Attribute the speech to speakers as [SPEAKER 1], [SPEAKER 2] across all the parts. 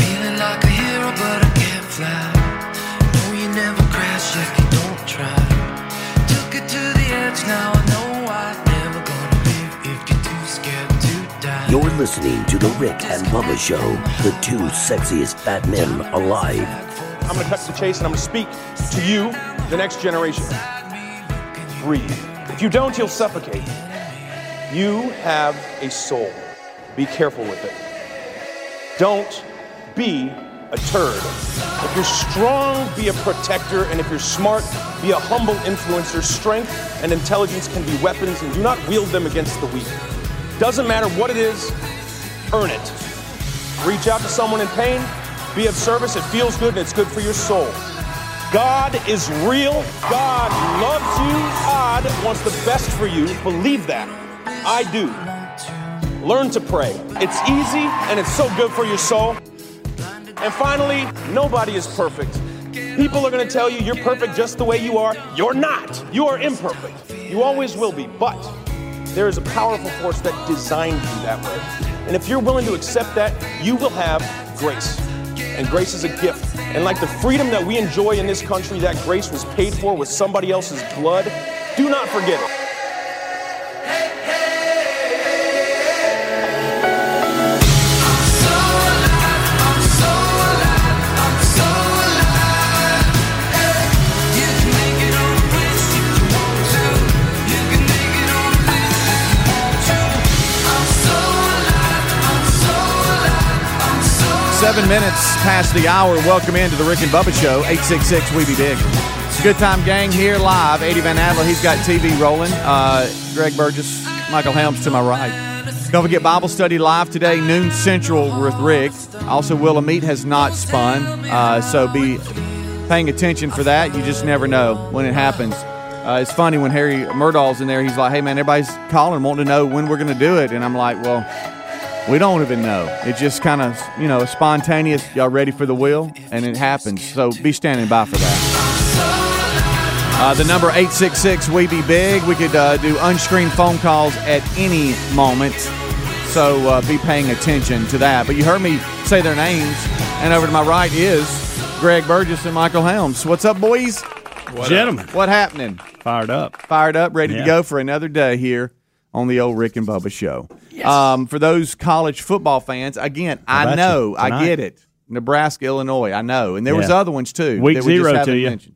[SPEAKER 1] Feeling like a hero, but I can't fly. No, you never crash if you don't try. Took it to the edge, now I know I never gonna live if you're too scared to die.
[SPEAKER 2] You're listening to The Rick and Bubba Show, the two sexiest fat men alive.
[SPEAKER 3] I'm going to cut to the chase and I'm going to speak to you, the next generation. Breathe. If you don't, you'll suffocate. You have a soul. Be careful with it. Don't be a turd. If you're strong, be a protector. And if you're smart, be a humble influencer. Strength and intelligence can be weapons, and do not wield them against the weak. Doesn't matter what it is, earn it. Reach out to someone in pain, be of service. It feels good and it's good for your soul. God is real. God loves you. God wants the best for you. Believe that. I do. Learn to pray. It's easy and it's so good for your soul. And finally, nobody is perfect. People are going to tell you you're perfect just the way you are. You're not. You are imperfect. You always will be. But there is a powerful force that designed you that way. And if you're willing to accept that, you will have grace. And grace is a gift. And like the freedom that we enjoy in this country, that grace was paid for with somebody else's blood. Do not forget it.
[SPEAKER 4] Seven minutes past the hour. Welcome into the Rick and Bubba Show. 866 We Be Big. It's a good time gang here live. Eddie Van Adler, he's got TV rolling. Uh, Greg Burgess, Michael Helms to my right. Don't forget Bible study live today, noon central with Rick. Also, Willa Meat has not spun, uh, so be paying attention for that. You just never know when it happens. Uh, it's funny when Harry Murdahl's in there, he's like, hey man, everybody's calling, wanting to know when we're going to do it. And I'm like, well, we don't even know. It just kind of, you know, spontaneous. Y'all ready for the wheel? And it happens. So be standing by for that. Uh, the number 866 We Be Big. We could uh, do unscreened phone calls at any moment. So uh, be paying attention to that. But you heard me say their names. And over to my right is Greg Burgess and Michael Helms. What's up, boys?
[SPEAKER 5] Gentlemen,
[SPEAKER 4] What happening?
[SPEAKER 5] fired up.
[SPEAKER 4] fired up, ready to
[SPEAKER 5] Yeah.
[SPEAKER 4] go for another day here on the old Rick and Bubba show. Um, for those college football fans, again, I
[SPEAKER 5] about
[SPEAKER 4] know,
[SPEAKER 5] you
[SPEAKER 4] I
[SPEAKER 5] tonight?
[SPEAKER 4] get it. Nebraska, Illinois, I know, and there was
[SPEAKER 5] Yeah.
[SPEAKER 4] other ones too.
[SPEAKER 5] Week
[SPEAKER 4] that we just
[SPEAKER 5] zero to
[SPEAKER 4] haven't
[SPEAKER 5] you.
[SPEAKER 4] mentioned.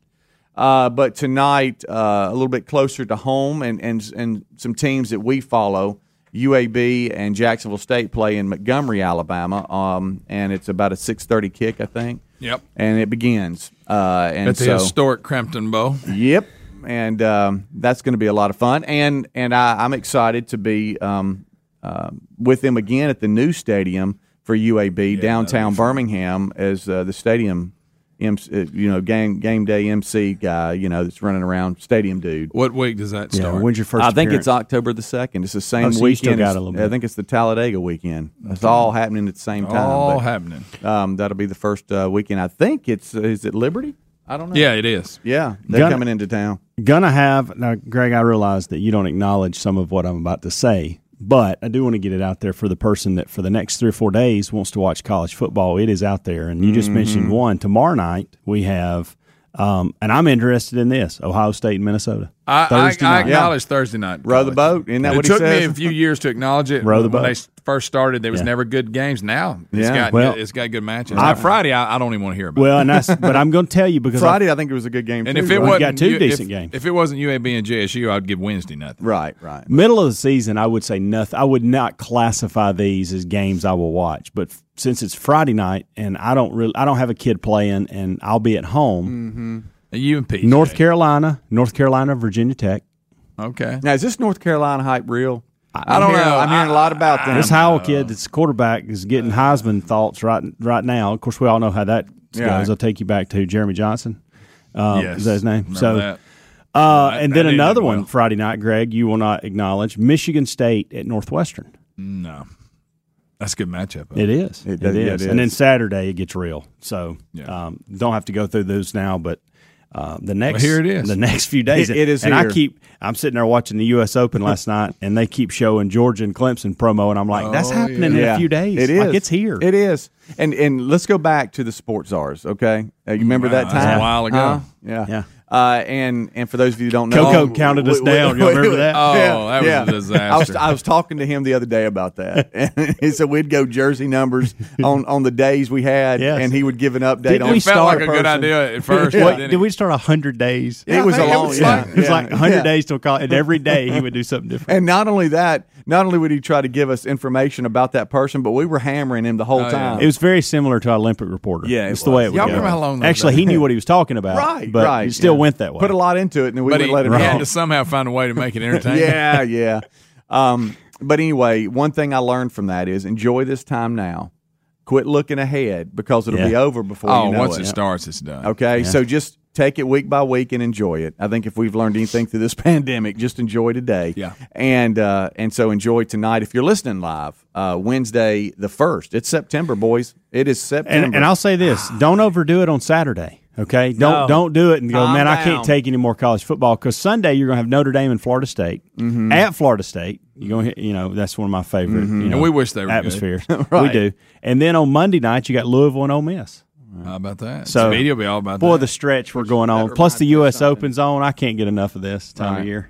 [SPEAKER 4] Uh, but tonight, uh, a little bit closer to home, and and and some teams that we follow, UAB and Jacksonville State play in Montgomery, Alabama, um, and it's about a six thirty kick, I think.
[SPEAKER 6] Yep.
[SPEAKER 4] And it begins. Uh, and
[SPEAKER 6] At the
[SPEAKER 4] so,
[SPEAKER 6] historic Crampton Bowl.
[SPEAKER 4] Yep, and um, that's going to be a lot of fun, and and I, I'm excited to be um, uh, with them again at the new stadium for UAB downtown Birmingham as uh, the stadium, MC, uh, you know, game game day MC guy, you know, that's running around stadium dude.
[SPEAKER 6] What week does that start?
[SPEAKER 5] when's your first?
[SPEAKER 4] I think
[SPEAKER 5] appearance?
[SPEAKER 4] it's October the second. It's the same
[SPEAKER 5] Oh, so you
[SPEAKER 4] weekend.
[SPEAKER 5] still got
[SPEAKER 4] as-
[SPEAKER 5] a little
[SPEAKER 4] I
[SPEAKER 5] bit.
[SPEAKER 4] think it's the Talladega weekend. It's all happening at the same time.
[SPEAKER 6] All
[SPEAKER 4] but,
[SPEAKER 6] happening.
[SPEAKER 4] um, that'll be the first uh, weekend. I think it's uh, is it Liberty? I don't know.
[SPEAKER 6] Yeah, it is.
[SPEAKER 4] Yeah, they're
[SPEAKER 5] Gun-
[SPEAKER 4] coming into town.
[SPEAKER 5] gonna have now, Greg. I realize that you don't acknowledge some of what I'm about to say, but I do want to get it out there for the person that for the next three or four days wants to watch college football. It is out there, and you
[SPEAKER 4] Mm-hmm.
[SPEAKER 5] just mentioned one. Tomorrow night we have, um, and I'm interested in this: Ohio State and Minnesota.
[SPEAKER 6] I,
[SPEAKER 5] Thursday
[SPEAKER 6] I, I
[SPEAKER 5] night.
[SPEAKER 6] acknowledge Thursday night.
[SPEAKER 4] Row the
[SPEAKER 6] college.
[SPEAKER 4] boat. Isn't that
[SPEAKER 6] it
[SPEAKER 4] what he
[SPEAKER 6] took
[SPEAKER 4] says?
[SPEAKER 6] me a few years to acknowledge it.
[SPEAKER 5] Row the boat.
[SPEAKER 6] When they s- first started, there was
[SPEAKER 5] Yeah.
[SPEAKER 6] never good games. Now it's
[SPEAKER 4] Yeah.
[SPEAKER 6] got
[SPEAKER 5] Well,
[SPEAKER 6] it's got good matches. Now, Friday, I, I don't even want to hear about. it.
[SPEAKER 5] Well, and that's but I'm going to tell you because I,
[SPEAKER 4] Friday, I think it was a good game.
[SPEAKER 6] And
[SPEAKER 4] too,
[SPEAKER 6] if it
[SPEAKER 4] right?
[SPEAKER 6] wasn't
[SPEAKER 5] got two
[SPEAKER 6] U- if-
[SPEAKER 5] decent games.
[SPEAKER 6] if it wasn't UAB and JSU, I'd give Wednesday nothing.
[SPEAKER 4] right, right,
[SPEAKER 5] middle of the season, I would say nothing. I would not classify these as games I will watch. But f- since it's Friday night and I don't really, I don't have a kid playing, and I'll be at home.
[SPEAKER 6] You Mm-hmm. and Pete.
[SPEAKER 5] North Carolina, North Carolina, Virginia Tech.
[SPEAKER 6] Okay.
[SPEAKER 4] Now, is this North Carolina hype real?
[SPEAKER 6] I don't know.
[SPEAKER 4] I'm hearing a lot about them.
[SPEAKER 5] This Howell kid that's quarterback is getting Heisman thoughts right right now. Of course, we all know how that
[SPEAKER 4] Yeah.
[SPEAKER 5] goes. I'll take you back to Jeremy Johnson. Um,
[SPEAKER 6] yes.
[SPEAKER 5] is that his name?
[SPEAKER 6] Remember
[SPEAKER 5] So-
[SPEAKER 6] that.
[SPEAKER 5] Uh,
[SPEAKER 6] that-
[SPEAKER 5] and
[SPEAKER 6] that
[SPEAKER 5] then
[SPEAKER 6] didn't
[SPEAKER 5] another
[SPEAKER 6] end
[SPEAKER 5] one
[SPEAKER 6] well.
[SPEAKER 5] Friday night, Greg, you will not acknowledge Michigan State at Northwestern.
[SPEAKER 6] No. That's a good matchup.
[SPEAKER 5] It is.
[SPEAKER 4] It
[SPEAKER 5] It,
[SPEAKER 4] does-
[SPEAKER 5] is.
[SPEAKER 4] yeah, it
[SPEAKER 5] And then
[SPEAKER 4] is.
[SPEAKER 5] Saturday it gets real. So
[SPEAKER 6] Yeah.
[SPEAKER 5] um, don't have to go through those now, but uh, the next
[SPEAKER 6] here it is.
[SPEAKER 5] The next few days
[SPEAKER 4] It- it is
[SPEAKER 5] And
[SPEAKER 4] here.
[SPEAKER 5] I keep I'm sitting there watching the U.S. Open last night, and they keep showing Georgia and Clemson promo, and I'm like, that's
[SPEAKER 6] Oh,
[SPEAKER 5] happening in a few days.
[SPEAKER 4] It is.
[SPEAKER 5] Like, it's here.
[SPEAKER 4] It is. And and let's go back to the sports czars. Okay, uh, you remember that
[SPEAKER 6] Mm, Wow,
[SPEAKER 4] time
[SPEAKER 6] that's a while ago.
[SPEAKER 4] Huh? Yeah,
[SPEAKER 5] Yeah.
[SPEAKER 4] Uh, and and for those of you who don't know, Oh,
[SPEAKER 5] Coco counted us down. Y'all remember that?
[SPEAKER 6] Oh, that was a
[SPEAKER 4] I was,
[SPEAKER 6] disaster.
[SPEAKER 4] I was talking to him the other day about that, and he said we'd go jersey numbers on on the days we had,
[SPEAKER 5] Yes.
[SPEAKER 4] and he would give an update.
[SPEAKER 5] Didn't
[SPEAKER 4] on
[SPEAKER 5] we
[SPEAKER 6] it felt like a
[SPEAKER 4] person.
[SPEAKER 6] good idea at first.
[SPEAKER 5] What,
[SPEAKER 6] but then
[SPEAKER 5] did we start 100 days?
[SPEAKER 4] It was a long. yeah,
[SPEAKER 5] It was
[SPEAKER 4] yeah.
[SPEAKER 5] like 100
[SPEAKER 4] Yeah.
[SPEAKER 5] days till college, and every day he would do something different.
[SPEAKER 4] And not only that, not only would he try to give us information about that person, but we were hammering him the whole
[SPEAKER 6] Oh, yeah.
[SPEAKER 4] time.
[SPEAKER 5] It was very similar to Olympic reporter.
[SPEAKER 4] Oh, Yeah, it
[SPEAKER 5] it's the way
[SPEAKER 4] was.
[SPEAKER 5] it would
[SPEAKER 6] Y'all
[SPEAKER 5] go.
[SPEAKER 6] remember how long that
[SPEAKER 5] Actually,
[SPEAKER 6] was?
[SPEAKER 5] he knew what he was talking about,
[SPEAKER 4] right,
[SPEAKER 5] But
[SPEAKER 4] right.
[SPEAKER 5] it still
[SPEAKER 4] yeah.
[SPEAKER 5] went that way.
[SPEAKER 4] Put a lot into it, and then we
[SPEAKER 6] but
[SPEAKER 4] would
[SPEAKER 6] he,
[SPEAKER 4] let him
[SPEAKER 6] he
[SPEAKER 4] roll.
[SPEAKER 6] had to somehow find a way to make it entertaining.
[SPEAKER 4] yeah, yeah. Um, but anyway, one thing I learned from that is enjoy this time now. Quit looking ahead because it'll
[SPEAKER 5] Yeah.
[SPEAKER 4] be over before
[SPEAKER 6] Oh,
[SPEAKER 4] you know
[SPEAKER 6] once
[SPEAKER 4] it.
[SPEAKER 6] it starts, it's done.
[SPEAKER 4] Okay, so just take it week by week and enjoy it. I think if we've learned anything through this pandemic, just enjoy today.
[SPEAKER 6] Yeah.
[SPEAKER 4] and uh, and so enjoy tonight. If you're listening live, uh, Wednesday the first. It's September, boys. It is September.
[SPEAKER 5] and, and I'll say this: don't overdo it on Saturday. Okay, don't
[SPEAKER 4] No.
[SPEAKER 5] don't do it and go,
[SPEAKER 4] Calm
[SPEAKER 5] man. I
[SPEAKER 4] down."
[SPEAKER 5] can't take any more college football because Sunday you're gonna have Notre Dame and Florida State
[SPEAKER 7] Mm-hmm.
[SPEAKER 5] at Florida State. You're gonna, hit- you know, that's one of my favorite. You know,
[SPEAKER 6] we wish they were good.
[SPEAKER 5] atmospheres. We do, and then on Monday night you got Louisville and Ole Miss.
[SPEAKER 6] How about that?
[SPEAKER 5] So
[SPEAKER 6] So, video will be all about
[SPEAKER 5] boy,
[SPEAKER 6] that.
[SPEAKER 5] the stretch we're going on. Plus the U.S. Open's on. I can't get enough of this time
[SPEAKER 4] Right.
[SPEAKER 5] of year.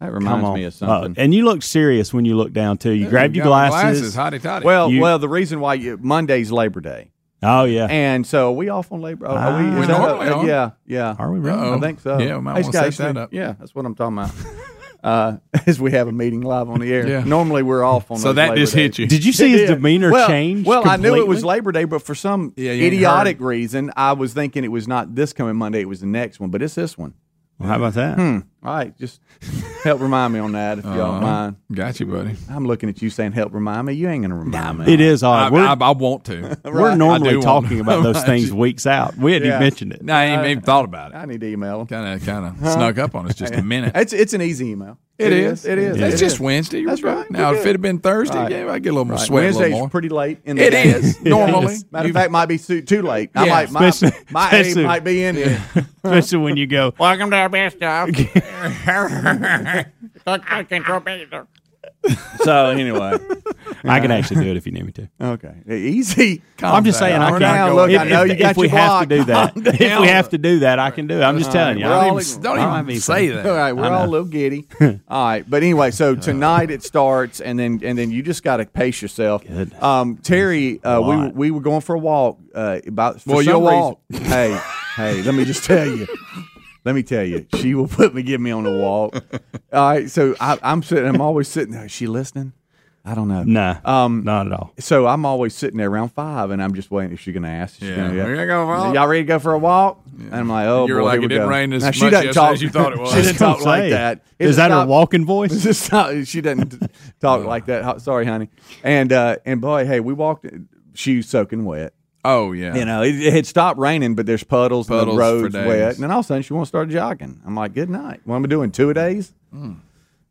[SPEAKER 4] that
[SPEAKER 5] Come
[SPEAKER 4] reminds
[SPEAKER 5] on,
[SPEAKER 4] me of something.
[SPEAKER 5] Uh, and you look serious when you look down too. You
[SPEAKER 6] Yeah,
[SPEAKER 5] grab
[SPEAKER 6] you
[SPEAKER 5] your
[SPEAKER 6] got
[SPEAKER 5] glasses.
[SPEAKER 6] Hotty toddy.
[SPEAKER 4] well,
[SPEAKER 5] you-
[SPEAKER 4] well, the reason why you, Monday's Labor Day.
[SPEAKER 5] oh yeah,
[SPEAKER 4] And so are we off on labor. Are
[SPEAKER 5] Ah.
[SPEAKER 4] we, is
[SPEAKER 5] We
[SPEAKER 4] that
[SPEAKER 6] normally
[SPEAKER 4] a-
[SPEAKER 6] are.
[SPEAKER 4] Yeah, yeah.
[SPEAKER 5] are we really?
[SPEAKER 6] Uh-oh.
[SPEAKER 4] I think so.
[SPEAKER 6] Yeah, we might
[SPEAKER 4] Hey,
[SPEAKER 6] wanna
[SPEAKER 4] Scott,
[SPEAKER 6] set
[SPEAKER 4] you
[SPEAKER 6] that
[SPEAKER 4] see-
[SPEAKER 6] up.
[SPEAKER 4] Yeah, that's what I'm talking about. uh, as we have a meeting live on the air.
[SPEAKER 6] Yeah.
[SPEAKER 4] Normally we're off on
[SPEAKER 6] so
[SPEAKER 4] those
[SPEAKER 6] that
[SPEAKER 4] Labor
[SPEAKER 6] just
[SPEAKER 4] Days.
[SPEAKER 6] hit you.
[SPEAKER 5] Did you see his
[SPEAKER 4] Yeah.
[SPEAKER 5] demeanor
[SPEAKER 4] well,
[SPEAKER 5] change?
[SPEAKER 4] Well, I knew it was
[SPEAKER 5] completely?
[SPEAKER 4] Labor Day, but for some
[SPEAKER 6] Yeah, you ain't
[SPEAKER 4] idiotic reason, I was thinking it was not this coming Monday; it was the next one. But it's this one.
[SPEAKER 5] Well, how about that?
[SPEAKER 7] Hmm.
[SPEAKER 4] All right, just help remind me on that if y'all don't mind.
[SPEAKER 6] Got you, Uh-huh. buddy.
[SPEAKER 4] I'm looking at you saying, "Help remind me." You ain't gonna remind me.
[SPEAKER 5] It is
[SPEAKER 6] I,
[SPEAKER 5] odd. We're,
[SPEAKER 6] I, I want to.
[SPEAKER 5] we're
[SPEAKER 6] I do
[SPEAKER 5] normally
[SPEAKER 6] want
[SPEAKER 5] talking
[SPEAKER 6] to.
[SPEAKER 5] about those things weeks out. We hadn't
[SPEAKER 4] Yeah.
[SPEAKER 5] even mentioned it.
[SPEAKER 6] No, I ain't even thought about it.
[SPEAKER 4] I need to email them.
[SPEAKER 6] Kind of, kind of snuck up on us just a minute.
[SPEAKER 4] It's it's an easy email. It is.
[SPEAKER 6] It's
[SPEAKER 4] it
[SPEAKER 6] just
[SPEAKER 4] is.
[SPEAKER 6] Wednesday. You're
[SPEAKER 4] That's
[SPEAKER 6] right.
[SPEAKER 4] right.
[SPEAKER 6] Now,
[SPEAKER 4] We're
[SPEAKER 6] if it had been Thursday,
[SPEAKER 4] Right.
[SPEAKER 6] yeah, I get a little more
[SPEAKER 4] Right.
[SPEAKER 6] sweat. a
[SPEAKER 4] Wednesday's
[SPEAKER 6] little more.
[SPEAKER 4] pretty late in the
[SPEAKER 6] It
[SPEAKER 4] day.
[SPEAKER 6] is normally.
[SPEAKER 4] Matter
[SPEAKER 6] You-
[SPEAKER 4] of fact, might be too, too late. I
[SPEAKER 6] Yeah.
[SPEAKER 4] might my
[SPEAKER 5] Especially-
[SPEAKER 4] my aim
[SPEAKER 5] especially-
[SPEAKER 4] might be in here.
[SPEAKER 5] Especially when you go,
[SPEAKER 7] Welcome to our best job.
[SPEAKER 5] so anyway. I can actually do it if you need me to.
[SPEAKER 4] Okay, easy.
[SPEAKER 5] I'm just saying, I
[SPEAKER 4] We're
[SPEAKER 5] can.
[SPEAKER 4] not going
[SPEAKER 5] if,
[SPEAKER 4] down. I know you
[SPEAKER 5] if,
[SPEAKER 4] got
[SPEAKER 5] if we
[SPEAKER 4] your
[SPEAKER 5] have to do
[SPEAKER 4] block.
[SPEAKER 5] that, if we have to do that, I can do it. I'm just telling you.
[SPEAKER 4] We're
[SPEAKER 5] I don't
[SPEAKER 4] all
[SPEAKER 5] even-
[SPEAKER 6] Don't
[SPEAKER 5] I
[SPEAKER 6] even say
[SPEAKER 4] All
[SPEAKER 6] that.
[SPEAKER 4] right, we're all a little giddy. All right, but anyway, so tonight it starts, and then and then you just got to pace yourself.
[SPEAKER 5] Good.
[SPEAKER 4] Um, Terry, uh, we
[SPEAKER 5] lot.
[SPEAKER 4] we were going for a walk. Uh, about for
[SPEAKER 6] Well,
[SPEAKER 4] some
[SPEAKER 6] your walk-
[SPEAKER 4] reason- hey, hey, let me just tell you. Let me tell you, she will put me give me on a walk. All right, so I, I'm sitting. I'm always sitting there. Is she listening? I don't know.
[SPEAKER 5] Nah, um, not at all.
[SPEAKER 4] So I'm always sitting there around five, and I'm just waiting. Is she going to ask? Is she
[SPEAKER 6] Yeah.
[SPEAKER 4] gonna-
[SPEAKER 6] Here you go, Rob.
[SPEAKER 4] Y'all ready to go for a walk? And I'm like, oh,
[SPEAKER 6] You were
[SPEAKER 4] boy,
[SPEAKER 6] like,
[SPEAKER 4] here
[SPEAKER 6] it
[SPEAKER 4] we
[SPEAKER 6] didn't
[SPEAKER 4] go.
[SPEAKER 6] rain as
[SPEAKER 4] Now, she
[SPEAKER 6] much
[SPEAKER 4] doesn't
[SPEAKER 6] yesterday
[SPEAKER 4] talk,
[SPEAKER 6] as you thought it
[SPEAKER 4] she
[SPEAKER 6] was.
[SPEAKER 4] doesn't
[SPEAKER 5] That's what
[SPEAKER 4] talk
[SPEAKER 5] I'm
[SPEAKER 4] like
[SPEAKER 5] saying.
[SPEAKER 4] that. It
[SPEAKER 5] Is that
[SPEAKER 4] stopped-
[SPEAKER 5] her walking voice? Oh.
[SPEAKER 4] Just not- she doesn't talk like that. Ho- Sorry, honey. And uh, and boy, hey, we walked shoes soaking wet.
[SPEAKER 6] Oh yeah.
[SPEAKER 4] You know, it, it had stopped raining, but there's puddles, and
[SPEAKER 6] Puddles
[SPEAKER 4] the
[SPEAKER 6] for
[SPEAKER 4] roads
[SPEAKER 6] days.
[SPEAKER 4] wet. And then all of a sudden, she wants to start jogging. I'm like, good night. What am I doing? Two a days.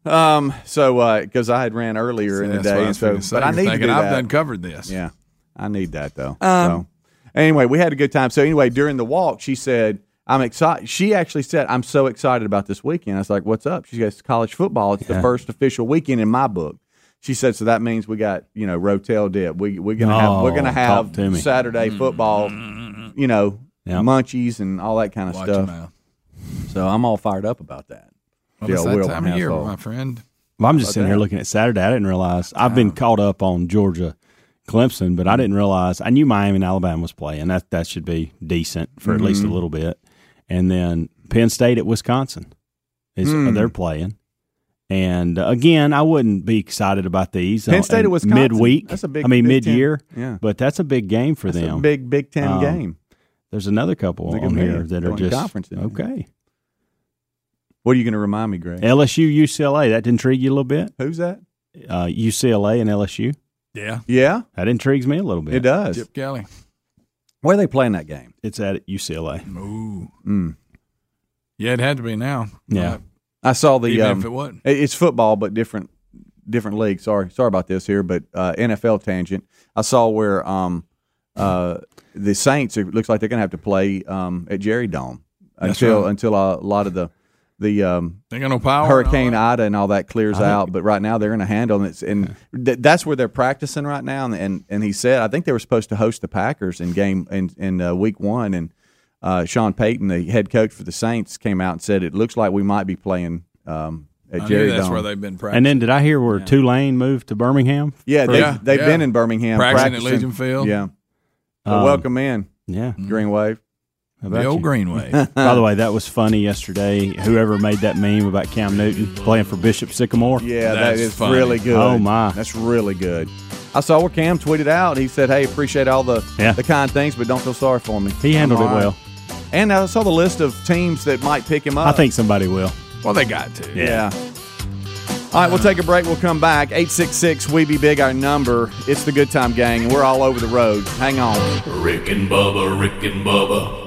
[SPEAKER 4] Um. So, because I had ran earlier in the
[SPEAKER 6] That's what
[SPEAKER 4] day,
[SPEAKER 6] I
[SPEAKER 4] and
[SPEAKER 6] was
[SPEAKER 4] so
[SPEAKER 6] finna say.
[SPEAKER 4] but I
[SPEAKER 6] You're
[SPEAKER 4] need
[SPEAKER 6] thinking,
[SPEAKER 4] to do
[SPEAKER 6] I've
[SPEAKER 4] that.
[SPEAKER 6] done covered this.
[SPEAKER 4] Yeah, I need that though.
[SPEAKER 6] Um,
[SPEAKER 4] so. Anyway, we had a good time. So anyway, during the walk, she said, "I'm excited." She actually said, "I'm so excited about this weekend." I was like, "What's up?" She goes, "College football. It's the first official weekend in my book." She said, "So that means we got you know Rotel dip. We we're gonna have we're
[SPEAKER 5] Oh,
[SPEAKER 4] gonna
[SPEAKER 5] talk to
[SPEAKER 4] have
[SPEAKER 5] me.
[SPEAKER 4] Saturday
[SPEAKER 6] Mm-hmm.
[SPEAKER 4] football. You know."
[SPEAKER 5] Yep.
[SPEAKER 4] Munchies and all that kind of
[SPEAKER 6] Watch your
[SPEAKER 4] stuff.
[SPEAKER 6] mouth.
[SPEAKER 4] So I'm all fired up about that.
[SPEAKER 6] Well, it's
[SPEAKER 4] Yeah,
[SPEAKER 6] that
[SPEAKER 4] Will
[SPEAKER 6] time of year,
[SPEAKER 4] Hansel.
[SPEAKER 6] my friend.
[SPEAKER 5] Well, I'm just sitting here looking at Saturday. I didn't realize I've been caught up on Georgia, Clemson,
[SPEAKER 4] Mm-hmm.
[SPEAKER 5] but I didn't realize I knew Miami and Alabama was playing. That that should be decent for at
[SPEAKER 4] Mm-hmm.
[SPEAKER 5] least a little bit. And then Penn State at Wisconsin is uh,
[SPEAKER 4] Mm.
[SPEAKER 5] they're playing. And uh, again, I wouldn't be excited about these.
[SPEAKER 4] Penn
[SPEAKER 5] uh,
[SPEAKER 4] State at
[SPEAKER 5] in
[SPEAKER 4] Wisconsin.
[SPEAKER 5] midweek.
[SPEAKER 4] That's a big-
[SPEAKER 5] I mean
[SPEAKER 4] Big Ten.
[SPEAKER 5] mid-year.
[SPEAKER 4] Yeah.
[SPEAKER 5] but that's a big game for
[SPEAKER 4] It's a
[SPEAKER 5] them.
[SPEAKER 4] big Big Ten
[SPEAKER 5] Um,
[SPEAKER 4] game.
[SPEAKER 5] There's another couple
[SPEAKER 4] Look at
[SPEAKER 5] on
[SPEAKER 4] me.
[SPEAKER 5] here that are
[SPEAKER 4] Going
[SPEAKER 5] just
[SPEAKER 4] conference, didn't we?
[SPEAKER 5] okay.
[SPEAKER 4] What are you going to remind me, Greg?
[SPEAKER 5] LSU, UCLA. That intrigued you a little bit.
[SPEAKER 4] Who's that?
[SPEAKER 5] Uh, UCLA and LSU.
[SPEAKER 7] Yeah.
[SPEAKER 4] Yeah,
[SPEAKER 5] That intrigues me a little bit.
[SPEAKER 4] it does.
[SPEAKER 6] Chip Kelly.
[SPEAKER 4] Where are they playing that game?
[SPEAKER 5] It's at UCLA.
[SPEAKER 6] Ooh.
[SPEAKER 4] Mm.
[SPEAKER 6] Yeah, it had to be now.
[SPEAKER 5] Yeah.
[SPEAKER 6] Right.
[SPEAKER 4] I saw the.
[SPEAKER 6] Even
[SPEAKER 4] um,
[SPEAKER 6] if it wasn't.
[SPEAKER 4] It- It's football, but different different league. Sorry, sorry about this here, but uh, NFL tangent. I saw where um, uh, the Saints. It looks like they're going to have to play um, at Jerry Dome
[SPEAKER 6] That's
[SPEAKER 4] until
[SPEAKER 6] right.
[SPEAKER 4] until a lot of the the um,
[SPEAKER 6] They got no power.
[SPEAKER 4] Hurricane
[SPEAKER 6] and all
[SPEAKER 4] Ida and all that clears out. But right now they're going to handle it, and th- that's where they're practicing right now. And, and and he said, I think they were supposed to host the Packers in game in in uh, week one, and uh, Sean Payton, the head coach for the Saints, came out and said it looks like we might be playing. Um,
[SPEAKER 6] that.
[SPEAKER 4] at
[SPEAKER 6] I knew
[SPEAKER 4] Jerry
[SPEAKER 6] that's
[SPEAKER 4] Dome.
[SPEAKER 6] where they've been practicing.
[SPEAKER 5] And then did I hear where Tulane moved to Birmingham?
[SPEAKER 4] Yeah, they,
[SPEAKER 6] Yeah,
[SPEAKER 4] they've
[SPEAKER 6] yeah.
[SPEAKER 4] been in Birmingham
[SPEAKER 6] Practicing at Legion Field.
[SPEAKER 4] Yeah. Well,
[SPEAKER 5] Um,
[SPEAKER 4] welcome in,
[SPEAKER 5] Yeah.
[SPEAKER 4] Green Wave.
[SPEAKER 5] How about
[SPEAKER 6] the old
[SPEAKER 5] you?
[SPEAKER 6] Greenway.
[SPEAKER 5] By the way, that was funny yesterday. Whoever made that meme about Cam Newton playing for Bishop Sycamore.
[SPEAKER 4] Yeah,
[SPEAKER 6] That's
[SPEAKER 4] that is
[SPEAKER 6] funny.
[SPEAKER 4] really good.
[SPEAKER 5] Oh, my.
[SPEAKER 4] That's really good. I saw where Cam tweeted out. He said, "Hey, appreciate all the
[SPEAKER 5] Yeah.
[SPEAKER 4] the kind things, but don't feel sorry for me."
[SPEAKER 5] He handled
[SPEAKER 4] I'm
[SPEAKER 5] it
[SPEAKER 4] all right."
[SPEAKER 5] well.
[SPEAKER 4] And I saw the list of teams that might pick him up.
[SPEAKER 5] I think somebody will.
[SPEAKER 6] well, they got to.
[SPEAKER 4] Yeah. All right, we'll take a break. We'll come back. 866 We Be Big, our number. It's the Good Time Gang, and we're all over the road. Hang on.
[SPEAKER 8] Rick and Bubba, Rick and Bubba.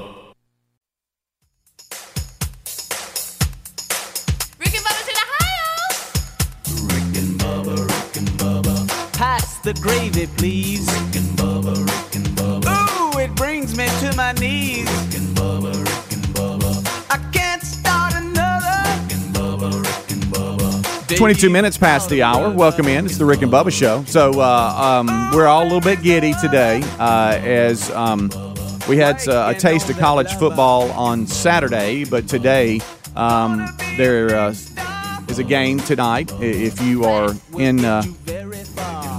[SPEAKER 9] Rick and Bubba's in Ohio.
[SPEAKER 10] Pass the gravy, please. Rick and Bubba, Rick and Bubba. Ooh, it brings me to my knees. Rick and Bubba, Rick and Bubba. I can't start another.
[SPEAKER 4] 22 minutes past the hour. Welcome in. It's the Rick and Bubba Show. So uh, um, we're all a little bit giddy today uh, as um, we had uh, a taste of college football on Saturday, but today um, there uh, is a game tonight. I- If you are in, uh,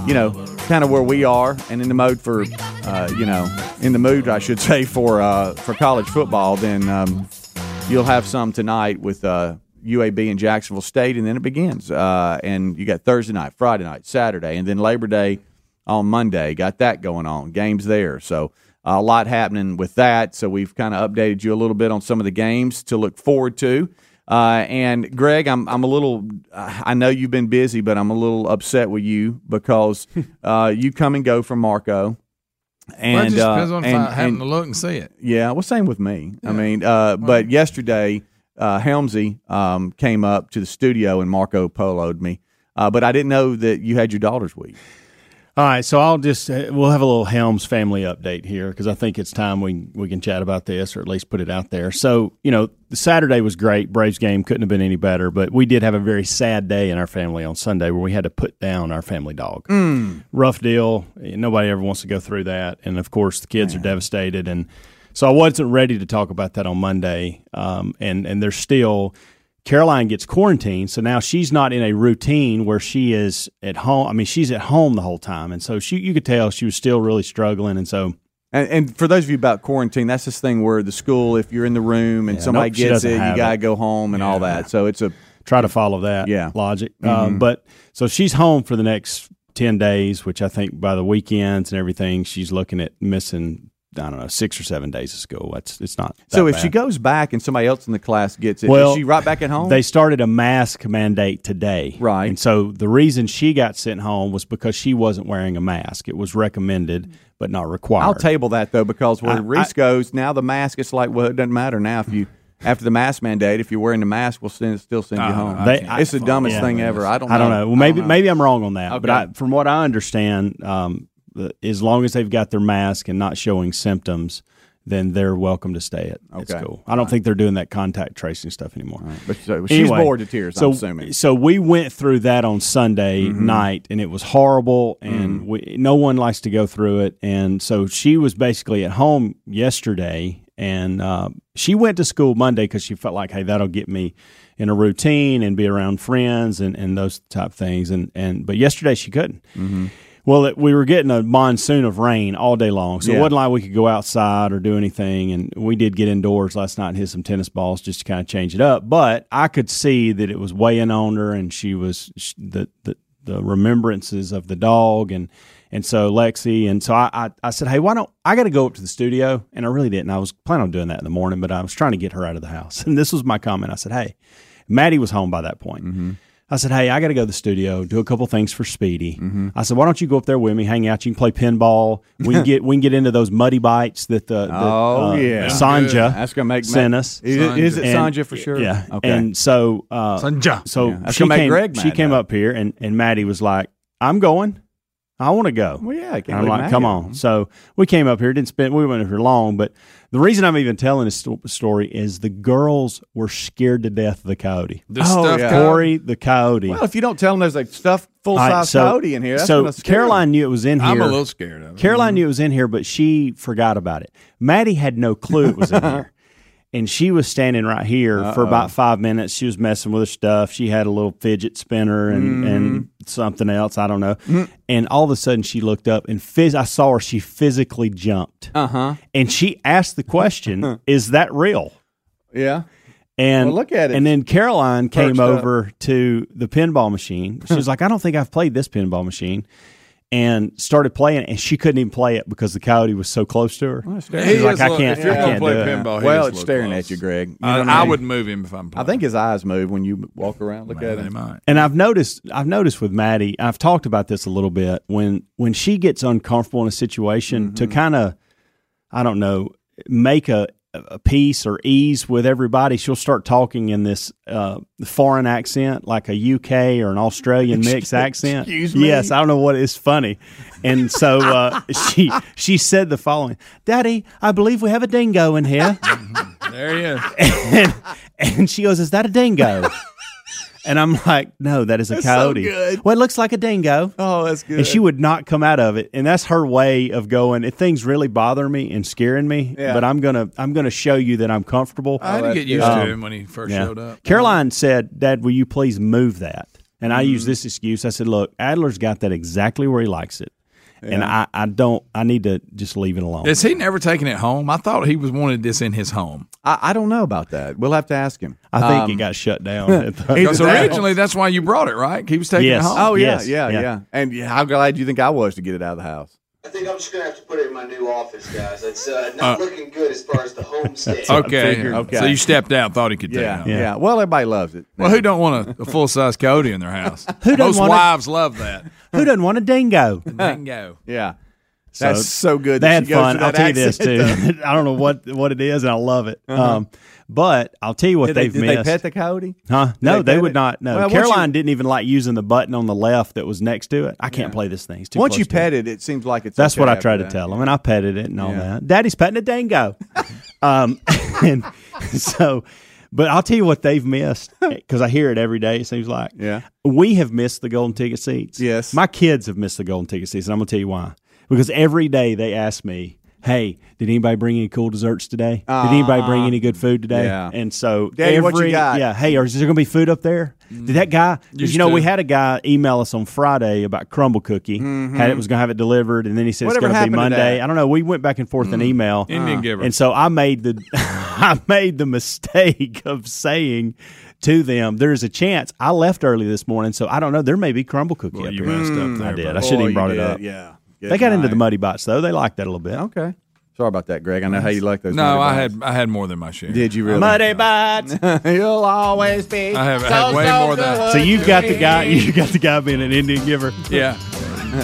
[SPEAKER 4] you know, kind of where we are and in the mode for, uh, you know, in the mood, I should say, for uh, for college football, then um, You'll have some tonight with uh, UAB and Jacksonville State, and then it begins. Uh, and you got Thursday night, Friday night, Saturday, and then Labor Day on Monday. Got that going on. Games there. So a lot happening with that. So we've kind of updated you a little bit on some of the games to look forward to. Uh, and Greg, I'm I'm a little. I know you've been busy, but I'm a little upset with you because uh, you come and go from Marco, and
[SPEAKER 6] well, it just
[SPEAKER 4] uh,
[SPEAKER 6] depends on if
[SPEAKER 4] and-
[SPEAKER 6] I happen
[SPEAKER 4] and-
[SPEAKER 6] to look and see it.
[SPEAKER 4] yeah, well, same with me. I mean, uh, but yesterday, uh, Helmsy um, came up to the studio and Marco poloed me. Uh, but I didn't know that you had your daughter's week.
[SPEAKER 5] All right, so I'll just uh, we'll have a little Helms family update here because I think it's time we we can chat about this or at least put it out there. So you know, Saturday was great. Braves game couldn't have been any better, but we did have a very sad day in our family on Sunday where we had to put down our family dog. Rough deal. Nobody ever wants to go through that, and of course the kids are devastated. And so I wasn't ready to talk about that on Monday. Um, and and there's still Caroline gets quarantined, so now she's not in a routine where she is at home. I mean, she's at home the whole time, and so she you could tell she was still really struggling, and so
[SPEAKER 4] And, and for those of you about quarantine, that's this thing where the school, if you're in the room and
[SPEAKER 5] Yeah,
[SPEAKER 4] somebody
[SPEAKER 5] nope, she
[SPEAKER 4] gets
[SPEAKER 5] doesn't
[SPEAKER 4] it, you
[SPEAKER 5] have
[SPEAKER 4] gotta
[SPEAKER 5] it.
[SPEAKER 4] go home and all that. So it's a
[SPEAKER 5] try to follow that
[SPEAKER 4] Yeah. Mm-hmm.
[SPEAKER 5] logic. Uh, but so she's home for the next ten days, which I think by the weekends and everything, she's looking at missing I don't know six or seven days of school. That's it's not that
[SPEAKER 4] so if she
[SPEAKER 5] bad.
[SPEAKER 4] goes back and somebody else in the class gets it, is
[SPEAKER 5] Well,
[SPEAKER 4] she right back at home?
[SPEAKER 5] They started a mask mandate today.
[SPEAKER 4] Right.
[SPEAKER 5] And so the reason she got sent home was because she wasn't wearing a mask. It was recommended, but not required.
[SPEAKER 4] I'll table that though because where
[SPEAKER 5] I-
[SPEAKER 4] Reese
[SPEAKER 5] I-
[SPEAKER 4] goes now, the mask. It's like well, it doesn't matter now if you after the mask mandate, if you're wearing the mask, we'll send, still send you
[SPEAKER 6] I don't
[SPEAKER 4] home.
[SPEAKER 6] know. I
[SPEAKER 5] They-
[SPEAKER 6] can't
[SPEAKER 4] it's the
[SPEAKER 6] follow
[SPEAKER 4] dumbest
[SPEAKER 6] this.
[SPEAKER 4] thing ever. I don't.
[SPEAKER 5] I don't
[SPEAKER 4] know.
[SPEAKER 5] know. Well, maybe
[SPEAKER 4] know.
[SPEAKER 5] maybe I'm wrong on that, but I,
[SPEAKER 4] Okay.
[SPEAKER 5] from what I understand, um, the- as long as they've got their mask and not showing symptoms, then they're welcome to stay at, at
[SPEAKER 4] Okay.
[SPEAKER 5] school. I don't think they're doing that contact tracing stuff anymore.
[SPEAKER 4] But so, she's
[SPEAKER 5] Anyway,
[SPEAKER 4] bored to tears.
[SPEAKER 5] So,
[SPEAKER 4] I'm assuming. Mm-hmm.
[SPEAKER 5] So we went through that on Sunday night, and it was horrible.
[SPEAKER 4] Mm.
[SPEAKER 5] And we, no one likes to go through it. And so she was basically at home yesterday, and uh, she went to school Monday because she felt like, hey, that'll get me in a routine and be around friends and, and those type things. And and but yesterday she couldn't.
[SPEAKER 11] Mm-hmm.
[SPEAKER 5] Well, it, we were getting a monsoon of rain all day long, so
[SPEAKER 4] Yeah.
[SPEAKER 5] it wasn't like we could go outside or do anything. And we did get indoors last night and hit some tennis balls just to kind of change it up. But I could see that it was weighing on her, and she was sh the the, the remembrances of the dog and And so Lexi and so I, I, I said, hey, why don't I got to go up to the studio? And I really didn't. I was planning on doing that in the morning, but I was trying to get her out of the house. And this was my comment. I said, hey, Maddie was home by that point.
[SPEAKER 4] Mm-hmm.
[SPEAKER 5] I said, hey, I got to go to the studio, do a couple things for Speedy.
[SPEAKER 4] Mm-hmm.
[SPEAKER 5] I said, why don't you go up there with me, hang out? You can play pinball. We can get we can get into those muddy bites that the, the
[SPEAKER 4] Oh,
[SPEAKER 5] uh,
[SPEAKER 4] yeah.
[SPEAKER 5] Sanja
[SPEAKER 4] That's gonna make
[SPEAKER 5] sent us.
[SPEAKER 4] Is it, is it
[SPEAKER 5] And-
[SPEAKER 4] Sanja for sure?
[SPEAKER 5] Yeah.
[SPEAKER 4] Okay.
[SPEAKER 5] And so uh,
[SPEAKER 6] Sanja.
[SPEAKER 5] So
[SPEAKER 4] Yeah. That's
[SPEAKER 5] she
[SPEAKER 4] gonna make
[SPEAKER 5] came.
[SPEAKER 4] Greg
[SPEAKER 5] she
[SPEAKER 4] mad,
[SPEAKER 5] came
[SPEAKER 4] though.
[SPEAKER 5] up here, and and Maddie was like, "I'm going. I want to go."
[SPEAKER 4] Well, yeah, I can't
[SPEAKER 5] And I'm
[SPEAKER 4] leave
[SPEAKER 5] like,
[SPEAKER 4] Maddie
[SPEAKER 5] "Come
[SPEAKER 4] out."
[SPEAKER 5] on." So we came up here. Didn't spend. We went up here long, but the reason I'm even telling this sto- story is the girls were scared to death of the coyote.
[SPEAKER 6] The
[SPEAKER 4] Oh,
[SPEAKER 6] stuff
[SPEAKER 4] yeah.
[SPEAKER 6] cow-
[SPEAKER 5] Corey, the coyote.
[SPEAKER 4] well, if you don't tell them there's a stuffed full
[SPEAKER 5] All
[SPEAKER 4] size
[SPEAKER 5] right,
[SPEAKER 4] coyote in here, that's Mm-hmm.
[SPEAKER 5] so
[SPEAKER 4] gonna scare 'em.
[SPEAKER 5] Caroline knew it was in here.
[SPEAKER 6] I'm a little scared of it.
[SPEAKER 5] Caroline knew it was in here, but she forgot about it. Maddie had no clue it was in here. And she was standing right here for about five minutes. She was messing with her stuff. She had a little fidget spinner and,
[SPEAKER 4] Mm-hmm.
[SPEAKER 5] and something else. I don't know. And all of a sudden, she looked up and phys- I saw her. She physically jumped. Uh
[SPEAKER 4] Uh-huh.
[SPEAKER 5] huh. And she asked the question, "Is that real?"
[SPEAKER 4] Yeah.
[SPEAKER 5] And
[SPEAKER 4] Well, look at it.
[SPEAKER 5] And then Caroline
[SPEAKER 4] Perched
[SPEAKER 5] came
[SPEAKER 4] up.
[SPEAKER 5] over to the pinball machine. She was like, I don't think I've played this pinball machine. And started playing, it, and she couldn't even play it because the coyote was so close to her.
[SPEAKER 6] He
[SPEAKER 5] She's like,
[SPEAKER 6] is
[SPEAKER 5] I
[SPEAKER 6] look-
[SPEAKER 5] can't-
[SPEAKER 6] If you're
[SPEAKER 5] I
[SPEAKER 6] gonna
[SPEAKER 5] can't
[SPEAKER 6] play
[SPEAKER 5] do it.
[SPEAKER 6] pinball, he
[SPEAKER 4] Well,
[SPEAKER 6] is
[SPEAKER 4] it's
[SPEAKER 6] look
[SPEAKER 4] staring
[SPEAKER 6] close.
[SPEAKER 4] at you, Greg. You
[SPEAKER 6] I,
[SPEAKER 4] know what
[SPEAKER 6] I
[SPEAKER 4] mean?
[SPEAKER 6] would move him if I'm.
[SPEAKER 4] I
[SPEAKER 6] Playing.
[SPEAKER 4] think his eyes move when you walk around. Look at
[SPEAKER 6] they
[SPEAKER 4] him.
[SPEAKER 6] might.
[SPEAKER 5] And I've noticed, I've noticed with Maddie, I've talked about this a little bit. When when she gets uncomfortable in a situation, to kind of, I don't know, make a, a peace or ease with everybody, she'll start talking in this uh, foreign accent, like a UK or an Australian mix accent.
[SPEAKER 4] Excuse me?
[SPEAKER 5] Yes, I don't know what is funny. And so uh, she she said the following, "Daddy, I believe we have a dingo in here."
[SPEAKER 6] There he is.
[SPEAKER 5] and, and she goes, "Is that a dingo?" and I'm like, "No, that is a coyote."
[SPEAKER 4] good.
[SPEAKER 5] Well, it looks like a dingo.
[SPEAKER 4] Oh, that's good.
[SPEAKER 5] And she would not come out of it, and that's her way of going. If things really bother me and scaring me,
[SPEAKER 4] Yeah. Oh,
[SPEAKER 5] but I'm gonna I'm gonna show you that I'm comfortable. Um,
[SPEAKER 6] I had to get used to him when he first
[SPEAKER 5] Yeah.
[SPEAKER 6] showed up.
[SPEAKER 5] Caroline said, "Dad, will you please move that?" And I
[SPEAKER 4] Mm.
[SPEAKER 5] used this excuse. I said, "Look, Adler's got that exactly where he likes it, and I I don't I need to just leave it alone."
[SPEAKER 6] Is he never taking it home? I thought he was wanted this in his home.
[SPEAKER 4] I, I don't know about that. We'll have to ask him. Um,
[SPEAKER 5] I think it got shut down. at the-
[SPEAKER 4] Either
[SPEAKER 6] Because
[SPEAKER 4] that-
[SPEAKER 6] originally that's why you brought it, right? He was taking
[SPEAKER 5] Yes.
[SPEAKER 6] it home.
[SPEAKER 4] Oh yeah,
[SPEAKER 5] Yes,
[SPEAKER 4] yeah, yeah,
[SPEAKER 5] yeah.
[SPEAKER 4] And yeah, how glad you think I was to get it out of the house?
[SPEAKER 7] I think I'm just gonna have to put it in my new office, guys. It's uh, not looking good as far as the homestead.
[SPEAKER 6] okay.
[SPEAKER 4] figured. Okay.
[SPEAKER 6] So you stepped out, thought he could take it
[SPEAKER 4] Yeah,
[SPEAKER 6] home.
[SPEAKER 4] yeah. Well, everybody loves it.
[SPEAKER 6] Well, who don't want a, a full size coyote in their house?
[SPEAKER 5] Who don't
[SPEAKER 6] Most
[SPEAKER 5] want a-
[SPEAKER 6] wives love that.
[SPEAKER 5] Who doesn't want a dingo?
[SPEAKER 6] Bingo.
[SPEAKER 4] Yeah, that's so, good.
[SPEAKER 5] They
[SPEAKER 4] that
[SPEAKER 5] had
[SPEAKER 4] she goes
[SPEAKER 5] fun.
[SPEAKER 4] to
[SPEAKER 5] I'll
[SPEAKER 4] that
[SPEAKER 5] tell you this
[SPEAKER 4] accent,
[SPEAKER 5] too.
[SPEAKER 4] though. Uh-huh.
[SPEAKER 5] I don't know what what it is, and I love it. Um, but I'll tell you what
[SPEAKER 4] Did, they,
[SPEAKER 5] they've
[SPEAKER 4] did they
[SPEAKER 5] missed.
[SPEAKER 4] pet the coyote?
[SPEAKER 5] huh? No,
[SPEAKER 4] they
[SPEAKER 5] they,
[SPEAKER 4] pet
[SPEAKER 5] would
[SPEAKER 4] it?
[SPEAKER 5] not. No,
[SPEAKER 4] Well, once
[SPEAKER 5] Caroline
[SPEAKER 4] you-
[SPEAKER 5] didn't even like using the button on the left that was next to it. I can't play this thing. It's too
[SPEAKER 4] Once
[SPEAKER 5] close
[SPEAKER 4] you
[SPEAKER 5] to it.
[SPEAKER 4] pet it, it seems like it's.
[SPEAKER 5] That's
[SPEAKER 4] okay
[SPEAKER 5] what I
[SPEAKER 4] after
[SPEAKER 5] tried to
[SPEAKER 4] that.
[SPEAKER 5] tell him, and I petted it and all
[SPEAKER 4] Yeah.
[SPEAKER 5] that. Daddy's petting a dingo, um, and so. But I'll tell you what they've missed because I hear it every day. It seems like
[SPEAKER 4] Yeah.
[SPEAKER 5] we have missed the golden ticket seats.
[SPEAKER 4] Yes.
[SPEAKER 5] my kids have missed the golden ticket seats, and I'm gonna tell you why. Because every day they ask me, "Hey, did anybody bring any cool desserts today? did anybody bring any good food today?"
[SPEAKER 4] Uh, Yeah.
[SPEAKER 5] And so
[SPEAKER 4] Daddy,
[SPEAKER 5] every
[SPEAKER 4] what you got?
[SPEAKER 5] yeah, hey, or is there gonna be food up there? Did that guy? 'cause
[SPEAKER 6] Used
[SPEAKER 5] you know,
[SPEAKER 6] to.
[SPEAKER 5] we had a guy email us on Friday about crumble cookie. Had it was gonna have it delivered, and then he said
[SPEAKER 4] Mm-hmm. Whatever
[SPEAKER 5] it's gonna
[SPEAKER 4] happened
[SPEAKER 5] be
[SPEAKER 4] to
[SPEAKER 5] Monday.
[SPEAKER 4] that? Mm.
[SPEAKER 5] I don't know. We went back and forth in email.
[SPEAKER 6] Indian giver.
[SPEAKER 5] And so I made the I made the mistake of saying to them, "There is a chance." I left early this morning, so I don't know. There may be crumble cookie.
[SPEAKER 6] Well,
[SPEAKER 5] up
[SPEAKER 6] you
[SPEAKER 5] there.
[SPEAKER 6] messed up there.
[SPEAKER 5] I did.
[SPEAKER 6] brother.
[SPEAKER 5] I shouldn't
[SPEAKER 4] Oh,
[SPEAKER 5] even
[SPEAKER 4] you
[SPEAKER 5] brought it
[SPEAKER 4] did,
[SPEAKER 5] up.
[SPEAKER 4] Yeah,
[SPEAKER 5] They got into the muddy bites though. They liked that a little bit.
[SPEAKER 4] Okay, sorry about that, Greg. I know how you like those.
[SPEAKER 6] No,
[SPEAKER 4] Muddy
[SPEAKER 6] I
[SPEAKER 4] Bites.
[SPEAKER 6] had I had more than my share.
[SPEAKER 4] Did you really?
[SPEAKER 5] Muddy bites.
[SPEAKER 4] You'll always be.
[SPEAKER 6] I have I had way more than
[SPEAKER 5] so you've got the guy. You got the guy being an Indian giver.
[SPEAKER 6] yeah.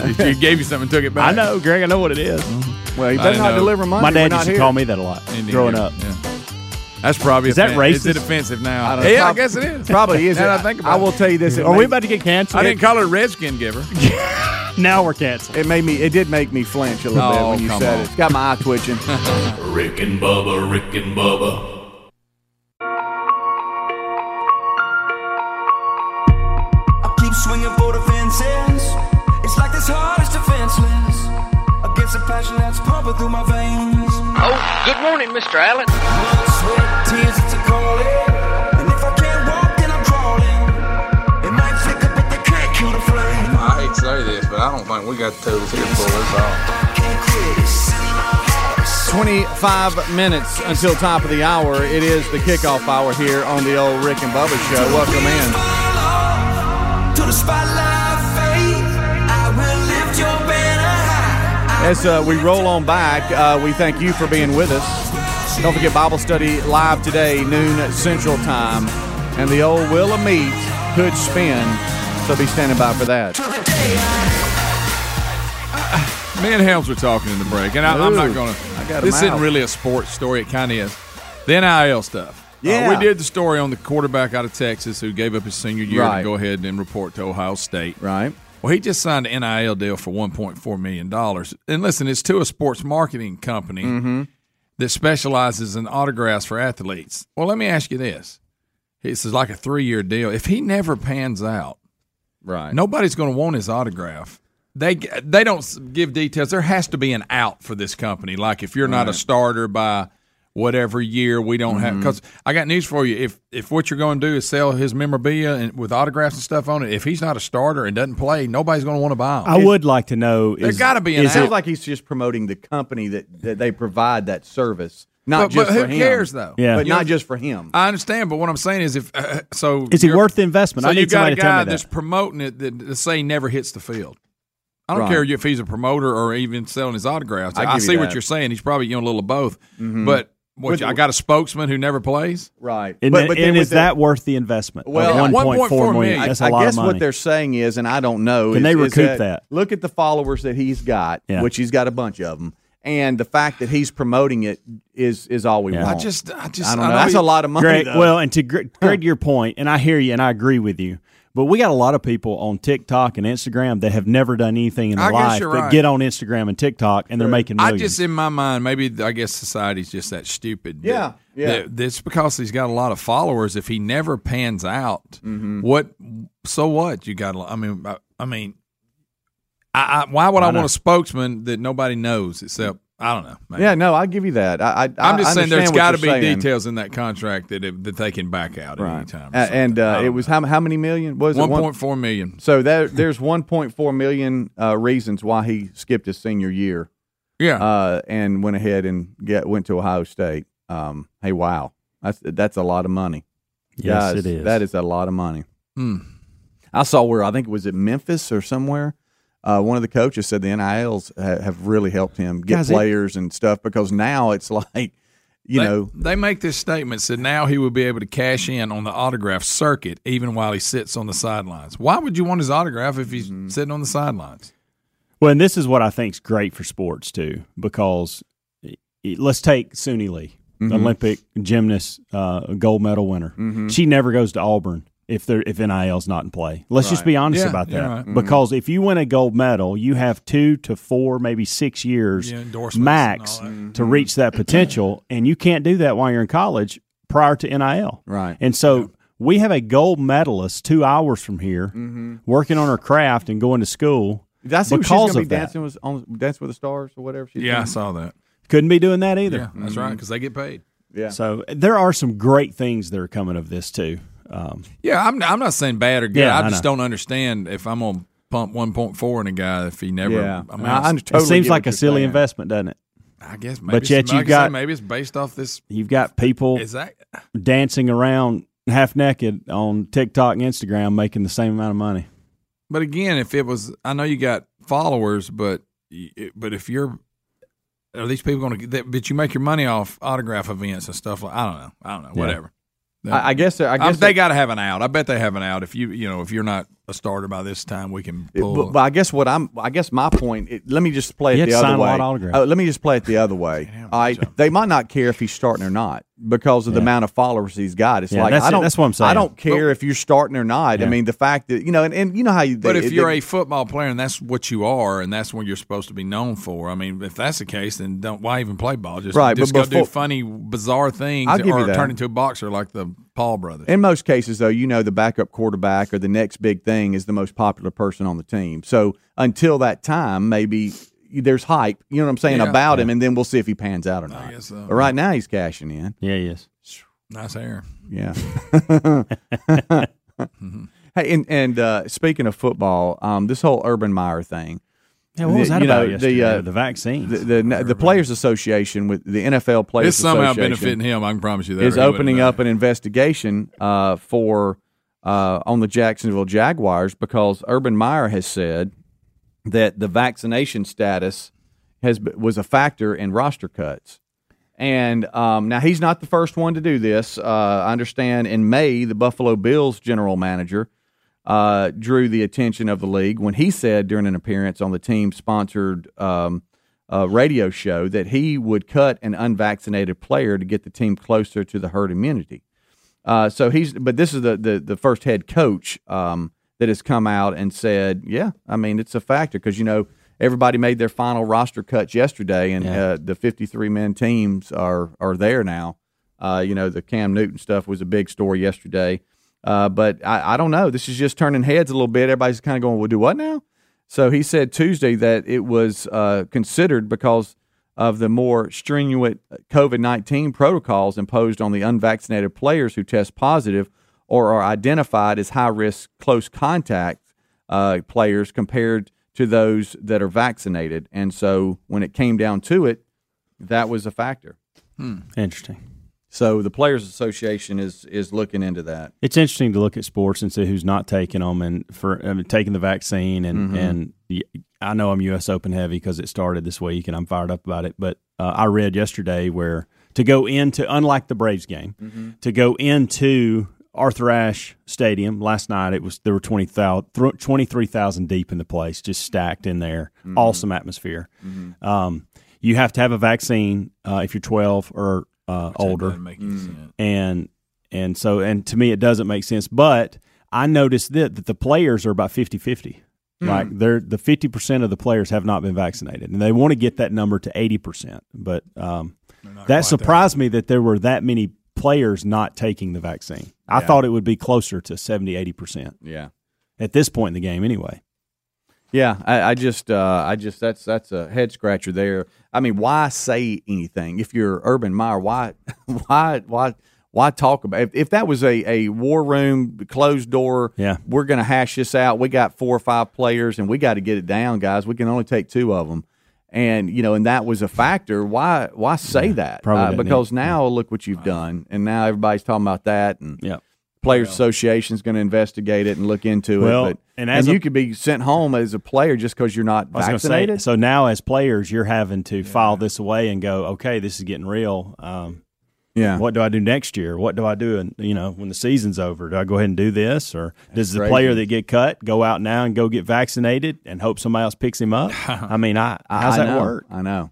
[SPEAKER 6] you gave you something, and took it back.
[SPEAKER 5] I know, Greg. I know what it is.
[SPEAKER 4] Mm-hmm. Well, you
[SPEAKER 6] I
[SPEAKER 4] better not
[SPEAKER 6] know.
[SPEAKER 4] deliver money.
[SPEAKER 5] My
[SPEAKER 4] We're
[SPEAKER 5] dad
[SPEAKER 4] not
[SPEAKER 5] used to
[SPEAKER 4] here.
[SPEAKER 5] call me that a lot
[SPEAKER 6] Indian
[SPEAKER 5] growing
[SPEAKER 6] giver.
[SPEAKER 5] up.
[SPEAKER 6] Yeah. That's probably
[SPEAKER 5] Is that
[SPEAKER 6] offen- Is
[SPEAKER 5] racist?
[SPEAKER 6] it offensive now?
[SPEAKER 4] I don't know.
[SPEAKER 6] yeah, I
[SPEAKER 4] Prob-
[SPEAKER 6] guess it is.
[SPEAKER 4] Probably is.
[SPEAKER 6] Now
[SPEAKER 4] it?
[SPEAKER 6] that I think
[SPEAKER 4] I
[SPEAKER 6] about
[SPEAKER 4] will
[SPEAKER 6] it.
[SPEAKER 4] tell you this. it
[SPEAKER 5] Are we
[SPEAKER 4] made-
[SPEAKER 5] about to get canceled?
[SPEAKER 6] I didn't call her Redskin Giver.
[SPEAKER 5] now we're canceled.
[SPEAKER 4] It made me. It did make me flinch a little
[SPEAKER 6] Oh,
[SPEAKER 4] bit when you
[SPEAKER 6] come
[SPEAKER 4] said
[SPEAKER 6] on.
[SPEAKER 4] it. It's got my eye twitching.
[SPEAKER 8] Rick and Bubba, Rick and Bubba.
[SPEAKER 10] I keep swinging for the fences. It's like this heart is defenseless against the passion that's pumping through my veins.
[SPEAKER 12] Oh, good morning, Mr. Allen.
[SPEAKER 10] Blood, sweat, tears, it's a calling. And if I can't walk, then I'm crawling. It might flicker, but they can't kill the flame. I hate to say this, but I don't think we got the tools here for this all. Can't quit. It's in my heart. It's
[SPEAKER 4] 25 minutes until top of the hour. It is the kickoff hour here on the old Rick and Bubba show. Welcome in.
[SPEAKER 10] To the spotlight, faith. I will lift your banner
[SPEAKER 4] As uh, we roll on back, uh, we thank you for being with us. Don't forget Bible study live today, noon Central Time, and the old Will of Meat Hood Spin. So be standing by for that.
[SPEAKER 6] Me and Helms were talking in the break, and I, I'm
[SPEAKER 4] Ooh,
[SPEAKER 6] not going
[SPEAKER 4] I
[SPEAKER 6] to.
[SPEAKER 4] got
[SPEAKER 6] This
[SPEAKER 4] him
[SPEAKER 6] isn't
[SPEAKER 4] out.
[SPEAKER 6] really a sports story. It kind of is. The NIL stuff. Uh,
[SPEAKER 4] Yeah.
[SPEAKER 6] we did the story on the quarterback out of Texas who gave up his senior year
[SPEAKER 4] Right.
[SPEAKER 6] to go ahead and report to Ohio State.
[SPEAKER 4] Right.
[SPEAKER 6] Well, he just signed an NIL deal for $1.4 million. And listen, it's to a sports marketing company
[SPEAKER 4] Mm-hmm.
[SPEAKER 6] that specializes in autographs for athletes. Well, let me ask you this. This is like a three year deal. If he never pans out,
[SPEAKER 4] right,
[SPEAKER 6] nobody's going to want his autograph. They they don't s- give details. There has to be an out for this company. Like if you're not a
[SPEAKER 4] Right.
[SPEAKER 6] starter by whatever year, we don't have.
[SPEAKER 4] Mhm.
[SPEAKER 6] Because I got news for you. If if what you're going to do is sell his memorabilia and with autographs and stuff on it, if he's not a starter and doesn't play, nobody's going to want to buy him.
[SPEAKER 5] I would like to know.
[SPEAKER 6] There
[SPEAKER 5] is-
[SPEAKER 6] got to be an
[SPEAKER 4] It
[SPEAKER 6] out.
[SPEAKER 4] sounds like he's just promoting the company that, that they provide that service, not
[SPEAKER 6] But- but
[SPEAKER 4] just
[SPEAKER 6] who
[SPEAKER 4] for him.
[SPEAKER 6] cares, though?
[SPEAKER 5] Yeah.
[SPEAKER 4] but
[SPEAKER 6] You
[SPEAKER 4] not
[SPEAKER 6] know-
[SPEAKER 4] just for him.
[SPEAKER 6] I understand, but what I'm saying is, if uh, so,
[SPEAKER 5] Is it
[SPEAKER 6] you're-
[SPEAKER 5] worth the investment?
[SPEAKER 6] So
[SPEAKER 5] I
[SPEAKER 6] you
[SPEAKER 5] need
[SPEAKER 6] got
[SPEAKER 5] somebody
[SPEAKER 6] a
[SPEAKER 5] to tell
[SPEAKER 6] guy
[SPEAKER 5] me that.
[SPEAKER 6] that's promoting it that that say never hits the field. I don't
[SPEAKER 5] Right.
[SPEAKER 6] care if he's a promoter or even selling his autographs.
[SPEAKER 4] I
[SPEAKER 6] I,
[SPEAKER 4] give you
[SPEAKER 6] see
[SPEAKER 4] that.
[SPEAKER 6] what you're saying. He's probably you know a little of both.
[SPEAKER 4] Mhm.
[SPEAKER 6] But what
[SPEAKER 4] With-
[SPEAKER 6] I got a spokesman who never plays.
[SPEAKER 4] Right.
[SPEAKER 5] And,
[SPEAKER 4] But- but then
[SPEAKER 5] and
[SPEAKER 4] with
[SPEAKER 5] is
[SPEAKER 4] the-
[SPEAKER 5] that worth the investment?
[SPEAKER 4] Well,
[SPEAKER 5] Well, one point four million.
[SPEAKER 4] I-
[SPEAKER 5] That's a
[SPEAKER 4] I
[SPEAKER 5] lot
[SPEAKER 4] guess
[SPEAKER 5] of money.
[SPEAKER 4] what they're saying is, and I don't know.
[SPEAKER 5] Can
[SPEAKER 4] is-
[SPEAKER 5] they
[SPEAKER 4] is
[SPEAKER 5] recoup that?
[SPEAKER 4] Look at the followers that he's got,
[SPEAKER 5] Yeah.
[SPEAKER 4] which he's got a bunch of them, and the fact that he's promoting it is is all we
[SPEAKER 5] Yeah.
[SPEAKER 4] want.
[SPEAKER 6] I just, I just,
[SPEAKER 4] I don't know. That's a lot of money.
[SPEAKER 5] Greg,
[SPEAKER 4] though.
[SPEAKER 5] well, and to Gre- Greg, your point, and I hear you, and I agree with you. But we got a lot of people on TikTok and Instagram that have never done anything in
[SPEAKER 6] I
[SPEAKER 5] their
[SPEAKER 6] guess
[SPEAKER 5] life
[SPEAKER 6] you're
[SPEAKER 5] that
[SPEAKER 6] right.
[SPEAKER 5] get on Instagram and TikTok and they're making
[SPEAKER 6] I
[SPEAKER 5] millions.
[SPEAKER 6] just in my mind, maybe I guess society's just that stupid. that-
[SPEAKER 4] Yeah, yeah.
[SPEAKER 6] That, that's because he's got a lot of followers. If he never pans out,
[SPEAKER 4] Mm-hmm.
[SPEAKER 6] what? So what? You got? a lot- I mean, I, I mean, I, I, why would I,
[SPEAKER 4] I know.
[SPEAKER 6] want a spokesman that nobody knows except I don't know. maybe.
[SPEAKER 4] yeah, no, I give you that. I, I
[SPEAKER 6] I'm just saying there's
[SPEAKER 4] got to
[SPEAKER 6] be details in that contract that it, that they can back out at any time. or
[SPEAKER 4] and uh, it was how, how many million was it?
[SPEAKER 6] One point four million.
[SPEAKER 4] So there, there's 1.4 million uh, reasons why he skipped his senior year.
[SPEAKER 6] Yeah.
[SPEAKER 4] uh, and went ahead and get went to Ohio State. Um, hey, wow, that's that's a lot of money.
[SPEAKER 5] Yes,
[SPEAKER 4] Guys,
[SPEAKER 5] it is.
[SPEAKER 4] That is a lot of money.
[SPEAKER 6] Mm.
[SPEAKER 4] I saw where I think it was at Memphis or somewhere. Uh, one of the coaches said the NILs ha- have really helped him get
[SPEAKER 5] Guys, it-
[SPEAKER 4] players and stuff because now it's like, you
[SPEAKER 6] they,
[SPEAKER 4] know,
[SPEAKER 6] they make this statement said now he will be able to cash in on the autograph circuit even while he sits on the sidelines. Why would you want his autograph if he's
[SPEAKER 5] Mm-hmm.
[SPEAKER 6] sitting on the sidelines?
[SPEAKER 5] Well, and this is what I think is great for sports too, because it- it- let's take Suni Lee, the
[SPEAKER 6] Mm-hmm.
[SPEAKER 4] Mhm.
[SPEAKER 5] Olympic gymnast, uh, gold medal winner.
[SPEAKER 4] Mhm.
[SPEAKER 5] She never goes to Auburn if there if NIL's not in play. Let's just
[SPEAKER 4] Right.
[SPEAKER 5] be honest
[SPEAKER 6] Yeah,
[SPEAKER 5] about
[SPEAKER 6] you're
[SPEAKER 5] that,
[SPEAKER 6] right. Mhm.
[SPEAKER 5] because if you win a gold medal, you have two to four, maybe six years
[SPEAKER 6] Yeah, endorsements and
[SPEAKER 5] max
[SPEAKER 6] all that.
[SPEAKER 5] to reach that potential, and you can't do that while you're in college prior to NIL.
[SPEAKER 4] right.
[SPEAKER 5] And so we have a gold medalist two hours from here
[SPEAKER 6] Mm-hmm.
[SPEAKER 5] working on her craft and going to school.
[SPEAKER 4] That's who she's
[SPEAKER 5] because
[SPEAKER 4] going to be
[SPEAKER 5] of that.
[SPEAKER 4] dancing with, on Dance with the Stars or whatever. She's
[SPEAKER 6] Yeah, I
[SPEAKER 4] doing.
[SPEAKER 6] saw that.
[SPEAKER 5] Couldn't be doing that
[SPEAKER 6] Yeah,
[SPEAKER 5] either.
[SPEAKER 6] that's right
[SPEAKER 4] Mm-hmm.
[SPEAKER 6] because they get paid.
[SPEAKER 4] yeah.
[SPEAKER 5] So there are some great things that are coming of this too. Um,
[SPEAKER 6] Yeah, I'm I'm not saying bad or good.
[SPEAKER 5] Yeah,
[SPEAKER 6] I
[SPEAKER 5] I
[SPEAKER 6] just
[SPEAKER 5] know.
[SPEAKER 6] don't understand if I'm gonna pump 1.4 in a guy if he never.
[SPEAKER 4] Yeah.
[SPEAKER 6] I mean,
[SPEAKER 4] I
[SPEAKER 6] I,
[SPEAKER 4] under- Totally
[SPEAKER 5] it seems
[SPEAKER 4] get
[SPEAKER 5] like
[SPEAKER 4] what
[SPEAKER 5] a
[SPEAKER 4] you're
[SPEAKER 5] silly
[SPEAKER 4] saying.
[SPEAKER 5] investment, doesn't it?
[SPEAKER 6] I guess maybe
[SPEAKER 5] But yet
[SPEAKER 6] it's- like
[SPEAKER 5] you
[SPEAKER 6] I said,
[SPEAKER 5] got-
[SPEAKER 6] maybe it's based off this.
[SPEAKER 5] You've got people
[SPEAKER 6] Is that
[SPEAKER 5] dancing around half naked on TikTok and Instagram making the same amount of money.
[SPEAKER 6] But again, if it was, I know you got followers, but y- but if you're, are these people going to? But you make your money off autograph events and stuff like I don't know, I don't know,
[SPEAKER 5] Yeah.
[SPEAKER 6] whatever.
[SPEAKER 4] I, I guess. I
[SPEAKER 6] I
[SPEAKER 4] guess
[SPEAKER 6] they got to have an out. I bet they have an out. If you you know if you're not a starter by this time, we can
[SPEAKER 4] It-
[SPEAKER 6] pull.
[SPEAKER 4] but, but I guess what I'm, I guess my point. It, let me just play
[SPEAKER 5] You had
[SPEAKER 4] it the
[SPEAKER 5] to
[SPEAKER 4] other
[SPEAKER 5] sign a
[SPEAKER 4] way.
[SPEAKER 5] lot of autographs.
[SPEAKER 4] Uh, let me just play it the other way.
[SPEAKER 6] Damn,
[SPEAKER 4] I,
[SPEAKER 6] John.
[SPEAKER 4] they might not care if he's starting or not because of the
[SPEAKER 5] Yeah.
[SPEAKER 4] amount of followers he's got. It's
[SPEAKER 5] Yeah,
[SPEAKER 4] like
[SPEAKER 5] that's
[SPEAKER 4] I
[SPEAKER 5] it.
[SPEAKER 4] don't.
[SPEAKER 5] That's what I'm saying.
[SPEAKER 4] I don't care if you're starting or not. I
[SPEAKER 5] Yeah.
[SPEAKER 4] mean, the fact that you know, and, and you know how you.
[SPEAKER 6] But
[SPEAKER 4] they-
[SPEAKER 6] if
[SPEAKER 4] they-
[SPEAKER 6] you're a football player and that's what you are and that's what you're supposed to be known for, I mean, if that's the case, then don't why even play ball? Just
[SPEAKER 4] Right, but
[SPEAKER 6] just go
[SPEAKER 4] before-
[SPEAKER 6] do funny, bizarre things,
[SPEAKER 4] I'll give
[SPEAKER 6] or
[SPEAKER 4] you that.
[SPEAKER 6] turn into a boxer like the Paul brothers.
[SPEAKER 4] In most cases, though, you know the backup quarterback or the next big thing is the most popular person on the team. So until that time, maybe there's hype, you know what I'm saying,
[SPEAKER 6] Yeah.
[SPEAKER 4] about him, and then we'll see if he pans out or not.
[SPEAKER 6] guess so.
[SPEAKER 4] But right now, he's cashing in.
[SPEAKER 5] Yeah, yes.
[SPEAKER 6] nice hair. Mm-hmm.
[SPEAKER 4] Yeah. hey, and and uh, speaking of football, um, this whole Urban Meyer thing,
[SPEAKER 5] Yeah, what was
[SPEAKER 4] The-
[SPEAKER 5] that
[SPEAKER 4] you know,
[SPEAKER 5] about
[SPEAKER 4] the,
[SPEAKER 5] yesterday?
[SPEAKER 4] uh,
[SPEAKER 5] the vaccines.
[SPEAKER 4] the the, the Players Association with the NFL Players
[SPEAKER 6] It's somehow
[SPEAKER 4] Association
[SPEAKER 6] benefiting him. I can promise you that.
[SPEAKER 4] is
[SPEAKER 6] He would've
[SPEAKER 4] opening
[SPEAKER 6] done
[SPEAKER 4] up
[SPEAKER 6] it.
[SPEAKER 4] an investigation uh, for uh, on the Jacksonville Jaguars because Urban Meyer has said that the vaccination status has was a factor in roster cuts. And um, now he's not the first one to do this. Uh, I understand in May, the Buffalo Bills general manager uh, drew the attention of the league when he said during an appearance on the team sponsored um, uh, radio show that he would cut an unvaccinated player to get the team closer to the herd immunity. Uh, so he's, but this is the the, the first head coach um, that has come out and said, yeah, I mean it's a factor because you know everybody made their final roster cuts yesterday, and uh, the fifty three man teams are are there now. Uh, you know the Cam Newton stuff was a big story yesterday, uh, but I, I don't know. This is just turning heads a little bit. Everybody's kind of going, "Well, do what now?" So he said Tuesday that it was uh, considered because of the more stringent COVID 19 protocols imposed on the unvaccinated players who test positive or are identified as high risk close contact uh, players compared to those that are vaccinated. And so when it came down to it, that was a factor.
[SPEAKER 5] Hmm.
[SPEAKER 6] Hmm.
[SPEAKER 5] Interesting.
[SPEAKER 4] So the Players Association is is looking into that.
[SPEAKER 5] It's interesting to look at sports and see who's not taking them and for I mean, taking the vaccine and
[SPEAKER 4] Mhm.
[SPEAKER 5] and y- I know I'm U.S. Open heavy because it started this week and I'm fired up about it. But uh, I read yesterday where to go into unlike the Braves game to go into Arthur Ashe Stadium last night it was there were 20,000 thro- 23,000 deep in the place just stacked in there
[SPEAKER 13] Mhm.
[SPEAKER 5] awesome atmosphere. Um, you have to have a vaccine uh, if you're 12 or uh, older and and so and to me it doesn't make sense but i noticed that, that the players are about 50-50
[SPEAKER 4] Hmm.
[SPEAKER 5] like they're the 50% of the players have not been vaccinated and they want to get that number to 80% but um, that surprised me that there were that many players not taking the vaccine i
[SPEAKER 4] Yeah.
[SPEAKER 5] thought it would be closer to 70-80%
[SPEAKER 4] Yeah.
[SPEAKER 5] at this point in the game anyway
[SPEAKER 4] Yeah, I, I just, uh, I just that's that's a head scratcher there. I mean, why say anything if you're Urban Meyer? Why, why, why, why talk about? If, if that was a a war room, closed door,
[SPEAKER 5] Yeah.
[SPEAKER 4] we're gonna hash this out. We got four or five players, and we got to get it down, guys. We can only take two of them, and you know, and that was a factor. Why, why say that? Uh,
[SPEAKER 5] probably didn't
[SPEAKER 4] because now look what you've done, and now everybody's talking about that, and
[SPEAKER 5] yeah.
[SPEAKER 4] Players Association's going to investigate it and look into
[SPEAKER 5] Well,
[SPEAKER 4] it. But,
[SPEAKER 5] and
[SPEAKER 4] and
[SPEAKER 5] as a-
[SPEAKER 4] you could be sent home as a player just because you're not
[SPEAKER 5] I was going to
[SPEAKER 4] vaccinated.
[SPEAKER 5] say, so now as players, you're having to file this away and go, okay, this is getting real. Um,
[SPEAKER 4] Yeah.
[SPEAKER 5] What do I do next year? What do I do? And you know, when the season's over, do I go ahead and do this, or does the
[SPEAKER 4] crazy.
[SPEAKER 5] player that get cut go out now and go get vaccinated and hope somebody else picks him up? I mean, I how's
[SPEAKER 4] I
[SPEAKER 5] that
[SPEAKER 4] know,
[SPEAKER 5] work?
[SPEAKER 4] I know.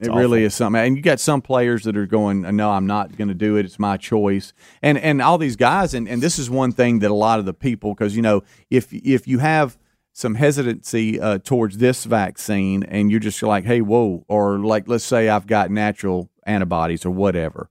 [SPEAKER 5] It's
[SPEAKER 4] it really is something. And you got some players that are going, no, I'm not going to do it. It's my choice. And and all these guys, and, and this is one thing that a lot of the people, because you know, if if you have some hesitancy uh, towards this vaccine, and you're just like, hey, whoa, or like, let's say I've got natural antibodies or whatever.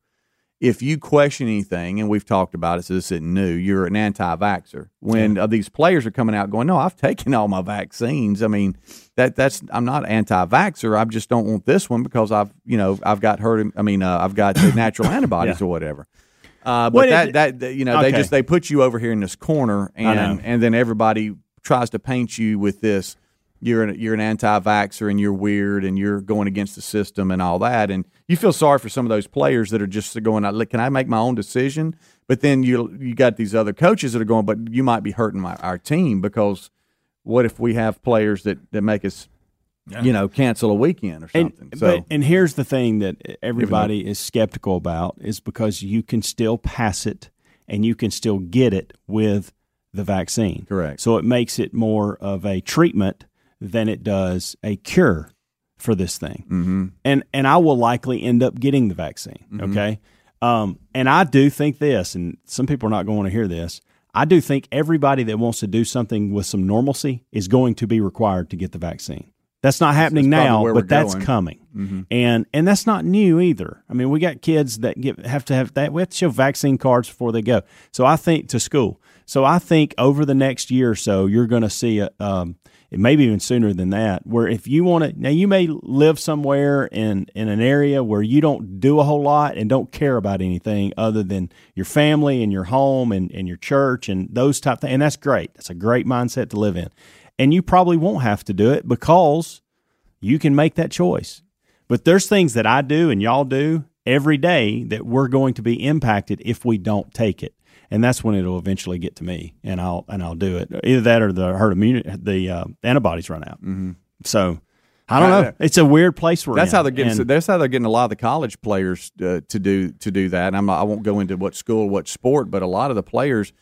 [SPEAKER 4] If you question anything, and we've talked about it, so this isn't new, you're an anti-vaxxer. When uh, these players are coming out going, no, I've taken all my vaccines. I mean, that that's I'm not anti-vaxxer. I just don't want this one because I've you know I've got herd. I mean, uh, I've got the natural antibodies
[SPEAKER 5] Yeah.
[SPEAKER 4] or whatever. Uh,
[SPEAKER 5] What
[SPEAKER 4] but
[SPEAKER 5] is
[SPEAKER 4] that,
[SPEAKER 5] it-
[SPEAKER 4] that that you know they
[SPEAKER 5] Okay.
[SPEAKER 4] just they put you over here in this corner
[SPEAKER 5] I know.
[SPEAKER 4] and and then everybody tries to paint you with this you're an, you're an anti-vaxxer and you're weird and you're going against the system and all that and you feel sorry for some of those players that are just going "Look, can I make my own decision but then you you got these other coaches that are going but you might be hurting my our team because what if we have players that that make us you know cancel a weekend or
[SPEAKER 5] And,
[SPEAKER 4] something so
[SPEAKER 5] but, and here's the thing that e, everybody is skeptical about is because you can still pass it and you can still get it with the vaccine. Correct. So it makes it more of a treatment than it does a cure for this thing. Mm-hmm. And and I will likely end up getting the vaccine.
[SPEAKER 4] Mhm.
[SPEAKER 5] Okay. Um, and I do think this, and some people are not going to hear this. I do think everybody that wants to do something with some normalcy is going to be required to get the vaccine. That's not happening
[SPEAKER 4] probably
[SPEAKER 5] now,
[SPEAKER 4] where
[SPEAKER 5] but
[SPEAKER 4] we're
[SPEAKER 5] that's
[SPEAKER 4] going. Mm-hmm.
[SPEAKER 5] coming and and that's not new either. I mean, we got kids that get, have to have that. We have to show vaccine cards before they go. So I think to school. So I think over the next year or so, you're going to see a, um, it maybe even sooner than that. Where if you want to, now you may live somewhere in in an area where you don't do a whole lot and don't care about anything other than your family and your home and and your church and those type things. And that's great. That's a great mindset to live in. And you probably won't have to do it because you can make that choice. But there's things that I do and y'all do every day that we're going to be impacted if we don't take it. And that's when it'll eventually get to me, and I'll and I'll do it. Either that or the herd immunity, the uh, antibodies run out. Mm-hmm. So I don't
[SPEAKER 4] Right.
[SPEAKER 5] know. It's a weird place we're
[SPEAKER 4] That's
[SPEAKER 5] in.
[SPEAKER 4] how they're getting.
[SPEAKER 5] And-
[SPEAKER 4] that's how they're getting a lot of the college players uh, to do to do that. And I'm, not- I won't go into what school, what sport, but a lot of the players,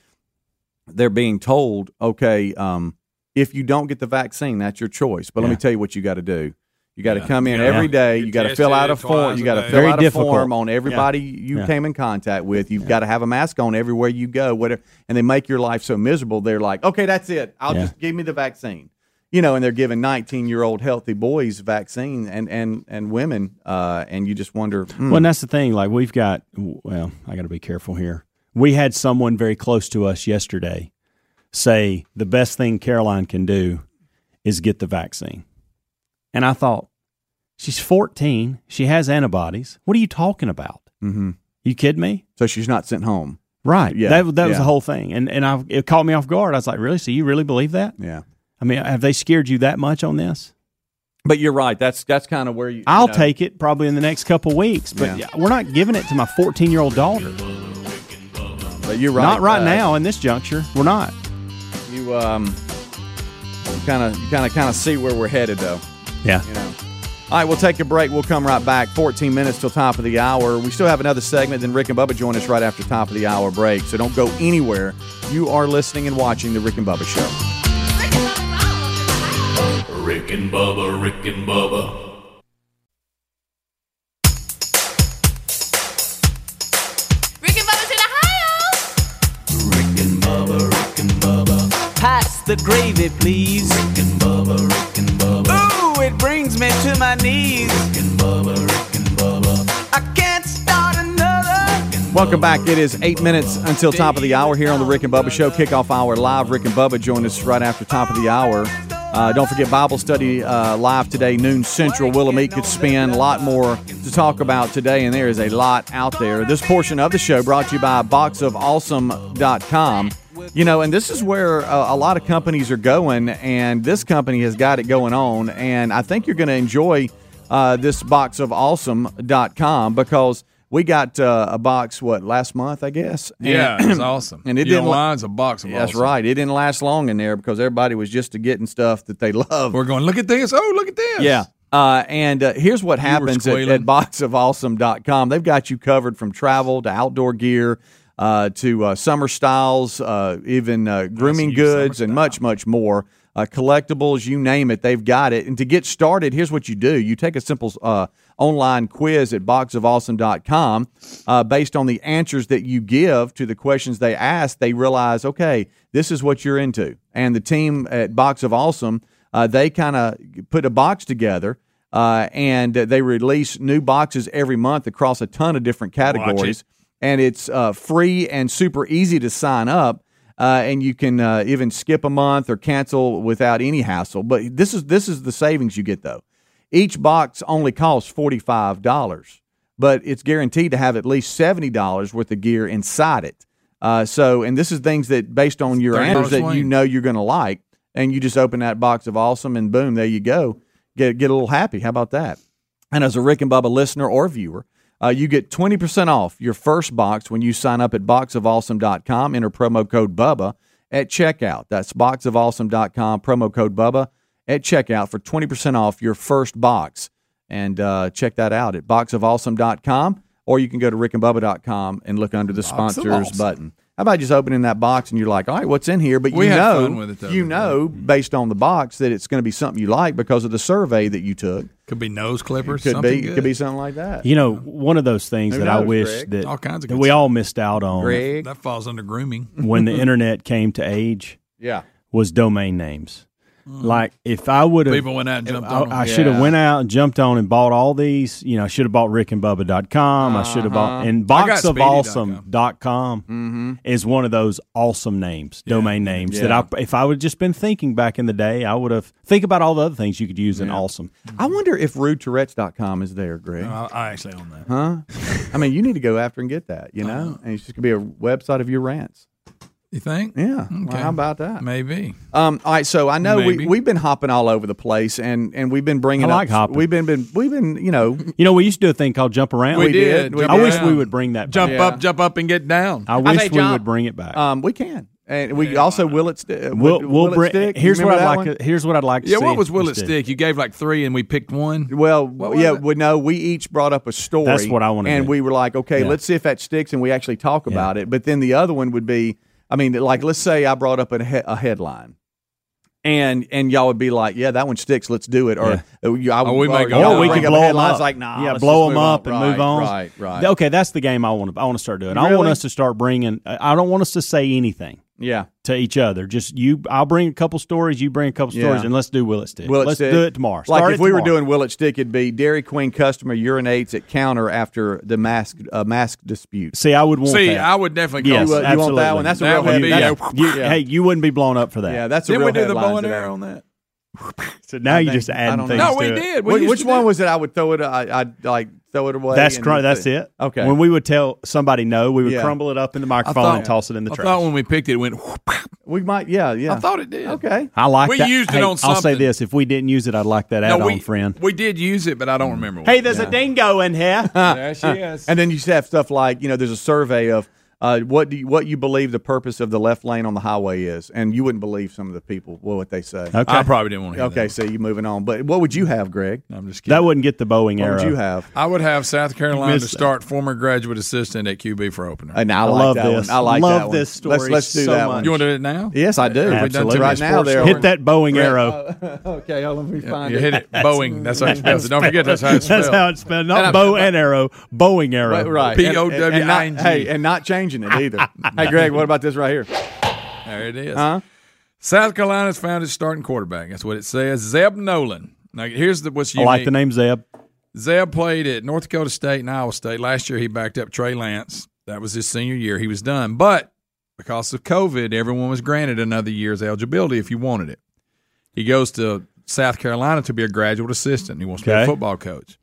[SPEAKER 4] they're being told, okay, um, if you don't get the vaccine, that's your choice. But let me tell you what you got to do. You got to
[SPEAKER 5] Yeah.
[SPEAKER 4] come in
[SPEAKER 5] Yeah.
[SPEAKER 4] every day. You
[SPEAKER 5] Get
[SPEAKER 4] got to fill
[SPEAKER 5] tested
[SPEAKER 4] out a form.
[SPEAKER 5] twice
[SPEAKER 4] You
[SPEAKER 5] a
[SPEAKER 4] got to
[SPEAKER 5] day.
[SPEAKER 4] fill
[SPEAKER 5] Very
[SPEAKER 4] out
[SPEAKER 5] difficult.
[SPEAKER 4] a form on everybody
[SPEAKER 5] Yeah.
[SPEAKER 4] you
[SPEAKER 5] Yeah.
[SPEAKER 4] came in contact with. You've got to have a mask on everywhere you go. Whatever, and they make your life so miserable. They're like, okay, that's it. I'll
[SPEAKER 5] Yeah.
[SPEAKER 4] just give me the vaccine you know, and they're giving 19 year old healthy boys vaccine and and and women, uh, and you just wonder. hmm.
[SPEAKER 5] Well, and that's the thing. Like we've got. Well, I got to be careful here. We had someone very close to us yesterday say the best thing Caroline can do is get the vaccine, and I thought she's 14. She has antibodies. What are you talking about?
[SPEAKER 4] Mm-hmm.
[SPEAKER 5] You kidding me?
[SPEAKER 4] So she's not sent home,
[SPEAKER 5] right?
[SPEAKER 4] Yeah,
[SPEAKER 5] that that was
[SPEAKER 4] yeah.
[SPEAKER 5] the whole thing, and and I it caught me off guard. I was like, really? So you really believe that?
[SPEAKER 4] Yeah.
[SPEAKER 5] I mean, have they scared you that much on this?
[SPEAKER 4] But you're right. That's that's kind of where you. you
[SPEAKER 5] I'll
[SPEAKER 4] know.
[SPEAKER 5] take it probably in the next couple weeks, but
[SPEAKER 4] Yeah.
[SPEAKER 5] we're not giving it to my 14 year old daughter.
[SPEAKER 4] But you're right.
[SPEAKER 5] Not right
[SPEAKER 4] Uh,
[SPEAKER 5] now in this juncture. We're not.
[SPEAKER 4] You um, kind of you kind of kind of see where we're headed though.
[SPEAKER 5] Yeah.
[SPEAKER 4] You know. All right, we'll take a break. We'll come right back. 14 minutes till top of the hour. We still have another segment. Then Rick and Bubba join us right after top of the hour break. So don't go anywhere. You are listening and watching the Rick and Bubba Show.
[SPEAKER 8] Rick and Bubba, Rick and Bubba,
[SPEAKER 9] Rick and Bubba's in Ohio.
[SPEAKER 13] Pass the gravy, please. Rick and Bubba, Rick and Bubba. Ooh, it brings me to my knees. Rick and Bubba, Rick and Bubba. I can't start another.
[SPEAKER 4] Welcome back. It is eight minutes until top of the hour here on the Rick and Bubba Show. Kickoff hour live. Rick and Bubba join us right after top of the hour. Uh, don't forget Bible study uh, live today, noon central. Will Meat could spin a lot more to talk about today, and there is a lot out there. This portion of the show brought to you by boxofawesome.com. You know, and this is where uh, a lot of companies are going, and this company has got it going on, and I think you're going to enjoy uh, this box of awesome.com because we got uh, a box what last month I guess. And-
[SPEAKER 6] Yeah, it's awesome.
[SPEAKER 4] And it
[SPEAKER 6] Your
[SPEAKER 4] didn't la-
[SPEAKER 6] line's a box of
[SPEAKER 4] That's
[SPEAKER 6] awesome.
[SPEAKER 4] right. It didn't last long in there because everybody was just to getting stuff that they love. We're
[SPEAKER 6] going look at this. Oh, look at this.
[SPEAKER 4] Yeah. Uh, and uh, here's what
[SPEAKER 6] were
[SPEAKER 4] happens at,
[SPEAKER 6] squealing.
[SPEAKER 4] at boxofawesome.com. They've got you covered from travel to outdoor gear uh, to uh, summer styles, uh, even uh, grooming goods, and much, much more. Uh, collectibles, you name it, they've got it. And to get started, here's what you do you take a simple uh, online quiz at boxofawesome.com. Uh, based on the answers that you give to the questions they ask, they realize, okay, this is what you're into. And the team at Box of Awesome uh, they kind of put a box together uh, and uh, they release new boxes every month across a ton of different categories and it's uh, free and super easy to sign up uh, and you can uh, even skip a month or cancel without any hassle but this is this is the savings you get though each box only costs $45 but it's guaranteed to have at least $70 worth of gear inside it uh, so and this is things that based on your
[SPEAKER 6] $30
[SPEAKER 4] answers that you
[SPEAKER 6] swing.
[SPEAKER 4] know you're going to like and you just open that box of awesome and boom there you go get get a little happy how about that and as a rick and bubba listener or viewer uh, you get 20% off your first box when you sign up at boxofawesome.com enter promo code bubba at checkout that's boxofawesome.com promo code bubba at checkout for 20% off your first box and uh, check that out at boxofawesome.com or you can go to rickandbubba.com and look under the
[SPEAKER 6] Box of
[SPEAKER 4] sponsors
[SPEAKER 6] Awesome.
[SPEAKER 4] button how about just opening that box and you're like all right what's in here but
[SPEAKER 6] We
[SPEAKER 4] you
[SPEAKER 6] had
[SPEAKER 4] know
[SPEAKER 6] fun with it, though,
[SPEAKER 4] you
[SPEAKER 6] didn't we?
[SPEAKER 4] know based on the box that it's going to be something you like because of the survey that you took
[SPEAKER 6] Could be nose clippers.
[SPEAKER 4] could
[SPEAKER 6] something
[SPEAKER 4] be
[SPEAKER 6] good.
[SPEAKER 4] could be something like that
[SPEAKER 5] You know, one of those things
[SPEAKER 4] Who
[SPEAKER 5] that I
[SPEAKER 4] knows,
[SPEAKER 5] wish
[SPEAKER 4] Greg?
[SPEAKER 5] that,
[SPEAKER 6] All kinds of
[SPEAKER 5] that
[SPEAKER 6] good
[SPEAKER 5] we all missed out on
[SPEAKER 6] Greg. That falls under grooming.
[SPEAKER 5] when the internet came to age
[SPEAKER 4] Yeah.
[SPEAKER 5] was domain names. Like if I would have
[SPEAKER 6] Mm. People went out and jumped
[SPEAKER 5] I,
[SPEAKER 6] on 'em.
[SPEAKER 5] I should have
[SPEAKER 6] Yeah.
[SPEAKER 5] went out and jumped on and bought all these. You know, I should have bought rickandbubba.com. I should have bought
[SPEAKER 6] Uh-huh.
[SPEAKER 5] and
[SPEAKER 6] I got
[SPEAKER 5] boxofawesome.com is one of those awesome names, domain names
[SPEAKER 4] Yeah.
[SPEAKER 5] that I if I would have just been thinking back in the day, I would have think about all the other things you could use in awesome.
[SPEAKER 4] i wonder if rudetourettes.com is there greg
[SPEAKER 6] Oh, I, I actually own that.
[SPEAKER 4] huh i mean you need to go after and get that you know and it's just going to be a website of your rants
[SPEAKER 6] You think?
[SPEAKER 4] yeah
[SPEAKER 6] Okay.
[SPEAKER 4] well, how about that
[SPEAKER 6] Maybe.
[SPEAKER 4] Um, all right, so I know
[SPEAKER 6] Maybe.
[SPEAKER 4] we we've been hopping all over the place, and and we've been bringing.
[SPEAKER 5] I like
[SPEAKER 4] up,
[SPEAKER 5] hopping.
[SPEAKER 4] We've been been we've been you know
[SPEAKER 5] You know, we used to do a thing called jump around.
[SPEAKER 4] We We did. did. We
[SPEAKER 5] I
[SPEAKER 4] did.
[SPEAKER 5] wish we would bring that.
[SPEAKER 6] Jump
[SPEAKER 5] back.
[SPEAKER 6] up, jump up, and get down.
[SPEAKER 5] I wish we would bring it back.
[SPEAKER 4] Um, we can. And we also will it, sti- uh,
[SPEAKER 5] Will,
[SPEAKER 4] will,
[SPEAKER 5] will,
[SPEAKER 4] will it
[SPEAKER 5] Brent-
[SPEAKER 4] stick? You
[SPEAKER 5] Here's what I'd
[SPEAKER 4] remember that
[SPEAKER 5] like.
[SPEAKER 4] one?
[SPEAKER 5] To, here's what I'd like. To
[SPEAKER 6] Yeah,
[SPEAKER 5] see
[SPEAKER 6] what was Will It
[SPEAKER 5] instead.
[SPEAKER 6] Stick? You gave like three, and we picked one.
[SPEAKER 4] Well,
[SPEAKER 6] was
[SPEAKER 4] yeah,
[SPEAKER 6] it?
[SPEAKER 4] we no, we each brought up a story.
[SPEAKER 5] That's what I wanna
[SPEAKER 4] And
[SPEAKER 5] do.
[SPEAKER 4] we were like, okay,
[SPEAKER 5] Yeah.
[SPEAKER 4] let's see if that sticks, and we actually talk about it. But then the other one would be, I mean, like let's say I brought up a, he- a headline. And and y'all would be like, yeah, that one sticks. Let's do it. Or
[SPEAKER 5] Yeah.
[SPEAKER 4] uh, you- I,
[SPEAKER 6] Oh, we
[SPEAKER 4] or
[SPEAKER 6] might go,
[SPEAKER 4] y'all
[SPEAKER 6] "Oh, we
[SPEAKER 4] bring
[SPEAKER 6] can
[SPEAKER 4] up
[SPEAKER 5] blow 'em
[SPEAKER 4] headlines
[SPEAKER 5] up."
[SPEAKER 4] Like, nah,
[SPEAKER 5] yeah,
[SPEAKER 4] let's
[SPEAKER 5] blow
[SPEAKER 4] just
[SPEAKER 5] them
[SPEAKER 4] move on.
[SPEAKER 5] up and
[SPEAKER 4] Right,
[SPEAKER 5] move on.
[SPEAKER 4] Right, right.
[SPEAKER 5] Okay, that's the game I want to. I want to start doing. I want
[SPEAKER 4] Really?
[SPEAKER 5] us to start bringing. I I don't want us to say anything
[SPEAKER 4] Yeah.
[SPEAKER 5] to each other. Just you. I'll bring a couple stories. You bring a couple
[SPEAKER 4] Yeah.
[SPEAKER 5] stories, and let's do Will It Stick.
[SPEAKER 4] Will it
[SPEAKER 5] let's
[SPEAKER 4] stick?
[SPEAKER 5] do it tomorrow.
[SPEAKER 4] Like
[SPEAKER 5] Start
[SPEAKER 4] if
[SPEAKER 5] it
[SPEAKER 4] we were
[SPEAKER 5] tomorrow.
[SPEAKER 4] doing Will It Stick, it'd be Dairy Queen customer urinates at counter after the mask uh, mask dispute.
[SPEAKER 5] See, I would want.
[SPEAKER 6] See,
[SPEAKER 5] that.
[SPEAKER 6] I would definitely call
[SPEAKER 5] Yes,
[SPEAKER 4] You, uh,
[SPEAKER 6] that.
[SPEAKER 4] you want that
[SPEAKER 5] absolutely.
[SPEAKER 4] one? That's a
[SPEAKER 6] That
[SPEAKER 4] real
[SPEAKER 6] would
[SPEAKER 4] head-
[SPEAKER 6] be-
[SPEAKER 4] that's-
[SPEAKER 5] You-
[SPEAKER 4] yeah.
[SPEAKER 5] Hey, you wouldn't be blown up for that.
[SPEAKER 4] Yeah, that's a
[SPEAKER 6] Didn't
[SPEAKER 4] real
[SPEAKER 6] we do the
[SPEAKER 4] headline
[SPEAKER 6] bow and
[SPEAKER 4] today.
[SPEAKER 6] arrow on that?
[SPEAKER 5] So now
[SPEAKER 4] I
[SPEAKER 5] you
[SPEAKER 4] think-
[SPEAKER 5] just
[SPEAKER 4] I
[SPEAKER 5] adding
[SPEAKER 4] don't
[SPEAKER 5] things.
[SPEAKER 4] know.
[SPEAKER 6] No, we
[SPEAKER 5] to it.
[SPEAKER 6] did. We
[SPEAKER 4] Wh-
[SPEAKER 6] used
[SPEAKER 4] which
[SPEAKER 6] to
[SPEAKER 4] one
[SPEAKER 6] do-
[SPEAKER 4] was it? I would throw it. I, I'd like throw it away.
[SPEAKER 5] That's
[SPEAKER 4] and
[SPEAKER 5] cr-
[SPEAKER 4] you'd
[SPEAKER 5] That's
[SPEAKER 4] say-
[SPEAKER 5] it.
[SPEAKER 4] Okay.
[SPEAKER 5] When we would tell somebody no, we would
[SPEAKER 4] Yeah.
[SPEAKER 5] crumble it up in the microphone
[SPEAKER 6] thought-
[SPEAKER 5] and toss it in the
[SPEAKER 6] I
[SPEAKER 5] trash.
[SPEAKER 6] thought when we picked it, it went.
[SPEAKER 4] we might. Yeah. Yeah.
[SPEAKER 6] I thought it did.
[SPEAKER 4] Okay.
[SPEAKER 5] I like
[SPEAKER 6] We
[SPEAKER 5] that.
[SPEAKER 6] used it
[SPEAKER 5] Hey,
[SPEAKER 6] on
[SPEAKER 5] I'll say
[SPEAKER 6] something.
[SPEAKER 5] this: if we didn't use it, I'd like that
[SPEAKER 6] No,
[SPEAKER 5] add-on,
[SPEAKER 6] we,
[SPEAKER 5] friend.
[SPEAKER 6] we did use it, but I don't remember. what.
[SPEAKER 5] Hey, there's a dingo in here.
[SPEAKER 6] there Mm. she is.
[SPEAKER 4] And then you have stuff like you know, there's a survey of uh, what do you, what you believe the purpose of the left lane on the highway is, and you wouldn't believe some of the people well, what they say.
[SPEAKER 5] Okay.
[SPEAKER 6] I probably didn't want to. Hear
[SPEAKER 4] Okay. So you're moving on, but what would you have, Greg?
[SPEAKER 6] that. I'm just kidding.
[SPEAKER 5] that wouldn't get the bowing
[SPEAKER 4] What
[SPEAKER 5] arrow.
[SPEAKER 4] would you have?
[SPEAKER 6] I would have South Carolina
[SPEAKER 5] missed
[SPEAKER 6] to
[SPEAKER 5] that.
[SPEAKER 6] start former graduate assistant at QB for opener.
[SPEAKER 4] And I,
[SPEAKER 5] I
[SPEAKER 4] like
[SPEAKER 5] love
[SPEAKER 4] that
[SPEAKER 5] this.
[SPEAKER 4] one. I like
[SPEAKER 5] Love
[SPEAKER 4] that one.
[SPEAKER 5] this
[SPEAKER 4] Let's
[SPEAKER 5] story
[SPEAKER 4] let's do
[SPEAKER 5] so
[SPEAKER 4] that
[SPEAKER 5] much.
[SPEAKER 4] one.
[SPEAKER 6] you want to do it now?
[SPEAKER 4] Yes, I do.
[SPEAKER 6] Have we done too
[SPEAKER 5] Absolutely.
[SPEAKER 6] much
[SPEAKER 4] Right now,
[SPEAKER 6] sports
[SPEAKER 4] there.
[SPEAKER 6] story?
[SPEAKER 5] Hit that bowing arrow.
[SPEAKER 4] okay, hold on, let me find
[SPEAKER 6] You hit it. Boeing. That's how it's spelled. So Don't forget that's how it's spelled.
[SPEAKER 5] that's how it's spelled. Not
[SPEAKER 6] And I-
[SPEAKER 5] bow and arrow, bowing arrow.
[SPEAKER 4] Right, right.
[SPEAKER 6] P
[SPEAKER 4] And-
[SPEAKER 6] O
[SPEAKER 4] and- and
[SPEAKER 6] W
[SPEAKER 4] not-
[SPEAKER 6] I N G.
[SPEAKER 4] Hey, and not changing it either. hey, Greg, what about this right here?
[SPEAKER 6] There it is.
[SPEAKER 4] Huh?
[SPEAKER 6] South Carolina's found its starting quarterback. That's what it says. Zeb Nolan. Now here's the what's
[SPEAKER 5] I
[SPEAKER 6] unique.
[SPEAKER 5] like the name Zeb.
[SPEAKER 6] Zeb played at North Dakota State and Iowa State. Last year, he backed up Trey Lance. That was his senior year. He was done. But because of COVID, everyone was granted another year's eligibility if you wanted it. He goes to South Carolina to be a graduate assistant. He wants to be a
[SPEAKER 5] Okay.
[SPEAKER 6] football coach.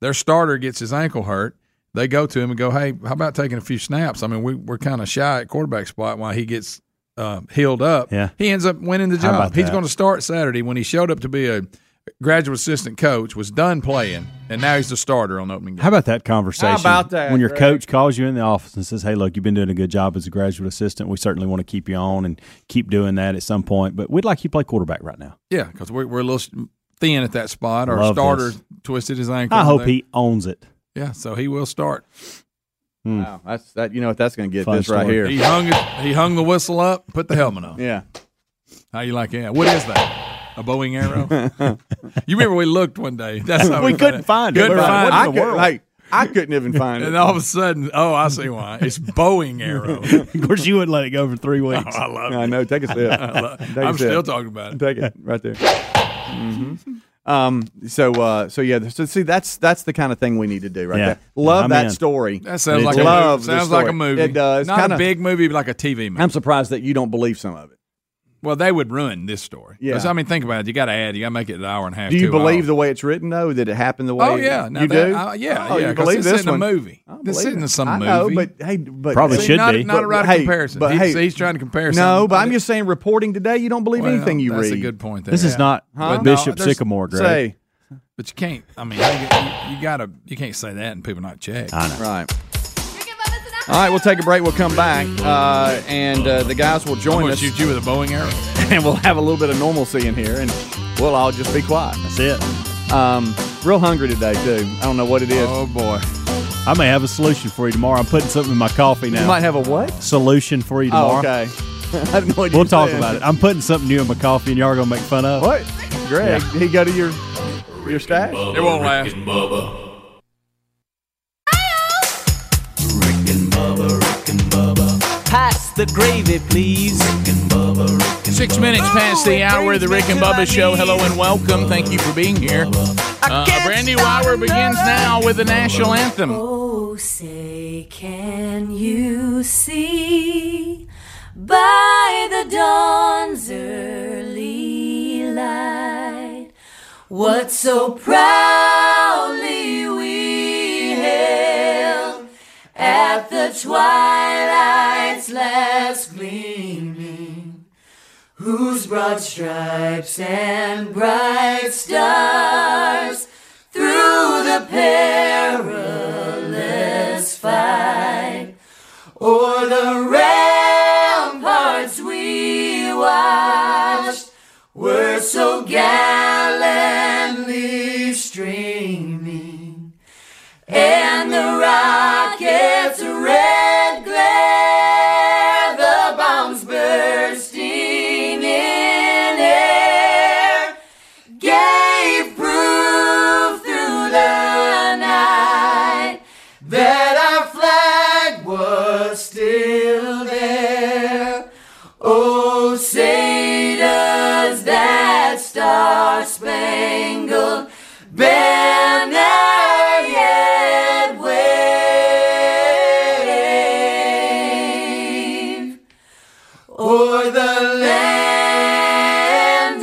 [SPEAKER 6] Their starter gets his ankle hurt. They go to him and go, hey, how about taking a few snaps? I mean, we, we're kind of shy at quarterback spot while he gets uh, healed up.
[SPEAKER 5] Yeah.
[SPEAKER 6] He ends up winning the
[SPEAKER 5] How
[SPEAKER 6] job.
[SPEAKER 5] about
[SPEAKER 6] He's
[SPEAKER 5] that?
[SPEAKER 6] going to start Saturday when he showed up to be a graduate assistant coach, was done playing, and now he's the starter on opening
[SPEAKER 5] How
[SPEAKER 6] day.
[SPEAKER 5] about that conversation?
[SPEAKER 4] How about that,
[SPEAKER 5] When your
[SPEAKER 4] Greg?
[SPEAKER 5] coach calls you in the office and says, "Hey, look, you've been doing a good job as a graduate assistant. We certainly want to keep you on and keep doing that at some point, but we'd like you to play quarterback right now."
[SPEAKER 6] Yeah, because we're, we're a little thin at that spot. Our
[SPEAKER 5] Love
[SPEAKER 6] starter
[SPEAKER 5] this.
[SPEAKER 6] twisted his ankle.
[SPEAKER 5] I hope
[SPEAKER 6] They-
[SPEAKER 5] he owns it.
[SPEAKER 6] Yeah, so he will start.
[SPEAKER 4] Wow, that's that. You know what? That's going to get
[SPEAKER 5] Fun
[SPEAKER 4] this right
[SPEAKER 5] story.
[SPEAKER 4] here.
[SPEAKER 6] He hung he hung the whistle up, put the helmet on.
[SPEAKER 4] Yeah.
[SPEAKER 6] How you like that? What is that? A Boeing arrow? you remember we looked one day. That's how
[SPEAKER 5] We
[SPEAKER 6] found
[SPEAKER 5] couldn't find it.
[SPEAKER 6] Couldn't
[SPEAKER 5] We were
[SPEAKER 6] find
[SPEAKER 5] like,
[SPEAKER 6] it.
[SPEAKER 4] I could, hey, I couldn't even find
[SPEAKER 6] And
[SPEAKER 4] it.
[SPEAKER 6] all of a sudden, oh, I see why. It's Boeing arrow.
[SPEAKER 5] Of course, you wouldn't let it go for three weeks.
[SPEAKER 6] Oh, I love it.
[SPEAKER 4] I know. Take a sip. Take a
[SPEAKER 6] I'm
[SPEAKER 4] sip.
[SPEAKER 6] still talking about it.
[SPEAKER 4] Take it right there. Mhm. Um. So. Uh. So yeah. So see, that's that's the kind of thing we need to do right
[SPEAKER 5] Yeah.
[SPEAKER 4] there. Love
[SPEAKER 5] I'm
[SPEAKER 4] that
[SPEAKER 5] in.
[SPEAKER 4] story.
[SPEAKER 6] That sounds like a
[SPEAKER 4] Love
[SPEAKER 6] movie.
[SPEAKER 4] the
[SPEAKER 6] Sounds like a
[SPEAKER 4] story.
[SPEAKER 6] movie.
[SPEAKER 4] It does.
[SPEAKER 6] Not
[SPEAKER 4] Kinda-
[SPEAKER 6] a big movie, but like a TV movie.
[SPEAKER 4] I'm surprised that you don't believe some of it.
[SPEAKER 6] well, they would ruin this story.
[SPEAKER 4] Yeah.
[SPEAKER 6] 'Cause, I mean, think about it. You got to add. You got to make it an hour and a half.
[SPEAKER 4] Do you
[SPEAKER 6] two
[SPEAKER 4] believe
[SPEAKER 6] hours.
[SPEAKER 4] the way it's written though? That it happened the way?
[SPEAKER 6] Oh yeah, Now
[SPEAKER 4] you
[SPEAKER 6] that-
[SPEAKER 4] do.
[SPEAKER 6] I- yeah,
[SPEAKER 4] Oh,
[SPEAKER 6] yeah.
[SPEAKER 4] you
[SPEAKER 6] 'cause
[SPEAKER 4] believe
[SPEAKER 6] it's
[SPEAKER 4] this
[SPEAKER 6] in a
[SPEAKER 4] one?
[SPEAKER 6] movie.
[SPEAKER 4] I
[SPEAKER 6] This
[SPEAKER 4] believe
[SPEAKER 6] isn't
[SPEAKER 4] it.
[SPEAKER 6] some
[SPEAKER 4] I know,
[SPEAKER 6] movie.
[SPEAKER 4] but hey, but
[SPEAKER 5] Probably It
[SPEAKER 6] See,
[SPEAKER 5] should
[SPEAKER 6] not,
[SPEAKER 5] be.
[SPEAKER 6] not a right
[SPEAKER 4] hey,
[SPEAKER 6] comparison.
[SPEAKER 4] but
[SPEAKER 6] he's,
[SPEAKER 4] hey-
[SPEAKER 6] he's trying to compare.
[SPEAKER 4] No,
[SPEAKER 6] something.
[SPEAKER 4] but I'm just saying, reporting today, you don't believe
[SPEAKER 6] Well,
[SPEAKER 4] anything you
[SPEAKER 6] that's
[SPEAKER 4] read.
[SPEAKER 6] a good point. There.
[SPEAKER 5] This is not
[SPEAKER 4] Huh?
[SPEAKER 5] Bishop
[SPEAKER 6] No, there's-
[SPEAKER 5] Sycamore, Greg.
[SPEAKER 4] Say
[SPEAKER 6] But you can't. I mean, you, you- you gotta. You can't say that and people not check.
[SPEAKER 5] I know.
[SPEAKER 4] right.
[SPEAKER 9] Rick and Bubba's in the
[SPEAKER 4] All right, we'll take a break. We'll come back, uh, and uh, the guys will
[SPEAKER 6] I'm
[SPEAKER 4] join
[SPEAKER 6] gonna
[SPEAKER 4] us,
[SPEAKER 6] shoot you with a Boeing arrow.
[SPEAKER 4] and we'll have a little bit of normalcy in here, and we'll all just be quiet.
[SPEAKER 5] That's it.
[SPEAKER 4] Um, real hungry today too. I don't know what it is.
[SPEAKER 6] Oh boy.
[SPEAKER 5] I may have a solution for you tomorrow. I'm putting something in my coffee now.
[SPEAKER 4] you might have a what?
[SPEAKER 5] solution for you tomorrow.
[SPEAKER 4] Oh, okay. I have no idea.
[SPEAKER 5] We'll talk about it. I'm putting something new in my coffee, and y'all are gonna make fun of.
[SPEAKER 4] What, Greg? He go to your your stash?
[SPEAKER 8] Bubba,
[SPEAKER 6] It won't
[SPEAKER 8] Rick
[SPEAKER 6] last.
[SPEAKER 8] And Bubba.
[SPEAKER 13] Pass the gravy, please.
[SPEAKER 1] Six minutes past the hour of the Rick and Bubba Show. Hello and welcome. Thank you for being here. Uh, a brand new hour begins now with the national anthem.
[SPEAKER 14] Oh, say, can you see by the dawn's early light what so proudly we hailed at the twilight's last gleaming, whose broad stripes and bright stars through the perilous fight o'er the ramparts we
[SPEAKER 1] so gallantly streaming, and the rocket's red glare, the bombs bursting in air, gave proof through the night that our flag was still there. Oh, say does that star spangled banner yet wave o'er the land of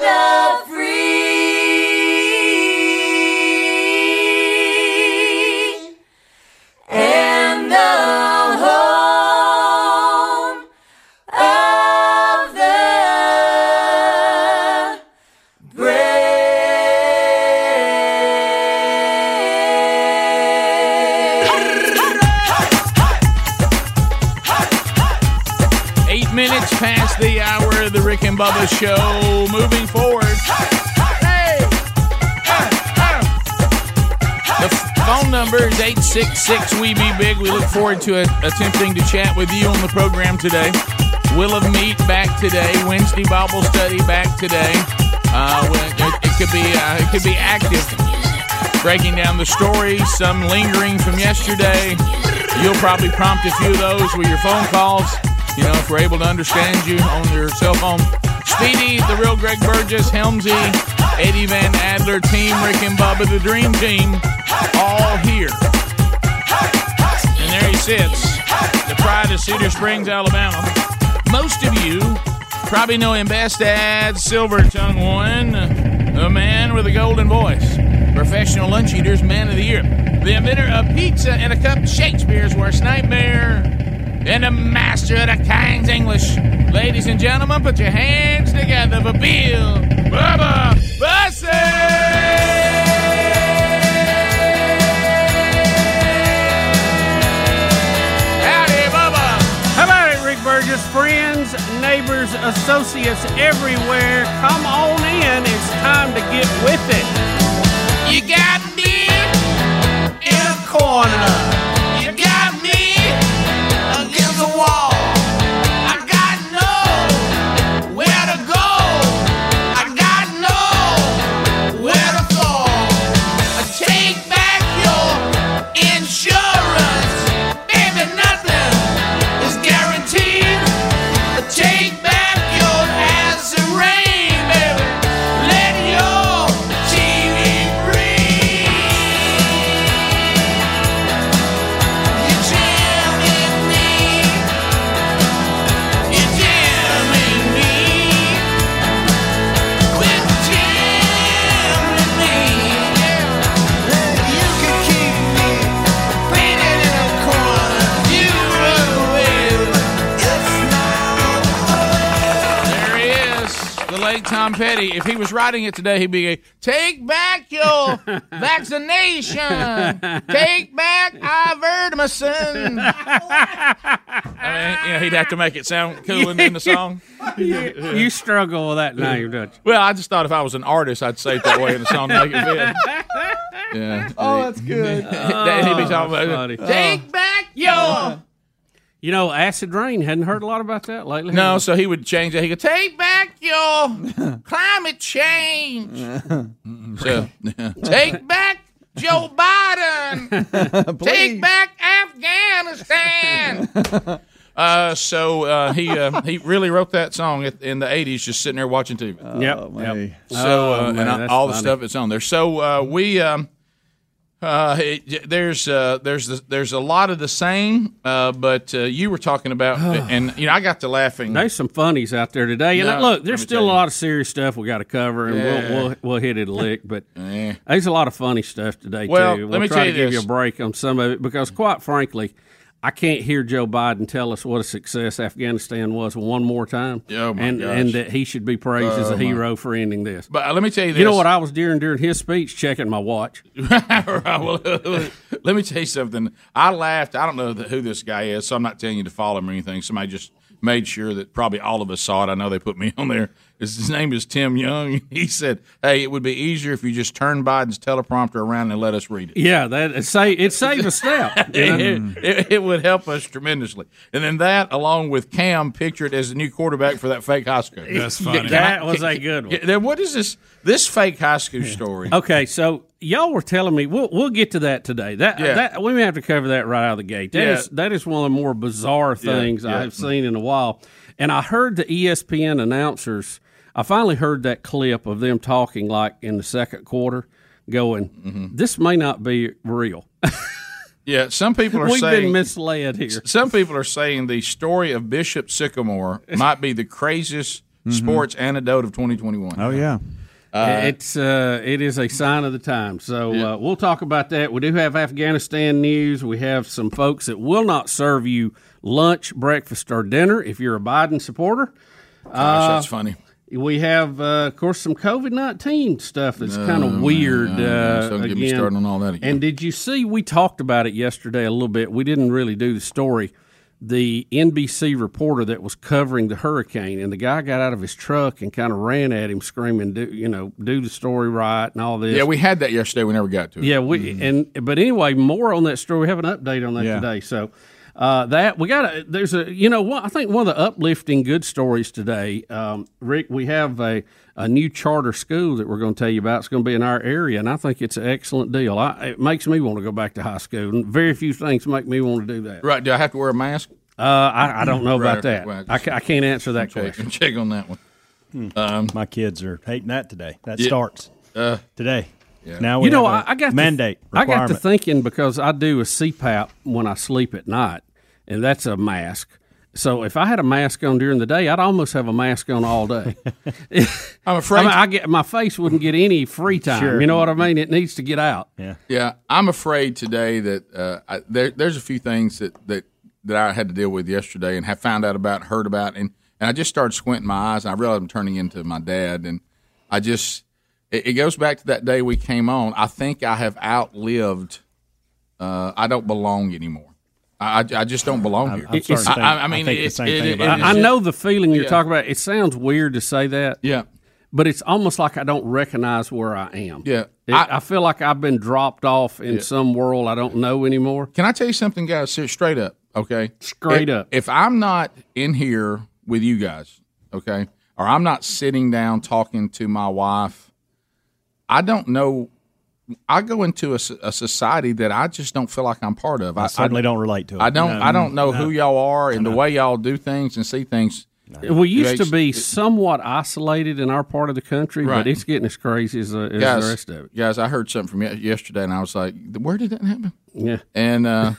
[SPEAKER 1] the free and the home of the
[SPEAKER 15] Eight minutes past the hour of the Rick and Bubba show. Moving forward. The phone number is 866 We Be Big. We look forward to a- attempting to chat with you on the program today. Will of Meat back today. Wednesday Bible study back today. Uh, well, it, it could be uh, it could be active. Breaking down the story, some lingering from yesterday. You'll probably prompt a few of those with your phone calls. You know, if we're able to understand you on your cell phone. Speedy, the real Greg Burgess, Helmsy, Eddie Van Adler, Team Rick and Bubba, the Dream Team, all here. And there he sits, the pride of Cedar Springs, Alabama. Most of you probably know him best as Silver Tongue One, the man with a golden voice, professional lunch eaters, man of the year, the inventor of pizza and a cup, Shakespeare's worst nightmare, and the master of the King's English. Ladies and gentlemen, put your hands together for Bill Bubba Bussett! Howdy, Bubba!
[SPEAKER 16] Hello, Rick Burgess, friends, neighbors, associates everywhere. Come on in. It's time to get with it.
[SPEAKER 15] You got me
[SPEAKER 16] in a corner.
[SPEAKER 1] You got me against the wall. I got no where to go. I got no where to fall. Take back your insurance, baby. Nothing is guaranteed. Take back your ass and rain, baby. Let your TV
[SPEAKER 15] There he is, the late Tom Petty. If he was writing it today, he'd be a, take back your vaccination, take back ivermectin. I mean, you know, he'd have to make it sound cool in, in the
[SPEAKER 4] uh,
[SPEAKER 15] song.
[SPEAKER 16] You, you struggle with that name, don't you?
[SPEAKER 15] Well, I just thought if I was an artist, I'd say it that way in the song to make it fit. Yeah.
[SPEAKER 16] Oh, that's good.
[SPEAKER 15] That- he'd
[SPEAKER 5] Oh,
[SPEAKER 15] be talking about, take back your.
[SPEAKER 16] You know, acid rain. Hadn't heard a lot about that lately.
[SPEAKER 15] No, so he would change it. He could take back your climate change.
[SPEAKER 16] Uh-huh.
[SPEAKER 15] So, Take back Joe Biden. Take back Afghanistan. Uh, so uh, he uh, he really wrote that song at, in the '80s, just sitting there watching TV.
[SPEAKER 16] Oh, Yep. yep.
[SPEAKER 15] So uh,
[SPEAKER 16] Oh, man,
[SPEAKER 15] and I-
[SPEAKER 16] that's
[SPEAKER 15] all the
[SPEAKER 16] funny.
[SPEAKER 15] stuff that's on there. So uh, we um, uh, it, there's uh, there's the, there's a lot of the same, uh, but uh, you were talking about, and you know I got to laughing.
[SPEAKER 16] There's some funnies out there today. And
[SPEAKER 15] No,
[SPEAKER 16] look,
[SPEAKER 15] let
[SPEAKER 16] there's
[SPEAKER 15] me
[SPEAKER 16] still
[SPEAKER 15] tell
[SPEAKER 16] a
[SPEAKER 15] you.
[SPEAKER 16] lot of serious stuff we got to cover, and
[SPEAKER 15] Yeah. Eh.
[SPEAKER 16] we'll, we'll we'll hit it a lick. But there's a lot of funny stuff today
[SPEAKER 15] Well,
[SPEAKER 16] too.
[SPEAKER 15] let
[SPEAKER 16] We'll
[SPEAKER 15] me
[SPEAKER 16] try
[SPEAKER 15] tell
[SPEAKER 16] to
[SPEAKER 15] you
[SPEAKER 16] give
[SPEAKER 15] this.
[SPEAKER 16] you a break on some of it because, quite frankly, I can't hear Joe Biden tell us what a success Afghanistan was one more time,
[SPEAKER 15] Oh, my
[SPEAKER 16] and
[SPEAKER 15] gosh.
[SPEAKER 16] and that he should be praised as
[SPEAKER 15] Oh,
[SPEAKER 16] a
[SPEAKER 15] my-
[SPEAKER 16] hero for ending this.
[SPEAKER 15] But uh, let me tell you this.
[SPEAKER 16] You know what I was doing during his speech? Checking my watch.
[SPEAKER 15] well, let me tell you something. I laughed. I don't know th- who this guy is, so I'm not telling you to follow him or anything. Somebody just made sure that probably all of us saw it. I know they put me on there His his name is Tim Young. He said, "Hey, it would be easier if you just turned Biden's teleprompter around and let us read it."
[SPEAKER 16] Yeah, that it saved, it saved a step. you know?
[SPEAKER 15] it, it- it would help us tremendously. And then that, along with Cam, pictured as the new quarterback for that fake high school.
[SPEAKER 16] That's funny. That was a good one.
[SPEAKER 15] Then what is this? This fake high school story.
[SPEAKER 16] Okay, so y'all were telling me we'll we'll get to that today. That
[SPEAKER 15] Yeah.
[SPEAKER 16] that we may have to cover that right out of the gate. That is
[SPEAKER 15] Yeah.
[SPEAKER 16] that is one of the more bizarre
[SPEAKER 15] Yeah,
[SPEAKER 16] things
[SPEAKER 15] yeah.
[SPEAKER 16] I have seen in a while. And I heard the E ESPN announcers. I finally heard that clip of them talking like in the second quarter, going,
[SPEAKER 15] Mm-hmm.
[SPEAKER 16] "This may not be real."
[SPEAKER 15] Yeah, some people are
[SPEAKER 16] We've
[SPEAKER 15] saying
[SPEAKER 16] been misled here.
[SPEAKER 15] Some people are saying the story of Bishop Sycamore might be the craziest sports anecdote of 2021.
[SPEAKER 1] Mm-hmm. Oh yeah.
[SPEAKER 15] Uh,
[SPEAKER 16] it's uh, it is a sign of the time. So uh, we'll talk about that. We do have Afghanistan news. We have some folks that will not serve you lunch, breakfast, or dinner if you're a Biden supporter. Uh,
[SPEAKER 15] Gosh, that's funny.
[SPEAKER 16] We have, uh, of course, some COVID nineteen stuff that's
[SPEAKER 15] No,
[SPEAKER 16] kind of weird.
[SPEAKER 15] no, no,
[SPEAKER 16] uh,
[SPEAKER 15] don't get
[SPEAKER 16] again.
[SPEAKER 15] me started on all that again.
[SPEAKER 16] And did you see? We talked about it yesterday a little bit. We didn't really do the story. The NBC reporter that was covering the hurricane, and the guy got out of his truck and kind of ran at him, screaming, "Do you know? Do the story right and all this."
[SPEAKER 15] Yeah, we had that yesterday. We never got to it. Mm-hmm.
[SPEAKER 16] Yeah, we and but anyway, more on that story. We have an update on that
[SPEAKER 15] Yeah.
[SPEAKER 16] today. So uh, that we got a there's a you know what I think one of the uplifting good stories today, um, Rick. We have a a new charter school that we're going to tell you about. It's going to be in our area, and I think it's an excellent deal. I, it makes me want to go back to high school, and very few things make me want to do that.
[SPEAKER 15] Right? Do I have to wear a mask?
[SPEAKER 16] Uh, I, I don't know
[SPEAKER 15] Right,
[SPEAKER 16] about that.
[SPEAKER 15] well,
[SPEAKER 16] I, ca- I can't answer that
[SPEAKER 15] check,
[SPEAKER 16] question. Hmm.
[SPEAKER 15] Check on that one. Um,
[SPEAKER 5] My kids are hating that today. That
[SPEAKER 15] Yeah.
[SPEAKER 5] starts
[SPEAKER 15] Uh,
[SPEAKER 5] today.
[SPEAKER 15] yeah.
[SPEAKER 5] Now we
[SPEAKER 16] You know, I,
[SPEAKER 5] have a
[SPEAKER 16] I got to-
[SPEAKER 5] mandate.
[SPEAKER 16] I got to
[SPEAKER 5] requirement.
[SPEAKER 16] thinking because I do a CPAP when I sleep at night, and that's a mask. So if I had a mask on during the day, I'd almost have a mask on all day.
[SPEAKER 15] I'm afraid.
[SPEAKER 16] I, mean, I get my face wouldn't get any free time.
[SPEAKER 15] Sure.
[SPEAKER 16] You know what I mean? It needs to get out.
[SPEAKER 5] Yeah.
[SPEAKER 15] Yeah, I'm afraid today that uh, I, there, there's a few things that, that, that I had to deal with yesterday and have found out about, heard about, and, and I just started squinting my eyes and I realized I'm turning into my dad. And I just, it, it goes back to that day we came on. I think I have outlived, uh, I don't belong anymore. I, I- I just don't belong here.
[SPEAKER 16] I'm starting to think-
[SPEAKER 15] I, I
[SPEAKER 16] I
[SPEAKER 15] mean,
[SPEAKER 16] think the
[SPEAKER 15] it-
[SPEAKER 16] same
[SPEAKER 15] it-
[SPEAKER 16] thing
[SPEAKER 15] it-
[SPEAKER 16] about
[SPEAKER 15] it
[SPEAKER 16] it. I
[SPEAKER 15] is
[SPEAKER 16] know
[SPEAKER 15] just-
[SPEAKER 16] the feeling you're
[SPEAKER 15] Yeah.
[SPEAKER 16] talking about. It sounds weird to say that.
[SPEAKER 15] Yeah.
[SPEAKER 16] But it's almost like I don't recognize where I am.
[SPEAKER 15] Yeah.
[SPEAKER 16] It- I, feel like I've been dropped off in
[SPEAKER 15] Yeah.
[SPEAKER 16] some world I don't know anymore.
[SPEAKER 15] Can I tell you something, guys? Ser- Straight up, okay?
[SPEAKER 16] Straight
[SPEAKER 15] If-
[SPEAKER 16] up.
[SPEAKER 15] If I'm not in here with you guys, okay, or I'm not sitting down talking to my wife, I don't know. I go into a, s- a society that I just don't feel like I'm part of.
[SPEAKER 5] I certainly don't relate to it.
[SPEAKER 15] I don't.
[SPEAKER 5] No.
[SPEAKER 15] I don't know who y'all are and the
[SPEAKER 5] No.
[SPEAKER 15] way y'all do things and see things.
[SPEAKER 16] We used to
[SPEAKER 15] Makes-
[SPEAKER 16] be somewhat isolated in our part of the country,
[SPEAKER 15] Right.
[SPEAKER 16] but it's getting as crazy as, uh, as
[SPEAKER 15] guys,
[SPEAKER 16] the rest of it.
[SPEAKER 15] guys. I heard something from ye- yesterday, and I was like, "Where did that happen?"
[SPEAKER 16] Yeah.
[SPEAKER 15] And uh,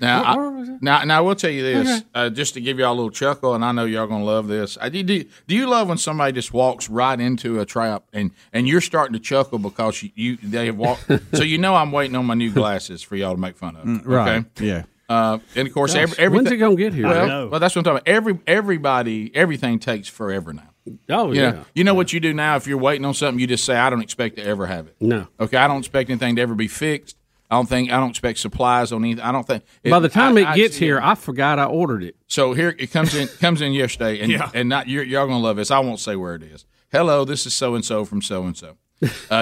[SPEAKER 15] now,
[SPEAKER 16] Where- where
[SPEAKER 15] I, now, now, I will tell you this,
[SPEAKER 16] Okay.
[SPEAKER 15] uh, just to give y'all a little chuckle, and I know y'all gonna love this. I, do, do, do you love when somebody just walks right into a trap, and and you're starting to chuckle because you, you they have walked, so you know I'm waiting on my new glasses for y'all to make fun of.
[SPEAKER 16] Mm,
[SPEAKER 1] right.
[SPEAKER 15] Okay?
[SPEAKER 1] Yeah.
[SPEAKER 15] Uh, and of course,
[SPEAKER 16] Gosh,
[SPEAKER 15] every, everything.
[SPEAKER 16] when's it gonna get here? I
[SPEAKER 15] Well,
[SPEAKER 16] know.
[SPEAKER 15] well, that's what I'm talking about. Every everybody, everything takes forever now.
[SPEAKER 16] Oh,
[SPEAKER 15] You know-
[SPEAKER 16] yeah.
[SPEAKER 15] You know what you do now if you're waiting on something, you just say, "I don't expect to ever have it."
[SPEAKER 16] No.
[SPEAKER 15] Okay, I don't expect anything to ever be fixed. I don't think I don't expect supplies on anything. I don't think.
[SPEAKER 16] By the time
[SPEAKER 15] I-
[SPEAKER 16] it
[SPEAKER 15] I
[SPEAKER 16] gets
[SPEAKER 15] see
[SPEAKER 16] here, I forgot I ordered it.
[SPEAKER 15] So here it comes in comes in yesterday, and and not you're, y'all gonna love this. I won't say where it is. Hello, this is so and so from so and so.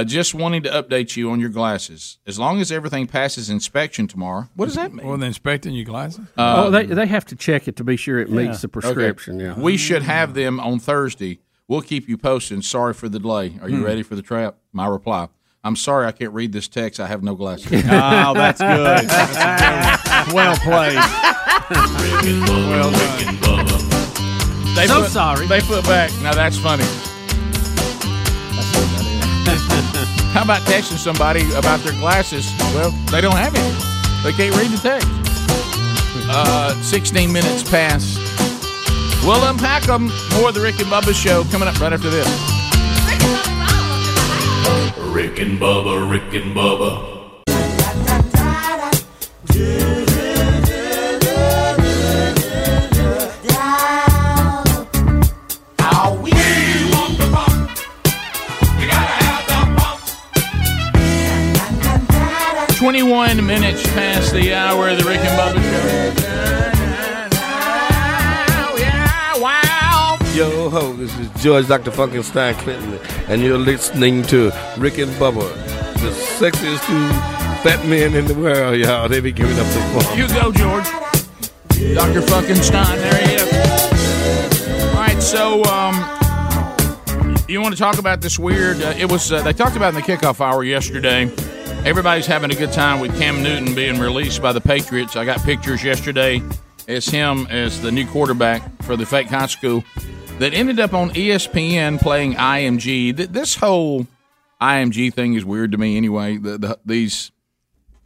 [SPEAKER 15] Just wanting to update you on your glasses. As long as everything passes inspection tomorrow, what does that mean?
[SPEAKER 17] Well, they're inspecting your glasses.
[SPEAKER 16] oh, they, they have to check it to be sure it meets the prescription.
[SPEAKER 15] Um, Okay.
[SPEAKER 16] Yeah.
[SPEAKER 15] We should have them on Thursday. We'll keep you posted. Sorry for the delay. Are you
[SPEAKER 16] Hmm.
[SPEAKER 15] ready for the trap? My reply. I'm sorry I can't read this text. I have no glasses. oh,
[SPEAKER 1] that's good.
[SPEAKER 15] well played. well done.
[SPEAKER 16] So
[SPEAKER 15] sorry. They put back. Now that's funny. How about texting somebody about their glasses? Well, they don't have any. They can't read the text. Uh, 16 minutes past. We'll unpack them. More of the Rick and Bubba show coming up right after this.
[SPEAKER 8] Rick and Bubba, Rick and Bubba,
[SPEAKER 15] Twenty-one minutes past the hour of the Rick and Bubba show. Wow, yeah, wow.
[SPEAKER 1] Yo ho, this is George Dr. Funkenstein Clinton, and you're listening to Rick and Bubba, the sexiest two fat men in the world, y'all. They be giving up the ball.
[SPEAKER 6] You go, George. Dr. Fucking Stein. There he is. All right, so um, you want to talk about this weird? Uh, it was uh, they talked about in the kickoff hour yesterday. Everybody's having a good time with Cam Newton being released by the Patriots. I got pictures yesterday. It's him as the new quarterback for the fake high school that ended up on E ESPN playing IMG. Th- This whole IMG thing is weird to me anyway. The, the, these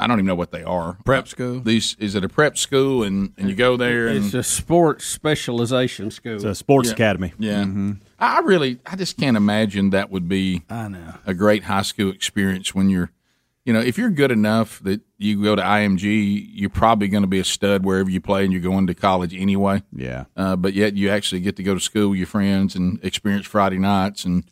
[SPEAKER 6] I don't even know what they are. Prep school. These is it a prep school and, and you go there and
[SPEAKER 16] It's a sports specialization school. It's
[SPEAKER 5] a sports
[SPEAKER 15] Yeah.
[SPEAKER 5] academy. Mm-hmm.
[SPEAKER 15] Yeah. I I really, I just can't imagine that would be I know. a great high school experience when you're, you know, if you're good enough that you go to IMG, you're probably going to be a stud wherever you play and you're going to college anyway.
[SPEAKER 4] Yeah.
[SPEAKER 15] Uh, but yet you actually get to go to school with your friends and experience Friday nights and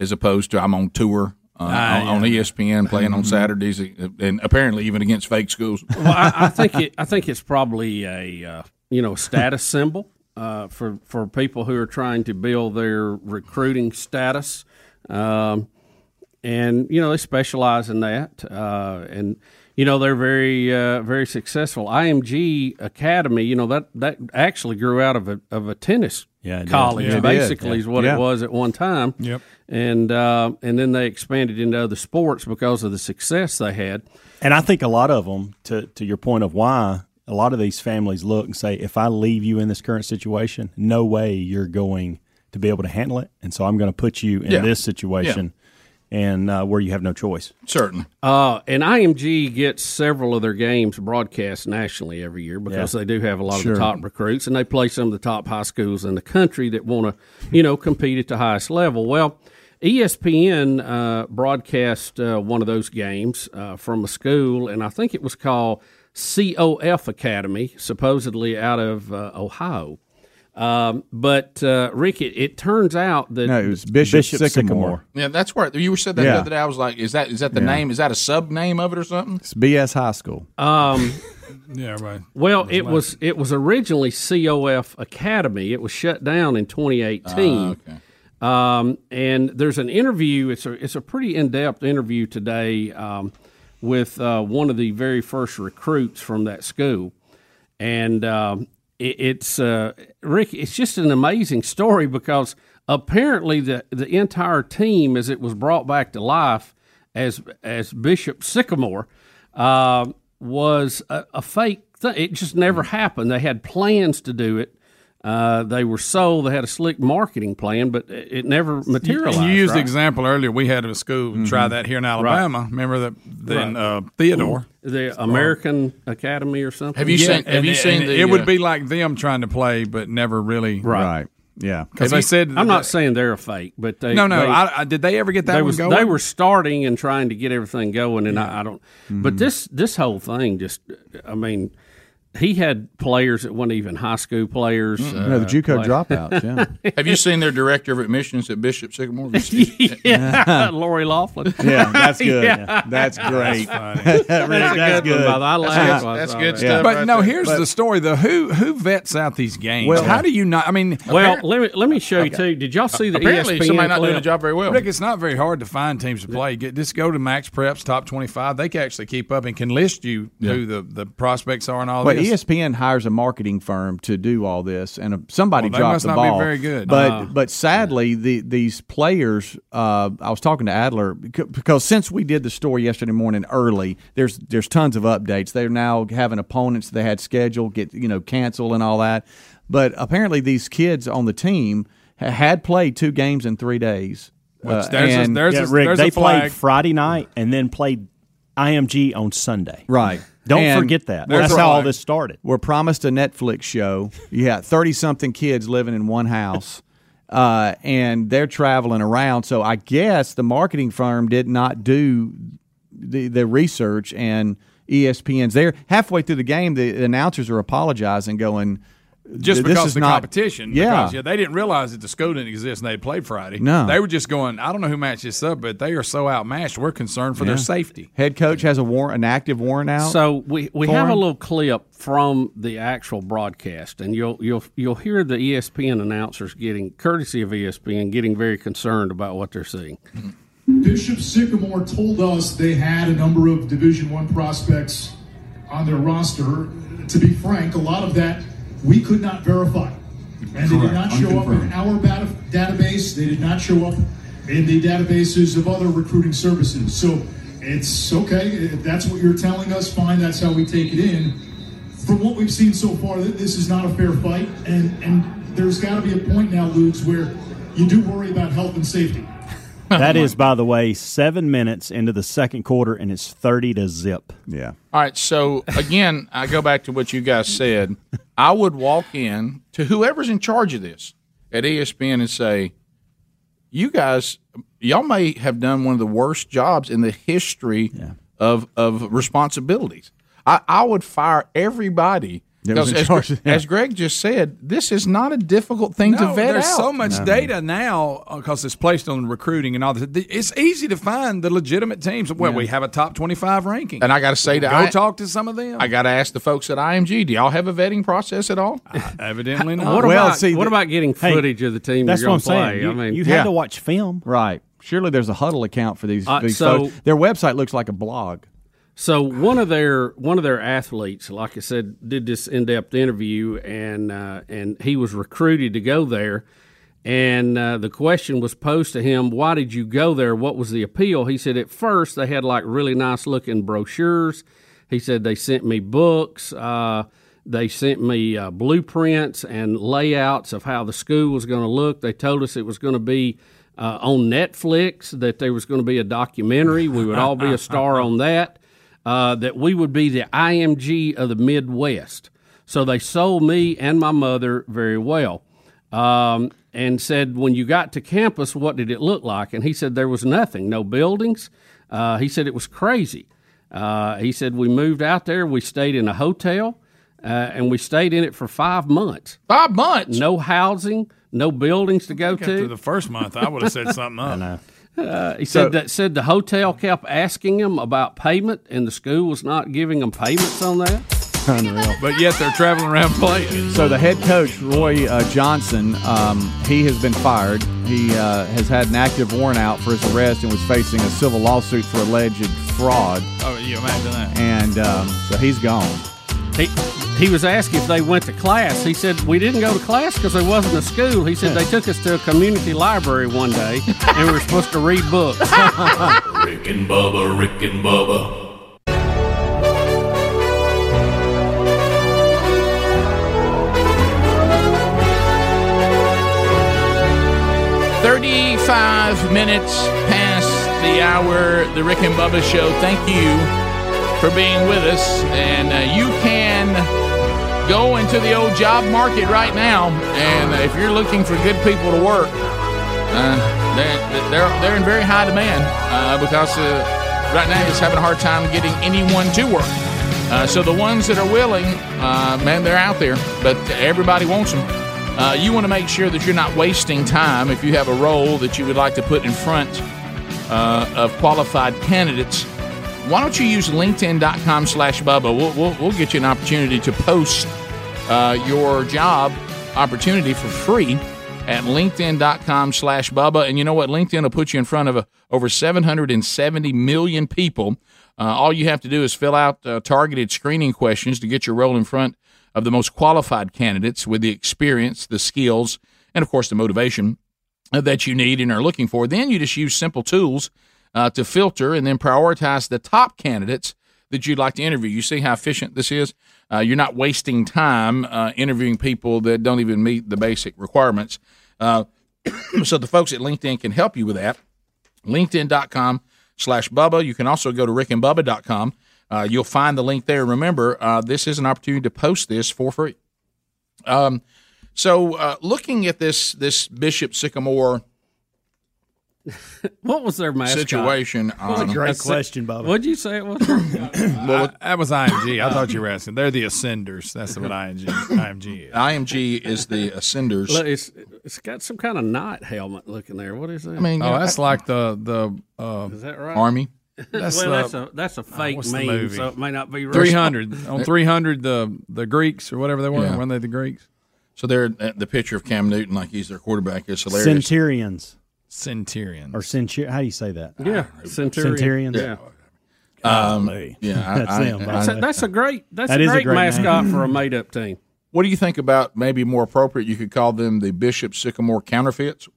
[SPEAKER 15] as opposed to I'm on tour. Uh,
[SPEAKER 16] Ah,
[SPEAKER 15] on, on
[SPEAKER 16] yeah.
[SPEAKER 15] ESPN, playing on
[SPEAKER 16] Mhm.
[SPEAKER 15] Saturdays, uh, and apparently even against fake schools.
[SPEAKER 16] well, I, I think it, I think it's probably a uh, you know status symbol uh, for for people who are trying to build their recruiting status, um, and you know they specialize in that, uh, and you know they're very uh, very successful. IMG Academy, you know that that actually grew out of a of a tennis
[SPEAKER 5] it did.
[SPEAKER 16] college,
[SPEAKER 5] Yeah, it did.
[SPEAKER 16] basically is what
[SPEAKER 5] Yeah.
[SPEAKER 16] it was at one time. Yep, and uh, and then they expanded into other sports because of the success they had.
[SPEAKER 5] And I think a lot of them, to, to your point of why, a lot of these families look and say, if I leave you in this current situation, no way you're going to be able to handle it. And so I'm going to put you in
[SPEAKER 16] Yeah.
[SPEAKER 5] this situation and uh, where you have no choice.
[SPEAKER 15] Certainly.
[SPEAKER 16] Uh, and IMG gets several of their games broadcast nationally every year because
[SPEAKER 5] Yeah.
[SPEAKER 16] they do have a lot of
[SPEAKER 5] Sure.
[SPEAKER 16] the top recruits, and they play some of the top high schools in the country that want to, you know, compete at the highest level. Well, E ESPN uh, broadcast uh, one of those games uh, from a school, and I think it was called COF Academy, supposedly out of uh, Ohio. Um, but uh, Rick, it, it turns out that
[SPEAKER 4] No, it was Bishop Bishop Sycamore. Sycamore.
[SPEAKER 15] Yeah, that's where you were said that
[SPEAKER 4] Yeah.
[SPEAKER 15] the other day. I was like, is that is that the
[SPEAKER 4] Yeah.
[SPEAKER 15] name? Is that a sub name of it or something?
[SPEAKER 4] It's BS High School.
[SPEAKER 16] Um,
[SPEAKER 6] yeah, right.
[SPEAKER 16] Well, it was it was originally COF Academy. It was shut down in 2018.
[SPEAKER 6] Ah,
[SPEAKER 16] Um, and there's an interview. It's a it's a pretty in depth interview today um, with uh, one of the very first recruits from that school, and um, it, it's uh, Rick. It's just an amazing story because apparently the the entire team, as it was brought back to life, as as Bishop Sycamore uh, was a, a fake thing. It just never
[SPEAKER 6] Mm-hmm.
[SPEAKER 16] happened. They had plans to do it. Uh, they were sold. They had a slick marketing plan, but it it never materialized.
[SPEAKER 6] And you used the
[SPEAKER 16] right?
[SPEAKER 6] example earlier. We had a school try
[SPEAKER 16] Mhm.
[SPEAKER 6] that here in Alabama. Remember that? Then uh, Theodore.
[SPEAKER 16] the American Academy or something.
[SPEAKER 6] Yeah, and- and It
[SPEAKER 15] uh,
[SPEAKER 6] would be like them trying to play, but never really.
[SPEAKER 16] uh, Right.
[SPEAKER 4] Yeah.
[SPEAKER 6] Because they said
[SPEAKER 16] I'm not saying they're a fake, but they
[SPEAKER 6] No, no,
[SPEAKER 16] They,
[SPEAKER 6] I- I- did they ever get that
[SPEAKER 16] they
[SPEAKER 6] one
[SPEAKER 16] was-
[SPEAKER 6] going?
[SPEAKER 16] They were starting and trying to get everything going, and I, I don't.
[SPEAKER 6] Mm-hmm.
[SPEAKER 16] But this this whole thing just, I mean, he had players that weren't even high school players. uh,
[SPEAKER 4] Mm-mm. No, the JUCO dropouts, yeah.
[SPEAKER 15] Have you seen their director of admissions at Bishop Sycamore? yeah,
[SPEAKER 16] yeah, Lori Laughlin.
[SPEAKER 4] Yeah, that's good.
[SPEAKER 16] Yeah.
[SPEAKER 4] That's great.
[SPEAKER 16] That's
[SPEAKER 4] Rick,
[SPEAKER 16] a good one, brother. I laughed when I saw that.
[SPEAKER 6] But no, here's the story. The who who vets out these games?
[SPEAKER 16] Well-
[SPEAKER 6] how do you not? I mean,
[SPEAKER 16] Well, let me let me show you too. Did y'all see the E
[SPEAKER 6] Apparently,
[SPEAKER 16] ESPN
[SPEAKER 6] somebody not
[SPEAKER 16] clip?
[SPEAKER 6] doing the job very well. Rick, it's not very hard to find teams to play. Get, just go to Max Preps Top Twenty Five. They can actually keep up and can list you who the, the prospects are and all
[SPEAKER 4] But
[SPEAKER 6] this.
[SPEAKER 4] ESPN hires a marketing firm to do all this, and uh, somebody
[SPEAKER 6] Well, they
[SPEAKER 4] dropped
[SPEAKER 6] must
[SPEAKER 4] the
[SPEAKER 6] not be
[SPEAKER 4] ball.
[SPEAKER 6] very good.
[SPEAKER 4] But
[SPEAKER 6] Ah.
[SPEAKER 4] but sadly, the these players. Uh, I was talking to Adler becau- because since we did the story yesterday morning early, there's there's tons of updates. They're now having opponents they had scheduled get you know cancel and all that. But apparently, these kids on the team ha- had played two games in three days.
[SPEAKER 6] Which
[SPEAKER 4] Uh,
[SPEAKER 6] there's a-
[SPEAKER 4] and-
[SPEAKER 6] there's
[SPEAKER 5] Yeah, Rick, they played Friday night and then played IMG on Sunday.
[SPEAKER 4] Right.
[SPEAKER 5] Don't
[SPEAKER 4] And
[SPEAKER 5] forget that.
[SPEAKER 4] there's
[SPEAKER 5] That's
[SPEAKER 4] a
[SPEAKER 5] how all
[SPEAKER 4] flag.
[SPEAKER 5] this started.
[SPEAKER 4] We're promised a Netflix show. Yeah, thirty something kids living in one house, uh, and they're traveling around. So I guess the marketing firm did not do the the research E and ESPN's there halfway through the game. The announcers are apologizing, going.
[SPEAKER 6] just
[SPEAKER 5] th-
[SPEAKER 6] because
[SPEAKER 5] this is
[SPEAKER 6] of the
[SPEAKER 5] not-
[SPEAKER 6] competition.
[SPEAKER 5] Yeah.
[SPEAKER 6] because, yeah, they didn't realize that the school didn't exist and they played Friday.
[SPEAKER 5] No.
[SPEAKER 6] they were just going. I don't know who matched this up, but they are so outmatched. We're concerned for
[SPEAKER 5] Yeah.
[SPEAKER 6] their safety.
[SPEAKER 5] Head coach has a warrant, an active warrant out.
[SPEAKER 16] So we we
[SPEAKER 5] for
[SPEAKER 16] have a
[SPEAKER 5] him?
[SPEAKER 16] little clip from the actual broadcast, and you'll you'll you'll hear the E ESPN announcers getting courtesy of E ESPN getting very concerned about what they're seeing.
[SPEAKER 18] Bishop Sycamore told us they had a number of Division One prospects on their roster. To be frank, a lot of that we could not verify, and they did
[SPEAKER 19] Correct.
[SPEAKER 18] not show up in
[SPEAKER 19] Unconfirmed.
[SPEAKER 18] our bat- database. They did not show up in the databases of other recruiting services. So it's okay if that's what you're telling us. Fine, that's how we take it in. From what we've seen so far, th- this is not a fair fight, and and there's got to be a point now, Ludes, where you do worry about health and safety.
[SPEAKER 5] that is, by the way, seven minutes into the second quarter, and it's thirty to zip. Yeah.
[SPEAKER 15] All right, so again, I go back to what you guys said. I would walk in to whoever's in charge of this at E ESPN and say, "You guys, y'all may have done one of the worst jobs in the history of of responsibilities." I, I would fire everybody
[SPEAKER 6] That was in
[SPEAKER 15] as,
[SPEAKER 6] charge of that.
[SPEAKER 15] as Greg just said, this is not a difficult thing to
[SPEAKER 6] No,
[SPEAKER 15] vet
[SPEAKER 6] there's
[SPEAKER 15] out.
[SPEAKER 6] so much data now because it's placed on recruiting and all this. Th- It's easy to find the legitimate teams. Well,
[SPEAKER 15] Yeah.
[SPEAKER 6] we have a top twenty-five ranking,
[SPEAKER 15] And I got to say that
[SPEAKER 6] go
[SPEAKER 15] I
[SPEAKER 6] talk to some of them.
[SPEAKER 15] I got to ask the folks at IMG, do y'all have a vetting process at all?
[SPEAKER 16] Uh,
[SPEAKER 6] Evidently
[SPEAKER 15] not.
[SPEAKER 16] What
[SPEAKER 15] Well,
[SPEAKER 16] about
[SPEAKER 15] see,
[SPEAKER 16] what
[SPEAKER 15] th-
[SPEAKER 16] about getting
[SPEAKER 15] hey,
[SPEAKER 16] footage of the team
[SPEAKER 15] that's
[SPEAKER 16] you're
[SPEAKER 15] what
[SPEAKER 16] going
[SPEAKER 15] I'm
[SPEAKER 16] to play?
[SPEAKER 15] saying. You-
[SPEAKER 16] I mean,
[SPEAKER 5] You had to watch film, right? Surely there's a huddle account for these.
[SPEAKER 16] Uh,
[SPEAKER 5] these
[SPEAKER 16] so-
[SPEAKER 5] folks. Their website looks like a blog.
[SPEAKER 16] So one of their one of their athletes, like I said, did this in depth interview, and uh, and he was recruited to go there. And uh, the question was posed to him: Why did you go there? What was the appeal? He said, At first, they had like really nice looking brochures. He said they sent me books. Uh, they sent me uh, blueprints and layouts of how the school was going to look. They told us it was going to be uh, on Netflix. That there was going to be a documentary. We would all be a star on that. Uh, that we would be the IMG of the Midwest. So they sold me and my mother very well. Um, and said, when you got to campus, what did it look like? And he said, there was nothing, no buildings. Uh, he said, it was crazy. Uh, he said, we moved out there, we stayed in a hotel, uh, and we stayed in it for five months.
[SPEAKER 15] Five months?
[SPEAKER 16] No housing, no buildings to go
[SPEAKER 6] After
[SPEAKER 16] to.
[SPEAKER 6] the first month, I would have said something up.
[SPEAKER 16] Uh, he
[SPEAKER 6] So-
[SPEAKER 16] said that said the hotel kept asking him about payment, and the school was not giving him payments on that.
[SPEAKER 6] Unreal. But yet they're traveling around playing.
[SPEAKER 4] So the head coach Roy uh, Johnson, um, he has been fired. He uh, has had an active warrant out for his arrest and was facing a civil lawsuit for alleged fraud.
[SPEAKER 6] Oh, you imagine that?
[SPEAKER 4] And um, so he's gone.
[SPEAKER 16] He he was asked if they went to class. He said we didn't go to class because there wasn't a school. He said they took us to a community library one day, and we were supposed to read books.
[SPEAKER 8] Rick and Bubba, Rick and Bubba.
[SPEAKER 15] Thirty-five minutes past the hour. The Rick and Bubba Show. Thank you for being with us, and uh, you can go into the old job market right now. And uh, if you're looking for good people to work, uh, they're, they're they're in very high demand uh, because uh, right now it's having a hard time getting anyone to work. Uh, so the ones that are willing, uh, man, they're out there, but everybody wants them. Uh, you want to make sure that you're not wasting time if you have a role that you would like to put in front uh, of qualified candidates. Why don't you use LinkedIn.com slash Bubba? We'll, we'll, we'll get you an opportunity to post uh, your job opportunity for free at linkedin.com slash bubba and you know what linkedin will put you in front of uh over 770 million people uh, all you have to do is fill out uh, targeted screening questions to get your role in front of the most qualified candidates with the experience the skills and of course the motivation that you need and are looking for. Then you just use simple tools uh, to filter and then prioritize the top candidates that you'd like to interview. You see how efficient this is? Uh, you're not wasting time uh, interviewing people that don't even meet the basic requirements. Uh, so the folks at LinkedIn can help you with that. LinkedIn.com slash Bubba. You can also go to rickandbubba.com. Uh, you'll find the link there. Remember, uh, this is an opportunity to post this for free. Um, so, uh, looking at this this Bishop Sycamore
[SPEAKER 16] What was their mascot?
[SPEAKER 1] Situation on- That's a-
[SPEAKER 16] What'd you say it was?
[SPEAKER 1] I- that was IMG. I thought you were asking. They're the ascenders. That's what IMG, IMG is.
[SPEAKER 15] IMG is the ascenders.
[SPEAKER 16] Look, it's it's got some kind of knot helmet looking there. What is that?
[SPEAKER 1] I mean, oh, that's
[SPEAKER 16] I-
[SPEAKER 1] like the the uh,
[SPEAKER 16] Is that right?
[SPEAKER 1] Army.
[SPEAKER 16] That's well, that's
[SPEAKER 15] uh,
[SPEAKER 16] a that's a fake
[SPEAKER 1] what's the
[SPEAKER 16] meme,
[SPEAKER 1] movie?
[SPEAKER 16] so it may not be real.
[SPEAKER 1] three hundred on three hundred. The the Greeks or whatever they were.
[SPEAKER 15] Yeah.
[SPEAKER 1] Weren't they the Greeks?
[SPEAKER 15] So they're uh, the picture of Cam Newton, like he's their quarterback, is hilarious.
[SPEAKER 5] Centurions
[SPEAKER 1] Centurion
[SPEAKER 5] or centurion. How do you say that? Uh,
[SPEAKER 16] Yeah, centurion.
[SPEAKER 5] Centurions.
[SPEAKER 16] Yeah.
[SPEAKER 15] Uh, Um,
[SPEAKER 5] yeah, I- That's I- them, I-
[SPEAKER 16] That's a,
[SPEAKER 5] I-
[SPEAKER 16] that's a great that's
[SPEAKER 5] That
[SPEAKER 16] a
[SPEAKER 5] is a
[SPEAKER 16] great,
[SPEAKER 5] great
[SPEAKER 16] mascot
[SPEAKER 5] name.
[SPEAKER 16] for a made up team.
[SPEAKER 15] What do you think about maybe more appropriate? You could call them the Bishop Sycamore counterfeits.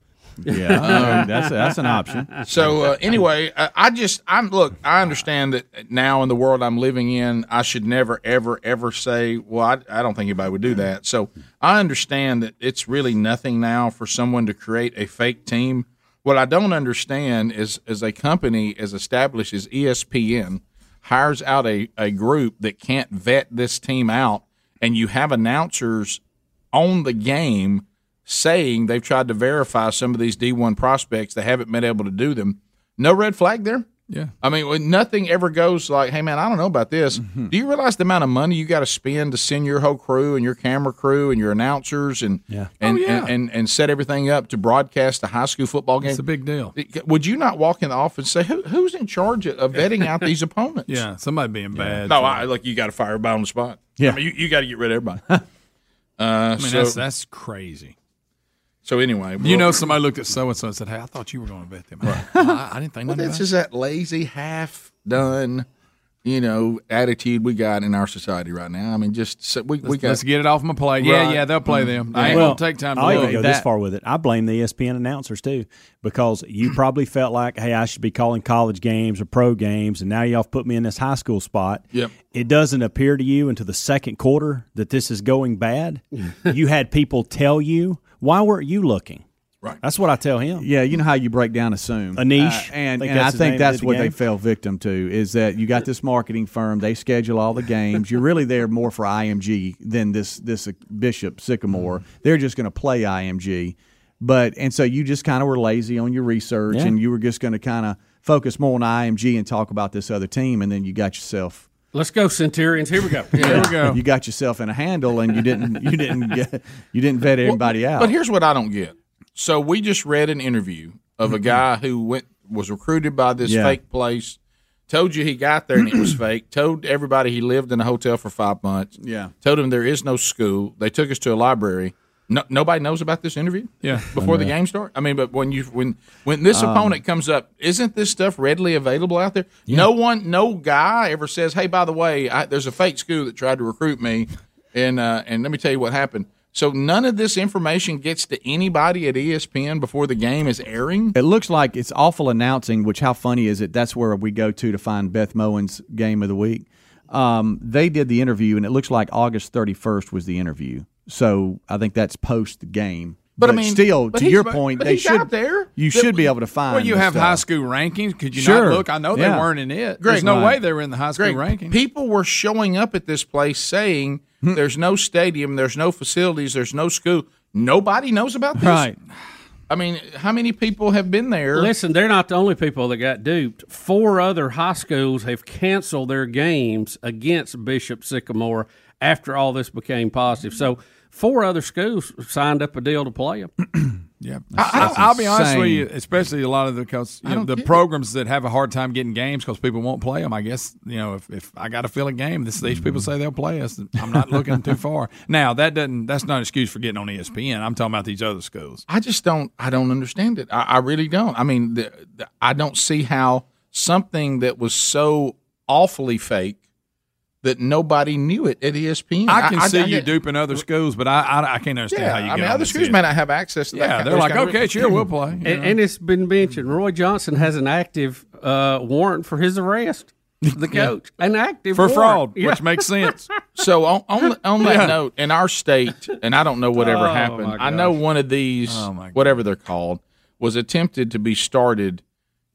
[SPEAKER 4] Yeah, that's- that's an option.
[SPEAKER 15] So uh, anyway, I, I just I'm look. I understand that now in the world I'm living in, I should never, ever, ever say, "Well, I, I don't think anybody would do that." So I understand that it's really nothing now for someone to create a fake team. What I don't understand is, as a company as established as E ESPN hires out a, a group that can't vet this team out, and you have announcers on the game saying they've tried to verify some of these D1 prospects. They haven't been able to do them. No red flag there?
[SPEAKER 1] Yeah.
[SPEAKER 15] I mean, when nothing ever goes like, hey, man, I don't know about this.
[SPEAKER 1] Mm-hmm.
[SPEAKER 15] Do you realize the amount of money you got to spend to send your whole crew and your camera crew and your announcers and
[SPEAKER 1] Yeah.
[SPEAKER 15] and,
[SPEAKER 1] Oh, yeah.
[SPEAKER 15] and, and, and set everything up to broadcast a high school football game?
[SPEAKER 1] It's a big deal.
[SPEAKER 15] Would you not walk in the office and say, Who, who's in charge of vetting out these opponents?
[SPEAKER 1] Yeah, somebody being bad.
[SPEAKER 15] No, I, look, you got to fire everybody on the spot.
[SPEAKER 1] Yeah.
[SPEAKER 15] I mean, you, you got to get rid of everybody. uh,
[SPEAKER 1] I mean, that's that's crazy.
[SPEAKER 15] So anyway,
[SPEAKER 1] you
[SPEAKER 15] well-
[SPEAKER 1] know, somebody looked at so and so and said, "Hey, I thought you were going to vet them." I, I didn't think
[SPEAKER 15] Well,
[SPEAKER 1] nothing
[SPEAKER 15] this
[SPEAKER 1] about
[SPEAKER 15] is that lazy, half done, you know, attitude we got in our society right now. I mean, just so we, we
[SPEAKER 1] Let's-
[SPEAKER 15] got
[SPEAKER 1] let's get it off my plate. Yeah, yeah, they'll play them. I ain't gonna take time to
[SPEAKER 5] I'll even
[SPEAKER 1] look.
[SPEAKER 5] go this
[SPEAKER 1] That-
[SPEAKER 5] far with it. I blame the E ESPN announcers too, because you probably felt like, hey, I should be calling college games or pro games, and now y'all have put me in this high school spot.
[SPEAKER 15] Yep.
[SPEAKER 5] It doesn't appear to you until the second quarter that this is going bad. you had people tell you, why weren't you looking?
[SPEAKER 15] Right.
[SPEAKER 5] That's what I tell him.
[SPEAKER 4] Yeah, you know how you break down assume.
[SPEAKER 5] A niche.
[SPEAKER 4] Uh, and
[SPEAKER 5] Think
[SPEAKER 4] and I
[SPEAKER 5] the
[SPEAKER 4] think
[SPEAKER 5] name
[SPEAKER 4] that's
[SPEAKER 5] of the
[SPEAKER 4] what they
[SPEAKER 5] game.
[SPEAKER 4] fell victim to is that you got this marketing firm, they schedule all the games. You're really there more for IMG than this this uh, Bishop Sycamore.
[SPEAKER 5] Mm-hmm.
[SPEAKER 4] They're just going to play IMG. But and so you just kind of were lazy on your research
[SPEAKER 5] Yeah.
[SPEAKER 4] and you were just going to kind of focus more on IMG and talk about this other team and then you got yourself
[SPEAKER 16] Let's go Centurions. Here we go.
[SPEAKER 4] You got yourself in a handle and you didn't you didn't get, you didn't vet everybody out.
[SPEAKER 15] But here's what I don't get. So we just read an interview of a guy who went was recruited by this
[SPEAKER 4] Mm-hmm. Yeah.
[SPEAKER 15] fake place. Told you he got there and it was fake. Told everybody he lived in a hotel for five months.
[SPEAKER 4] Yeah.
[SPEAKER 15] Told him there is no school. They took us to a library. No, nobody knows about this interview.
[SPEAKER 1] Yeah.
[SPEAKER 15] Before the game starts. I mean, but when you when when this
[SPEAKER 1] Um,
[SPEAKER 15] opponent comes up, isn't this stuff readily available out there? No one, no guy ever says, "Hey, by the way, I, there's a fake school that tried to recruit me." and uh, and let me tell you what happened. So none of this information gets to anybody at E ESPN before the game is airing.
[SPEAKER 4] It looks like it's awful announcing. Which how funny is it? That's where we go to to find Beth Moen's game of the week. Um, they did the interview, and it looks like August thirty first was the interview. So I think that's post the game.
[SPEAKER 1] But, I mean,
[SPEAKER 4] still,
[SPEAKER 1] but
[SPEAKER 4] to
[SPEAKER 1] he's-
[SPEAKER 4] your
[SPEAKER 1] but-
[SPEAKER 4] point,
[SPEAKER 1] but
[SPEAKER 4] they
[SPEAKER 1] he's
[SPEAKER 4] should
[SPEAKER 1] out there.
[SPEAKER 4] You
[SPEAKER 1] That-
[SPEAKER 4] should be able to find.
[SPEAKER 1] Well, you
[SPEAKER 4] the
[SPEAKER 1] have
[SPEAKER 4] stuff.
[SPEAKER 1] high school rankings. Could you
[SPEAKER 4] Sure.
[SPEAKER 1] not look? I know
[SPEAKER 4] Yeah.
[SPEAKER 1] they weren't in it.
[SPEAKER 4] Greg,
[SPEAKER 1] There's no
[SPEAKER 4] right.
[SPEAKER 1] way they were in the high school
[SPEAKER 15] Greg,
[SPEAKER 1] ranking.
[SPEAKER 15] People were showing up at this place saying, "There's no stadium. There's no facilities. There's no school. Nobody knows about this."
[SPEAKER 16] Right.
[SPEAKER 15] I mean, how many people have been there?
[SPEAKER 16] Listen, they're not the only people that got duped. Four other high schools have canceled their games against Bishop Sycamore after all this became positive. So, four other schools signed up a deal to play them.
[SPEAKER 1] yeah, I, I, will be honest with you,
[SPEAKER 16] insane.
[SPEAKER 1] especially a lot of the because you
[SPEAKER 16] I
[SPEAKER 1] know,
[SPEAKER 16] don't
[SPEAKER 1] the
[SPEAKER 16] get it.
[SPEAKER 1] programs that have a hard time getting games because people won't play them. I guess you know if, if I got to fill a game, this, these people
[SPEAKER 15] Mm-hmm.
[SPEAKER 1] say they'll play us. I'm not looking too far. Now that doesn't that's not an excuse for getting on E ESPN. I'm talking about these other schools.
[SPEAKER 15] I just don't. I don't understand it. I, I really don't. I mean, the, the, I don't see how something that was so awfully fake that nobody knew it at E ESPN.
[SPEAKER 1] I can see you
[SPEAKER 15] get-
[SPEAKER 1] duping other schools, but I I, I can't understand
[SPEAKER 15] Yeah,
[SPEAKER 1] how you.
[SPEAKER 15] I
[SPEAKER 1] get
[SPEAKER 15] mean,
[SPEAKER 1] on
[SPEAKER 15] other
[SPEAKER 1] this
[SPEAKER 15] schools
[SPEAKER 1] deal.
[SPEAKER 15] may not have access to that.
[SPEAKER 1] Yeah,
[SPEAKER 15] kind-
[SPEAKER 1] they're
[SPEAKER 15] those
[SPEAKER 1] like,
[SPEAKER 15] kind of-
[SPEAKER 1] okay, sure, we'll play.
[SPEAKER 16] And, and it's been mentioned Roy Johnson has an active uh, warrant for his arrest. The coach, an active
[SPEAKER 15] For
[SPEAKER 16] warrant.
[SPEAKER 15] fraud,
[SPEAKER 16] Yeah.
[SPEAKER 15] which makes sense. So on on, on that
[SPEAKER 16] Yeah.
[SPEAKER 15] note, in our state, and I don't know whatever
[SPEAKER 1] Oh,
[SPEAKER 15] happened.
[SPEAKER 1] my
[SPEAKER 15] I know
[SPEAKER 1] gosh.
[SPEAKER 15] one of these,
[SPEAKER 1] Oh, my
[SPEAKER 15] whatever they're called, was attempted to be started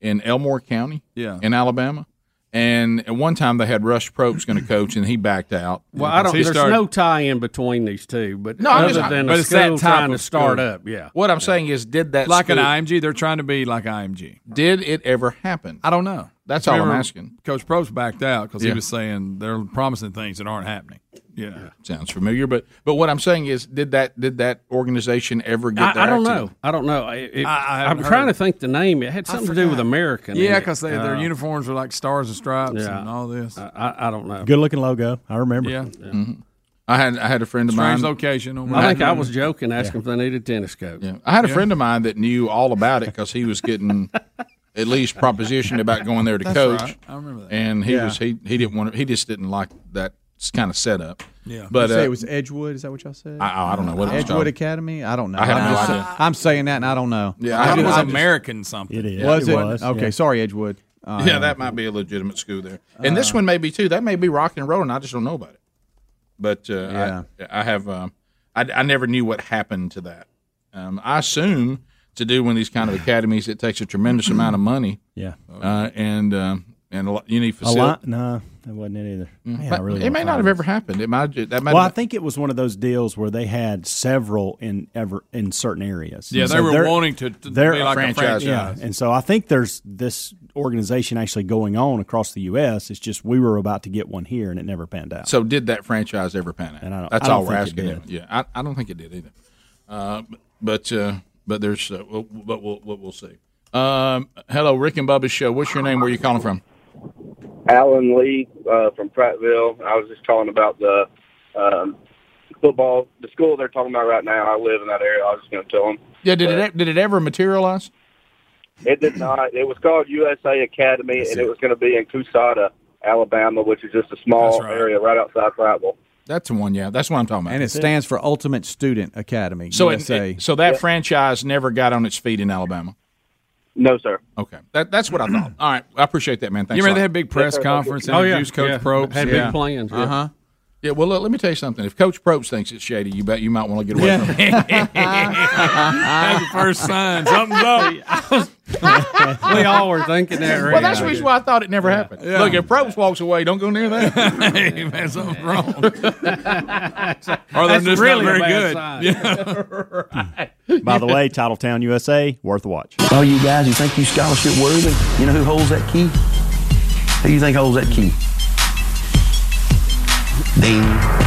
[SPEAKER 15] in Elmore County,
[SPEAKER 1] Yeah.
[SPEAKER 15] in Alabama, And at one time they had Rush Probst going to coach, and he backed out.
[SPEAKER 16] Well, I don't.
[SPEAKER 15] He
[SPEAKER 16] There's
[SPEAKER 15] started-
[SPEAKER 16] no tie in between these two, but
[SPEAKER 15] No, I'm
[SPEAKER 16] other
[SPEAKER 15] just-
[SPEAKER 16] than
[SPEAKER 15] but
[SPEAKER 16] a
[SPEAKER 15] it's that
[SPEAKER 16] school
[SPEAKER 15] type
[SPEAKER 16] trying to
[SPEAKER 15] of
[SPEAKER 16] start
[SPEAKER 15] school.
[SPEAKER 16] up, yeah.
[SPEAKER 15] What I'm saying is, did that
[SPEAKER 6] like an
[SPEAKER 15] school-
[SPEAKER 6] IMG? They're trying to be like IMG.
[SPEAKER 15] Did it ever happen?
[SPEAKER 6] I don't know.
[SPEAKER 15] That's all I'm asking.
[SPEAKER 6] Coach Probst backed out because
[SPEAKER 15] Yeah.
[SPEAKER 6] he was saying they're promising things that aren't happening. Yeah.
[SPEAKER 15] Sounds familiar, but but what I'm saying is, did that did that organization ever get?
[SPEAKER 16] I, I
[SPEAKER 15] their
[SPEAKER 16] don't
[SPEAKER 15] act
[SPEAKER 16] know. I don't know. I, Oh, it,
[SPEAKER 15] I- I
[SPEAKER 16] am
[SPEAKER 15] haven't
[SPEAKER 16] trying to
[SPEAKER 15] heard.
[SPEAKER 16] think the name. It had
[SPEAKER 15] I
[SPEAKER 16] something to do with
[SPEAKER 15] forgot.
[SPEAKER 16] American.
[SPEAKER 6] Yeah,
[SPEAKER 16] in it.
[SPEAKER 6] 'cause they- their uniforms were like stars and stripes
[SPEAKER 16] Uh, yeah.
[SPEAKER 6] and all this.
[SPEAKER 16] I, I, I don't know.
[SPEAKER 5] Good looking logo. I remember.
[SPEAKER 6] Yeah.
[SPEAKER 1] Mm-hmm.
[SPEAKER 15] Mhm. I had I had a friend of
[SPEAKER 6] Strange
[SPEAKER 15] mine.
[SPEAKER 6] location. On
[SPEAKER 16] I think I was joking, asking if they needed a tennis coach.
[SPEAKER 15] Yeah. I had a friend of mine that knew all about it because he was getting at least propositioned about going there to
[SPEAKER 6] That's
[SPEAKER 15] coach.
[SPEAKER 6] right. I remember that.
[SPEAKER 15] And he
[SPEAKER 6] Yeah.
[SPEAKER 15] was he he didn't want to, he just didn't like that kind of setup.
[SPEAKER 20] Yeah.
[SPEAKER 15] but
[SPEAKER 20] you say
[SPEAKER 15] uh,
[SPEAKER 20] it was Edgewood. Is that what y'all said?
[SPEAKER 15] I- I don't know what it was
[SPEAKER 20] Edgewood
[SPEAKER 15] called.
[SPEAKER 20] Academy. I don't know.
[SPEAKER 15] I have
[SPEAKER 20] am
[SPEAKER 15] no
[SPEAKER 20] just,
[SPEAKER 15] idea.
[SPEAKER 20] I'm saying that, and I don't know.
[SPEAKER 15] Yeah, I thought it
[SPEAKER 20] just-
[SPEAKER 15] was
[SPEAKER 20] just-
[SPEAKER 6] American something. It is.
[SPEAKER 20] Was
[SPEAKER 6] It
[SPEAKER 20] it?
[SPEAKER 6] was,
[SPEAKER 20] okay,
[SPEAKER 6] yeah.
[SPEAKER 20] sorry, Edgewood. Uh,
[SPEAKER 15] yeah, that might be a legitimate school there. And this one may be too. That may be rock and roll, and I just don't know about it. But uh, I, I have, um, I, I never knew what happened to that. Um, I assume to do one of these kind of academies, it takes a tremendous amount of money.
[SPEAKER 5] Yeah.
[SPEAKER 15] uh, and um, and a lot, you need
[SPEAKER 5] A
[SPEAKER 15] facilities.
[SPEAKER 5] lot? No, that wasn't it either. Man, I
[SPEAKER 15] Mm. But
[SPEAKER 5] really
[SPEAKER 15] it
[SPEAKER 5] wanna
[SPEAKER 15] may not
[SPEAKER 5] find
[SPEAKER 15] have
[SPEAKER 5] it.
[SPEAKER 15] ever happened. It might. That might.
[SPEAKER 5] well, I
[SPEAKER 15] have,
[SPEAKER 5] think it was one of those deals where they had several in ever in certain areas.
[SPEAKER 6] Yeah,
[SPEAKER 5] And
[SPEAKER 6] they were
[SPEAKER 5] they're-
[SPEAKER 6] wanting to- to
[SPEAKER 5] they're-
[SPEAKER 6] be like a Franchise.
[SPEAKER 5] Yeah, and so I think there's this organization actually going on across the U.S. It's just we were about to get one here and it never panned out.
[SPEAKER 15] so did that franchise ever pan out?
[SPEAKER 5] And I don't-
[SPEAKER 15] That's
[SPEAKER 5] I don't
[SPEAKER 15] all we're
[SPEAKER 5] think it
[SPEAKER 15] asking.
[SPEAKER 5] did.
[SPEAKER 15] Yeah, I, I don't think it did either. Uh, but uh, but there's uh, we'll, but we'll we'll we'll see. Um, hello, Rick and Bubba's show. What's your name? Where you calling from?
[SPEAKER 21] Alan Lee uh, from Prattville. I was just calling about the um, football, the school they're talking about right now. I live in that area. I was just going to tell them.
[SPEAKER 15] Yeah, did it did it ever materialize?
[SPEAKER 21] It did not. It was called USA Academy, and it was going to be in Cousada, Alabama, which is just a small area right outside Prattville.
[SPEAKER 15] That's the one. Yeah, that's what I'm talking about.
[SPEAKER 20] and it stands for Ultimate Student Academy.
[SPEAKER 15] So it,
[SPEAKER 20] USA.
[SPEAKER 15] it- so that franchise never got on its feet in Alabama.
[SPEAKER 21] No, sir.
[SPEAKER 15] Okay, that, that's what I thought. All right, I appreciate that, man. Thanks.
[SPEAKER 6] You remember they
[SPEAKER 15] a lot.
[SPEAKER 6] had a big press conference,
[SPEAKER 16] Oh,
[SPEAKER 5] Oh,
[SPEAKER 6] introduced Coach Probst. Yeah.
[SPEAKER 15] Uh huh. Yeah. Well, look, let me tell you something. If Coach Probst thinks it's shady, you bet you might want to get away from
[SPEAKER 6] That's
[SPEAKER 15] it.
[SPEAKER 6] the first sign. Something's up.
[SPEAKER 16] we all were thinking that.
[SPEAKER 15] Well, that's the reason why I thought it never happened.
[SPEAKER 6] Yeah.
[SPEAKER 15] Look, if Probst walks away, don't go near that.
[SPEAKER 6] hey, man, something's wrong. or they're
[SPEAKER 15] That's
[SPEAKER 6] just
[SPEAKER 15] really
[SPEAKER 6] not
[SPEAKER 15] a
[SPEAKER 6] very
[SPEAKER 15] bad
[SPEAKER 6] good.
[SPEAKER 15] sign.
[SPEAKER 5] By the way, Titletown USA, worth a watch.
[SPEAKER 22] Oh, you guys, you think you scholarship worthy? You know who holds that key? Who you think holds that key? Ding.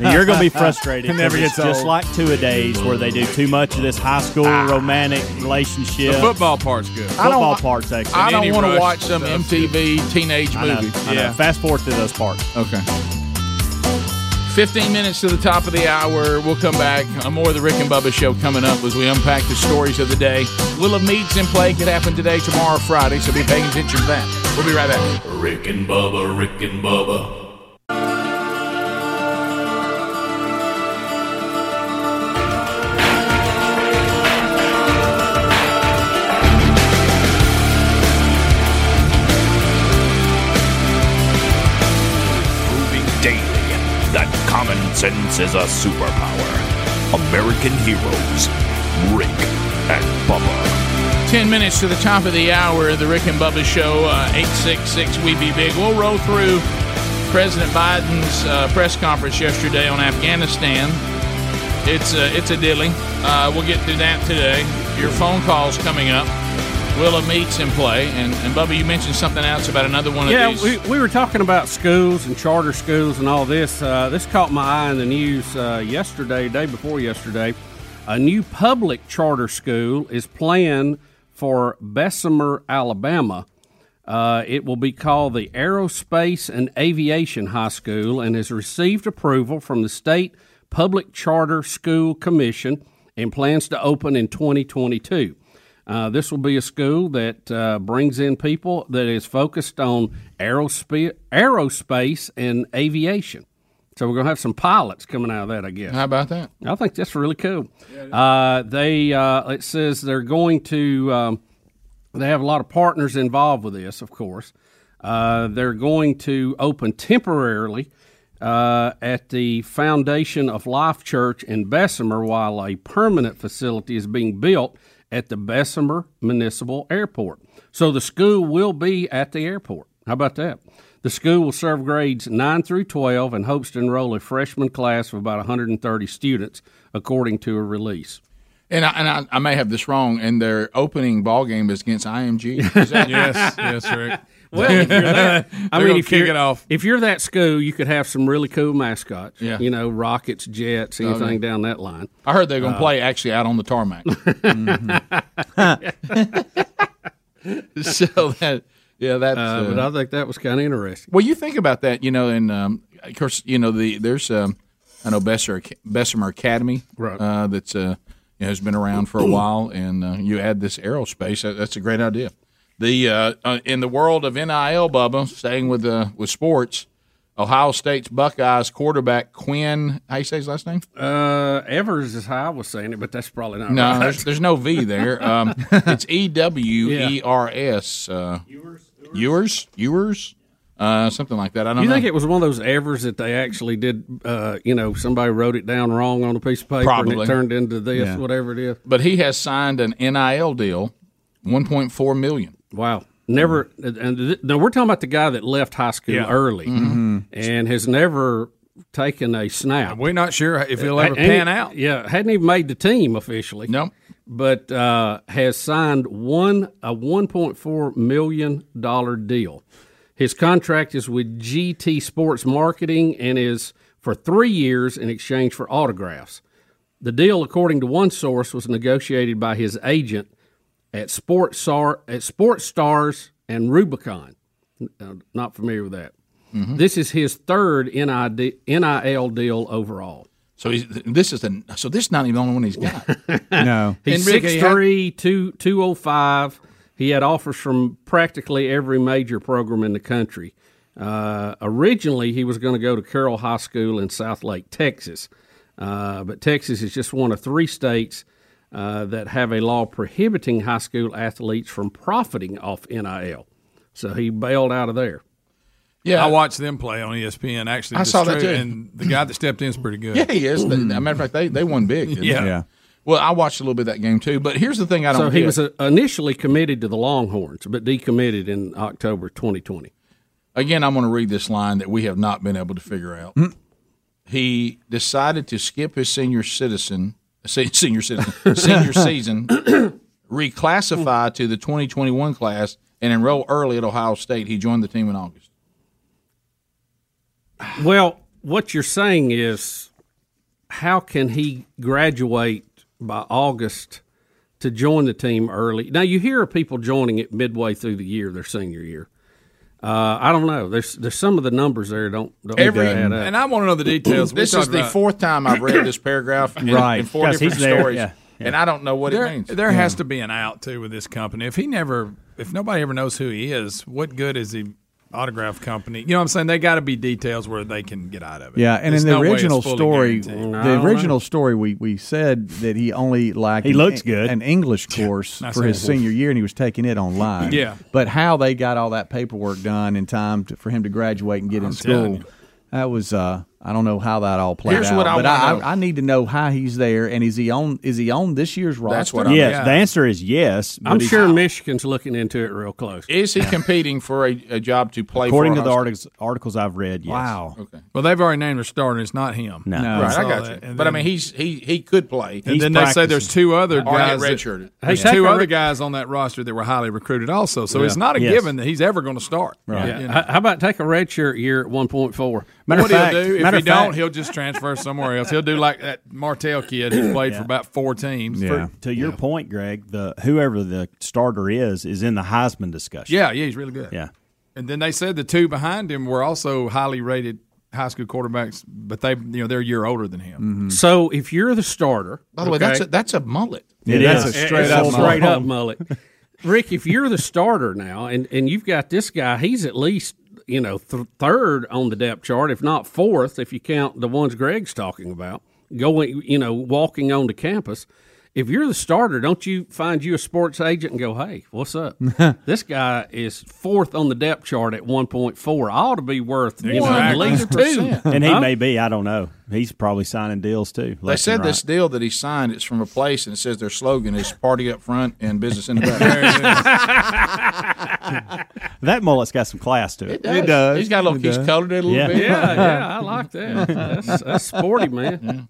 [SPEAKER 5] And you're going to be frustrated.
[SPEAKER 22] It never
[SPEAKER 5] 'cause it's
[SPEAKER 22] gets
[SPEAKER 5] just
[SPEAKER 22] old.
[SPEAKER 5] like two a days where they do too much of this high school romantic relationship.
[SPEAKER 6] The football part's good.
[SPEAKER 5] I don't- Football part's excellent.
[SPEAKER 15] I don't
[SPEAKER 5] Any
[SPEAKER 15] want to
[SPEAKER 5] rush
[SPEAKER 15] watch some
[SPEAKER 5] stuff's
[SPEAKER 15] MTV teenage
[SPEAKER 5] I know,
[SPEAKER 15] movie.
[SPEAKER 5] I know. Fast forward to those parts.
[SPEAKER 15] Okay. 15 minutes to the top of the hour. We'll come back. Uh, More of the Rick and Bubba show coming up as we unpack the stories of the day. Will of Meats in play could happen today, tomorrow, Friday, so be paying attention to that. We'll be right back.
[SPEAKER 8] Rick and Bubba, Rick and Bubba,
[SPEAKER 23] proving daily that common sense is a superpower. American heroes, Rick and Bubba.
[SPEAKER 15] 10 minutes to the top of the hour. The Rick and Bubba show, uh, 866 We Be Big. We'll roll through President Biden's uh, press conference yesterday on Afghanistan. It's a, it's a dilly. Uh, we'll get through that today. Your phone calls coming up. Willa Meats in play. And, and Bubba, you mentioned something else about another one
[SPEAKER 16] yeah,
[SPEAKER 15] of these.
[SPEAKER 16] we, we were talking about schools and charter schools and all this. Uh, this caught my eye in the news uh, yesterday, day before yesterday. A new public charter school is planned for Bessemer, Alabama. Uh, it will be called the Aerospace and Aviation High School and has received approval from the State Public Charter School Commission and plans to open in 2022. Uh, this will be a school that uh, brings in people that is focused on aerospace, aerospace and aviation. So we're going to have some pilots coming out of that, I guess.
[SPEAKER 15] How about that?
[SPEAKER 16] I think that's really cool. Uh, they uh, it says they're going to um, they have a lot of partners involved with this, of course. Uh, they're going to open temporarily uh, at the Foundation of Life Church in Bessemer while a permanent facility is being built at the Bessemer Municipal Airport. So the school will be at the airport. How about that? The school will serve grades 9 through 12 and hopes to enroll a freshman class of about 130 students, according to a release.
[SPEAKER 15] And I, and I, I may have this wrong. And their opening ball game is against IMG. Is that-
[SPEAKER 6] Yes, yes, Rick.
[SPEAKER 16] Well, if you're that, I
[SPEAKER 6] They're
[SPEAKER 16] mean,
[SPEAKER 6] gonna
[SPEAKER 16] if
[SPEAKER 6] kick
[SPEAKER 16] you're,
[SPEAKER 6] it off.
[SPEAKER 16] if you're that school, you could have some really cool mascots.
[SPEAKER 15] Yeah.
[SPEAKER 16] You know, rockets, jets,
[SPEAKER 15] Oh,
[SPEAKER 16] anything
[SPEAKER 15] yeah.
[SPEAKER 16] down that line.
[SPEAKER 15] I heard they're going to
[SPEAKER 16] Uh,
[SPEAKER 15] play actually out on the tarmac. so that yeah, that's.
[SPEAKER 16] Uh, but I think that was kind of interesting.
[SPEAKER 15] Well, you think about that, you know, and um, of course, you know, the there's um, I know Besser Bessemer Academy,
[SPEAKER 16] Right.
[SPEAKER 15] Uh, that's uh, you know, has been around for a while, and uh, you add this aerospace. That, that's a great idea. The uh, uh, in the world of NIL, Bubba, staying with uh, with sports, Ohio State's Buckeyes quarterback Quinn. How you say his last name?
[SPEAKER 16] Uh, Evers is how I was saying it, but that's probably not
[SPEAKER 15] No,
[SPEAKER 16] Oh, right.
[SPEAKER 15] there's, there's no V there. Um, it's E W E R S. uh, Ewers, Ewers, uh, something like that. I don't
[SPEAKER 16] you
[SPEAKER 15] know.
[SPEAKER 16] think it was one of those Evers that they actually did? Uh, you know, somebody wrote it down wrong on a piece of paper and
[SPEAKER 15] Probably.
[SPEAKER 16] it turned into this,
[SPEAKER 15] Yeah.
[SPEAKER 16] whatever it is.
[SPEAKER 15] but he has signed an NIL deal, one point four million.
[SPEAKER 16] Wow. Never. And th- now we're talking about the guy that left high school
[SPEAKER 15] Yeah.
[SPEAKER 16] early
[SPEAKER 15] Mhm.
[SPEAKER 16] and has never taken a snap.
[SPEAKER 6] We're not sure if he'll ever
[SPEAKER 16] Had- ain't-
[SPEAKER 6] pan out.
[SPEAKER 16] Uh, Yeah, hadn't even made the team officially.
[SPEAKER 15] No,
[SPEAKER 16] but uh, has signed one a one point four million dollar deal. His contract is with GT Sports Marketing and is for three years in exchange for autographs. The deal, according to one source, was negotiated by his agent at Sports Star, at Sports Stars and Rubicon. Uh, not familiar with that. This is his third NID, NIL deal overall.
[SPEAKER 15] So he's, this is the so this is not even the only one he's got. Oh.
[SPEAKER 16] no, he's
[SPEAKER 15] And Rick,
[SPEAKER 16] six
[SPEAKER 15] he had-
[SPEAKER 16] three, two two oh five. He had offers from practically every major program in the country. Uh, originally, he was going to go to Carroll High School in Southlake, Texas, uh, but Texas is just one of three states uh, that have a law prohibiting high school athletes from profiting off NIL. So he bailed out of there.
[SPEAKER 6] Yeah, I watched them play on E ESPN.
[SPEAKER 16] I
[SPEAKER 6] Actually, this
[SPEAKER 16] saw that,
[SPEAKER 6] tru-
[SPEAKER 16] too.
[SPEAKER 6] And the guy that stepped in is pretty good.
[SPEAKER 15] Yeah, he is. They- As a matter of fact, they they won big. didn't they?
[SPEAKER 6] Mm. Yeah. Yeah.
[SPEAKER 15] Well, I watched a little bit of that game too. But here's the thing: I don't.
[SPEAKER 16] so he
[SPEAKER 15] get.
[SPEAKER 16] was uh, initially committed to the Longhorns, but decommitted in October 2020.
[SPEAKER 15] Again, I'm going to read this line that we have not been able to figure out.
[SPEAKER 6] Mm.
[SPEAKER 15] He decided to skip his senior citizen, uh, se- senior citizen, senior season, reclassify to the 2021 class, and enroll early at Ohio State. He joined the team in August.
[SPEAKER 16] Well, what you're saying is, how can he graduate by August to join the team early? Now you hear of people joining it midway through the year, their senior year. Uh, I don't know. There's there's some of the numbers there don't don't
[SPEAKER 15] Every
[SPEAKER 16] add up.
[SPEAKER 6] and I want to know the details. We
[SPEAKER 15] This is
[SPEAKER 6] talked
[SPEAKER 15] the
[SPEAKER 6] about-
[SPEAKER 15] fourth time I've read this paragraph in,
[SPEAKER 6] Right.
[SPEAKER 15] in four
[SPEAKER 6] Because
[SPEAKER 15] different
[SPEAKER 6] he's there,
[SPEAKER 15] stories,
[SPEAKER 6] yeah,
[SPEAKER 15] and I don't know what
[SPEAKER 6] there,
[SPEAKER 15] it means.
[SPEAKER 6] There has to be an out too with this company. If he never, if nobody ever knows who he is, what good is the autograph company? You know what I'm saying? They got to be details where they can get out of it.
[SPEAKER 20] Yeah, and
[SPEAKER 6] There's
[SPEAKER 20] in the
[SPEAKER 6] no way it's
[SPEAKER 20] original
[SPEAKER 6] fully
[SPEAKER 20] story,
[SPEAKER 6] guaranteed.
[SPEAKER 20] the original story we, we said that he only liked
[SPEAKER 5] He
[SPEAKER 20] an-
[SPEAKER 5] looks good.
[SPEAKER 20] an English course
[SPEAKER 5] Nice
[SPEAKER 20] for his
[SPEAKER 5] little wolf.
[SPEAKER 20] senior year, and he was taking it online.
[SPEAKER 5] Yeah.
[SPEAKER 20] but how they got all that paperwork done in time to, for him to graduate and get in
[SPEAKER 5] telling
[SPEAKER 20] school, that was uh, I don't know how that all played
[SPEAKER 5] Here's
[SPEAKER 20] out.
[SPEAKER 5] what I
[SPEAKER 20] but
[SPEAKER 5] wanna
[SPEAKER 20] I,
[SPEAKER 5] know.
[SPEAKER 20] I, I need to know how he's there, and is he on is he on this year's roster?
[SPEAKER 5] Yes, the answer is yes.
[SPEAKER 16] I'm
[SPEAKER 5] but he's-
[SPEAKER 16] sure Michigan's looking into it real close.
[SPEAKER 15] Is he competing for a, a job to play?
[SPEAKER 5] According to
[SPEAKER 15] for
[SPEAKER 5] the
[SPEAKER 15] Ohio
[SPEAKER 5] articles, articles I've read, yes.
[SPEAKER 15] Wow. Okay.
[SPEAKER 6] Well, they've already named their starter. It's not him.
[SPEAKER 5] No. No.
[SPEAKER 15] Right, I
[SPEAKER 6] saw
[SPEAKER 15] got
[SPEAKER 6] that.
[SPEAKER 15] you.
[SPEAKER 6] And
[SPEAKER 15] But I
[SPEAKER 6] then-
[SPEAKER 15] mean, he's he he could play.
[SPEAKER 6] And then they say there's two other
[SPEAKER 15] Or
[SPEAKER 6] guys.
[SPEAKER 15] Red
[SPEAKER 6] that-
[SPEAKER 15] shirted.
[SPEAKER 6] There's
[SPEAKER 15] Yeah.
[SPEAKER 6] two other guys on that roster that were highly recruited also. So
[SPEAKER 16] Yeah.
[SPEAKER 6] it's not a
[SPEAKER 16] Yes.
[SPEAKER 6] given that he's ever going to start.
[SPEAKER 16] Yeah.
[SPEAKER 6] You know?
[SPEAKER 16] How- How about take a redshirt year at 1.4?
[SPEAKER 6] what he'll do, if he don't, he'll just transfer somewhere else. He'll do like that Martell kid who played for about four teams.
[SPEAKER 5] For- to your point, Greg, the whoever the starter is is in the Heisman discussion.
[SPEAKER 6] Yeah, yeah, he's really good.
[SPEAKER 5] Yeah.
[SPEAKER 6] And then they said the two behind him were also highly rated high school quarterbacks, but they you know they're a year older than him.
[SPEAKER 16] So if you're the starter,
[SPEAKER 15] By the way,
[SPEAKER 16] okay?
[SPEAKER 15] that's a, that's a mullet.
[SPEAKER 6] It
[SPEAKER 16] Yeah,
[SPEAKER 6] is
[SPEAKER 16] that's
[SPEAKER 6] a straight
[SPEAKER 16] it's
[SPEAKER 6] up
[SPEAKER 16] a
[SPEAKER 6] mullet.
[SPEAKER 16] straight up mullet. Rick, if you're the starter now, and and you've got this guy, he's at least you know th- third on the depth chart, if not fourth, if you count the ones Greg's talking about going, you know, walking onto campus. if you're the starter, don't you find you a sports agent and go, hey, what's up? this guy is fourth on the depth chart at 1.4. I ought to be worth you know, at least two.
[SPEAKER 5] and he
[SPEAKER 16] Huh?
[SPEAKER 5] may be. I don't know. He's probably signing deals too.
[SPEAKER 15] They
[SPEAKER 5] left
[SPEAKER 15] said
[SPEAKER 5] and right.
[SPEAKER 15] this deal that he signed. It's from a place, and it says their slogan is "Party up front and business in the back."
[SPEAKER 5] that mullet's got some class to it.
[SPEAKER 15] It does. It does. He's got a little- he's colored it a little
[SPEAKER 5] Yeah.
[SPEAKER 15] bit.
[SPEAKER 16] Yeah, yeah, I like that. That's, that's sporty, man.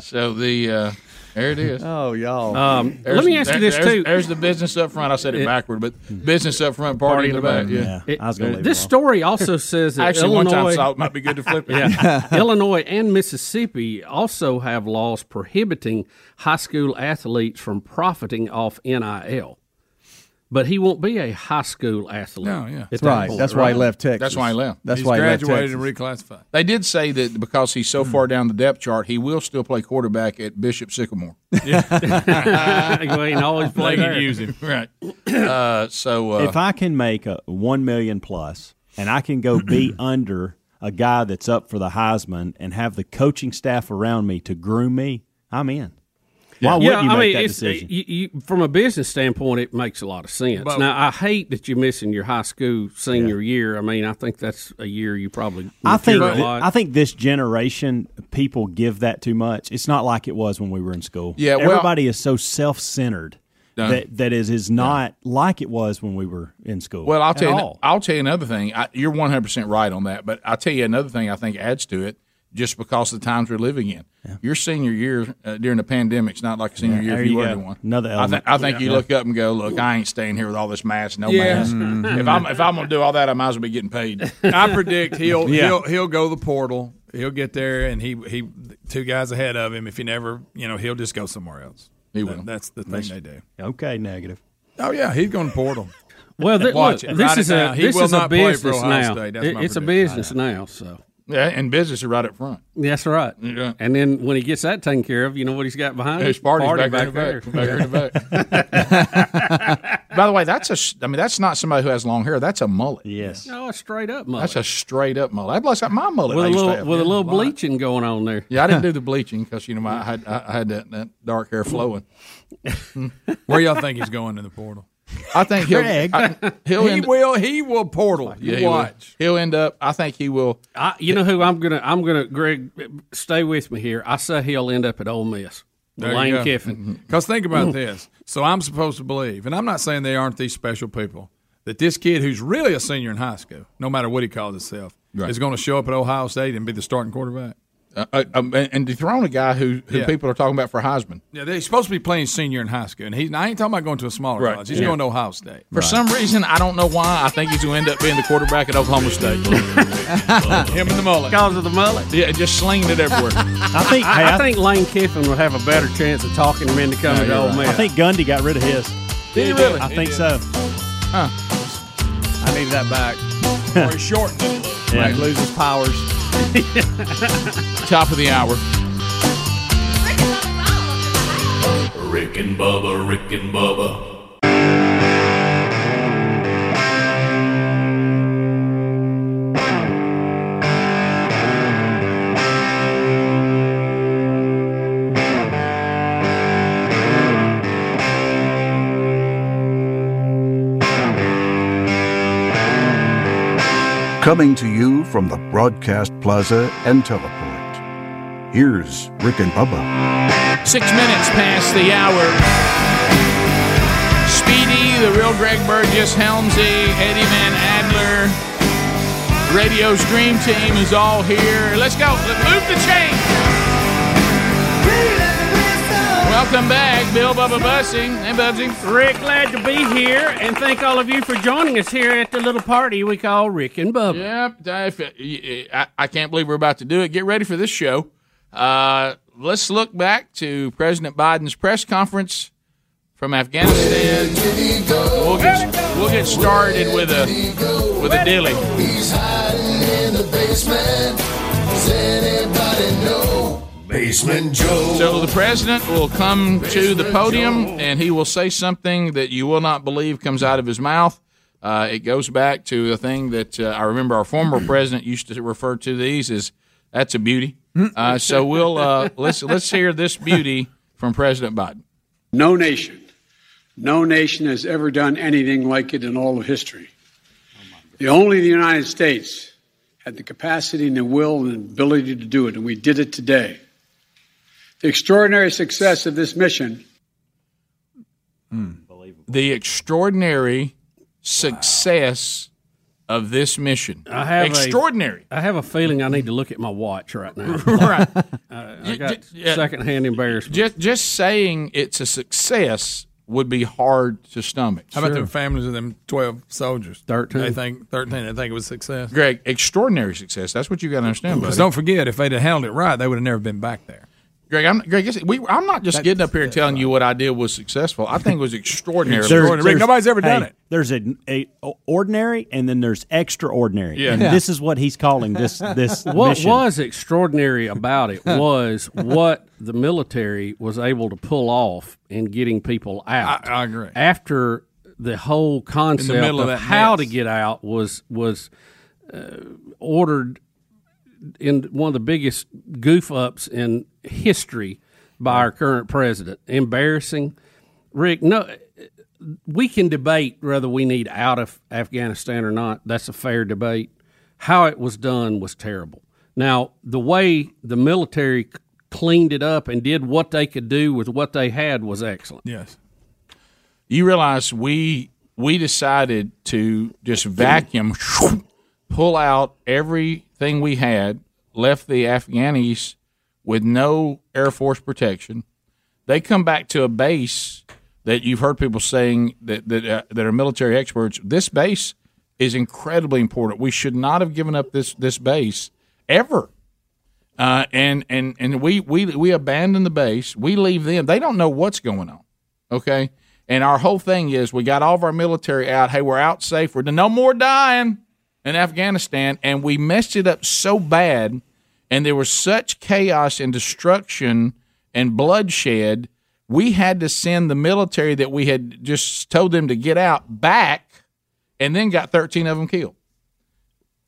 [SPEAKER 15] so the uh, there it is.
[SPEAKER 20] Oh, y'all.
[SPEAKER 16] Um, let me ask you this,
[SPEAKER 15] there's-
[SPEAKER 16] too.
[SPEAKER 15] There's the business up front. I said it,
[SPEAKER 16] It-
[SPEAKER 15] backward, but business up front, party, in the back. Yeah,
[SPEAKER 16] It- this story also says that
[SPEAKER 15] Actually,
[SPEAKER 16] Illinois,
[SPEAKER 15] one time saw it might be good to flip it.
[SPEAKER 16] Yeah. Illinois and Mississippi also have laws prohibiting high school athletes from profiting off NIL. But he won't be a high school athlete.
[SPEAKER 15] No, yeah.
[SPEAKER 16] at that
[SPEAKER 20] Right.
[SPEAKER 16] point,
[SPEAKER 20] That's why he
[SPEAKER 16] right?
[SPEAKER 20] left Texas.
[SPEAKER 15] That's why he left.
[SPEAKER 20] That's why he left Texas.
[SPEAKER 6] reclassified.
[SPEAKER 15] They did say that because he's
[SPEAKER 5] Hmm.
[SPEAKER 15] so far down the depth chart, he will still play quarterback at Bishop Sycamore.
[SPEAKER 16] Yeah. Well, he can always play
[SPEAKER 15] They can
[SPEAKER 16] there.
[SPEAKER 15] use him. Right. Uh, so uh,
[SPEAKER 5] if I can make a one million plus, and I can go be under a guy that's up for the Heisman, and have the coaching staff around me to groom me, I'm in. Why wouldn't you make that
[SPEAKER 16] it's-
[SPEAKER 5] decision?
[SPEAKER 16] You, you, from a business standpoint, it makes a lot of sense.
[SPEAKER 5] But-
[SPEAKER 16] now, I hate that you're missing your high school senior year. I mean, I think that's a year you probably.
[SPEAKER 5] I think
[SPEAKER 16] mature a
[SPEAKER 5] th-
[SPEAKER 16] lot.
[SPEAKER 5] I think this generation people give that too much. It's not like it was when we were in school.
[SPEAKER 16] Yeah, well-
[SPEAKER 5] everybody is so self centered
[SPEAKER 15] Done.
[SPEAKER 5] that that is is not like it was when we were in school.
[SPEAKER 15] Well, I'll tell
[SPEAKER 5] At
[SPEAKER 15] you.
[SPEAKER 5] all.
[SPEAKER 15] I'll tell you another thing. I, you're 100 percent right on that, but I'll tell you another thing. I think adds to it just because of the times we're living in. Your senior year uh, during the pandemic's not like senior
[SPEAKER 5] Yeah,
[SPEAKER 15] year
[SPEAKER 5] there
[SPEAKER 15] if you,
[SPEAKER 5] you
[SPEAKER 15] were
[SPEAKER 5] go.
[SPEAKER 15] in one.
[SPEAKER 5] Another
[SPEAKER 15] I,
[SPEAKER 5] element.
[SPEAKER 15] think I think you
[SPEAKER 5] Yeah.
[SPEAKER 15] look up and go, look, I ain't staying here with all this mask, no
[SPEAKER 6] Yeah.
[SPEAKER 15] mask.
[SPEAKER 6] Mhm.
[SPEAKER 15] If I'm if I'm gonna do all that, I might as well be getting paid.
[SPEAKER 6] I predict he'll
[SPEAKER 15] Yeah.
[SPEAKER 6] he'll he'll go the portal. He'll get there, and he he two guys ahead of him. If he never, you know, he'll just go somewhere else.
[SPEAKER 15] He
[SPEAKER 6] That-
[SPEAKER 15] will.
[SPEAKER 6] that's the thing
[SPEAKER 15] That's-
[SPEAKER 6] they do.
[SPEAKER 5] Okay, negative.
[SPEAKER 6] Oh yeah, he's going to portal.
[SPEAKER 16] Well, th-
[SPEAKER 6] Watch
[SPEAKER 16] look,
[SPEAKER 6] it.
[SPEAKER 16] this
[SPEAKER 6] Write it
[SPEAKER 16] is a
[SPEAKER 6] down. He
[SPEAKER 16] this
[SPEAKER 6] will
[SPEAKER 16] is a
[SPEAKER 6] not play for
[SPEAKER 16] business
[SPEAKER 6] Ohio
[SPEAKER 16] now.
[SPEAKER 6] State. That's
[SPEAKER 16] It-
[SPEAKER 6] my
[SPEAKER 16] it's a
[SPEAKER 6] prediction.
[SPEAKER 16] business now, so
[SPEAKER 15] Yeah, and business are right up front.
[SPEAKER 16] that's right.
[SPEAKER 15] Yeah.
[SPEAKER 16] And then when he gets that taken care of, you know what he's got behind
[SPEAKER 15] His
[SPEAKER 16] him?
[SPEAKER 15] party's
[SPEAKER 16] Party
[SPEAKER 15] back, there in the back. Back there in the back. By the way, that's a. s- I mean, that's not somebody who has long hair. That's a mullet.
[SPEAKER 5] Yes,
[SPEAKER 16] No, a straight up mullet.
[SPEAKER 15] that's a straight up mullet. That bloke's got my mullet.
[SPEAKER 16] with
[SPEAKER 15] I
[SPEAKER 16] a
[SPEAKER 15] used to
[SPEAKER 16] little
[SPEAKER 15] have.
[SPEAKER 16] with a
[SPEAKER 15] Yeah.
[SPEAKER 16] little bleaching going on there.
[SPEAKER 15] Yeah, I didn't do the bleaching because you know my, I had I had that, that dark
[SPEAKER 16] Mm.
[SPEAKER 15] hair flowing.
[SPEAKER 6] Where y'all think he's going in the portal?
[SPEAKER 15] I think he'll I, he'll
[SPEAKER 6] he
[SPEAKER 15] end,
[SPEAKER 6] will he will portal.
[SPEAKER 15] yeah,
[SPEAKER 6] You
[SPEAKER 15] he will.
[SPEAKER 6] watch.
[SPEAKER 15] He'll end up. I think he will.
[SPEAKER 16] I, you know who I'm gonna I'm gonna Greg stay with me here. I say he'll end up at Ole Miss.
[SPEAKER 6] There you
[SPEAKER 16] Lane
[SPEAKER 6] go.
[SPEAKER 15] Mm-hmm.
[SPEAKER 16] Kiffin.
[SPEAKER 6] Because think about this. So I'm supposed to believe, and I'm not saying they aren't these special people, that this kid who's really a senior in high school, no matter what he calls himself,
[SPEAKER 15] Right.
[SPEAKER 6] is going to show up at Ohio State and be the starting quarterback.
[SPEAKER 15] Uh, uh, um, and, and dethrone a guy who, who
[SPEAKER 6] Yeah.
[SPEAKER 15] people are talking about for Heisman.
[SPEAKER 6] Yeah, they're supposed to be playing senior in high school, and he. and I ain't talking about going to a smaller
[SPEAKER 15] Right.
[SPEAKER 6] college. He's
[SPEAKER 15] Yeah.
[SPEAKER 6] going to Ohio State.
[SPEAKER 15] For some reason, I don't know why. I think he's going to end up being the quarterback at Oklahoma State. Him and the mullet.
[SPEAKER 16] Because of the mullet.
[SPEAKER 15] Yeah, just slinging it everywhere.
[SPEAKER 5] I think- hey,
[SPEAKER 16] I,
[SPEAKER 5] I-
[SPEAKER 16] think Lane Kiffin would have a better chance of talking him into coming to Ole Miss.
[SPEAKER 5] I think Gundy got rid of his.
[SPEAKER 15] Did he really?
[SPEAKER 5] I
[SPEAKER 15] He
[SPEAKER 5] think
[SPEAKER 15] did.
[SPEAKER 5] so.
[SPEAKER 15] Huh.
[SPEAKER 20] I need that back.
[SPEAKER 15] Or he's short.
[SPEAKER 20] Right, loses powers.
[SPEAKER 15] Top of the hour.
[SPEAKER 8] Rick and Bubba, Rick and Bubba,
[SPEAKER 24] Coming to you from the Broadcast Plaza and Teleport. Here's Rick and Bubba.
[SPEAKER 15] Six minutes past the hour. Speedy, the real Greg Burgess, Helmsy, Eddie Van Adler, Radio's Dream Team is all here. Let's go. Let's move the chain. Welcome back, Bill Bubba Bussing. Hey, Bubsy.
[SPEAKER 16] Rick, glad to be here, and thank all of you for joining us here at the little party we call Rick and Bubba.
[SPEAKER 15] Yep. if- uh, I, I can't believe we're about to do it. Get ready for this show. Uh, let's look back to President Biden's press conference from Afghanistan. We'll get, we'll get started with a with a dilly.
[SPEAKER 11] Basement Joe.
[SPEAKER 15] So the president will come to the podium and he will say something that you will not believe comes out of his mouth. Uh, it goes back to a thing that uh, I remember our former president used to refer to these as "that's a beauty." Uh, so we'll uh, let's let's hear this beauty from President Biden.
[SPEAKER 25] No nation, no nation has ever done anything like it in all of history. The only the United States had the capacity and the will and ability to do it, and we did it today. The extraordinary success of this mission
[SPEAKER 15] The extraordinary success of this mission.
[SPEAKER 16] I have a-
[SPEAKER 15] extraordinary.
[SPEAKER 16] I have a feeling I need to look at my watch right now.
[SPEAKER 15] Right.
[SPEAKER 16] Uh, I got secondhand embarrassment.
[SPEAKER 15] Just just saying it's a success would be hard to stomach.
[SPEAKER 6] How about the families of them twelve soldiers?
[SPEAKER 16] Thirteen.
[SPEAKER 6] They think thirteen. They think it was success.
[SPEAKER 15] Greg, extraordinary success. That's what you got to understand.
[SPEAKER 6] Because
[SPEAKER 15] Buddy.
[SPEAKER 6] don't forget, if they'd have handled it right, they would have never been back there.
[SPEAKER 15] Greg, I'm Greg. it's- We, I'm not just getting up here and telling you what I did was successful. I think it was extraordinary.
[SPEAKER 5] There's-
[SPEAKER 15] Extraordinary.
[SPEAKER 5] there's- hey, There's an a, ordinary and then there's extraordinary.
[SPEAKER 16] Yeah.
[SPEAKER 5] And
[SPEAKER 16] Yeah.
[SPEAKER 5] this is what he's calling this this
[SPEAKER 16] what
[SPEAKER 5] mission.
[SPEAKER 16] was extraordinary about it was what the military was able to pull off in getting people out.
[SPEAKER 6] I agree.
[SPEAKER 16] After the whole concept
[SPEAKER 6] middle of
[SPEAKER 16] of,
[SPEAKER 6] that
[SPEAKER 16] how to get out was was uh, ordered in one of the biggest goof ups in history by our current president. Embarrassing, Rick. No, we can debate whether we need out of Afghanistan or not. That's a fair debate. How it was done was terrible. Now, the way the military c- cleaned it up and did what they could do with what they had was excellent.
[SPEAKER 6] Yes.
[SPEAKER 15] You realize we we decided to just vacuum, pull out everything we had, left the Afghanis with no Air Force protection. They come back to a base that you've heard people saying that that uh, that are military experts. This base is incredibly important. We should not have given up this this base ever. Uh, and and and we we we abandon the base. We leave them. They don't know what's going on. Okay. And our whole thing is we got all of our military out. Hey, we're out safe. We're no more dying in Afghanistan. And we messed it up so bad. And there was such chaos and destruction and bloodshed. We had to send the military that we had just told them to get out back and then got 13 of them killed.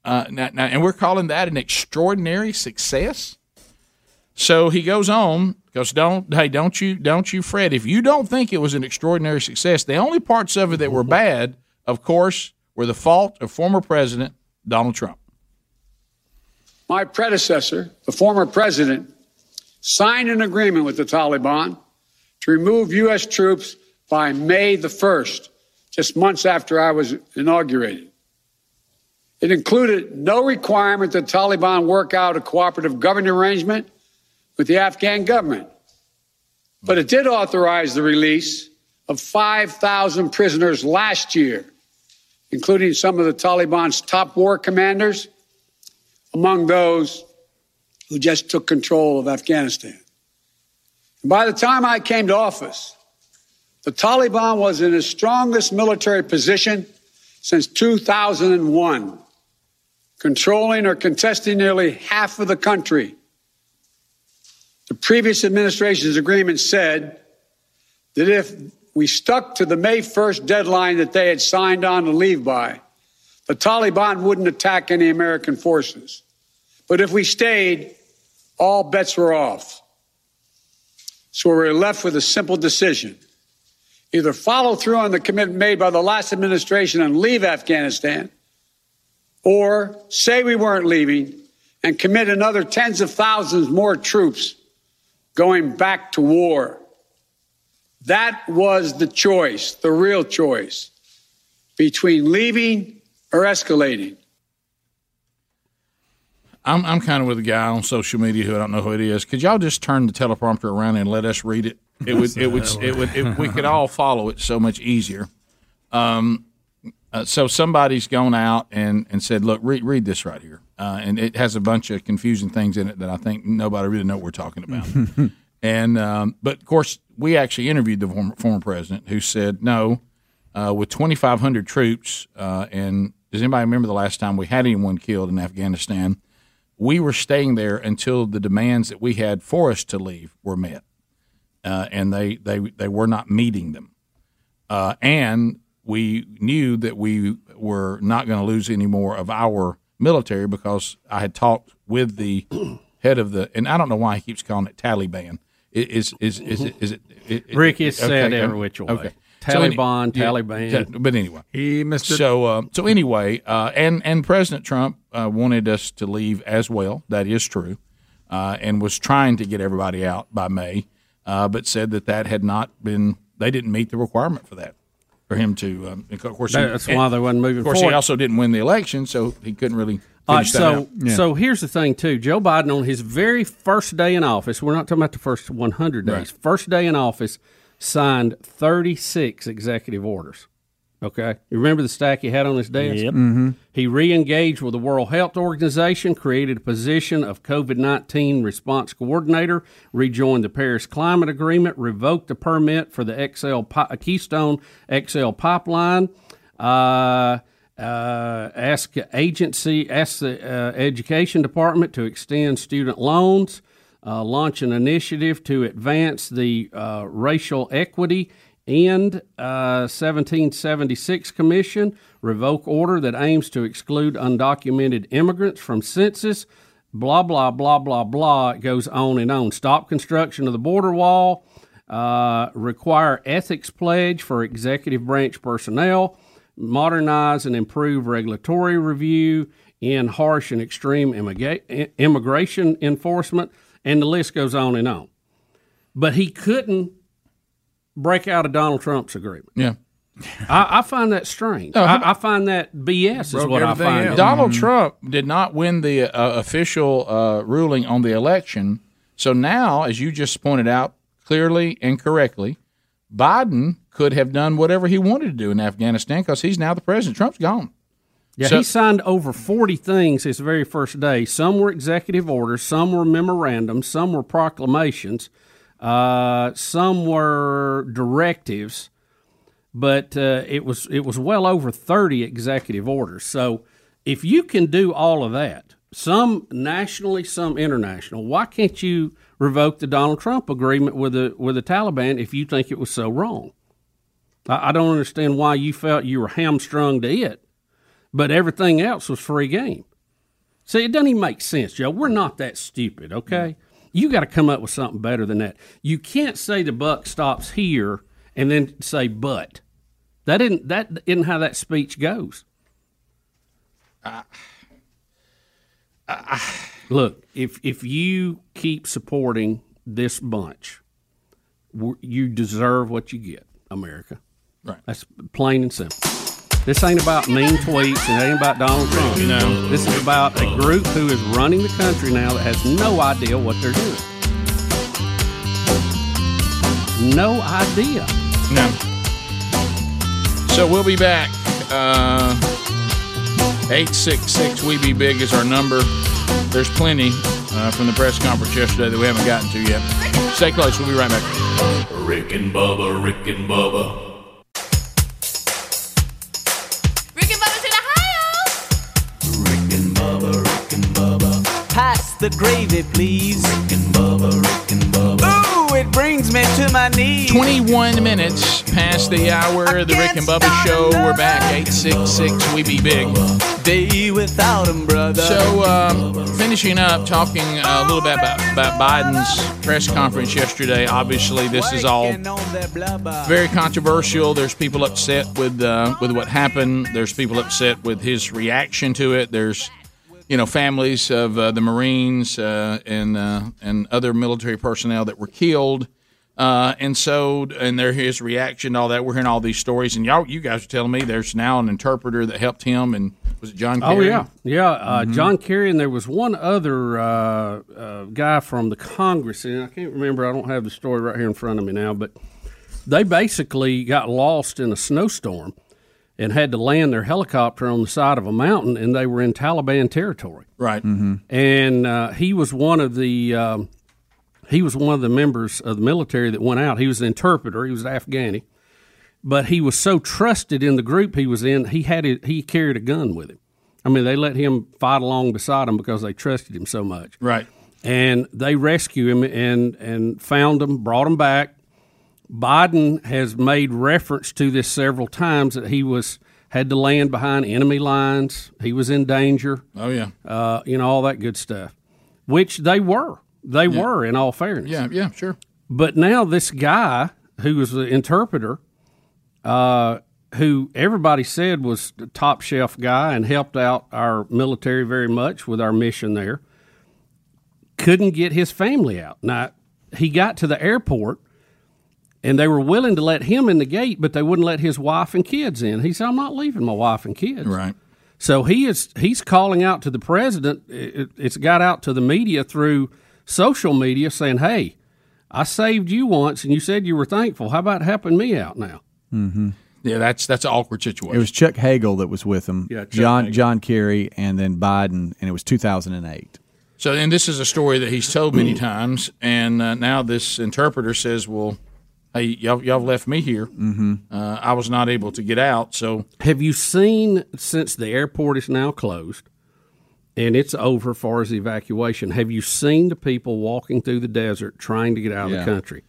[SPEAKER 15] Uh, now, now, and we're calling that an extraordinary success. So he goes on because don't hey don't you don't you fret if you don't think it was an extraordinary success. The only parts of it that were bad, of course, were the fault of former President Donald Trump.
[SPEAKER 25] My predecessor, the former president, signed an agreement with the Taliban to remove U.S. troops by May the 1st, just months after I was inaugurated. It included no requirement that Taliban work out a cooperative government arrangement with the Afghan government. But it did authorize the release of 5,000 prisoners last year, including some of the Taliban's top war commanders among those who just took control of Afghanistan. And by the time I came to office, the Taliban was in its strongest military position since 2001, controlling or contesting nearly half of the country. The previous administration's agreement said that if we stuck to the May 1st deadline that they had signed on to leave by, the Taliban wouldn't attack any American forces. But if we stayed, all bets were off. So we were left with a simple decision either follow through on the commitment made by the last administration and leave Afghanistan, or say we weren't leaving and commit another tens of thousands more troops going back to war. That was the choice, the real choice between leaving or escalating.
[SPEAKER 15] I'm I'm kind of with a guy on social media who I don't know who it is. Could y'all just turn the teleprompter around and let us read it? It would it would it would it, we could all follow it so much easier. Um, uh, so somebody's gone out and and said, look, read read this right here, uh, and it has a bunch of confusing things in it that I think nobody really know what we're talking about. And um, but of course, we actually interviewed the former, former president, who said no. Uh, with 2,500 troops, uh, and does anybody remember the last time we had anyone killed in Afghanistan? We were staying there until the demands that we had for us to leave were met, uh, and they they they were not meeting them. Uh, and we knew that we were not going to lose any more of our military because I had talked with the head of the, and I don't know why he keeps calling it Taliban. I- Is is is it, is it, it, it
[SPEAKER 16] Rick, it's said
[SPEAKER 15] okay,
[SPEAKER 16] every
[SPEAKER 15] okay.
[SPEAKER 16] which way.
[SPEAKER 15] Okay.
[SPEAKER 16] Taliban,
[SPEAKER 15] yeah,
[SPEAKER 16] Taliban.
[SPEAKER 15] yeah, but anyway,
[SPEAKER 6] he missed
[SPEAKER 16] it.
[SPEAKER 15] So uh, so anyway, uh, and and President Trump uh, wanted us to leave as well. That is true, uh, and was trying to get everybody out by May, uh, but said that that had not been. They didn't meet the requirement for that for him to. Um, and of course, he-
[SPEAKER 16] That's why they wasn't moving
[SPEAKER 15] Of course,
[SPEAKER 16] forward.
[SPEAKER 15] he also didn't win the election, so he couldn't really.
[SPEAKER 16] All right,
[SPEAKER 15] finish that out.
[SPEAKER 16] so so here's the thing too. Joe Biden on his very first day in office, we're not talking about the first 100 days. First day in office, signed 36 executive orders. Okay, you remember the stack he had on his desk? Mm-hmm.
[SPEAKER 5] Yep.
[SPEAKER 15] Mm-hmm.
[SPEAKER 5] Mhm.
[SPEAKER 16] He re-engaged with the World Health Organization, created a position of COVID nineteen response coordinator, rejoined the Paris Climate Agreement, revoked the permit for the XL pi- Keystone XL pipeline. Uh, uh, ask agency, ask the uh, education department to extend student loans. Uh, launch an initiative to advance the uh, racial equity and uh, 1776 commission revoke order that aims to exclude undocumented immigrants from census blah blah blah blah blah it goes on and on stop construction of the border wall uh, require ethics pledge for executive branch personnel modernize and improve regulatory review in harsh and extreme immiga- immigration enforcement and the list goes on and on but he couldn't break out of donald trump's agreement
[SPEAKER 15] yeah.
[SPEAKER 16] I, I find that strange.
[SPEAKER 15] No,
[SPEAKER 16] I, I find that BS is
[SPEAKER 15] Broke
[SPEAKER 16] what I
[SPEAKER 15] everything Mm-hmm.
[SPEAKER 16] find.
[SPEAKER 15] else. Oh, Donald Trump did not win the uh, official uh, ruling on the election. So now, as you just pointed out clearly and correctly, Biden could have done whatever he wanted to do in Afghanistan because he's now the president. Trump's gone.
[SPEAKER 16] Yeah,
[SPEAKER 15] So-
[SPEAKER 16] he signed over 40 things his very first day. Some were executive orders, some were memorandums, some were proclamations, uh, some were directives, but uh, it was it was well over 30 executive orders. So if you can do all of that, some nationally, some international, why can't you revoke the Donald Trump agreement with the with the Taliban if you think it was so wrong? I, I don't understand why you felt you were hamstrung to it, but everything else was free game. See, it doesn't even make sense, Joe. We're not that stupid, okay? You got to come up with something better than that. You can't say the buck stops here and then say but. That didn't that isn't how that speech goes. Look, if if you keep supporting this bunch, w- you deserve what you get, America.
[SPEAKER 15] Right.
[SPEAKER 16] That's plain and simple. This ain't about mean tweets. It ain't about Donald Trump. You know, this is about a group who is running the country now that has no idea what they're doing. No idea.
[SPEAKER 15] No. So we'll be back. Uh, 866 We Be Big is our number. There's plenty uh, from the press conference yesterday that we haven't gotten to yet. Stay close. We'll be right back.
[SPEAKER 8] Rick and Bubba, Rick and Bubba,
[SPEAKER 9] Rick and Bubba's in Ohio.
[SPEAKER 13] Pass the gravy, please. Rick and Bubba, Rick and Bubba. Ooh, it brings me to my knees.
[SPEAKER 15] 21 minutes past the hour. The Rick and Bubba Show. We're back. 866 We Be Big. Day without him, brother. So, um, finishing up, talking a little bit about, about Biden's press conference yesterday. Obviously, this is all very controversial. There's people upset with uh, with what happened. There's people upset with his reaction to it. There's you know families of uh, the Marines uh, and uh, and other military personnel that were killed. Uh, and so, and there his reaction, to all that. We're hearing all these stories, and y'all, you guys are telling me there's now an interpreter that helped him, and was it John?
[SPEAKER 16] Oh
[SPEAKER 15] Kerry?
[SPEAKER 16] yeah, yeah. Uh,
[SPEAKER 15] Mhm.
[SPEAKER 16] John Kerry, and there was one other uh, uh, guy from the Congress, and I can't remember. I don't have the story right here in front of me now, but they basically got lost in a snowstorm and had to land their helicopter on the side of a mountain, and they were in Taliban territory.
[SPEAKER 15] Right.
[SPEAKER 16] And uh, he was one of the um, he was one of the members of the military that went out. He was an interpreter. He was an Afghani, but he was so trusted in the group he was in. He had it, he carried a gun with him. I mean, they let him fight along beside him because they trusted him so much.
[SPEAKER 15] Right.
[SPEAKER 16] And they rescued him and and found him, brought him back. Biden has made reference to this several times that he was had to land behind enemy lines. He was in danger.
[SPEAKER 15] Oh yeah,
[SPEAKER 16] uh, you know all that good stuff, which they were. They were in all fairness.
[SPEAKER 15] Yeah, yeah, sure.
[SPEAKER 16] But now this guy who was the interpreter, uh, who everybody said was the top shelf guy and helped out our military very much with our mission there, couldn't get his family out. Now he got to the airport and they were willing to let him in the gate, but they wouldn't let his wife and kids in. He said, "I'm not leaving my wife and kids."
[SPEAKER 6] Right.
[SPEAKER 16] So he is he's calling out to the president. It, it's got out to the media through social media saying, "Hey, I saved you once, and you said you were thankful. How about helping me out now?"
[SPEAKER 20] Mm-hmm.
[SPEAKER 15] Yeah, that's that's an awkward situation.
[SPEAKER 20] It was Chuck Hagel that was with him.
[SPEAKER 15] Yeah, Chuck
[SPEAKER 20] John
[SPEAKER 15] Hagel.
[SPEAKER 20] John Kerry, and then Biden, and it was 2008.
[SPEAKER 15] So, and this is a story that he's told many times, and uh, now this interpreter says, "Well, hey, y'all, y'all left me here.
[SPEAKER 16] Mm-hmm.
[SPEAKER 15] Uh, I was not able to get out." So,
[SPEAKER 16] Have you seen since the airport is now closed and it's over as far as evacuation? Have you seen the people walking through the desert trying to get out of
[SPEAKER 15] Yeah.
[SPEAKER 16] the country?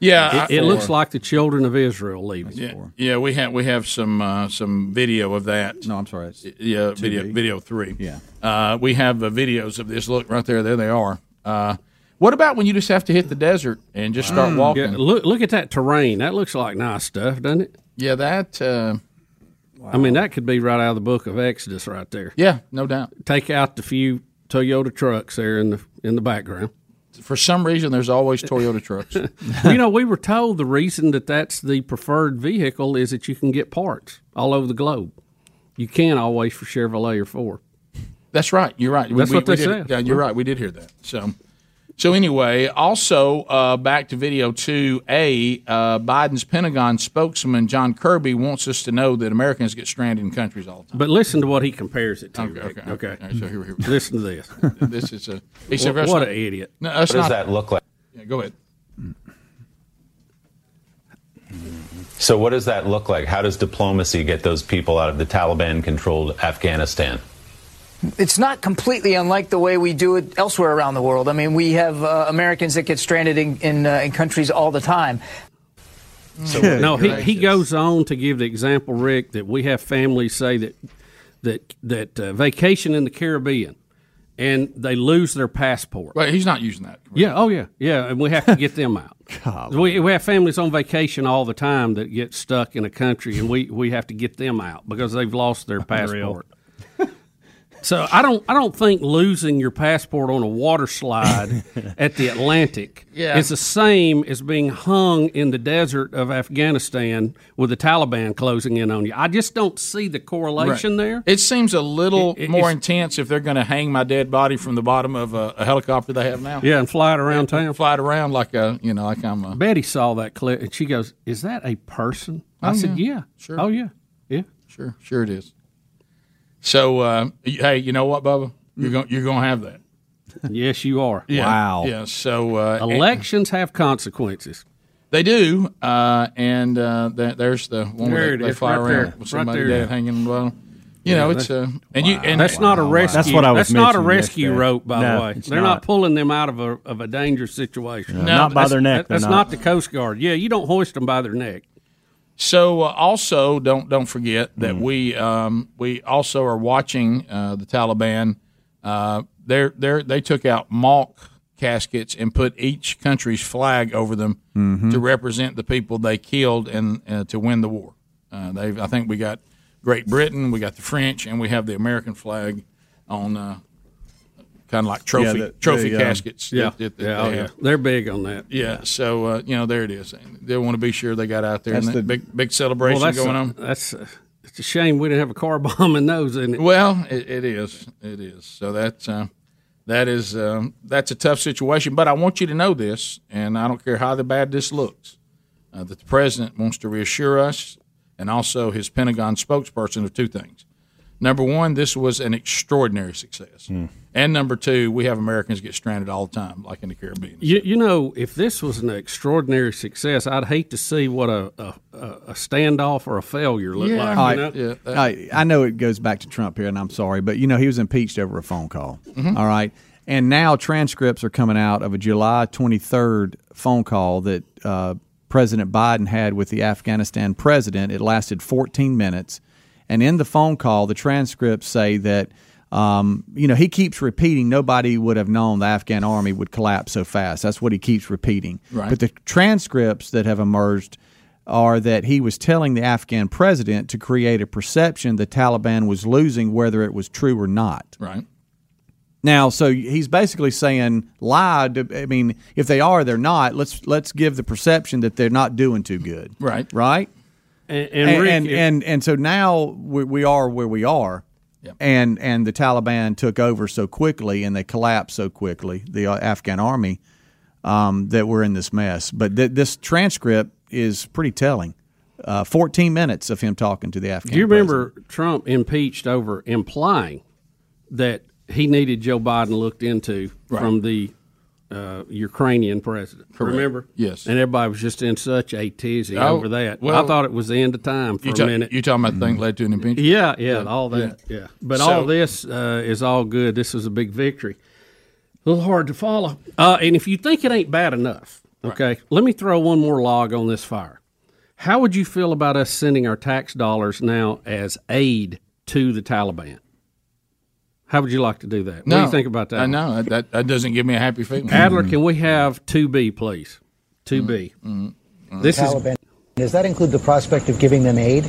[SPEAKER 15] Yeah,
[SPEAKER 16] it,
[SPEAKER 15] I-
[SPEAKER 16] it looks
[SPEAKER 15] for-
[SPEAKER 16] like the children of Israel leaving.
[SPEAKER 15] yeah, yeah, we have we have some uh, some video of that. No, I'm sorry. yeah, video
[SPEAKER 16] TV.
[SPEAKER 15] video three. Yeah, uh, we have uh, videos of this. Look right there. There they are. Uh, what about when you just have to hit the desert and just start walking?
[SPEAKER 16] Yeah, look, look at that terrain. That looks like nice stuff, doesn't it?
[SPEAKER 15] Yeah, that. Uh,
[SPEAKER 16] I mean, that could be right out of the Book of Exodus, right there.
[SPEAKER 15] Yeah, no doubt.
[SPEAKER 16] Take out the few Toyota trucks there in the in the background.
[SPEAKER 15] For some reason, there's always Toyota trucks.
[SPEAKER 16] you know, we were told the reason that that's the preferred vehicle is that you can get parts all over the globe. You can't always for Chevrolet or Ford.
[SPEAKER 15] That's right. You're right. We-
[SPEAKER 16] That's
[SPEAKER 15] we-
[SPEAKER 16] what
[SPEAKER 15] we
[SPEAKER 16] they
[SPEAKER 15] did-
[SPEAKER 16] said.
[SPEAKER 15] Yeah, you're right. We did hear that. So, so anyway, also uh, back to video two A. Uh, Biden's Pentagon spokesman John Kirby wants us to know that Americans get stranded in countries all the time.
[SPEAKER 16] But listen to what he compares it to.
[SPEAKER 15] Okay,
[SPEAKER 16] Rick.
[SPEAKER 15] okay, okay. All right, so here we- here we-
[SPEAKER 16] listen to this.
[SPEAKER 15] This is a he said,
[SPEAKER 16] what,
[SPEAKER 15] "That's
[SPEAKER 16] what
[SPEAKER 15] not-
[SPEAKER 16] an idiot.
[SPEAKER 15] No, that's not- Yeah, go ahead.
[SPEAKER 7] So, what does that look like? How does diplomacy get those people out of the Taliban controlled Afghanistan?
[SPEAKER 12] It's not completely unlike the way we do it elsewhere around the world. I mean, we have uh, Americans that get stranded in in, uh, in countries all the time.
[SPEAKER 16] no, he, he goes on to give the example, Rick, that we have families say that that that uh, vacation in the Caribbean and they lose their passport.
[SPEAKER 15] Well, he's not using that.
[SPEAKER 16] Yeah. Oh, yeah. Yeah, and we have to get them out. We, we have families on vacation all the time that get stuck in a country, and we, we have to get them out because they've lost their passport. so I don't I don't think losing your passport on a water slide at the Atlantic
[SPEAKER 15] Yeah.
[SPEAKER 16] is the same as being hung in the desert of Afghanistan with the Taliban closing in on you. I just don't see the correlation
[SPEAKER 15] Right.
[SPEAKER 16] there.
[SPEAKER 15] It seems a little
[SPEAKER 16] It- it-
[SPEAKER 15] more
[SPEAKER 16] it's-
[SPEAKER 15] intense if they're going to hang my dead body from the bottom of a, a helicopter they have now.
[SPEAKER 16] Yeah, and fly it around
[SPEAKER 15] Yeah,
[SPEAKER 16] town.
[SPEAKER 15] Fly it around like a you know like I'm a.
[SPEAKER 16] Betty saw that clip and she goes, "Is that a person?" I
[SPEAKER 15] Oh,
[SPEAKER 16] said,
[SPEAKER 15] yeah.
[SPEAKER 16] "Yeah,
[SPEAKER 15] Sure.
[SPEAKER 16] Oh yeah, yeah,
[SPEAKER 15] sure, sure it is." So uh, y- hey, you know what, Bubba? You're going you're going to have that.
[SPEAKER 16] yes, you are.
[SPEAKER 15] Yeah,
[SPEAKER 16] Wow.
[SPEAKER 15] Yeah. So uh,
[SPEAKER 16] Elections have consequences.
[SPEAKER 15] They do, uh, and uh, that, there's the one
[SPEAKER 16] There
[SPEAKER 15] where
[SPEAKER 16] it
[SPEAKER 15] they, they
[SPEAKER 16] is,
[SPEAKER 15] fly
[SPEAKER 16] right
[SPEAKER 15] around
[SPEAKER 16] there,
[SPEAKER 15] with somebody
[SPEAKER 16] right there.
[SPEAKER 15] dead hanging in the bottom. You
[SPEAKER 16] Yeah,
[SPEAKER 15] know, it's uh,
[SPEAKER 16] that-
[SPEAKER 15] and you and
[SPEAKER 16] that's not a rescue.
[SPEAKER 5] That's what I was
[SPEAKER 16] That's not a
[SPEAKER 5] mentioning
[SPEAKER 16] rescue
[SPEAKER 5] yesterday.
[SPEAKER 16] rope, by
[SPEAKER 5] No,
[SPEAKER 16] the way.
[SPEAKER 5] it's
[SPEAKER 16] They're not.
[SPEAKER 5] not.
[SPEAKER 16] pulling them out of a of a dangerous situation.
[SPEAKER 5] No, No, not by
[SPEAKER 16] that's-
[SPEAKER 5] their neck,
[SPEAKER 16] That's
[SPEAKER 5] they're
[SPEAKER 16] not.
[SPEAKER 5] not.
[SPEAKER 16] the Coast Guard. Yeah, you don't hoist them by their neck.
[SPEAKER 15] So uh, also don't don't forget
[SPEAKER 16] Mm.
[SPEAKER 15] that we um, we also are watching uh, the Taliban. Uh, they they they took out mock caskets and put each country's flag over them
[SPEAKER 16] Mm-hmm.
[SPEAKER 26] Mhm.
[SPEAKER 15] to represent the people they killed and uh, to win the war. Uh, they I think we got Great Britain, we got the French, and we have the American flag on uh, kind of like trophy
[SPEAKER 16] Yeah, the-
[SPEAKER 15] trophy
[SPEAKER 16] the, um,
[SPEAKER 15] caskets.
[SPEAKER 16] yeah,
[SPEAKER 15] that- that
[SPEAKER 16] yeah,
[SPEAKER 15] they
[SPEAKER 16] oh, yeah.
[SPEAKER 15] have.
[SPEAKER 16] They're big on that.
[SPEAKER 15] Yeah, so uh, you know there it is. They want to be sure they got out there.
[SPEAKER 16] That's
[SPEAKER 15] and that
[SPEAKER 16] the-
[SPEAKER 15] big big celebration
[SPEAKER 16] Well, that's
[SPEAKER 15] going
[SPEAKER 16] a-
[SPEAKER 15] on.
[SPEAKER 16] That's a, it's a shame we didn't have a car bomb in those. In it.
[SPEAKER 15] Well, it, it is. It is. So that's uh, that is um, that's a tough situation. But I want you to know this, and I don't care how the bad this looks, uh, that the president wants to reassure us, and also his Pentagon spokesperson of two things. Number one, this was an extraordinary success,
[SPEAKER 16] Hmm.
[SPEAKER 15] and number two, we have Americans get stranded all the time, like in the Caribbean.
[SPEAKER 16] You, you know, if this was an extraordinary success, I'd hate to see what a, a, a a standoff or a failure looked like.
[SPEAKER 20] All
[SPEAKER 16] you
[SPEAKER 20] right.
[SPEAKER 16] know?
[SPEAKER 20] All right. I know it goes back to Trump here, and I'm sorry, but you know he was impeached over a phone call.
[SPEAKER 16] Mhm.
[SPEAKER 20] All right, and now transcripts are coming out of a July 23rd phone call that uh, President Biden had with the Afghanistan president. It lasted 14 minutes, and in the phone call, the transcripts say that.
[SPEAKER 4] Um, you know, he keeps repeating nobody would have known the Afghan army would collapse so fast. That's what he keeps repeating.
[SPEAKER 27] Right.
[SPEAKER 4] But the transcripts that have emerged are that he was telling the Afghan president to create a perception the Taliban was losing, whether it was true or not.
[SPEAKER 6] Right.
[SPEAKER 4] Now, so he's basically saying lied. I mean, if they are, they're not. Let's let's give the perception that they're not doing too good.
[SPEAKER 6] Right.
[SPEAKER 4] Right.
[SPEAKER 16] And
[SPEAKER 4] And
[SPEAKER 16] and,
[SPEAKER 4] and,
[SPEAKER 16] Rick,
[SPEAKER 4] and,
[SPEAKER 16] if-
[SPEAKER 4] and, so now we, we are where we are. And and the Taliban took over so quickly, and they collapsed so quickly. The uh, Afghan army um, that we're in this mess. But th- this transcript is pretty telling. Uh, Fourteen minutes of him talking to the Afghan.
[SPEAKER 16] Do you remember Trump impeached over implying that he needed Joe Biden looked into
[SPEAKER 6] Right.
[SPEAKER 16] from the uh, Ukrainian president?
[SPEAKER 6] Correct.
[SPEAKER 16] Remember?
[SPEAKER 6] Yes.
[SPEAKER 16] And everybody was just in such a tizzy
[SPEAKER 6] Oh,
[SPEAKER 16] over that.
[SPEAKER 6] well-
[SPEAKER 16] I thought it was the end of time for
[SPEAKER 6] You ta-
[SPEAKER 16] a minute.
[SPEAKER 6] you talking about the thing that led to an impeachment?
[SPEAKER 16] Yeah, yeah,
[SPEAKER 6] Yeah.
[SPEAKER 16] all that.
[SPEAKER 6] Yeah.
[SPEAKER 16] Yeah. But
[SPEAKER 6] So-
[SPEAKER 16] all this uh, is all good. This is a big victory. A little hard to follow. Uh, and if you think it ain't bad enough, okay, let me throw one more log on this fire. How would you feel about us sending our tax dollars now as aid to the Taliban? How would you like to do that? What do
[SPEAKER 6] No.
[SPEAKER 16] you think about that?
[SPEAKER 6] I know that that doesn't give me a happy feeling.
[SPEAKER 16] Adler, can we have 2B, please? 2B. This is
[SPEAKER 11] Taliban. Does that include the prospect of giving them aid?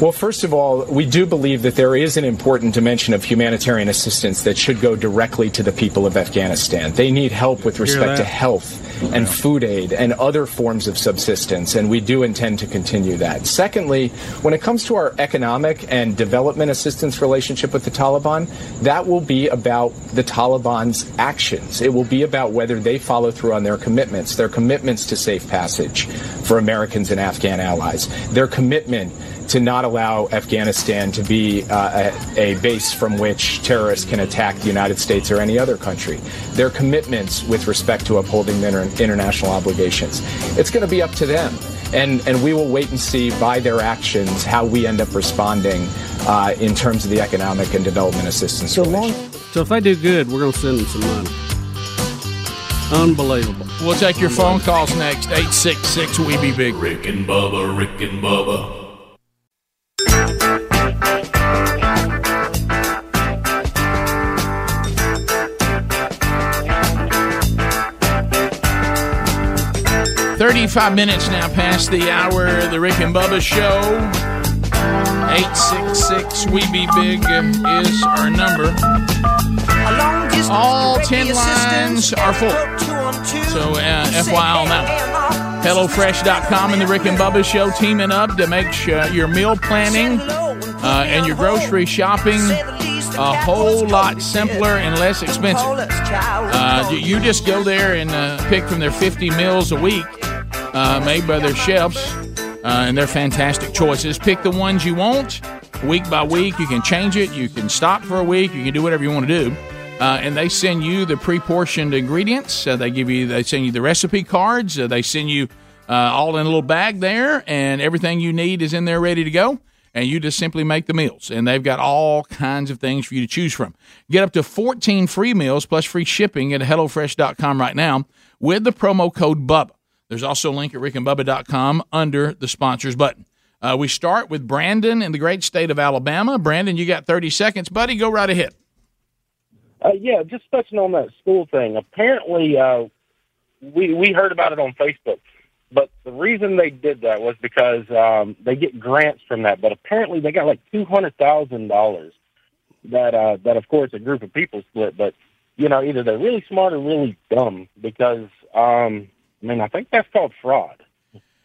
[SPEAKER 19] Well, first of all, we do believe that there is an important dimension of humanitarian assistance that should go directly to the people of Afghanistan. They need help with Hear respect to that? health and food aid and other forms of subsistence, and we do intend to continue that. Secondly, when it comes to our economic and development assistance relationship with the Taliban, that will be about the Taliban's actions. It will be about whether they follow through on their commitments, their commitments to safe passage for Americans and Afghan allies, their commitment to not allow Afghanistan to be uh, a, a base from which terrorists can attack the United States or any other country. Their commitments with respect to upholding their international obligations. It's going to be up to them. And, and we will wait and see by their actions how we end up responding uh, in terms of the economic and development assistance.
[SPEAKER 16] So if they do good, we're going to send them some money. Unbelievable.
[SPEAKER 15] We'll take your phone calls next. 866 We Be Big.
[SPEAKER 8] Rick and Bubba, Rick and Bubba,
[SPEAKER 15] Thirty-five minutes now past the hour. The Rick and Bubba Show. Eight six six. We be big um, is our number. All ten lines are full. So uh, FYI on that. one. HelloFresh.com and the Rick and Bubba Show teaming up to make sure your meal planning uh, and your grocery shopping a whole lot simpler and less expensive. Uh, you- you just go there and uh, pick from their 50 meals a week uh, made by their chefs, uh, and they're fantastic choices. Pick the ones you want week by week. You can change it, you can stop for a week, you can do whatever you want to do. Uh, and they send you the pre-portioned ingredients. Uh, they give you, they send you the recipe cards. Uh, they send you uh, all in a little bag there, and everything you need is in there ready to go. And you just simply make the meals, and they've got all kinds of things for you to choose from. Get up to 14 free meals plus free shipping at HelloFresh.com right now with the promo code Bubba. There's also a link at RickandBubba.com under the sponsors button. Uh, we start with Brandon in the great state of Alabama. Brandon, you got 30 seconds, buddy. Go right ahead.
[SPEAKER 11] Uh, yeah, just touching on that school thing. Apparently, uh, we we heard about it on Facebook, but the reason they did that was because um, they get grants from that. But apparently, they got like two hundred thousand dollars. That uh, that of course a group of people split, but you know either they're really smart or really dumb because um, I mean I think that's called uh, fraud.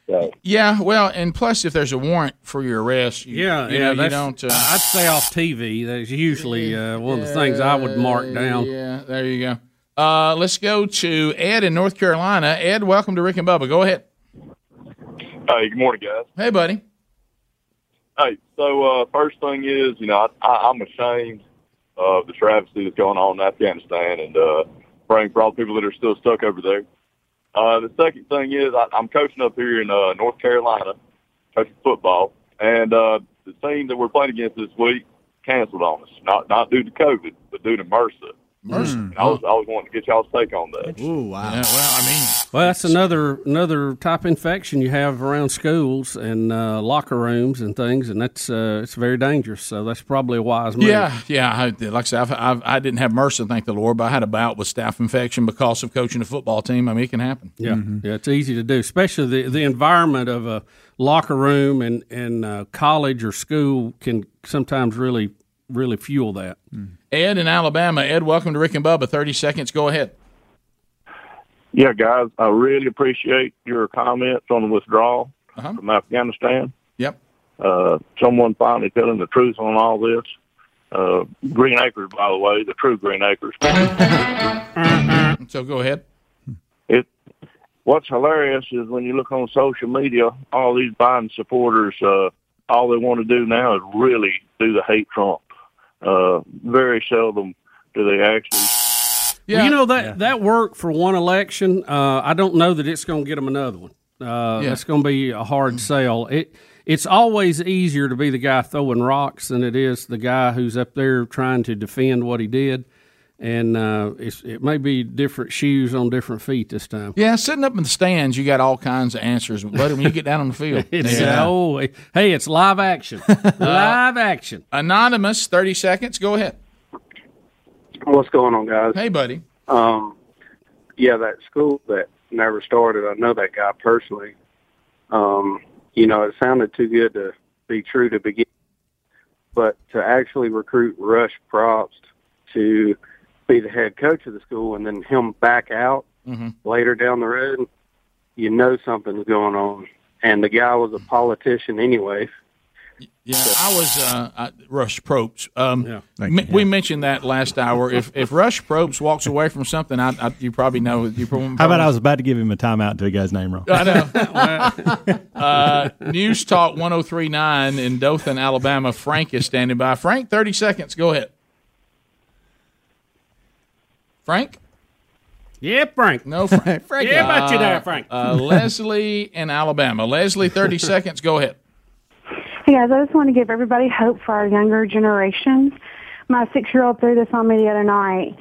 [SPEAKER 11] So
[SPEAKER 6] Yeah, well, and plus, if there's a warrant for your arrest, you,
[SPEAKER 16] Yeah,
[SPEAKER 6] you
[SPEAKER 16] yeah.
[SPEAKER 6] know, you
[SPEAKER 16] that's-
[SPEAKER 6] don't. Uh,
[SPEAKER 16] I'd say off TV. That's usually uh, one of the things I would mark down.
[SPEAKER 6] Yeah, there you go. Uh, let's go to Ed in North Carolina. Ed, welcome to Rick and Bubba. Go ahead.
[SPEAKER 21] Hey, good morning, guys.
[SPEAKER 6] Hey, buddy.
[SPEAKER 21] Hey, so uh, first thing is, you know, I, I, I'm ashamed of the travesty that's going on in Afghanistan and uh, praying for all the people that are still stuck over there. Uh, the second thing is, I, I'm coaching up here in uh, North Carolina, coaching football, and uh, the team that we're playing against this week canceled on us, not not due to COVID, but due to MRSA.
[SPEAKER 8] And
[SPEAKER 21] Oh,
[SPEAKER 8] I was I was wanting to get y'all's take on that.
[SPEAKER 28] Ooh, wow.
[SPEAKER 15] Yeah, well, I mean,
[SPEAKER 16] Well, that's another another type of infection you have around schools and uh, locker rooms and things, and that's uh, it's very dangerous. So that's probably a wise move.
[SPEAKER 15] Yeah, yeah. I, like I said, I've, I've, I didn't have MRSA, thank the Lord, but I had a bout with staph infection because of coaching a football team. I mean, it can happen.
[SPEAKER 16] Yeah, yeah, it's easy to do, especially the the environment of a locker room and and uh, college or school can sometimes really really fuel that.
[SPEAKER 15] Mm-hmm. Ed in Alabama. Ed, welcome to Rick and Bubba. 30 seconds. Go ahead.
[SPEAKER 21] Yeah, guys, I really appreciate your comments on the withdrawal
[SPEAKER 15] Uh-huh.
[SPEAKER 21] from Afghanistan.
[SPEAKER 15] Yep.
[SPEAKER 21] Uh, someone finally telling the truth on all this. Uh, Green Acres, by the way, the true Green Acres.
[SPEAKER 15] So go ahead.
[SPEAKER 21] It. What's hilarious is when you look on social media, all these Biden supporters, uh, all they want to do now is really do the hate Trump. Uh, very seldom do they actually
[SPEAKER 16] Well, you know that that worked for one election. Uh, I don't know that it's going to get them another one. Uh,
[SPEAKER 15] Yeah. Mm.
[SPEAKER 16] It's going to be a hard sell. It it's always easier to be the guy throwing rocks than it is the guy who's up there trying to defend what he did. And uh, it's, it may be different shoes on different feet this time.
[SPEAKER 15] Yeah, sitting up in the stands, you got all kinds of answers. But when you get down on the field, Uh,
[SPEAKER 16] It's oh, hey, it's live action. live action.
[SPEAKER 15] Anonymous, 30 seconds. Go ahead.
[SPEAKER 22] What's going on, guys?
[SPEAKER 15] Hey, buddy.
[SPEAKER 22] Um, yeah, that school that never started. I know that guy personally. Um, you know, it sounded too good to be true to begin, but to actually recruit Rush Probst to be the head coach of the school and then him back out
[SPEAKER 15] Mm-hmm.
[SPEAKER 22] later down the road, you know something's going on. And the guy was a politician anyway.
[SPEAKER 15] Yeah, I was uh, I, Rush Probst. Um, me- We mentioned that last hour. If if Rush Probst walks away from something, I, I you probably know. You probably
[SPEAKER 5] How about I was about to give him a timeout until he got his name wrong?
[SPEAKER 15] I know. uh, News Talk 1039 in Dothan, Alabama. Frank is standing by. Frank, 30 seconds. Go ahead. Frank?
[SPEAKER 16] Yeah, Frank.
[SPEAKER 15] No, Frank.
[SPEAKER 16] Frank. Yeah, about you there, Frank.
[SPEAKER 15] Uh, Leslie in Alabama. Leslie, 30 seconds. Go ahead.
[SPEAKER 29] Hey guys, I just want to give everybody hope for our younger generation. My six year old threw this on me the other night.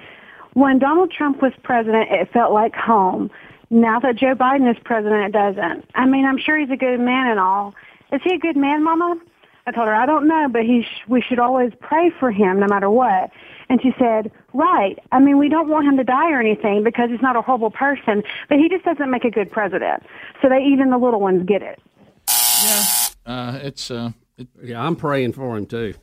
[SPEAKER 29] When Donald Trump was president, it felt like home. Now that Joe Biden is president, it doesn't. I mean, I'm sure he's a good man and all. Is he a good man, Mama? I told her, I don't know, but he sh- we should always pray for him no matter what. And she said, right. I mean, we don't want him to die or anything because he's not a horrible person, but he just doesn't make a good president. So they, even the little ones, get it.
[SPEAKER 15] Uh, it's uh, it,
[SPEAKER 16] yeah, I'm praying for him too.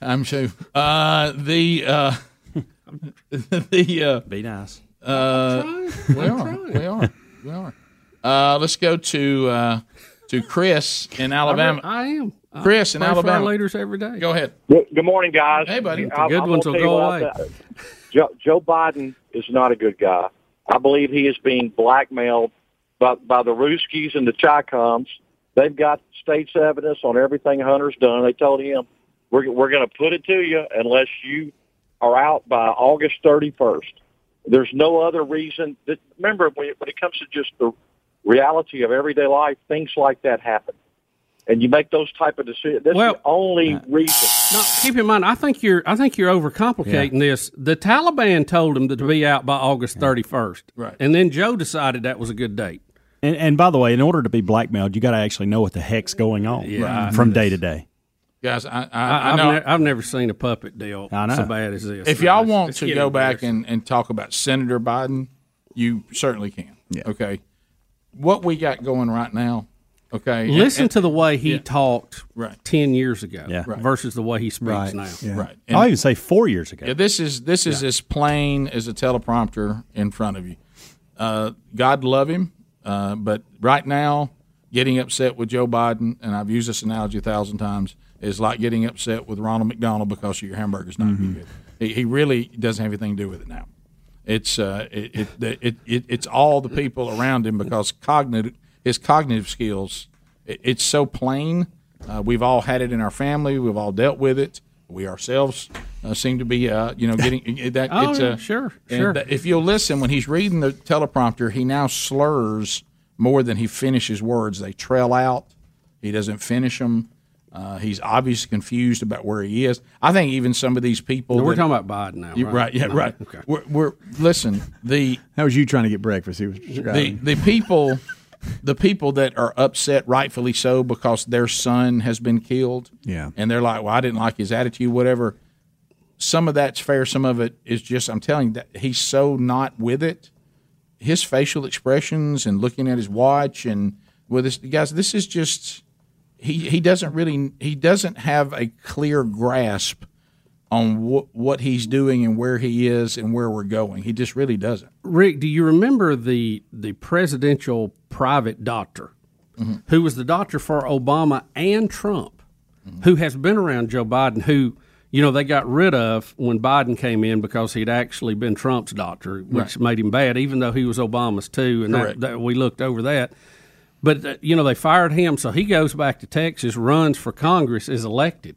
[SPEAKER 15] I'm sure. Uh, the uh, the uh, be nice. Uh, we are, we are, we are. Uh, let's go to uh, to Chris in Alabama.
[SPEAKER 16] I, am. I
[SPEAKER 15] Chris in
[SPEAKER 16] pray for our
[SPEAKER 15] Alabama.
[SPEAKER 16] leaders every day.
[SPEAKER 15] Go ahead.
[SPEAKER 21] Good, good morning, guys.
[SPEAKER 15] Hey, buddy.
[SPEAKER 21] I- I will tell you what, uh, I- Joe, Joe Biden is not a good guy. I believe he is being blackmailed by, by the Ruskies and the Chicoms. They've got state's evidence on everything Hunter's done. They told him, we're, we're going to put it to you unless you are out by August 31st. There's no other reason. That, remember, when it when it comes to just the reality of everyday life, things like that happen. And you make those type of decisions. That's the only reason.
[SPEAKER 16] No, keep in mind. I think you're. I think you're overcomplicating this. The Taliban told him to be out by August 31st, right? And then Joe decided that was a good date.
[SPEAKER 5] And, and by the way, in order to be blackmailed, you got to actually know what the heck's going on
[SPEAKER 16] Yeah.
[SPEAKER 5] from day to day.
[SPEAKER 15] Guys, I,
[SPEAKER 16] I,
[SPEAKER 15] I, I
[SPEAKER 16] have
[SPEAKER 15] know.
[SPEAKER 16] ne- I've never seen a puppet deal
[SPEAKER 5] I know.
[SPEAKER 16] so bad as this.
[SPEAKER 15] if y'all want
[SPEAKER 16] It's
[SPEAKER 15] to
[SPEAKER 16] getting
[SPEAKER 15] go back and, and talk about Senator Biden, you certainly can. Okay. What we got going right now, okay? and-
[SPEAKER 16] listen
[SPEAKER 15] and-
[SPEAKER 16] to the way he
[SPEAKER 15] Yeah.
[SPEAKER 16] talked
[SPEAKER 15] Right.
[SPEAKER 16] ten years ago
[SPEAKER 15] Yeah. Right.
[SPEAKER 16] versus the way he speaks
[SPEAKER 15] Right.
[SPEAKER 16] now.
[SPEAKER 15] Yeah. Right.
[SPEAKER 5] I'll even say four years ago.
[SPEAKER 15] Yeah, this is this is as plain as a teleprompter in front of you. Uh, God love him, uh, but right now, getting upset with Joe Biden, and I've used this analogy a thousand times, is like getting upset with Ronald McDonald because your hamburger's not good. He, he really doesn't have anything to do with it now. It's uh, it, it, the- it, it it's all the people around him because cognitive his cognitive skills. It, it's so plain. Uh, we've all had it in our family. We've all dealt with it. We ourselves uh, seem to be, uh, you know, getting it- that.
[SPEAKER 16] Oh,
[SPEAKER 15] it's,
[SPEAKER 16] yeah,
[SPEAKER 15] uh,
[SPEAKER 16] sure,
[SPEAKER 15] and
[SPEAKER 16] sure.
[SPEAKER 15] that- if you'll listen, when he's reading the teleprompter, he now slurs more than he finishes words. They trail out. He doesn't finish them. Uh, he's obviously confused about where he is. I think even some of these people.
[SPEAKER 16] No, we're
[SPEAKER 15] that-
[SPEAKER 16] talking about Biden now,
[SPEAKER 15] You-
[SPEAKER 16] right?
[SPEAKER 15] Yeah,
[SPEAKER 16] No,
[SPEAKER 15] right.
[SPEAKER 16] okay.
[SPEAKER 15] We're, we're listen. The
[SPEAKER 20] that was you trying to get breakfast. He was
[SPEAKER 15] the the people, the people that are upset, rightfully so, because their son has been killed.
[SPEAKER 20] Yeah.
[SPEAKER 15] and they're like, "Well, I didn't like his attitude, whatever." Some of that's fair. Some of it is just, I'm telling you, that he's so not with it. His facial expressions and looking at his watch and with this, guys, this is just he. He doesn't really, he doesn't have a clear grasp on wh- what he's doing and where he is and where we're going. He just really doesn't.
[SPEAKER 16] Rick, do you remember the the presidential private doctor who was the doctor for Obama and Trump, who has been around Joe Biden, who you know they got rid of when Biden came in because he'd actually been Trump's doctor, which
[SPEAKER 15] Right.
[SPEAKER 16] made him bad, even though he was Obama's too, and that,
[SPEAKER 15] Correct.
[SPEAKER 16] that we looked over that. But uh, you know they fired him, so he goes back to Texas, runs for Congress, is elected,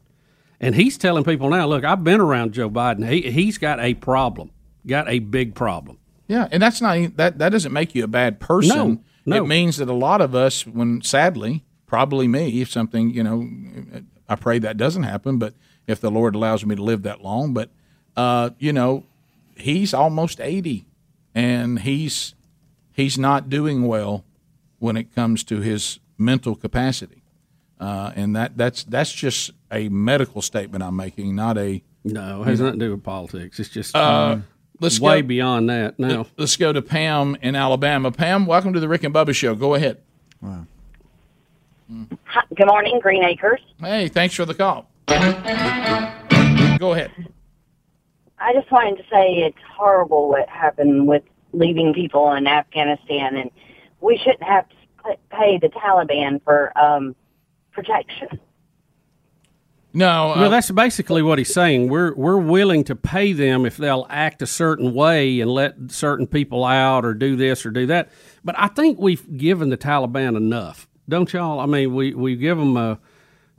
[SPEAKER 16] and he's telling people now, look, I've been around Joe Biden. He he's got a problem, got a big problem.
[SPEAKER 15] Yeah, and that's not e, that that doesn't make you a bad person.
[SPEAKER 16] No, no.
[SPEAKER 15] It means that a lot of us when sadly, probably me, if something, you know, I pray that doesn't happen, but if the Lord allows me to live that long, but uh, you know, he's almost 80 and he's he's not doing well when it comes to his mental capacity. Uh, and that that's that's just a medical statement I'm making, not a
[SPEAKER 16] No, it has nothing to do with politics. It's just
[SPEAKER 15] Uh,
[SPEAKER 16] uh,
[SPEAKER 15] let's
[SPEAKER 16] way
[SPEAKER 15] go-
[SPEAKER 16] beyond that now.
[SPEAKER 15] Let- Let's go to Pam in Alabama. Pam, welcome to the Rick and Bubba Show. Go ahead.
[SPEAKER 22] Hi- Good morning, Green Acres.
[SPEAKER 15] Hey, thanks for the call. Go ahead.
[SPEAKER 22] I just wanted to say it's horrible what happened with leaving people in Afghanistan, and we shouldn't have to p- pay the Taliban for um, protection.
[SPEAKER 15] No, uh,
[SPEAKER 16] well, that's basically what he's saying. We're we're willing to pay them if they'll act a certain way and let certain people out or do this or do that. But I think we've given the Taliban enough, don't y'all? I mean, we we give them a. uh,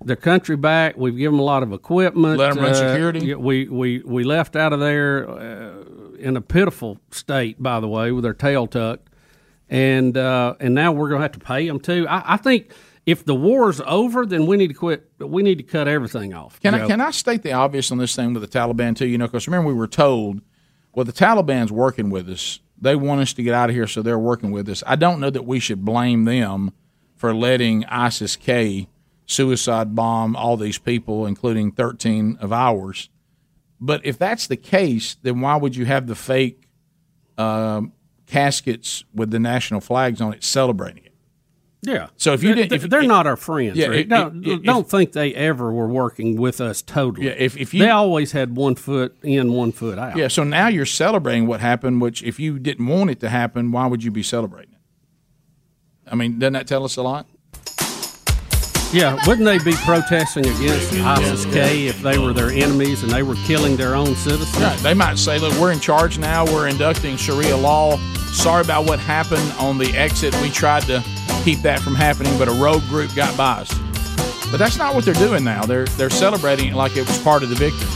[SPEAKER 16] Their country back. We've given them a lot of equipment. uh,
[SPEAKER 15] Let 'em run security.
[SPEAKER 16] yeah, We, we we left out of there uh, in a pitiful state, by the way, with their tail tucked, and uh, and now we're going to have to pay them too. I, I think if the war's over, then we need to quit. We need to cut everything off.
[SPEAKER 15] Can
[SPEAKER 16] Joe.
[SPEAKER 15] I can I state the obvious on this thing with the Taliban too? You know, because remember we were told, well, the Taliban's working with us. They want us to get out of here, so they're working with us. I don't know that we should blame them for letting ISIS K suicide bomb all these people, including thirteen of ours. But if that's the case, then why would you have the fake um, caskets with the national flags on it celebrating it?
[SPEAKER 16] Yeah.
[SPEAKER 15] So if you
[SPEAKER 16] They're-
[SPEAKER 15] didn't, if,
[SPEAKER 16] they're not our friends,
[SPEAKER 15] Yeah,
[SPEAKER 16] Rick.
[SPEAKER 15] it-
[SPEAKER 16] don't
[SPEAKER 15] it- it-
[SPEAKER 16] don't think they ever were working with us totally.
[SPEAKER 15] Yeah, if- if you-
[SPEAKER 16] they always had one foot in, one foot out.
[SPEAKER 15] Yeah, so now you're celebrating what happened, which if you didn't want it to happen, why would you be celebrating it? I mean, doesn't that tell us a lot?
[SPEAKER 16] Yeah, wouldn't they be protesting against ISIS K if they were their enemies and they were killing their own citizens?
[SPEAKER 15] Right. They might say, look, we're in charge now. We're inducting Sharia law. Sorry about what happened on the exit. We tried to keep that from happening, but a rogue group got by us. But that's not what they're doing now. They're they're celebrating it like it was part of the victory.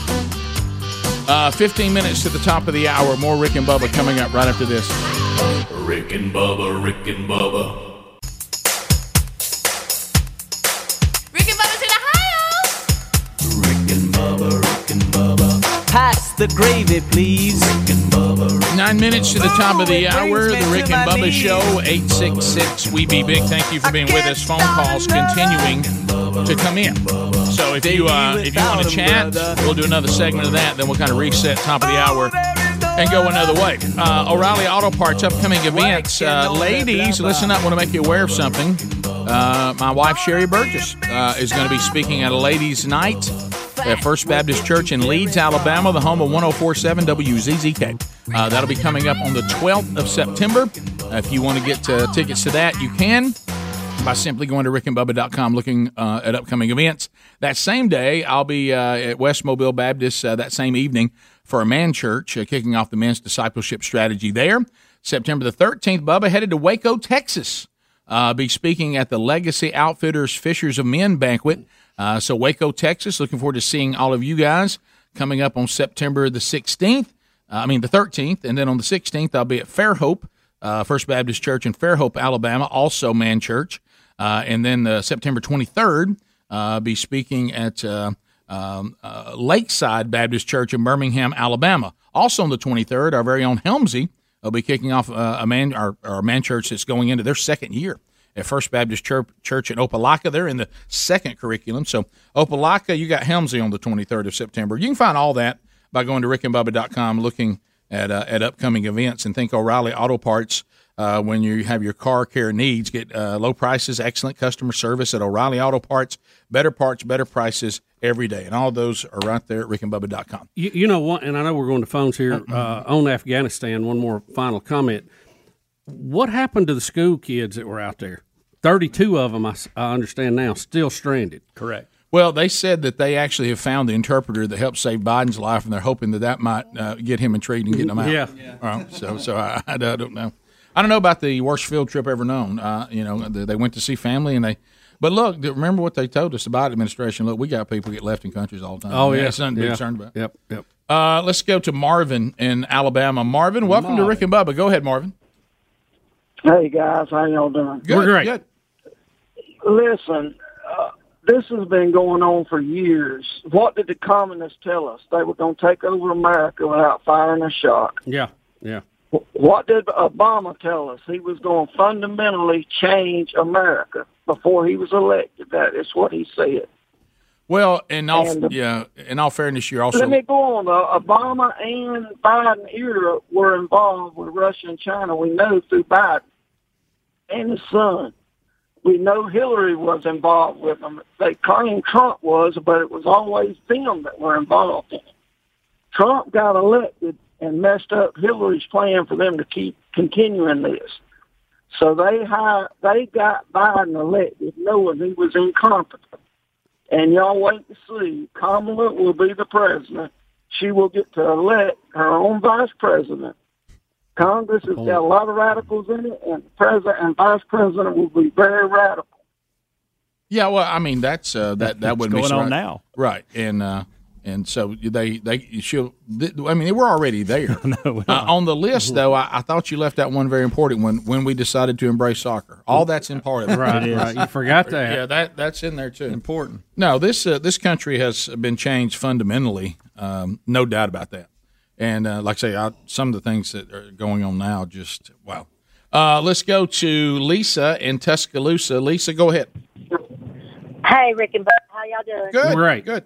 [SPEAKER 15] Uh, 15 minutes to the top of the hour. More Rick and Bubba coming up right after this.
[SPEAKER 8] Rick and Bubba, Rick and Bubba,
[SPEAKER 9] Rick and Bubba's in Ohio.
[SPEAKER 13] Pass the gravy, please.
[SPEAKER 15] Nine minutes to the top of the hour. The Rick and
[SPEAKER 13] my
[SPEAKER 15] Bubba
[SPEAKER 13] knees.
[SPEAKER 15] Show, 866 We Be Big. Thank you for being with us. Phone calls continuing to come in. So if you uh, if you want to chat, we'll do another segment of that. Then we'll kind of reset top of the hour and go another way. Uh, O'Reilly Auto Parts upcoming events. Uh, ladies, listen up. Want to make you aware of something? Uh, my wife Sherry Burgess uh, is going to be speaking at a ladies' night at First Baptist Church in Leeds, Alabama, the home of 1047 WZZK. Uh, that'll be coming up on the 12th of September. Uh, if you want to get uh, tickets to that, you can by simply going to rickandbubba.com looking uh, at upcoming events. That same day, I'll be uh, at West Mobile Baptist uh, that same evening for a man church, uh, kicking off the men's discipleship strategy there. September the 13th, Bubba headed to Waco, Texas. Uh, be speaking at the Legacy Outfitters Fishers of Men banquet. Uh, so, Waco, Texas. Looking forward to seeing all of you guys coming up on September the 16th. Uh, I mean, the 13th. And then on the 16th, I'll be at Fairhope, uh, First Baptist Church in Fairhope, Alabama, also man church. Uh, and then uh, September 23rd, uh, be speaking at uh, um, uh, Lakeside Baptist Church in Birmingham, Alabama. Also on the 23rd, our very own Helmsy will be kicking off uh, a man our, our man church that's going into their second year at First Baptist Church, Church in Opelika. They're in the second curriculum. So Opelika, you got Helmsy on the 23rd of September. You can find all that by going to rickandbubba.com, looking at uh, at upcoming events, and think O'Reilly Auto Parts. Uh, when you have your car care needs, get uh, low prices, excellent customer service at O'Reilly Auto Parts. Better parts, better prices every day, and all those are right there at rickandbubba.com.
[SPEAKER 16] You, you know what? And I know we're going to phones here
[SPEAKER 15] Uh-huh.
[SPEAKER 16] uh, on Afghanistan. One more final comment. What happened to the school kids that were out there? 32 of them, I, s- I understand now, still stranded. Correct.
[SPEAKER 15] Well, they said that they actually have found the interpreter that helped save Biden's life, and they're hoping that that might uh, get him intrigued and get him out.
[SPEAKER 16] Yeah.
[SPEAKER 15] All right. So, so I, I don't know. I don't know about the worst field trip ever known. Uh, you know, they they went to see family, and they. But look, remember what they told us about administration. Look, we got people get left in countries all the time.
[SPEAKER 16] Oh, yeah.
[SPEAKER 15] That's nothing to be
[SPEAKER 16] Yeah.
[SPEAKER 15] concerned about.
[SPEAKER 16] Yep, yep.
[SPEAKER 15] Uh, let's go to Marvin in Alabama. Marvin, welcome to Rick and Bubba. Go ahead, Marvin.
[SPEAKER 24] Hey guys, how y'all doing?
[SPEAKER 15] Good, We're great. good.
[SPEAKER 24] Listen, uh, this has been going on for years. What did the communists tell us? They were going to take over America without firing a shot.
[SPEAKER 16] Yeah, yeah.
[SPEAKER 24] What did Obama tell us? He was going to fundamentally change America before he was elected. That is what he said.
[SPEAKER 15] Well, in all
[SPEAKER 24] And-
[SPEAKER 15] yeah, in all fairness, you're also
[SPEAKER 24] Let me go on. Uh, Obama and Biden era were involved with Russia and China. We know through Biden and his son. We know Hillary was involved with them. They claimed Trump was, but it was always them that were involved in it. Trump got elected and messed up Hillary's plan for them to keep continuing this. So they hired, they got Biden elected knowing he was incompetent. And y'all wait to see. Kamala will be the president. She will get to elect her own vice president. Congress has got a lot of radicals in it, and the president and vice president will be very radical.
[SPEAKER 15] Yeah, well, I mean that's uh, that that
[SPEAKER 24] That's
[SPEAKER 15] wouldn't be
[SPEAKER 24] going on
[SPEAKER 15] surpri-
[SPEAKER 24] now.
[SPEAKER 15] right? And uh, and so they they she'll. th- I mean, we're already there. uh, on the list, though, I, I thought you left out one very important one when we decided to embrace soccer. All that's in part of it.
[SPEAKER 16] Right, right. You forgot that.
[SPEAKER 15] Yeah, that that's in there too. Important. No, this uh, this country has been changed fundamentally. Um, no doubt about that. And uh, like I uh, say, I, some of the things that are going on now, just wow. Uh, let's go to Lisa in Tuscaloosa. Lisa, go ahead.
[SPEAKER 30] Hey, Rick and Bubba, how y'all doing?
[SPEAKER 15] Right. Good.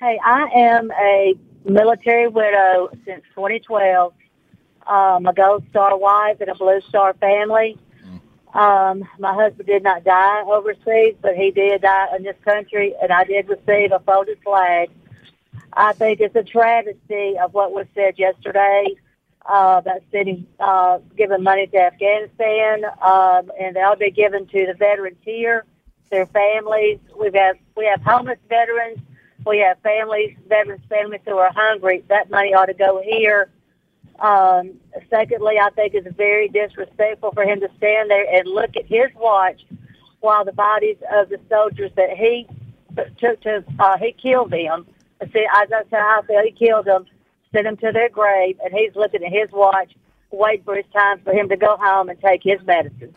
[SPEAKER 30] Hey, I am a military widow since 2012. Um, a Gold Star wife and a Blue Star family. Um, my husband did not die overseas, but he did die in this country, and I did receive a folded flag. I think it's a travesty of what was said yesterday uh, about sending, uh, giving money to Afghanistan, um, and that'll be given to the veterans here, their families. We have we have homeless veterans, we have families, veterans families who are hungry. That money ought to go here. Um, secondly, I think it's very disrespectful for him to stand there and look at his watch while the bodies of the soldiers that he took to uh, he killed them. See, I that's how I feel. He killed them, sent them to their grave, and he's looking at his watch, waiting for his time for him to go home and take his medicine.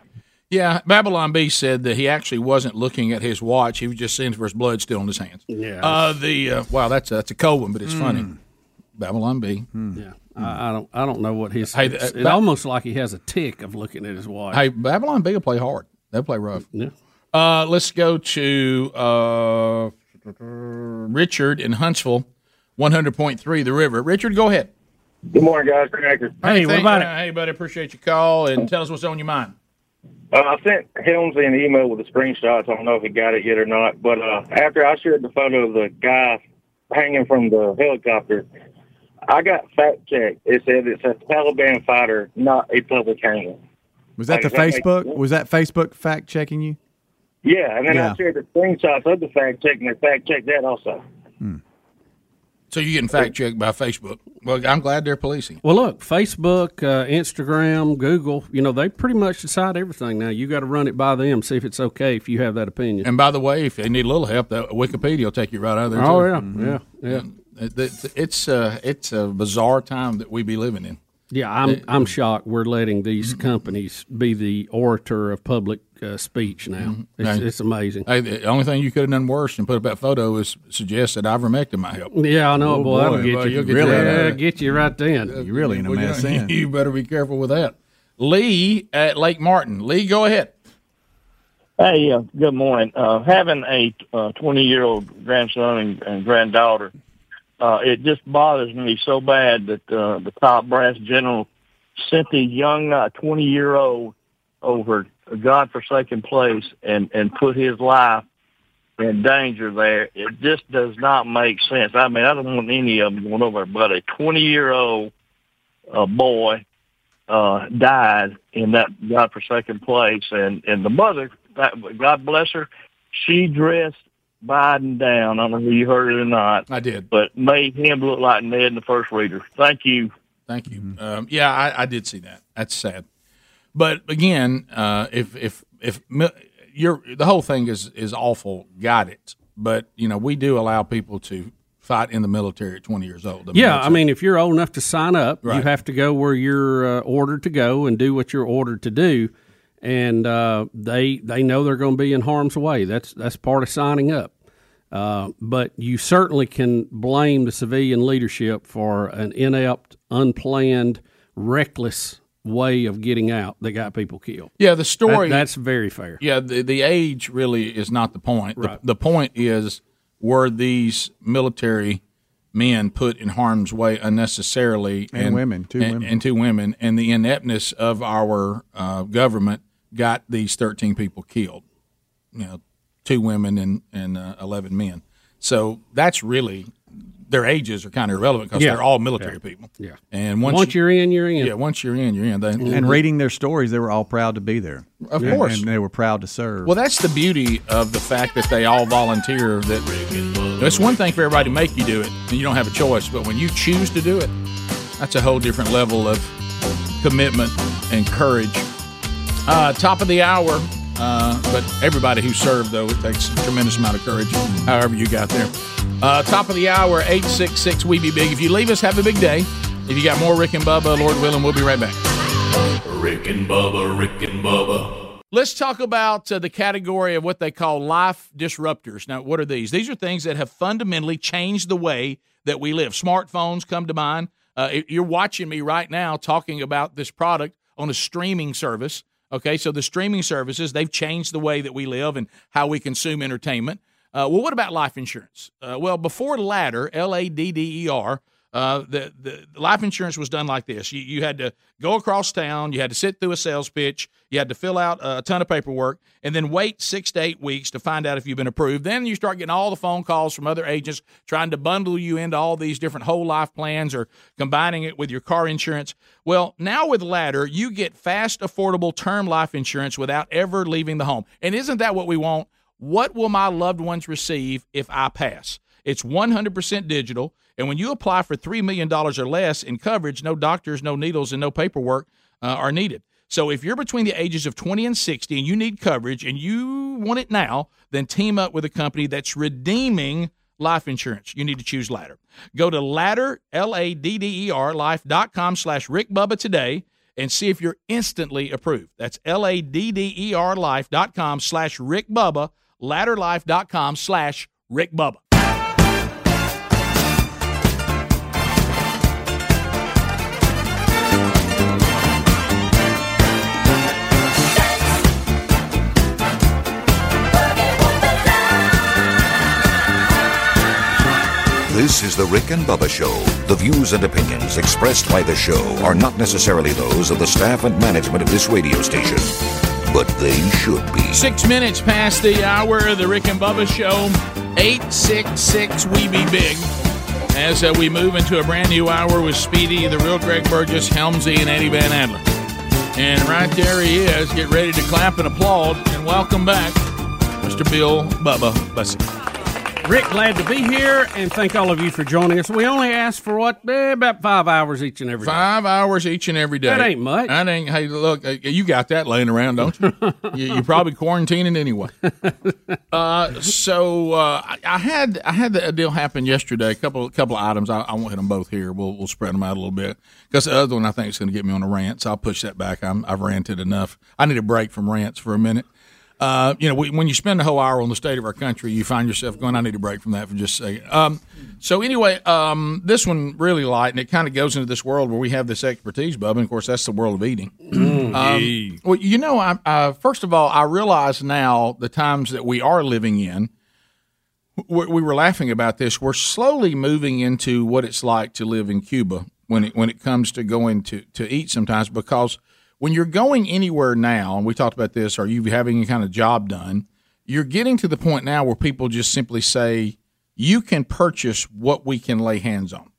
[SPEAKER 15] Yeah, Babylon B said that he actually wasn't looking at his watch; he was just seeing for his blood still in his hands.
[SPEAKER 16] Yeah.
[SPEAKER 15] Uh, the uh, wow, that's a, that's a cold one, but it's funny.
[SPEAKER 16] Mm.
[SPEAKER 15] Babylon B.
[SPEAKER 16] Yeah. I, I don't. I don't know what his.
[SPEAKER 15] Hey,
[SPEAKER 16] it's-
[SPEAKER 15] uh,
[SPEAKER 16] it's
[SPEAKER 15] Ba-
[SPEAKER 16] almost like he has a tick of looking at his watch.
[SPEAKER 15] Hey, Babylon B will play hard. They'll play rough. Yeah. Uh, let's go to uh, Richard in Huntsville, one hundred point three, the river. Richard, go ahead.
[SPEAKER 21] Good morning, guys. Green Acres.
[SPEAKER 15] Hey, thank- uh, hey, buddy, appreciate your call and tell us what's on your mind.
[SPEAKER 21] Uh, I sent Helmsley an email with the screenshots. I don't know if he got it yet or not. But uh, after I shared the photo of the guy hanging from the helicopter, I got fact checked. It said it's a Taliban fighter, not a public hanging.
[SPEAKER 20] Was that the
[SPEAKER 21] Like, that makes-
[SPEAKER 20] Facebook? Was that Facebook fact checking you?
[SPEAKER 21] Yeah, and then
[SPEAKER 20] Yeah.
[SPEAKER 21] I shared the screenshots of the fact check, and they fact checked that also.
[SPEAKER 15] So you're getting fact checked by Facebook. Well, I'm glad they're policing.
[SPEAKER 16] Well, look, Facebook, uh, Instagram, Google, you know, they pretty much decide everything now. You got to run it by them, see if it's okay if you have that opinion.
[SPEAKER 15] And by the way, if they need a little help, that Wikipedia will take you right out of there.
[SPEAKER 16] Oh,
[SPEAKER 15] too.
[SPEAKER 16] yeah, yeah, yeah.
[SPEAKER 15] Mm-hmm. It- it- It's uh, it's a bizarre time that we be living in. Mm-hmm.
[SPEAKER 16] Yeah, I'm I'm shocked we're letting these companies be the orator of public uh, uh, speech now. It's,
[SPEAKER 15] It's,
[SPEAKER 16] it's amazing.
[SPEAKER 15] Mm-hmm. Hey, the only thing you could have done worse than put up that photo is suggest that ivermectin might help.
[SPEAKER 16] Yeah, I know,
[SPEAKER 15] Oh,
[SPEAKER 16] boy. That'll
[SPEAKER 15] boy,
[SPEAKER 16] get
[SPEAKER 15] boy,
[SPEAKER 16] you.
[SPEAKER 15] you'll get
[SPEAKER 16] really,
[SPEAKER 15] right out of
[SPEAKER 16] yeah,
[SPEAKER 15] it.
[SPEAKER 16] get you right then.
[SPEAKER 15] You
[SPEAKER 4] really in a
[SPEAKER 15] Well, you
[SPEAKER 4] mess
[SPEAKER 15] know,
[SPEAKER 4] then.
[SPEAKER 15] You better be careful with that. Lee at Lake Martin. Lee, go ahead.
[SPEAKER 21] Hey, uh, good morning. Uh, having a uh, 20 year old grandson and, and granddaughter, uh, it just bothers me so bad that uh, the top brass general sent the young 20 year old over a godforsaken place and, and put his life in danger there. It just does not make sense. I mean, I don't want any of them going over, but a 20 year old uh, boy uh, died in that godforsaken place. And, and the mother, that- God bless her, she dressed Biden down. I don't know if you heard it or not.
[SPEAKER 15] I did.
[SPEAKER 21] But made him look like Ned in the first reader. Thank you.
[SPEAKER 15] Thank you.
[SPEAKER 16] Mm-hmm.
[SPEAKER 15] Um, yeah, I, I did see that. That's sad. But again, uh, if if if mi- you're the whole thing is is awful. Got it. But you know, we do allow people to fight in the military at 20 years old. The
[SPEAKER 16] yeah, I mean, if you're old enough to sign up, you
[SPEAKER 15] Right.
[SPEAKER 16] have to go where you're uh, ordered to go and do what you're ordered to do. And uh, they they know they're going to be in harm's way. That's that's part of signing up. Uh, but you certainly can blame the civilian leadership for an inept, unplanned, reckless way of getting out that got people killed.
[SPEAKER 15] Yeah, the story-
[SPEAKER 16] That- that's very fair.
[SPEAKER 15] Yeah, the, the age really is not the point.
[SPEAKER 16] Right.
[SPEAKER 15] The, the point is were these military men put in harm's way unnecessarily
[SPEAKER 4] And women, two
[SPEAKER 15] and,
[SPEAKER 4] women.
[SPEAKER 15] and two women and the ineptness of our uh, government got these 13 people killed you know two women and and uh, 11 men so that's really their ages are kind of irrelevant because
[SPEAKER 16] Yeah.
[SPEAKER 15] they're all military
[SPEAKER 16] Yeah.
[SPEAKER 15] people
[SPEAKER 16] Yeah.
[SPEAKER 15] and once,
[SPEAKER 16] Once you're in, you're in.
[SPEAKER 15] yeah once you're in you're in they,
[SPEAKER 4] and reading their stories, they were all proud to be there.
[SPEAKER 15] Of
[SPEAKER 4] And-
[SPEAKER 15] course.
[SPEAKER 4] and they were proud to serve.
[SPEAKER 15] Well, that's the beauty of the fact that they all volunteer. That it's one thing for everybody to make you do it, and you don't have a choice. But when you choose to do it, that's a whole different level of commitment and courage. Uh, top of the hour, uh, but everybody who served though it takes a tremendous amount of courage. However, you got there. Uh, top of the hour, eight six six. We be big. If you leave us, have a big day. If you got more Rick and Bubba, Lord willing, we'll be right back.
[SPEAKER 8] Rick and Bubba, Rick and Bubba,
[SPEAKER 15] Let's talk about uh, the category of what they call life disruptors. Now, what are these? These are things that have fundamentally changed the way that we live. Smartphones come to mind. Uh, if you're watching me right now talking about this product on a streaming service. Okay, so the streaming services, they've changed the way that we live and how we consume entertainment. Uh, well, what about life insurance? Uh, well, before Ladder, L A D D E R, uh, the, the the life insurance was done like this. You, you had to go across town, you had to sit through a sales pitch, you had to fill out a ton of paperwork, and then wait six to eight weeks to find out if you've been approved. Then you start getting all the phone calls from other agents trying to bundle you into all these different whole life plans or combining it with your car insurance. Well, now with Ladder, you get fast, affordable term life insurance without ever leaving the home. And isn't that what we want? What will my loved ones receive if I pass? It's 100% digital. And when you apply for $3 million or less in coverage, no doctors, no needles, and no paperwork uh, are needed. So if you're between the ages of 20 and 60 and you need coverage and you want it now, then team up with a company that's redeeming life insurance. You need to choose Ladder. Go to Ladder, L-A-D-D-E-R, life.com slash Rick Bubba today and see if you're instantly approved. That's L-A-D-D-E-R life.com slash Rick Bubba, ladderlife.com slash Rick Bubba.
[SPEAKER 1] This is the Rick and Bubba Show. The views and opinions expressed by the show are not necessarily those of the staff and management of this radio station, but they should be.
[SPEAKER 15] Six minutes past the hour of the Rick and Bubba Show. 866 We Be Big. As uh, we move into a brand new hour with Speedy, the real Greg Burgess, Helmsy, and Eddie Van Adler. And right there he is. Get ready to clap and applaud. And welcome back, Mr. Bill Bubba Bussy.
[SPEAKER 16] Rick, glad to be here, and thank all of you for joining us. We only ask for what eh, about five hours each and every day.
[SPEAKER 15] Five hours each and every day.
[SPEAKER 16] That ain't much.
[SPEAKER 15] That ain't. Hey, look, uh, you got that laying around, don't you? you you're probably quarantining anyway. Uh, so uh, I, I had I had a deal happen yesterday. A couple couple of items. I, I won't hit them both here. We'll we'll spread them out a little bit because the other one I think is going to get me on a rant. So I'll push that back. I'm, I've ranted enough. I need a break from rants for a minute. Uh, you know, we, when you spend a whole hour on the state of our country, you find yourself going, "I need a break from that for just a second. Um, so anyway, um, this one really light, and it kind of goes into this world where we have this expertise, Bubba. And of course, that's the world of eating. Um, well, you know, I, uh, first of all, I realize now the times that we are living in. We, we were laughing about this. We're slowly moving into what it's like to live in Cuba when it when it comes to going to to eat sometimes because when you're going anywhere now, and we talked about this, are you having any kind of job done? You're getting to the point now where people just simply say you can purchase what we can lay hands on.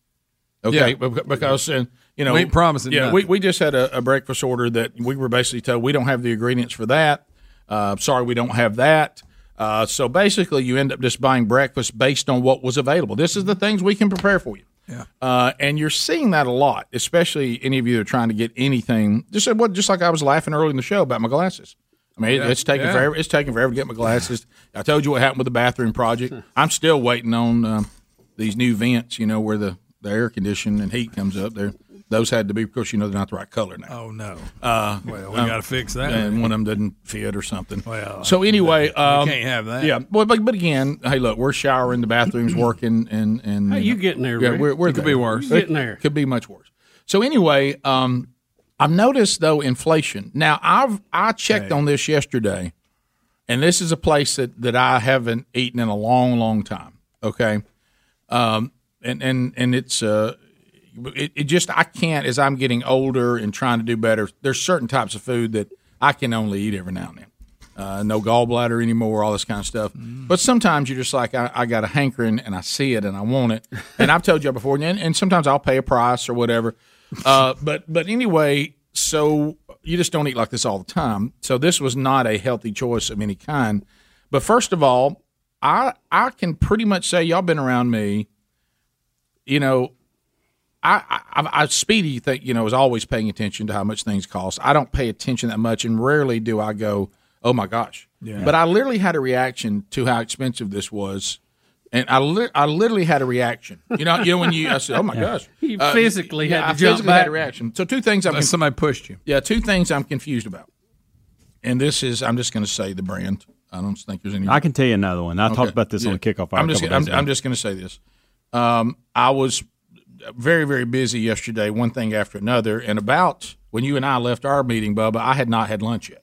[SPEAKER 15] Okay,
[SPEAKER 1] Yeah.
[SPEAKER 15] Be- because uh, you know
[SPEAKER 1] We ain't promising
[SPEAKER 15] Yeah,
[SPEAKER 1] nothing.
[SPEAKER 15] we, we just had a, a breakfast order that we were basically told we don't have the ingredients for that. Uh, sorry, we don't have that. Uh, so basically, you end up just buying breakfast based on what was available. This is the things we can prepare for you.
[SPEAKER 7] Yeah.
[SPEAKER 15] Uh, and you're seeing that a lot, especially any of you that are trying to get anything. Just what, just like I was laughing earlier in the show about my glasses. I mean, it-
[SPEAKER 1] Yeah.
[SPEAKER 15] it's taking
[SPEAKER 1] Yeah.
[SPEAKER 15] forever. It's taking forever to get my glasses. I told you what happened with the bathroom project. I'm still waiting on um, these new vents. You know where the, the air condition and heat comes up. There, those had to be because you know they're not the right color now.
[SPEAKER 7] Oh no.
[SPEAKER 15] Uh,
[SPEAKER 7] Well, we
[SPEAKER 15] um,
[SPEAKER 7] gotta fix that.
[SPEAKER 15] And one of them doesn't fit or something.
[SPEAKER 7] Well,
[SPEAKER 15] so anyway, um,
[SPEAKER 7] can't have that.
[SPEAKER 15] Yeah, well, but, but again, hey, look, we're showering, the bathroom's working, and and
[SPEAKER 16] Hey, you getting there,
[SPEAKER 15] Yeah,
[SPEAKER 16] Rick.
[SPEAKER 15] we're, we're
[SPEAKER 16] It could
[SPEAKER 15] there.
[SPEAKER 16] be worse. You getting there.
[SPEAKER 15] Could be much worse. So anyway, um, I've noticed though inflation. Now I've I checked on this yesterday, and this is a place that that I haven't eaten in a long, long time. Okay, um, and and and it's uh, it, it just I can't as I'm getting older and trying to do better. There's certain types of food that I can only eat every now and then. Uh, no gallbladder anymore, all this kind of stuff. But sometimes you're just like, I, I got a hankering and I see it and I want it. And I've told you before, and, and sometimes I'll pay a price or whatever. Uh, but but anyway, so you just don't eat like this all the time. So this was not a healthy choice of any kind. But first of all, I I can pretty much say y'all been around me. You know, I, I, I Speedy think you know is always paying attention to how much things cost. I don't pay attention that much, and rarely do I go, "Oh my gosh!"
[SPEAKER 7] Yeah.
[SPEAKER 15] But I literally had a reaction to how expensive this was, and I li- I literally had a reaction. You know, you know when you I said, "Oh my
[SPEAKER 7] Yeah.
[SPEAKER 15] gosh!"
[SPEAKER 7] You physically had
[SPEAKER 15] I
[SPEAKER 7] to jump
[SPEAKER 15] physically
[SPEAKER 7] back.
[SPEAKER 15] had a reaction. So two things I'm
[SPEAKER 7] Like somebody pushed you.
[SPEAKER 15] Yeah, two things I'm confused about, and this is I'm just going to say the brand. I don't think there's any.
[SPEAKER 5] I can tell you another one. I
[SPEAKER 15] Mm. Okay.
[SPEAKER 5] talked about this on
[SPEAKER 15] Yeah.
[SPEAKER 5] the kickoff. hour
[SPEAKER 15] I'm
[SPEAKER 5] a
[SPEAKER 15] just,
[SPEAKER 5] couple
[SPEAKER 15] I'm,
[SPEAKER 5] days ago.
[SPEAKER 15] I'm just going to say this. Um, I was very, very busy yesterday, one thing after another. And about when you and I left our meeting, Bubba, I had not had lunch yet.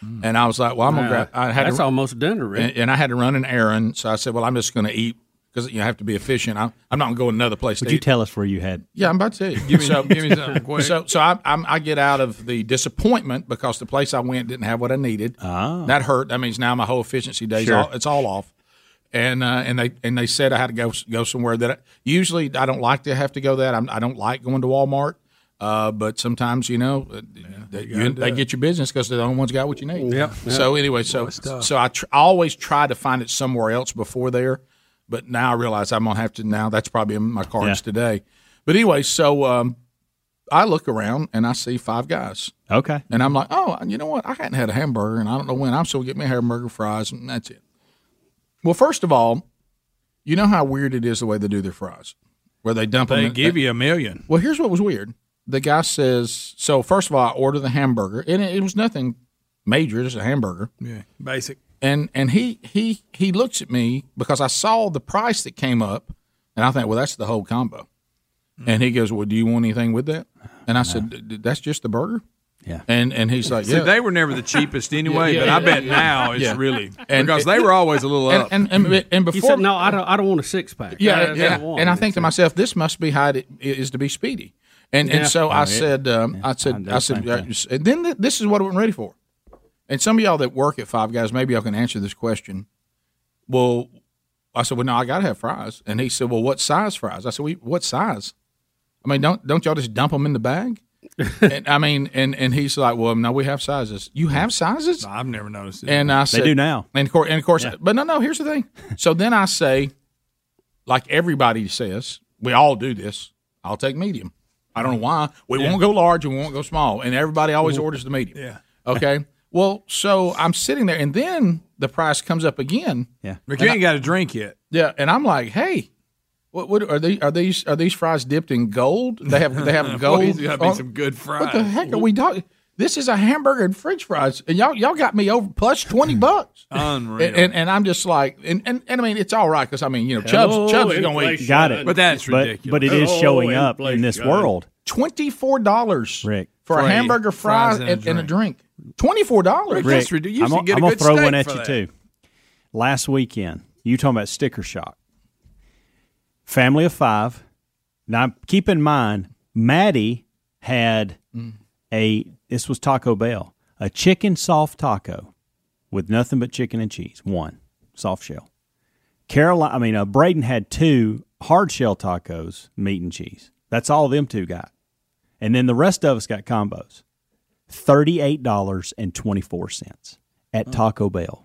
[SPEAKER 5] Hmm.
[SPEAKER 15] And I was like, well, I'm going to
[SPEAKER 16] Wow.
[SPEAKER 15] grab. I had
[SPEAKER 16] That's
[SPEAKER 15] to,
[SPEAKER 16] almost dinner, Rick.
[SPEAKER 15] And, and I had to run an errand. So I said, well, I'm just going to eat because you know, I have to be efficient. I'm, I'm not going to go another place
[SPEAKER 5] Would
[SPEAKER 15] to
[SPEAKER 5] you
[SPEAKER 15] eat.
[SPEAKER 5] tell us where you had?
[SPEAKER 15] Yeah, I'm about to. Tell you.
[SPEAKER 5] Give me- give me something quick.
[SPEAKER 15] So, so I, I'm, I get out of the disappointment because the place I went didn't have what I needed. That hurt. That means now my whole efficiency
[SPEAKER 5] Ah.
[SPEAKER 15] days
[SPEAKER 5] Sure.
[SPEAKER 15] all, it's all off. And uh, and they and they said I had to go go somewhere that I, usually I don't like to have to go that I'm, I don't like going to Walmart. Uh, but sometimes you know uh, they,
[SPEAKER 7] you gotta
[SPEAKER 15] you-
[SPEAKER 7] do
[SPEAKER 15] they
[SPEAKER 7] it.
[SPEAKER 15] get your business because they're the only ones got what you need.
[SPEAKER 7] Yep, yep.
[SPEAKER 15] So anyway, so so I, tr- I always try to find it somewhere else before there, but now I realize I'm gonna have to. Now that's probably in my cards
[SPEAKER 5] Yeah.
[SPEAKER 15] today. But anyway, so um, I look around and I see five guys.
[SPEAKER 5] Okay.
[SPEAKER 15] And I'm like, oh, you know what? I hadn't had a hamburger, and I don't know when. I'm still get me a hamburger, fries, and that's it. Well, first of all, you know how weird it is the way they do their fries, where they dump them.
[SPEAKER 7] They
[SPEAKER 15] in-
[SPEAKER 7] give you a million.
[SPEAKER 15] Well, here's what was weird. The guy says, so first of all, I order the hamburger, and it, it was nothing major, just a hamburger.
[SPEAKER 7] Yeah. Basic.
[SPEAKER 15] And and he he he looks at me because I saw the price that came up, and I think, well, that's the whole combo. And he goes, well, do you want anything with that? And I said, "D- d- that's just the burger. Yeah. And and he's like,
[SPEAKER 7] See,
[SPEAKER 15] Uh, yeah.
[SPEAKER 7] they were never the cheapest anyway,
[SPEAKER 15] Yeah,
[SPEAKER 7] but
[SPEAKER 15] yeah,
[SPEAKER 7] I bet
[SPEAKER 15] yeah.
[SPEAKER 7] now it's
[SPEAKER 15] Yeah.
[SPEAKER 7] really
[SPEAKER 15] And-
[SPEAKER 7] because they were always a little
[SPEAKER 15] and-
[SPEAKER 7] up.
[SPEAKER 15] and- and- and
[SPEAKER 16] He
[SPEAKER 15] before-
[SPEAKER 16] said, no, I don't. I don't want a six pack.
[SPEAKER 15] Yeah,
[SPEAKER 16] I,
[SPEAKER 15] and, and- and I think to myself, this must be how it is to be speedy. And
[SPEAKER 16] Yeah.
[SPEAKER 15] and so
[SPEAKER 16] Oh,
[SPEAKER 15] I
[SPEAKER 16] yeah.
[SPEAKER 15] said, um, I said, I said, uh, and then th- this is what I wasn't ready for. And some of y'all that work at Five Guys, maybe y'all can answer this question. Well, I said, well, no, I gotta have fries. And he said, well, what size fries? I said, well, what size? I mean, don't don't y'all just dump them in the bag? and I mean, and and he's like, well, no, we have sizes. You have sizes?
[SPEAKER 7] I've never noticed it.
[SPEAKER 15] And I said, And of course, and of course
[SPEAKER 7] Yeah.
[SPEAKER 15] but no, no. Here's the thing. So then I say, like everybody says, we all do this. I'll take medium. I don't know why. We
[SPEAKER 7] Yeah.
[SPEAKER 15] won't go large and we won't go small. And everybody always orders the medium.
[SPEAKER 7] Yeah.
[SPEAKER 15] Okay. well, so I'm sitting there, and then the price comes up again.
[SPEAKER 5] Yeah.
[SPEAKER 7] Rick, you ain't got a drink yet.
[SPEAKER 15] Yeah, and I'm like, hey, what, what are these? Are these are these fries dipped in gold? They have they have
[SPEAKER 7] Boy,
[SPEAKER 15] gold.
[SPEAKER 7] these gotta be
[SPEAKER 15] on-
[SPEAKER 7] some good
[SPEAKER 15] What the
[SPEAKER 7] fries.
[SPEAKER 15] heck are we talking? This is a hamburger and French fries, and y'all y'all got me over plus twenty bucks.
[SPEAKER 7] Unreal.
[SPEAKER 15] And, and and I'm just like, and, and, and I mean, it's all right because I mean, you know, Chubbs
[SPEAKER 7] Hello,
[SPEAKER 15] Chubbs is going to eat.
[SPEAKER 7] inflation. Got it. But that's ridiculous.
[SPEAKER 5] But it is
[SPEAKER 15] Oh,
[SPEAKER 5] showing up in
[SPEAKER 15] inflation.
[SPEAKER 5] this
[SPEAKER 15] Got it.
[SPEAKER 5] world.
[SPEAKER 15] Twenty four dollars, Rick, for
[SPEAKER 5] Free.
[SPEAKER 15] a hamburger, fries,
[SPEAKER 5] Fries and
[SPEAKER 15] and,
[SPEAKER 5] a
[SPEAKER 15] and a drink. Twenty four dollars.
[SPEAKER 5] Rick, I'm, gonna- I'm gonna throw one at you too. Last weekend, you talking about sticker shock? Family of five. Now keep in mind, Maddie had a this was Taco Bell, a chicken soft taco with nothing but chicken and cheese. One soft shell. Caroline, I mean, uh, Braden had two hard shell tacos, meat and cheese. That's all them two got, and then the rest of us got combos. $38.24 at Taco Bell.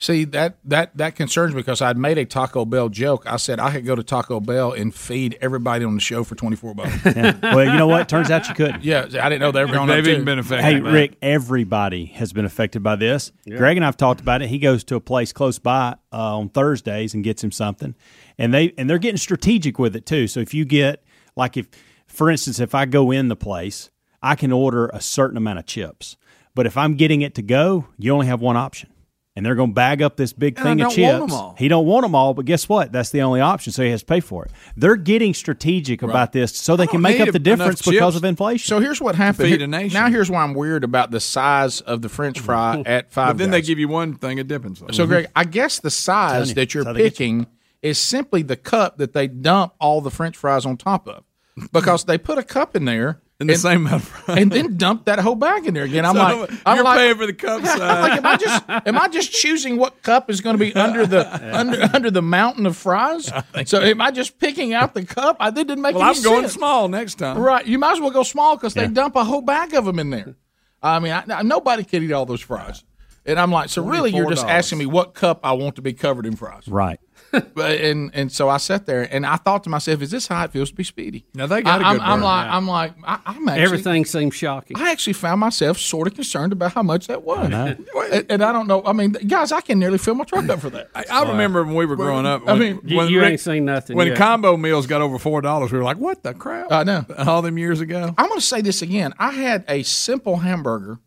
[SPEAKER 15] See that that that concerns me because I'd made a Taco Bell joke. I said I could go to Taco Bell and feed everybody on the show for twenty four bucks.
[SPEAKER 5] Well, you know what? Turns out you couldn't.
[SPEAKER 15] Yeah, I didn't know they were going up too.
[SPEAKER 5] Hey, Rick, everybody has been affected by this. Greg and I've talked about it. He goes to a place close by uh, on Thursdays and gets him something, and they and they're getting strategic with it too. So if you get like if, for instance, if I go in the place, I can order a certain amount of chips, but if I'm getting it to go, you only have one option. And they're going to bag up this big
[SPEAKER 7] And I
[SPEAKER 5] thing of
[SPEAKER 7] don't want
[SPEAKER 5] chips.
[SPEAKER 7] 'em all.
[SPEAKER 5] He don't want them all, but guess what? That's the only option, so he has to pay for it. They're getting strategic about this so Oh, they can make
[SPEAKER 15] need
[SPEAKER 5] up the
[SPEAKER 15] enough
[SPEAKER 5] difference because
[SPEAKER 15] chips.
[SPEAKER 5] of inflation.
[SPEAKER 15] So here's what happened.
[SPEAKER 7] feed a
[SPEAKER 15] Now here's why I'm weird about the size of the French fry at five.
[SPEAKER 7] But then
[SPEAKER 15] Guys.
[SPEAKER 7] they give you one thing of dipping sauce.
[SPEAKER 15] So, Greg, I guess the
[SPEAKER 7] Telling
[SPEAKER 15] size
[SPEAKER 7] you,
[SPEAKER 15] that you're
[SPEAKER 7] that's how they get
[SPEAKER 15] picking is simply the cup that they dump all the French fries on top of, because they put a cup in there
[SPEAKER 7] And the same amount of fries.
[SPEAKER 15] and then dump that whole bag in there again. I'm
[SPEAKER 7] So,
[SPEAKER 15] like, I'm
[SPEAKER 7] you're
[SPEAKER 15] like,
[SPEAKER 7] paying for the cup
[SPEAKER 15] I'm
[SPEAKER 7] size.
[SPEAKER 15] like, am I just am I just choosing what cup is going to be under the under under the mountain of fries? So am I just picking out the cup? I that didn't make
[SPEAKER 7] Well,
[SPEAKER 15] any
[SPEAKER 7] I'm going
[SPEAKER 15] sense.
[SPEAKER 7] small next time.
[SPEAKER 15] Right. You might as well go small because
[SPEAKER 7] Yeah.
[SPEAKER 15] they dump a whole bag of them in there. I mean, I, I- nobody could eat all those fries. And I'm like, so really, you're just
[SPEAKER 7] $24.
[SPEAKER 15] asking me what cup I want to be covered in fries.
[SPEAKER 5] Right.
[SPEAKER 15] But, and and so I sat there and I thought to myself, is this how it feels to be speedy? Now
[SPEAKER 16] they got a
[SPEAKER 15] I,
[SPEAKER 16] good
[SPEAKER 15] I'm, I'm
[SPEAKER 16] burger.
[SPEAKER 15] like,
[SPEAKER 16] Yeah.
[SPEAKER 15] I'm like, I, I'm actually,
[SPEAKER 16] Everything seems shocking.
[SPEAKER 15] I actually found myself sort of concerned about how much that was. and, and I don't know. I mean, guys, I can nearly fill my truck up for that. I,
[SPEAKER 7] I remember when we were growing up.
[SPEAKER 15] I
[SPEAKER 7] when-
[SPEAKER 15] mean,
[SPEAKER 7] when Rick- When combo meals got over four dollars, we were like, "What the crap?"
[SPEAKER 15] I know.
[SPEAKER 7] All them years ago.
[SPEAKER 15] I'm going to say this again. I had a simple hamburger,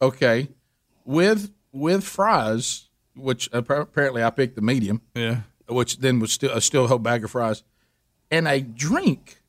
[SPEAKER 15] okay, with with fries, which appa- apparently I picked the medium,
[SPEAKER 7] Yeah.
[SPEAKER 15] which then was still a still whole bag of fries, and a drink,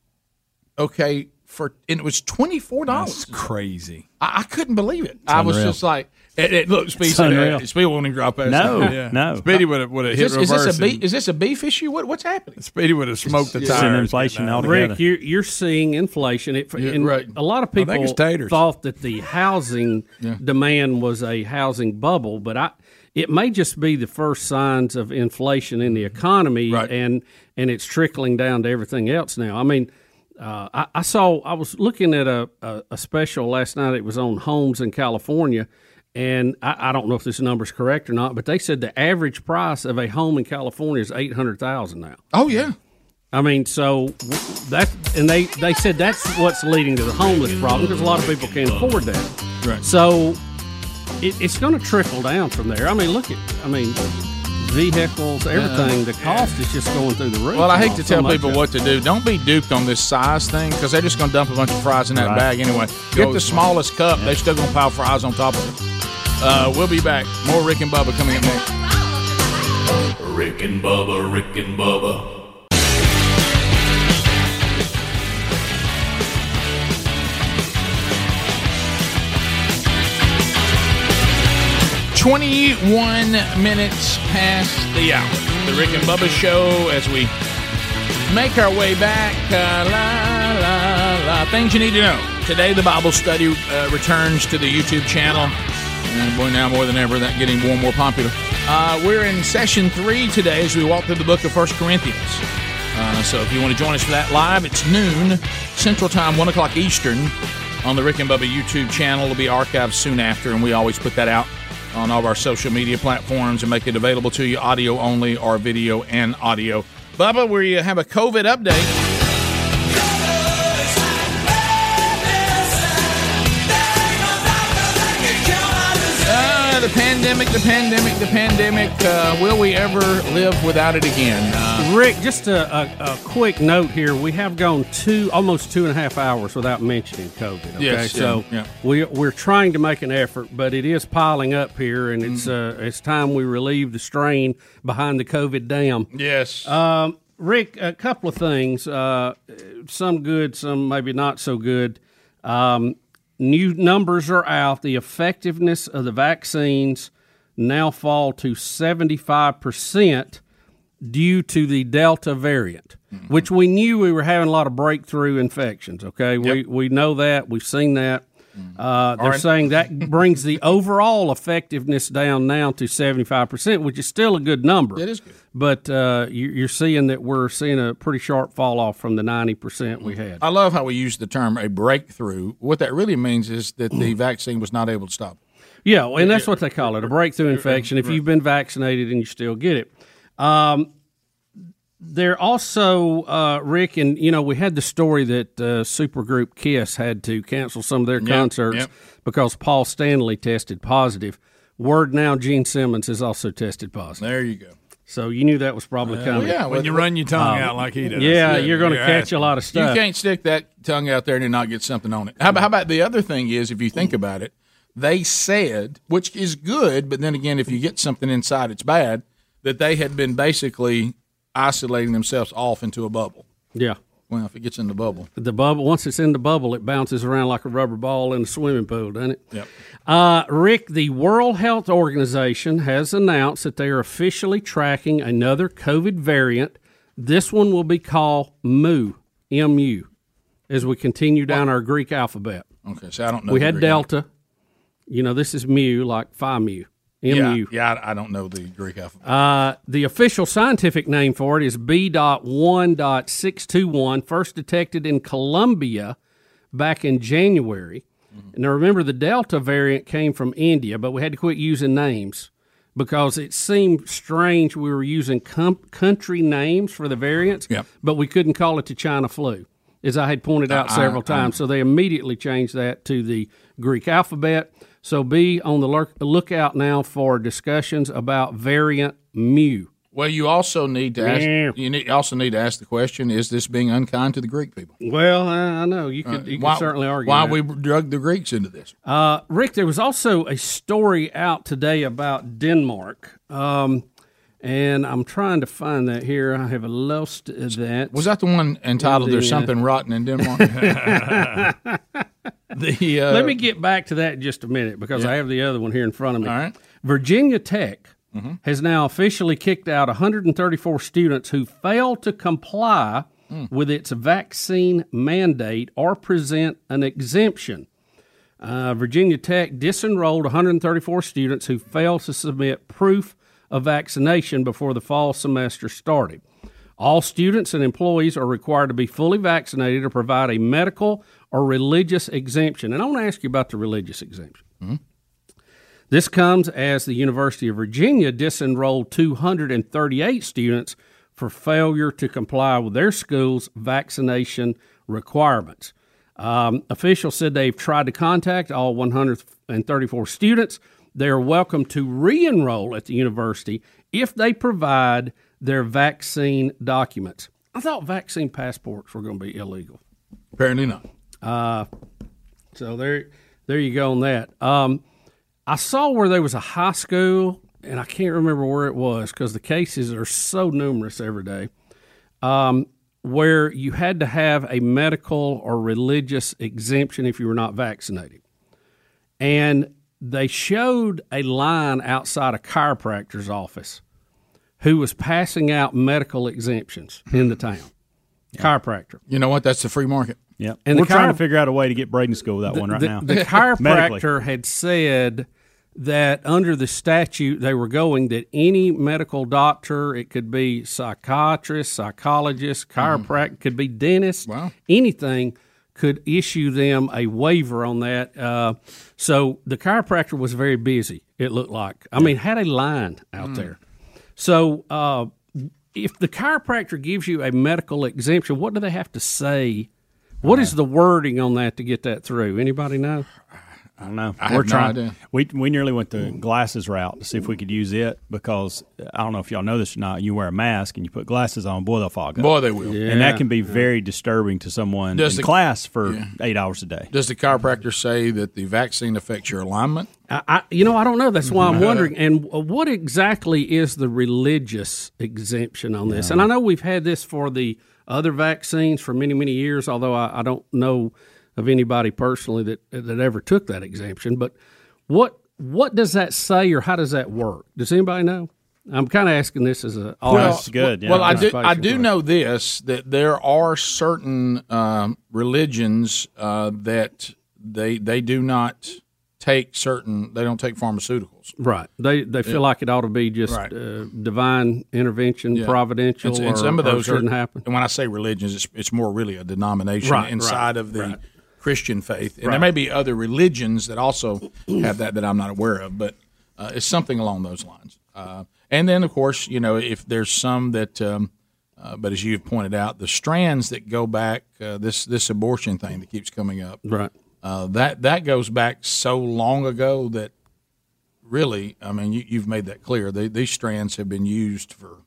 [SPEAKER 15] okay, for and it was twenty four dollars.
[SPEAKER 7] Crazy.
[SPEAKER 15] I, I couldn't believe it. I was
[SPEAKER 7] unreal.
[SPEAKER 15] just like, it, it look, Speedy,
[SPEAKER 7] It's
[SPEAKER 15] said,
[SPEAKER 7] unreal.
[SPEAKER 15] uh, Speedy won't even drop that.
[SPEAKER 7] No, no. Speedy would've- would've
[SPEAKER 15] Is
[SPEAKER 7] hit
[SPEAKER 15] this- Is this
[SPEAKER 7] reverse
[SPEAKER 15] a beef?
[SPEAKER 7] and-
[SPEAKER 15] Is this a beef issue? What, what's happening?
[SPEAKER 7] Speedy would have smoked the
[SPEAKER 15] It's
[SPEAKER 7] tires.
[SPEAKER 15] an
[SPEAKER 5] inflation
[SPEAKER 16] Rick, you're, you're seeing inflation. It, and A lot of
[SPEAKER 7] I think
[SPEAKER 16] people
[SPEAKER 7] it's taters.
[SPEAKER 16] thought that the housing demand was a housing bubble, but I, it may just be the first signs of inflation in
[SPEAKER 7] Mm-hmm.
[SPEAKER 16] the economy, and and it's trickling down to everything else now. I mean, uh, I, I saw I was looking at a, a, a special last night. It was on homes in California. And I, I don't know if this number's correct or not, but they said the average price of a home in California is eight hundred thousand now.
[SPEAKER 15] Oh yeah,
[SPEAKER 16] I mean, so w- that and they they said that's what's leading to the homeless problem because a lot of people can't afford that.
[SPEAKER 7] Right.
[SPEAKER 16] So it, it's going to trickle down from there. I mean, look at I mean vehicles, everything. The cost is just going through the roof.
[SPEAKER 15] Well, I hate
[SPEAKER 16] on
[SPEAKER 15] to
[SPEAKER 16] so
[SPEAKER 15] tell
[SPEAKER 16] much
[SPEAKER 15] people
[SPEAKER 16] of it.
[SPEAKER 15] what to do. Don't be duped on this size thing because they're just going to dump a bunch of fries in that
[SPEAKER 16] Right.
[SPEAKER 15] bag anyway.
[SPEAKER 16] Go
[SPEAKER 15] Get the
[SPEAKER 16] small.
[SPEAKER 15] smallest cup. They're still going to pile fries on top of it. Uh, we'll be back. More Rick and Bubba coming up next.
[SPEAKER 8] Rick and Bubba, Rick and Bubba.
[SPEAKER 15] Twenty-one minutes past the hour. The Rick and Bubba Show as we make our way back. Uh, la, la, la. Things you need to know. Today, the Bible study uh, returns to the YouTube channel. And boy, now more than ever, that getting more and more popular. Uh, we're in session three today as we walk through the book of First Corinthians. Uh, so if you want to join us for that live, it's noon Central Time, 1 o'clock Eastern on the Rick and Bubba YouTube channel. It'll be archived soon after, and we always put that out on all of our social media platforms and make it available to you audio only or video and audio. Bubba, we have a COVID update. Uh, the pandemic
[SPEAKER 1] pandemic, the pandemic, the pandemic. Uh, will we ever live without it again? Uh,
[SPEAKER 16] Rick, just a, a, a quick note here. We have gone two, almost two and a half hours without mentioning COVID. Okay,
[SPEAKER 1] Yes, yeah,
[SPEAKER 16] so
[SPEAKER 1] yeah.
[SPEAKER 16] we we're trying to make an effort, but it is piling up here, and it's
[SPEAKER 1] Mm-hmm.
[SPEAKER 16] uh, it's time we relieve the strain behind the COVID dam.
[SPEAKER 1] Yes.
[SPEAKER 16] Um, Rick, a couple of things. Uh, some good, some maybe not so good. Um, new numbers are out. The effectiveness of the vaccines now fall to seventy five percent due to the Delta variant, which we knew we were having a lot of breakthrough infections. Okay, we we know that we've seen that. Uh, they're
[SPEAKER 1] Aren't-
[SPEAKER 16] saying that brings the overall effectiveness down now to seventy five percent, which is still a good number. It is good, but uh, you, you're seeing that we're seeing a pretty sharp fall off from the ninety percent we had.
[SPEAKER 15] I love how we use the term a breakthrough. What that really means is that
[SPEAKER 16] Mm.
[SPEAKER 15] the vaccine was not able to stop. it.
[SPEAKER 16] Yeah, well, and that's what they call it a breakthrough infection if you've been vaccinated and you still get it. Um, they're also, uh, Rick, and you know, we had the story that uh, supergroup Kiss had to cancel some of their
[SPEAKER 1] Yep,
[SPEAKER 16] concerts
[SPEAKER 1] yep.
[SPEAKER 16] because Paul Stanley tested positive. Word now, Gene Simmons has also tested positive.
[SPEAKER 15] There you go. Uh,
[SPEAKER 16] So you knew that was probably
[SPEAKER 7] Well,
[SPEAKER 16] coming.
[SPEAKER 7] yeah, when you run your tongue out like he does.
[SPEAKER 16] Uh, Yeah, you're going to
[SPEAKER 15] You're
[SPEAKER 16] catch a
[SPEAKER 15] asking.
[SPEAKER 16] lot of stuff.
[SPEAKER 15] You can't stick that tongue out there and not get something on it. How, about- how about the other thing is, if you think
[SPEAKER 16] Mm.
[SPEAKER 15] about it, they said, which is good, but then again, if you get something inside, it's bad, that they had been basically isolating themselves off into a bubble.
[SPEAKER 16] Yeah.
[SPEAKER 15] Well, if it gets in the bubble.
[SPEAKER 16] The bubble. Once it's in the bubble, it bounces around like a rubber ball in a swimming pool, doesn't it?
[SPEAKER 15] Yep.
[SPEAKER 16] Uh, Rick, the World Health Organization has announced that they are officially tracking another COVID variant. This one will be called Mu, M U, as we continue down our Greek alphabet.
[SPEAKER 15] Okay, so I don't know.
[SPEAKER 16] We
[SPEAKER 15] the
[SPEAKER 16] had
[SPEAKER 15] Greek-
[SPEAKER 16] Delta. You know, this is Mu, like Phi Mu, M
[SPEAKER 15] Yeah,
[SPEAKER 16] U.
[SPEAKER 15] yeah, I, I don't know the Greek alphabet.
[SPEAKER 16] Uh, the official scientific name for it is B.1.621, first detected in Colombia back in January.
[SPEAKER 15] Mm-hmm.
[SPEAKER 16] Now, remember, the Delta variant came from India, but we had to quit using names because it seemed strange we were using com- country names for the variants, but we couldn't call it the China flu, as I had pointed out
[SPEAKER 1] I-
[SPEAKER 16] several
[SPEAKER 1] I-
[SPEAKER 16] times. so they immediately changed that to the Greek alphabet. So be on the lurk- lookout now for discussions about variant mu.
[SPEAKER 15] Well, you also need to
[SPEAKER 16] Yeah.
[SPEAKER 15] ask. You need, also need to ask the question: Is this being unkind to the Greek people?
[SPEAKER 16] Well, I, I know you could,
[SPEAKER 15] Uh,
[SPEAKER 16] you could
[SPEAKER 15] why-
[SPEAKER 16] certainly argue
[SPEAKER 15] why
[SPEAKER 16] that.
[SPEAKER 15] we drug the Greeks into this.
[SPEAKER 16] Uh, Rick, there was also a story out today about Denmark. Um, and I'm trying to find that here. I have lost uh, that.
[SPEAKER 15] Was that the one entitled
[SPEAKER 16] The,
[SPEAKER 15] "There's
[SPEAKER 16] uh,
[SPEAKER 15] Something Rotten in Denmark"? the uh,
[SPEAKER 16] Let me get back to that in just a minute because I have the other one here in front of me.
[SPEAKER 15] All right.
[SPEAKER 16] Virginia Tech
[SPEAKER 15] Mhm.
[SPEAKER 16] has now officially kicked out 134 students who failed to comply
[SPEAKER 15] Hmm.
[SPEAKER 16] with its vaccine mandate or present an exemption. Uh, Virginia Tech disenrolled 134 students who failed to submit proof of vaccination before the fall semester started. All students and employees are required to be fully vaccinated or provide a medical or religious exemption. And I want to ask you about the religious exemption. This comes as the University of Virginia disenrolled 238 students for failure to comply with their school's vaccination requirements. Um, officials said they've tried to contact all 134 students. They are welcome to re enroll at the university if they provide their vaccine documents. I thought vaccine passports were going to be illegal.
[SPEAKER 15] Apparently not.
[SPEAKER 16] Uh, so there, there you go on that. Um, I saw where there was a high school, and I can't remember where it was because the cases are so numerous every day, um, where you had to have a medical or religious exemption if you were not vaccinated. And they showed a line outside a chiropractor's office who was passing out medical exemptions in the town. Chiropractor.
[SPEAKER 15] You know what? That's the free market.
[SPEAKER 5] Yeah,
[SPEAKER 16] And
[SPEAKER 5] and
[SPEAKER 16] the
[SPEAKER 5] we're trying
[SPEAKER 16] chiro-
[SPEAKER 5] to figure out a way to get Braden to go with that
[SPEAKER 16] the,
[SPEAKER 5] one right
[SPEAKER 16] the-
[SPEAKER 5] now.
[SPEAKER 16] the
[SPEAKER 5] Medically.
[SPEAKER 16] chiropractor had said that under the statute they were going that any medical doctor, it could be psychiatrist, psychologist,
[SPEAKER 5] Mm-hmm.
[SPEAKER 16] chiropractor, could be dentist, anything could issue them a waiver on that. Uh, so the chiropractor was very busy. It looked like. I mean, had a line out
[SPEAKER 1] Mm.
[SPEAKER 16] there. So uh, if the chiropractor gives you a medical exemption, what do they have to say? What is the wording on that to get that through? Anybody know?
[SPEAKER 5] I don't know.
[SPEAKER 15] I
[SPEAKER 5] We're
[SPEAKER 15] have no
[SPEAKER 5] trying.
[SPEAKER 15] idea.
[SPEAKER 5] We we nearly went the glasses route to see if we could use it because uh, I don't know if y'all know this or not. You wear a mask and you put glasses on, boy, they'll fog up.
[SPEAKER 15] Boy, they will.
[SPEAKER 5] and
[SPEAKER 15] Yeah.
[SPEAKER 5] that can be very disturbing to someone
[SPEAKER 15] Does
[SPEAKER 5] in
[SPEAKER 15] the-
[SPEAKER 5] class for
[SPEAKER 15] Yeah.
[SPEAKER 5] eight hours a day.
[SPEAKER 15] Does the chiropractor say that the vaccine affects your alignment?
[SPEAKER 16] I, I, you know, I don't know. That's
[SPEAKER 15] Mm-hmm.
[SPEAKER 16] why
[SPEAKER 15] Uh-huh.
[SPEAKER 16] I'm wondering. And uh, what exactly is the religious exemption on this? And I know we've had this for the other vaccines for many, many years. Although I, I don't know of anybody personally that that ever took that exemption. But what what does that say, or how does that work? Does anybody know? I'm kind of asking this as a.
[SPEAKER 15] Well, I do. I do know this that there are certain um, religions uh, that they they do not take certain. They don't take pharmaceuticals.
[SPEAKER 16] Right. They they feel
[SPEAKER 15] Yeah.
[SPEAKER 16] like it ought to be just
[SPEAKER 15] Right.
[SPEAKER 16] uh, divine intervention,
[SPEAKER 15] Yeah.
[SPEAKER 16] providential,
[SPEAKER 15] And- and
[SPEAKER 16] or-
[SPEAKER 15] some of
[SPEAKER 16] or
[SPEAKER 15] those
[SPEAKER 16] shouldn't
[SPEAKER 15] are,
[SPEAKER 16] happen.
[SPEAKER 15] And when I say religions, it's, it's more really a denomination
[SPEAKER 16] Right, right,
[SPEAKER 15] inside of the
[SPEAKER 16] right.
[SPEAKER 15] Christian faith. And
[SPEAKER 16] Right.
[SPEAKER 15] there may be other religions that also have that that I'm not aware of, but uh, it's something along those lines. Uh, and then, of course, you know, if there's some that, um, uh, but as you've pointed out, the strands that go back, uh, this this abortion thing that keeps coming up,
[SPEAKER 16] right?
[SPEAKER 15] Uh, that that goes back so long ago that really, I mean, you, you've made that clear. They, these strands have been used for,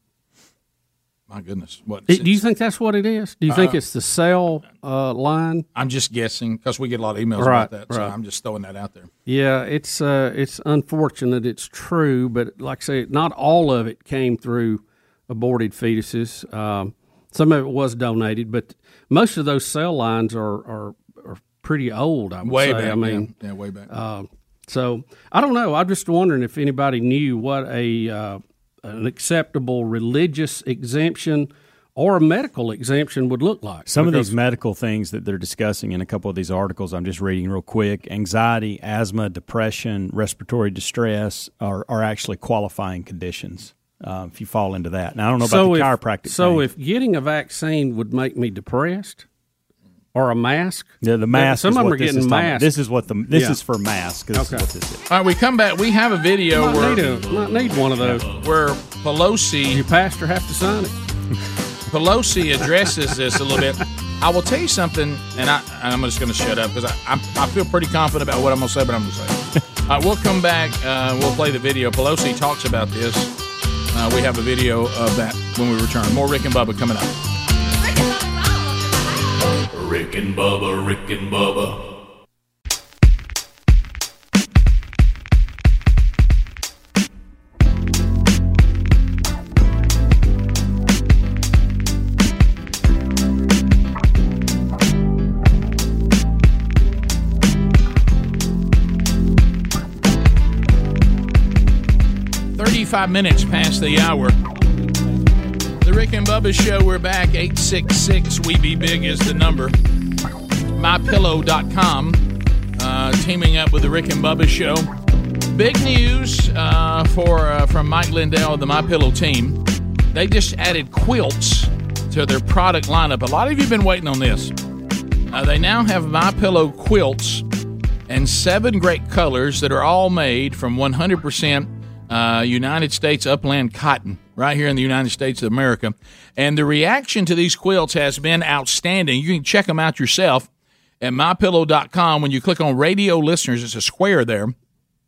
[SPEAKER 15] my goodness, what?
[SPEAKER 16] Do you think that's what it is? Do you think
[SPEAKER 15] Uh,
[SPEAKER 16] it's the cell uh, line?
[SPEAKER 15] I'm just guessing because we get a lot of emails
[SPEAKER 16] Right,
[SPEAKER 15] about that, so
[SPEAKER 16] right.
[SPEAKER 15] I'm just throwing that out there.
[SPEAKER 16] Yeah, it's uh, it's unfortunate. It's true, but like I say, not all of it came through aborted fetuses. Um, some of it was donated, but most of those cell lines are are, are pretty old. I would
[SPEAKER 15] Way
[SPEAKER 16] say.
[SPEAKER 15] back,
[SPEAKER 16] I mean,
[SPEAKER 15] yeah. Yeah, way back.
[SPEAKER 16] Uh, so I don't know. I'm just wondering if anybody knew what a uh, an acceptable religious exemption or a medical exemption would look like.
[SPEAKER 5] Some
[SPEAKER 16] Because-
[SPEAKER 5] of these medical things that they're discussing in a couple of these articles I'm just reading real quick anxiety, asthma, depression, respiratory distress are, are actually qualifying conditions uh, if you fall into that. Now, I don't know about the chiropractic.
[SPEAKER 16] If, so
[SPEAKER 5] thing.
[SPEAKER 16] if getting a vaccine would make me depressed, or a mask,
[SPEAKER 5] yeah, the mask.
[SPEAKER 16] Some
[SPEAKER 5] is
[SPEAKER 16] of them
[SPEAKER 5] what
[SPEAKER 16] are
[SPEAKER 5] this
[SPEAKER 16] getting
[SPEAKER 5] is talking about.
[SPEAKER 16] masks.
[SPEAKER 5] This is what the this
[SPEAKER 16] Yeah.
[SPEAKER 5] is for mask. This
[SPEAKER 16] Okay.
[SPEAKER 5] is what this is.
[SPEAKER 15] All right, we come back. We have a video
[SPEAKER 16] Might
[SPEAKER 15] where
[SPEAKER 16] need a- might need one of those.
[SPEAKER 15] Where Pelosi, your
[SPEAKER 16] pastor, have to sign it.
[SPEAKER 15] Pelosi addresses this a little bit. I will tell you something, and I and I'm just going to shut up because I, I I feel pretty confident about what I'm going to say, but I'm going to say. it. All right, we'll come back. Uh, we'll play the video. Pelosi talks about this. Uh, we have a video of that when we return. More Rick and Bubba coming up.
[SPEAKER 8] Rick and Bubba, Rick and Bubba,
[SPEAKER 15] Thirty-five minutes past the hour. The Rick and Bubba Show, we're back. 866 We Be Big is the number. MyPillow.com, uh, teaming up with the Rick and Bubba Show. Big news uh, for uh, from Mike Lindell, of the My Pillow team. They just added quilts to their product lineup. A lot of you have been waiting on this. Uh, they now have My Pillow quilts and seven great colors that are all made from 100% uh, United States upland cotton right here in the United States of America. And the reaction to these quilts has been outstanding. You can check them out yourself at mypillow.com. When you click on radio listeners, it's a square there.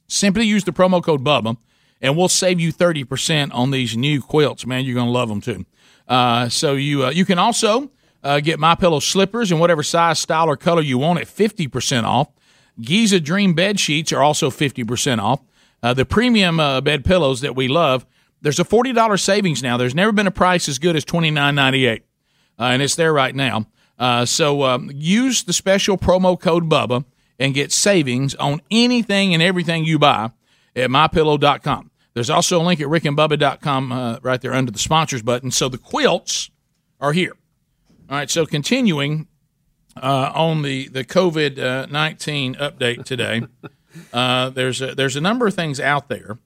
[SPEAKER 15] Simply use the promo code Bubba, and we'll save you 30% on these new quilts. Man, you're going to love them too. Uh, so you uh, you can also uh, get My Pillow slippers in whatever size, style, or color you want at 50% off. Giza Dream bed sheets are also 50% off. Uh, the premium uh, bed pillows that we love, there's a $40 savings now. There's never been a price as good as $29.98, uh, and it's there right now. Uh, so um, use the special promo code Bubba and get savings on anything and everything you buy at mypillow.com. There's also a link at rickandbubba.com uh, right there under the sponsors button. So the quilts are here. All right, so continuing uh, on the the COVID uh, nineteen update today, uh, there's a, there's a number of things out there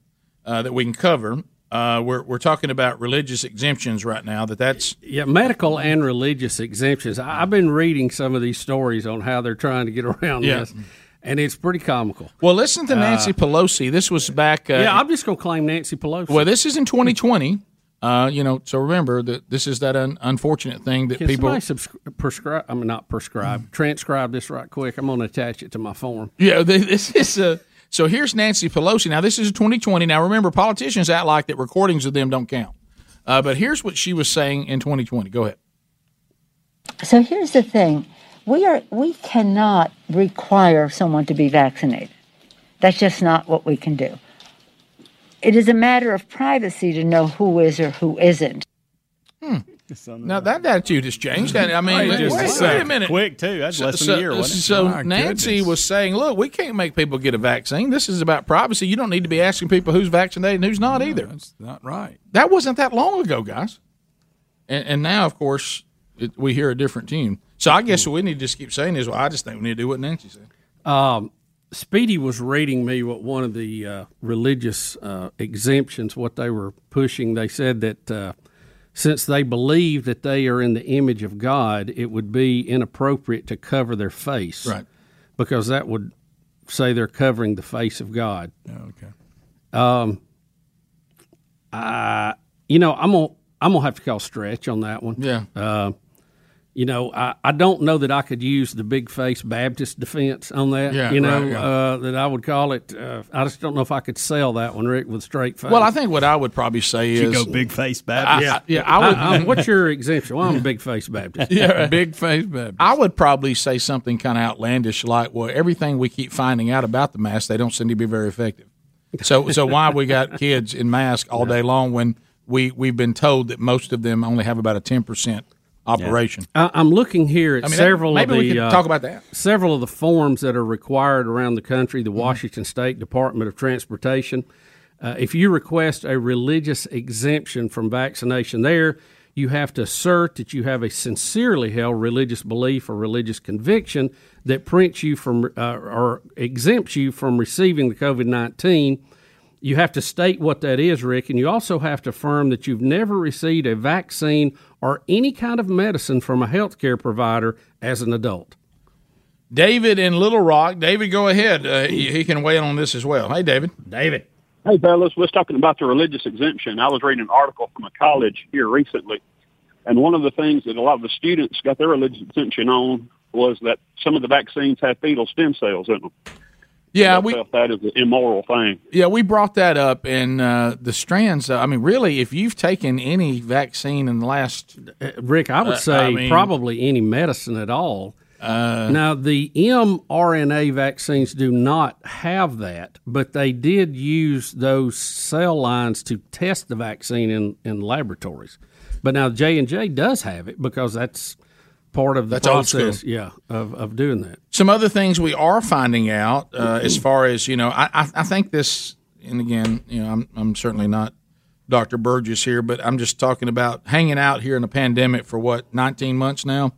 [SPEAKER 15] uh, that we can cover. Uh, we're we're talking about religious exemptions right now. That that's
[SPEAKER 16] Yeah, medical and religious exemptions. I, I've been reading some of these stories on how they're trying to get around
[SPEAKER 15] Yeah.
[SPEAKER 16] this, and it's pretty comical.
[SPEAKER 15] well. Listen to Nancy Pelosi. This was back. Uh,
[SPEAKER 16] yeah, I'm just gonna claim Nancy Pelosi.
[SPEAKER 15] Well, this is in 2020. Uh, you know, so remember that this is that un- unfortunate thing that
[SPEAKER 16] Can
[SPEAKER 15] people. Mm-hmm.
[SPEAKER 16] somebody subscri- prescribe? I mean, not prescribe. transcribe this right quick. I'm going to attach it to my form.
[SPEAKER 15] Yeah, th- this is a. So here's Nancy Pelosi. Now this is 2020. Now remember, politicians act like that recordings of them don't count. Uh, but here's what she was saying in 2020. Go ahead.
[SPEAKER 12] So here's the thing. We are we cannot require someone to be vaccinated. That's just not what we can do. It is a matter of privacy to know who is or who isn't.
[SPEAKER 15] Now that attitude has changed. I mean,
[SPEAKER 5] Wait
[SPEAKER 15] wait,
[SPEAKER 5] just a
[SPEAKER 15] wait a
[SPEAKER 5] second.
[SPEAKER 15] minute.
[SPEAKER 5] Quick, too. That's less than a year, wasn't it?
[SPEAKER 15] So
[SPEAKER 5] My
[SPEAKER 15] Nancy was saying, "Look, we can't make people get a vaccine. This is about privacy. You don't need to be asking people who's vaccinated and who's not either." That's
[SPEAKER 7] not right.
[SPEAKER 15] That wasn't that long ago, guys. And, and now, of course, it, we hear a different tune. So I guess what we need to just keep saying is, well, I just think we need to do what Nancy said.
[SPEAKER 16] Um, Speedy was reading me what one of the uh, religious uh, exemptions, what they were pushing. They said that uh, since they believe that they are in the image of God, it would be inappropriate to cover their face,
[SPEAKER 15] Right.
[SPEAKER 16] Because that would say they're covering the face of God.
[SPEAKER 7] Okay.
[SPEAKER 16] Um, I, you know, I'm gonna I'm gonna have to call stretch on that one.
[SPEAKER 15] Yeah.
[SPEAKER 16] Uh, you know, I, I don't know that I could use the big face Baptist defense on that.
[SPEAKER 15] Yeah,
[SPEAKER 16] you know,
[SPEAKER 15] right, yeah.
[SPEAKER 16] uh, that I would call it. Uh, I just don't know if I could sell that one, Rick, with straight face.
[SPEAKER 15] Well, I think what I would probably say
[SPEAKER 16] You
[SPEAKER 15] is
[SPEAKER 16] go big
[SPEAKER 5] face
[SPEAKER 15] Baptist. I- I- yeah, I would-
[SPEAKER 16] am what's your exemption? Well, I'm a big face Baptist.
[SPEAKER 15] Yeah, big face Baptist. I would probably say something kind of outlandish, like, "Well, everything we keep finding out about the mask, they don't seem to be very effective." So, so why we got kids in masks all day long when we we've been told that most of them only have about a ten percent operation?
[SPEAKER 16] I, I'm looking here at
[SPEAKER 15] I mean,
[SPEAKER 16] several
[SPEAKER 15] maybe
[SPEAKER 16] of the.
[SPEAKER 15] we could
[SPEAKER 16] uh,
[SPEAKER 15] talk about that.
[SPEAKER 16] Several of the forms that are required around the country, the Washington State Department of Transportation. Uh, if you request a religious exemption from vaccination there, you have to assert that you have a sincerely held religious belief or religious conviction that prevents you from uh, or exempts you from receiving the COVID 19 you have to state what that is, Rick, and you also have to affirm that you've never received a vaccine or any kind of medicine from a healthcare provider as an adult.
[SPEAKER 15] David in Little Rock. David, go ahead. Uh, he, he can weigh in on this as well. Hey, David.
[SPEAKER 16] David.
[SPEAKER 26] Hey, fellas, we're talking about the religious exemption. I was reading an article from a college here recently, and one of the things that a lot of the students got their religious exemption on was that some of the vaccines have fetal stem cells in them.
[SPEAKER 15] Yeah,
[SPEAKER 26] we felt that is an immoral thing.
[SPEAKER 15] Yeah, we brought that up in uh, the strands. Uh, I mean, really, if you've taken any vaccine in the last, uh,
[SPEAKER 16] Rick, I would say probably any medicine at all.
[SPEAKER 15] Uh,
[SPEAKER 16] now, the mRNA vaccines do not have that, but they did use those cell lines to test the vaccine in, in laboratories. But now J and J does have it because that's part of the
[SPEAKER 15] That's old
[SPEAKER 16] process.
[SPEAKER 15] school.
[SPEAKER 16] Yeah, of, of doing that.
[SPEAKER 15] Some other things we are finding out, uh, as far as you know, I, I, I think this, and again, you know, I'm, I'm certainly not Dr. Burgess here, but I'm just talking about hanging out here in a pandemic for what 19 months now,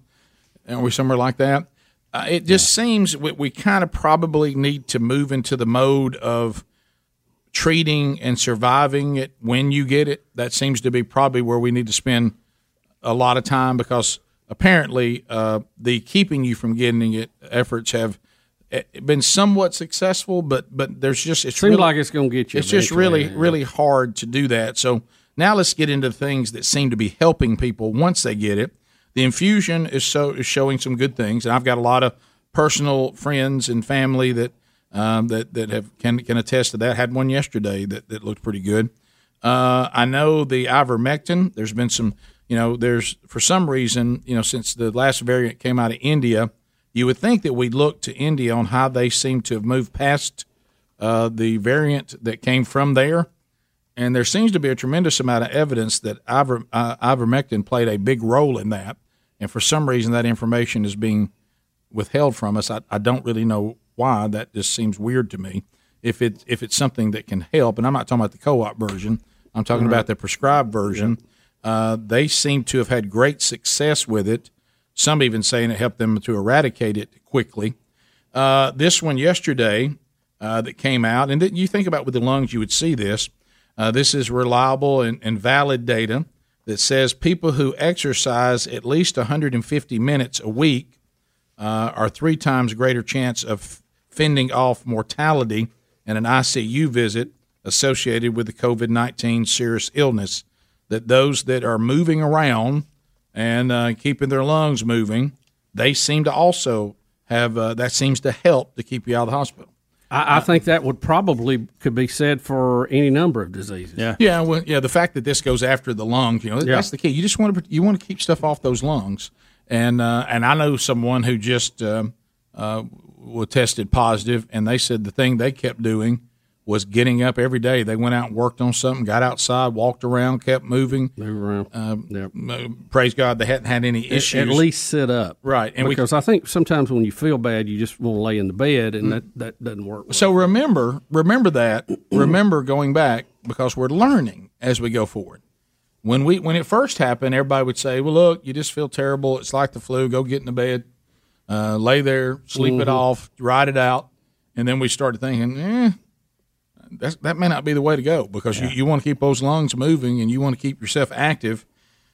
[SPEAKER 15] and we somewhere like that. Uh, it just seems we, we kind of probably need to move into the mode of treating and surviving it when you get it. That seems to be probably where we need to spend a lot of time because apparently uh, the keeping you from getting it efforts have eh, been somewhat successful, but but there's just it's
[SPEAKER 16] Seems
[SPEAKER 15] really-
[SPEAKER 16] like it's going to get you.
[SPEAKER 15] it's just
[SPEAKER 16] eventually,
[SPEAKER 15] really
[SPEAKER 16] yeah.
[SPEAKER 15] really hard to do that. So now let's get into things that seem to be helping people once they get it. The infusion is so is showing some good things, and I've got a lot of personal friends and family that um, that that have can can attest to that. Had one yesterday that that looked pretty good. Uh, I know the ivermectin. There's been some, you know, there's for some reason, you know, since the last variant came out of India, you would think that we'd look to India on how they seem to have moved past uh, the variant that came from there. And there seems to be a tremendous amount of evidence that iver, uh, ivermectin played a big role in that. And for some reason, that information is being withheld from us. I, I don't really know why. That just seems weird to me. If it if it's something that can help, and I'm not talking about the co-op version, I'm talking
[SPEAKER 7] Right.
[SPEAKER 15] about the prescribed version. Uh, they seem to have had great success with it. Some even saying it helped them to eradicate it quickly. Uh, this one yesterday uh, that came out, and that you think about with the lungs, you would see this. Uh, this is reliable and, and valid data that says people who exercise at least 150 minutes a week uh, are three times greater chance of fending off mortality and an ICU visit associated with the COVID 19 serious illness that those that are moving around and uh, keeping their lungs moving, they seem to also have uh, that seems to help to keep you out of the hospital.
[SPEAKER 16] I, I think that would probably could be said for any number of diseases. Yeah.
[SPEAKER 15] Yeah, well, yeah. The fact that this goes after the lungs, you know,
[SPEAKER 16] Yeah.
[SPEAKER 15] that's the key. You just want to you want to keep stuff off those lungs. And uh, and I know someone who just um, uh, was tested positive, and they said the thing they kept doing was getting up every day. They went out and worked on something, got outside, walked around, kept moving.
[SPEAKER 16] Move around.
[SPEAKER 15] Um, Praise God, they hadn't had any
[SPEAKER 16] At-
[SPEAKER 15] issues.
[SPEAKER 16] At least sit up.
[SPEAKER 15] Right, and we-
[SPEAKER 16] because I think sometimes when you feel bad, you just want to lay in the bed, and that, that doesn't work.
[SPEAKER 15] So remember, remember that. remember going back because we're learning as we go forward. When we when it first happened, everybody would say, "Well, look, you just feel terrible. It's like the flu. Go get in the bed, uh, lay there, sleep it
[SPEAKER 7] Mhm.
[SPEAKER 15] off, ride it out." And then we started thinking, "Eh, that's, that may not be the way to go because you, you want to keep those lungs moving and you want to keep yourself active."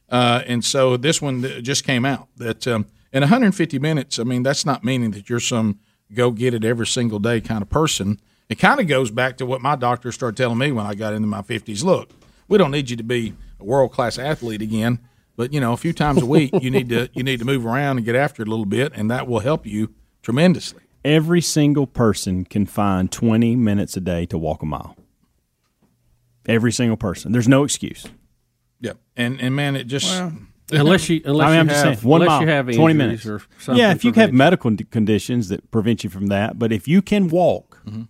[SPEAKER 15] Uh, and so this one that just came out that um, in 150 minutes, I mean, that's not meaning that you're some go get it every single day kind of person. It kind of goes back to what my doctor started telling me when I got into my 50s. Look, we don't need you to be a world class athlete again, but you know, a few times a week you need to you need to move around and get after it a little bit, and that will help you tremendously.
[SPEAKER 5] Every single person can find 20 minutes a day to walk a mile. Every single person. There's no excuse.
[SPEAKER 15] Yep. And and man, it just
[SPEAKER 16] Unless you- unless
[SPEAKER 5] I
[SPEAKER 16] you
[SPEAKER 5] am just
[SPEAKER 16] have-
[SPEAKER 5] saying, one
[SPEAKER 16] unless
[SPEAKER 5] mile,
[SPEAKER 16] you have
[SPEAKER 5] 20
[SPEAKER 16] injuries
[SPEAKER 5] minutes.
[SPEAKER 16] or something
[SPEAKER 5] yeah, if you have medical d- conditions that prevent you from that, but if you can walk
[SPEAKER 15] Mm-hmm.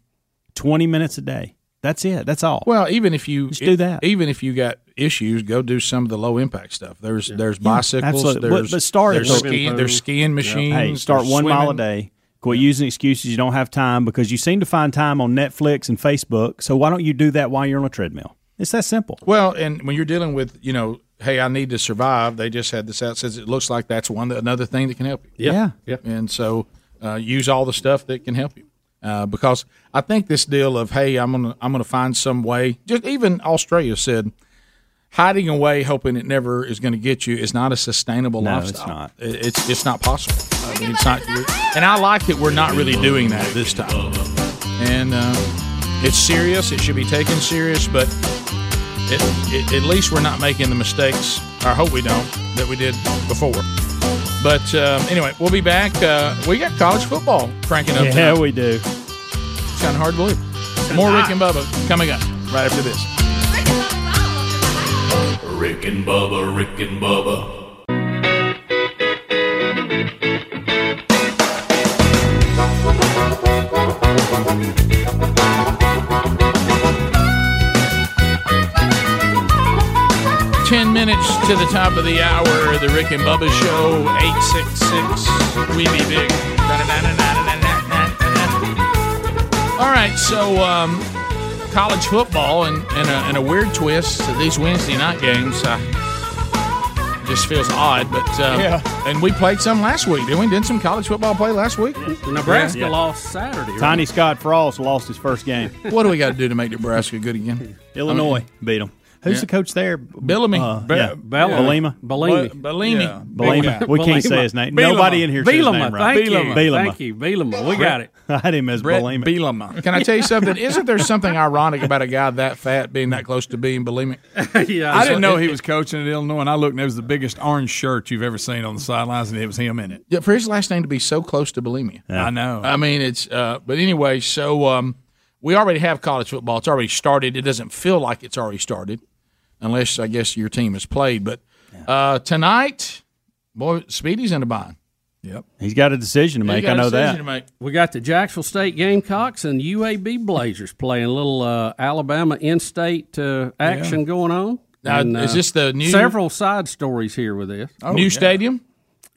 [SPEAKER 5] 20 minutes a day, that's it. That's all.
[SPEAKER 15] Well, even if you
[SPEAKER 5] Just do that.
[SPEAKER 15] even if you got issues, go do some of the low impact stuff. There's there's
[SPEAKER 5] Yeah,
[SPEAKER 15] bicycles,
[SPEAKER 5] absolutely. But-
[SPEAKER 15] there's
[SPEAKER 5] but start
[SPEAKER 15] there's
[SPEAKER 5] at-
[SPEAKER 15] skiing, there's skiing machines.
[SPEAKER 5] Hey, start
[SPEAKER 15] there's
[SPEAKER 5] one mile a
[SPEAKER 15] swimming.
[SPEAKER 5] day. Quit using excuses you don't have time because you seem to find time on Netflix and Facebook. So why don't you do that while you're on a treadmill? It's that simple.
[SPEAKER 15] Well, and when you're dealing with, you know, hey, I need to survive. They just had this out. Says it looks like that's one another thing that can help you.
[SPEAKER 5] Yeah.
[SPEAKER 15] And so uh, use all the stuff that can help you. Uh, because I think this deal of hey, I'm gonna I'm gonna find some way. Just even Australia said hiding away, hoping it never is going to get you, is not a sustainable
[SPEAKER 5] No, it's
[SPEAKER 15] lifestyle. It's not. It's it's not possible. I mean, it's not. And I like that we're not really doing that this time. And uh, it's serious. It should be taken serious, but it, it, at least we're not making the mistakes. I hope we don't that we did before. But um, anyway, we'll be back. Uh, we got college football cranking up.
[SPEAKER 5] Yeah,
[SPEAKER 15] tonight.
[SPEAKER 5] we do.
[SPEAKER 15] It's kind of hard to believe. More Rick and Bubba coming up right after this.
[SPEAKER 8] Rick and Bubba, Rick and Bubba,
[SPEAKER 15] Ten minutes to the top of the hour. The Rick and Bubba Show. Eight six six. We be big. All right, so um, college football and, and, a, and a weird twist to these Wednesday night games. Uh, just feels odd, but um,
[SPEAKER 16] Yeah.
[SPEAKER 15] And we played some last week, didn't we? Did some college football play last week?
[SPEAKER 16] Nebraska
[SPEAKER 15] Yeah.
[SPEAKER 16] lost Saturday.
[SPEAKER 5] Tiny Scott Frost lost his first game.
[SPEAKER 15] What do we got to do to make Nebraska good again?
[SPEAKER 5] Illinois
[SPEAKER 15] I mean-
[SPEAKER 5] beat him. Who's
[SPEAKER 15] Yeah.
[SPEAKER 5] the coach there?
[SPEAKER 15] Bellamy.
[SPEAKER 5] Uh,
[SPEAKER 15] Be-
[SPEAKER 5] yeah.
[SPEAKER 15] Bella-
[SPEAKER 5] Belima.
[SPEAKER 15] Bellamy. Be- Bellamy.
[SPEAKER 5] Yeah.
[SPEAKER 15] Big guy.
[SPEAKER 5] Bellamy. We can't say his name.
[SPEAKER 15] Bellamy.
[SPEAKER 5] Nobody in here says his
[SPEAKER 15] Bellamy.
[SPEAKER 5] name right.
[SPEAKER 15] Thank you.
[SPEAKER 5] Bellamy.
[SPEAKER 15] Thank
[SPEAKER 16] you. Bielema. We got it.
[SPEAKER 5] I had him as
[SPEAKER 15] Brett
[SPEAKER 5] Bellamy.
[SPEAKER 15] Bielema. Can I tell you something? Isn't there something ironic about a guy that fat being that close to being bulimic?
[SPEAKER 16] yeah,
[SPEAKER 7] I didn't know he was coaching at Illinois, and I looked, and it was the biggest orange shirt you've ever seen on the sidelines, and it was him in it.
[SPEAKER 15] Yeah, for his last name to be so close to bulimia.
[SPEAKER 7] I know.
[SPEAKER 15] I mean, it's. Uh, but anyway, so um, we already have college football. It's already started. It doesn't feel like it's already started, unless I guess your team has played. But uh, tonight, boy, Speedy's in a bind. Yep.
[SPEAKER 5] He's got a decision to make. I know that.
[SPEAKER 16] We got the Jacksonville State Gamecocks and UAB Blazers playing a little uh, Alabama in-state uh, action
[SPEAKER 15] Yeah.
[SPEAKER 16] going on. uh,
[SPEAKER 15] Now, is this the new-
[SPEAKER 16] several side stories here with this
[SPEAKER 7] Oh, New yeah. stadium?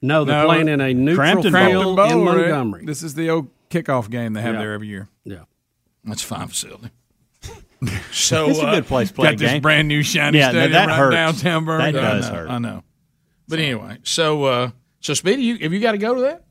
[SPEAKER 16] No, they're playing in a neutral
[SPEAKER 7] Crampton
[SPEAKER 16] field
[SPEAKER 7] Bowl,
[SPEAKER 16] in
[SPEAKER 7] right?
[SPEAKER 16] Montgomery.
[SPEAKER 7] This is the old kickoff game they have
[SPEAKER 16] Yeah.
[SPEAKER 7] there every year.
[SPEAKER 16] Yeah,
[SPEAKER 15] that's fine facility. So
[SPEAKER 7] It's a
[SPEAKER 15] uh,
[SPEAKER 7] good place to play
[SPEAKER 15] got
[SPEAKER 7] a
[SPEAKER 15] this
[SPEAKER 7] game.
[SPEAKER 15] brand new shiny
[SPEAKER 7] Yeah, no,
[SPEAKER 15] stadium
[SPEAKER 7] that
[SPEAKER 15] right
[SPEAKER 7] hurts.
[SPEAKER 15] downtown Birmingham.
[SPEAKER 7] That does
[SPEAKER 15] I know,
[SPEAKER 7] hurt.
[SPEAKER 15] I know. But anyway, so uh, so Speedy, you, have you got to go to that?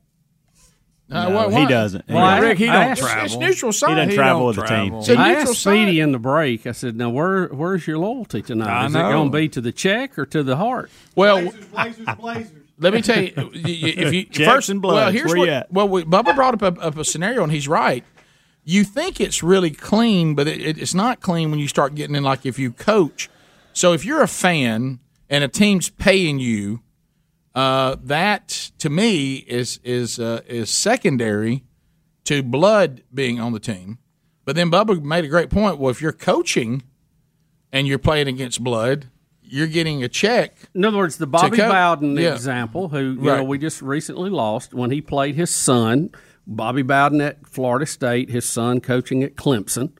[SPEAKER 5] No, he doesn't. He doesn't. Rick, he don't travel.
[SPEAKER 15] It's neutral
[SPEAKER 5] He
[SPEAKER 15] side.
[SPEAKER 5] doesn't travel with the team.
[SPEAKER 15] It's a
[SPEAKER 16] I
[SPEAKER 15] neutral
[SPEAKER 16] asked
[SPEAKER 15] side.
[SPEAKER 16] Speedy in the break. I said, "Now, where where's your loyalty tonight?
[SPEAKER 15] I
[SPEAKER 16] is it
[SPEAKER 15] know.
[SPEAKER 16] going to be to the check or to the heart?"
[SPEAKER 15] Well, let me tell you, y- y- if you
[SPEAKER 16] Jackson
[SPEAKER 15] first, well,
[SPEAKER 16] Bloods,
[SPEAKER 15] here's
[SPEAKER 16] where you
[SPEAKER 15] what.
[SPEAKER 16] at?
[SPEAKER 15] Well, we, Bubba brought up a, up a scenario, and he's right. You think it's really clean, but it, it, it's not clean when you start getting in. Like if you coach, So if you're a fan and a team's paying you, uh, that to me is is uh, is secondary to blood being on the team. But then Bubba made a great point. Well, if you're coaching and you're playing against blood, you're getting a check.
[SPEAKER 16] In other words, the Bobby Bowden
[SPEAKER 15] yeah.
[SPEAKER 16] example, who you
[SPEAKER 15] Right.
[SPEAKER 16] know we just recently lost when he played his son, Bobby Bowden at Florida State, his son coaching at Clemson.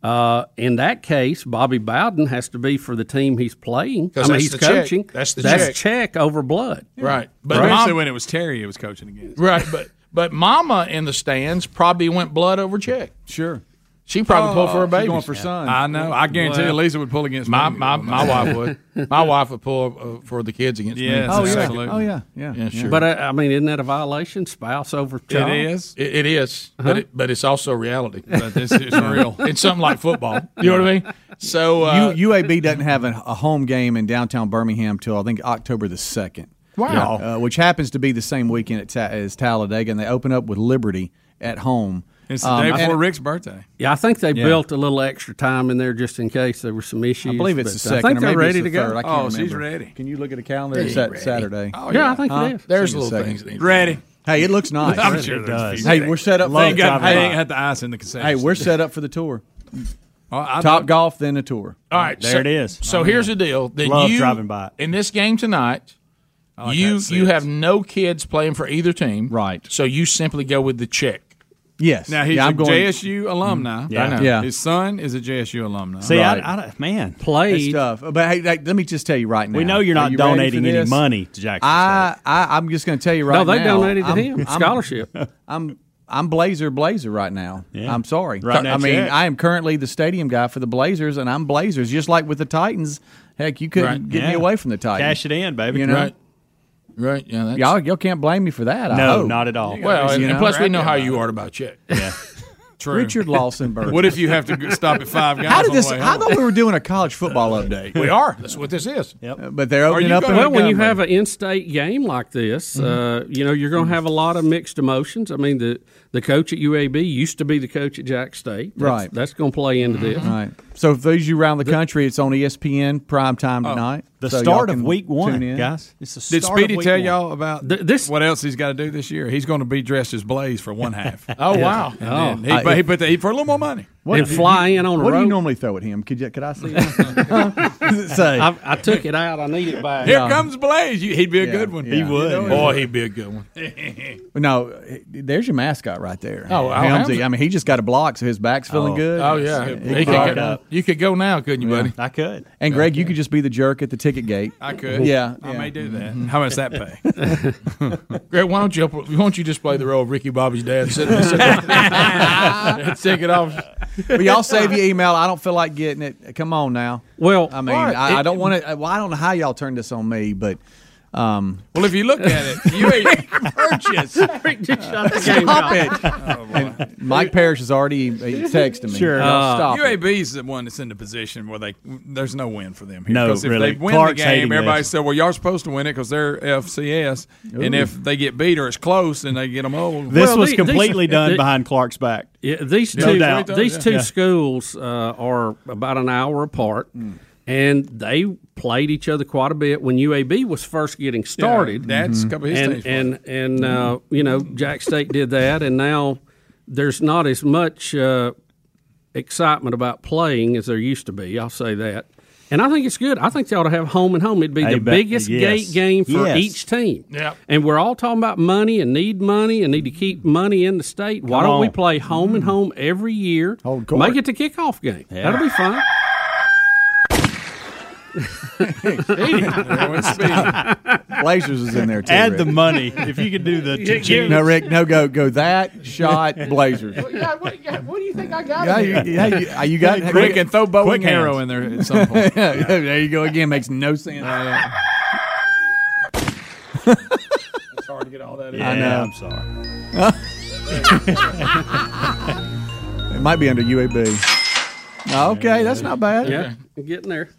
[SPEAKER 16] Uh, in that case, Bobby Bowden has to be for the team he's playing. I
[SPEAKER 15] 'Cause
[SPEAKER 16] mean,
[SPEAKER 15] that's
[SPEAKER 16] he's
[SPEAKER 15] the check.
[SPEAKER 16] coaching.
[SPEAKER 15] That's the check.
[SPEAKER 16] check over blood.
[SPEAKER 15] Right.
[SPEAKER 16] But
[SPEAKER 15] But
[SPEAKER 6] Especially
[SPEAKER 15] mom-
[SPEAKER 6] when it was Terry, it was coaching again.
[SPEAKER 15] Right, but but Mama in the stands probably went blood over check. Sure, she probably pulled
[SPEAKER 6] Oh,
[SPEAKER 15] for her baby.
[SPEAKER 6] I know. I guarantee
[SPEAKER 15] Well,
[SPEAKER 6] you Lisa would pull against
[SPEAKER 15] my
[SPEAKER 6] me.
[SPEAKER 15] my, my wife would. My wife would pull uh, for the kids against me.
[SPEAKER 6] Yes, Oh, yeah. absolutely. Oh, yeah.
[SPEAKER 4] Yeah.
[SPEAKER 15] sure.
[SPEAKER 16] But uh, I mean, isn't that a violation? Spouse over child. Uh-huh.
[SPEAKER 15] It, it is,
[SPEAKER 16] Huh?
[SPEAKER 15] but it, but it's also reality.
[SPEAKER 16] But this is real.
[SPEAKER 15] It's something like football. You know what I mean? So uh,
[SPEAKER 4] U- UAB doesn't have a, a home game in downtown Birmingham till I think October the second.
[SPEAKER 15] Wow.
[SPEAKER 4] uh, which happens to be the same weekend at Ta- as Talladega, and they open up with Liberty at home.
[SPEAKER 6] It's the
[SPEAKER 4] Um,
[SPEAKER 6] day
[SPEAKER 4] and-
[SPEAKER 6] before Rick's birthday.
[SPEAKER 16] Yeah, I think they
[SPEAKER 4] Yeah.
[SPEAKER 16] built a little extra time in there just in case there were some issues.
[SPEAKER 4] believe it's
[SPEAKER 16] but
[SPEAKER 4] the second,
[SPEAKER 16] I think
[SPEAKER 4] or maybe it's
[SPEAKER 16] they're ready
[SPEAKER 4] the
[SPEAKER 16] to go.
[SPEAKER 4] third. I can't Oh, she's remember. ready. Can you look at a calendar? It's that Saturday.
[SPEAKER 16] Oh, Yeah, yeah. I think it is.
[SPEAKER 15] There's
[SPEAKER 4] Second,
[SPEAKER 15] little
[SPEAKER 4] second.
[SPEAKER 15] things that need
[SPEAKER 6] Ready?
[SPEAKER 4] Hey, it looks nice.
[SPEAKER 6] I'm sure there's a few
[SPEAKER 4] Hey,
[SPEAKER 6] things.
[SPEAKER 4] we're set up.
[SPEAKER 6] They ain't got-
[SPEAKER 4] for
[SPEAKER 6] they ain't had the ice in the concession
[SPEAKER 4] Hey, we're
[SPEAKER 6] stand.
[SPEAKER 4] set up for the tour.
[SPEAKER 6] Oh, I-
[SPEAKER 4] Top golf, then a tour.
[SPEAKER 15] All right, so, So here's the deal: that
[SPEAKER 4] Love
[SPEAKER 15] you,
[SPEAKER 4] driving by.
[SPEAKER 15] in this game tonight.
[SPEAKER 6] Oh,
[SPEAKER 15] you you have no kids playing for either team, right? So you simply go with the check.
[SPEAKER 4] Yes.
[SPEAKER 6] Now he's a JSU alumni.
[SPEAKER 15] Yeah.
[SPEAKER 6] I know.
[SPEAKER 15] Yeah.
[SPEAKER 6] His son is a JSU alumni.
[SPEAKER 4] See, I- Right. I don't-
[SPEAKER 5] man,
[SPEAKER 4] That's tough. But hey, like, let me just tell you right now.
[SPEAKER 6] We know you're
[SPEAKER 4] Are
[SPEAKER 6] not
[SPEAKER 4] ready
[SPEAKER 6] donating
[SPEAKER 4] for
[SPEAKER 6] any
[SPEAKER 4] this?
[SPEAKER 5] money to Jackson
[SPEAKER 4] I, I I'm just going to tell you right now.
[SPEAKER 16] No, they donated to him. Scholarship.
[SPEAKER 4] I'm I'm Blazer Blazer right now.
[SPEAKER 16] Yeah.
[SPEAKER 4] I'm sorry.
[SPEAKER 16] Writing
[SPEAKER 4] I
[SPEAKER 16] that
[SPEAKER 4] mean,
[SPEAKER 16] check.
[SPEAKER 4] I am currently the stadium guy for the Blazers, and I'm Blazers just like with the Titans. Heck, you couldn't
[SPEAKER 5] Right.
[SPEAKER 4] get me
[SPEAKER 5] Yeah.
[SPEAKER 4] away from the Titans.
[SPEAKER 5] Cash it in, baby.
[SPEAKER 4] You know.
[SPEAKER 5] Right.
[SPEAKER 15] Right, yeah. That's...
[SPEAKER 4] Y'all, y'all can't blame me for that. I
[SPEAKER 5] No,
[SPEAKER 4] hope.
[SPEAKER 5] not at all.
[SPEAKER 15] Well, and,
[SPEAKER 4] You
[SPEAKER 15] and
[SPEAKER 4] know?
[SPEAKER 15] plus we know how you are about check.
[SPEAKER 5] Yeah,
[SPEAKER 6] true.
[SPEAKER 4] Richard Lawsonberg.
[SPEAKER 6] What if you have to go- stop at Five Guys
[SPEAKER 4] How
[SPEAKER 6] on
[SPEAKER 4] did
[SPEAKER 6] the
[SPEAKER 4] this?
[SPEAKER 6] way
[SPEAKER 4] I
[SPEAKER 6] home?
[SPEAKER 4] thought we were doing a college football update.
[SPEAKER 15] We are. That's what this is.
[SPEAKER 5] Yep.
[SPEAKER 4] But they're opening up. in
[SPEAKER 16] Well, when you
[SPEAKER 4] Montgomery.
[SPEAKER 16] have an in-state game like this,
[SPEAKER 4] Mm-hmm.
[SPEAKER 16] uh, you know you're going to have a lot of mixed emotions. I mean, the the coach at UAB used to be the coach at Jack State. That's,
[SPEAKER 4] Right. Mm-hmm.
[SPEAKER 16] That's going to play into this.
[SPEAKER 4] Right. So for those of you around the country, it's on E ESPN prime time
[SPEAKER 16] Oh.
[SPEAKER 4] tonight.
[SPEAKER 16] The
[SPEAKER 4] So
[SPEAKER 16] start
[SPEAKER 4] y'all
[SPEAKER 16] of
[SPEAKER 4] can
[SPEAKER 16] week one,
[SPEAKER 4] tune in.
[SPEAKER 16] guys.
[SPEAKER 5] It's the
[SPEAKER 6] Did
[SPEAKER 4] start
[SPEAKER 6] Speedy
[SPEAKER 4] of week
[SPEAKER 6] tell
[SPEAKER 4] one.
[SPEAKER 6] y'all about
[SPEAKER 16] this?
[SPEAKER 6] What else he's got to do this year? He's going to be dressed as Blaze for one half.
[SPEAKER 15] Oh, wow.
[SPEAKER 6] And
[SPEAKER 15] Oh.
[SPEAKER 6] then he,
[SPEAKER 15] I-
[SPEAKER 6] but he put the, he put a little more money.
[SPEAKER 16] What And do you- fly in on a
[SPEAKER 4] What do you
[SPEAKER 16] rope?
[SPEAKER 4] normally throw at him? Could you, could I see? it say?
[SPEAKER 16] I, I took it out. I need it back.
[SPEAKER 4] Here Yeah. comes
[SPEAKER 6] Blaze. He'd be a
[SPEAKER 4] Yeah,
[SPEAKER 6] good one.
[SPEAKER 4] yeah. He would.
[SPEAKER 6] You know
[SPEAKER 4] Boy,
[SPEAKER 6] it.
[SPEAKER 15] he'd be a good one.
[SPEAKER 4] No, there's your mascot right there.
[SPEAKER 15] Oh, Al
[SPEAKER 4] Helmsy.
[SPEAKER 15] Helmsy.
[SPEAKER 4] I mean, he just got a block, so his back's feeling good.
[SPEAKER 15] Oh yeah,
[SPEAKER 4] He
[SPEAKER 15] He could
[SPEAKER 4] could
[SPEAKER 15] go-
[SPEAKER 4] up.
[SPEAKER 15] You could go now, couldn't you, buddy?
[SPEAKER 5] I could.
[SPEAKER 4] And Greg, you could just be the jerk at the ticket gate.
[SPEAKER 15] I could.
[SPEAKER 4] Yeah,
[SPEAKER 6] I
[SPEAKER 4] yeah. Mm-hmm.
[SPEAKER 6] may do that. How much that pay?
[SPEAKER 15] Greg, why don't you why don't you just play the role of Ricky Bobby's dad? Sit, sit, take it off.
[SPEAKER 4] But y'all save your email. I don't feel like getting it. Come on now.
[SPEAKER 16] Well,
[SPEAKER 4] I mean,
[SPEAKER 15] What?
[SPEAKER 4] I, I don't
[SPEAKER 15] It-
[SPEAKER 4] want to. Well, I don't know how y'all turned this on me, but. Um,
[SPEAKER 15] Well, if you look at it, you ain't purchase.
[SPEAKER 16] shut the
[SPEAKER 4] game Stop
[SPEAKER 15] oh,
[SPEAKER 6] it.
[SPEAKER 4] Mike Parrish has already he texted me. Y'all
[SPEAKER 16] Uh,
[SPEAKER 5] Uh,
[SPEAKER 4] stop. it.
[SPEAKER 6] UAB is the one that's in the position where they there's no win for them here.
[SPEAKER 4] No,
[SPEAKER 6] 'Cause if
[SPEAKER 4] really.
[SPEAKER 6] they win
[SPEAKER 4] Clark's
[SPEAKER 6] the
[SPEAKER 4] hating
[SPEAKER 6] game, everybody
[SPEAKER 4] this.
[SPEAKER 6] said, "Well, y'all are supposed to win it because they're FCS." And
[SPEAKER 5] Ooh.
[SPEAKER 6] if they get beat or it's close, and they get them old.
[SPEAKER 5] This was completely done behind Clark's back.
[SPEAKER 16] Yeah, these
[SPEAKER 5] No
[SPEAKER 16] two,
[SPEAKER 5] doubt.
[SPEAKER 16] these two
[SPEAKER 5] Yeah.
[SPEAKER 16] schools uh, are about an hour apart, and they played each other quite a bit when UAB was first getting started.
[SPEAKER 6] that's a couple of his
[SPEAKER 16] and
[SPEAKER 6] teams
[SPEAKER 16] and, and uh, you know Jack State did that, and now there's not as much uh, excitement about playing as there used to be. I'll say that. And I think it's good. I think they ought to have home and home. It'd be
[SPEAKER 5] Hey,
[SPEAKER 16] the
[SPEAKER 5] but-
[SPEAKER 16] biggest
[SPEAKER 5] yes.
[SPEAKER 16] gate game for
[SPEAKER 5] Yes.
[SPEAKER 16] each team.
[SPEAKER 5] Yep.
[SPEAKER 16] And we're all talking about money and need money and need to keep money in the state. Why
[SPEAKER 5] Come
[SPEAKER 16] don't we
[SPEAKER 5] on.
[SPEAKER 16] play home and home every year?
[SPEAKER 5] court.
[SPEAKER 16] Make it the kickoff game.
[SPEAKER 5] Yeah.
[SPEAKER 16] That'll be fun.
[SPEAKER 4] Blazers is in there too.
[SPEAKER 5] Add the
[SPEAKER 4] Rick.
[SPEAKER 5] money if you could do the. cha-ching.
[SPEAKER 4] No, Rick, no go. Go that shot, Blazers.
[SPEAKER 15] what, do you think I got?
[SPEAKER 4] Yeah, you, yeah, you, uh, you got
[SPEAKER 6] Rick and throw bow
[SPEAKER 4] Quick
[SPEAKER 6] and arrow
[SPEAKER 4] hands.
[SPEAKER 6] in there at some point.
[SPEAKER 4] Yeah, there you go again. Makes no sense.
[SPEAKER 15] It's hard to get all that.
[SPEAKER 4] I know.
[SPEAKER 5] I'm
[SPEAKER 4] sorry. it might be under UAB. Okay, that's not bad.
[SPEAKER 16] Yeah, we're getting there.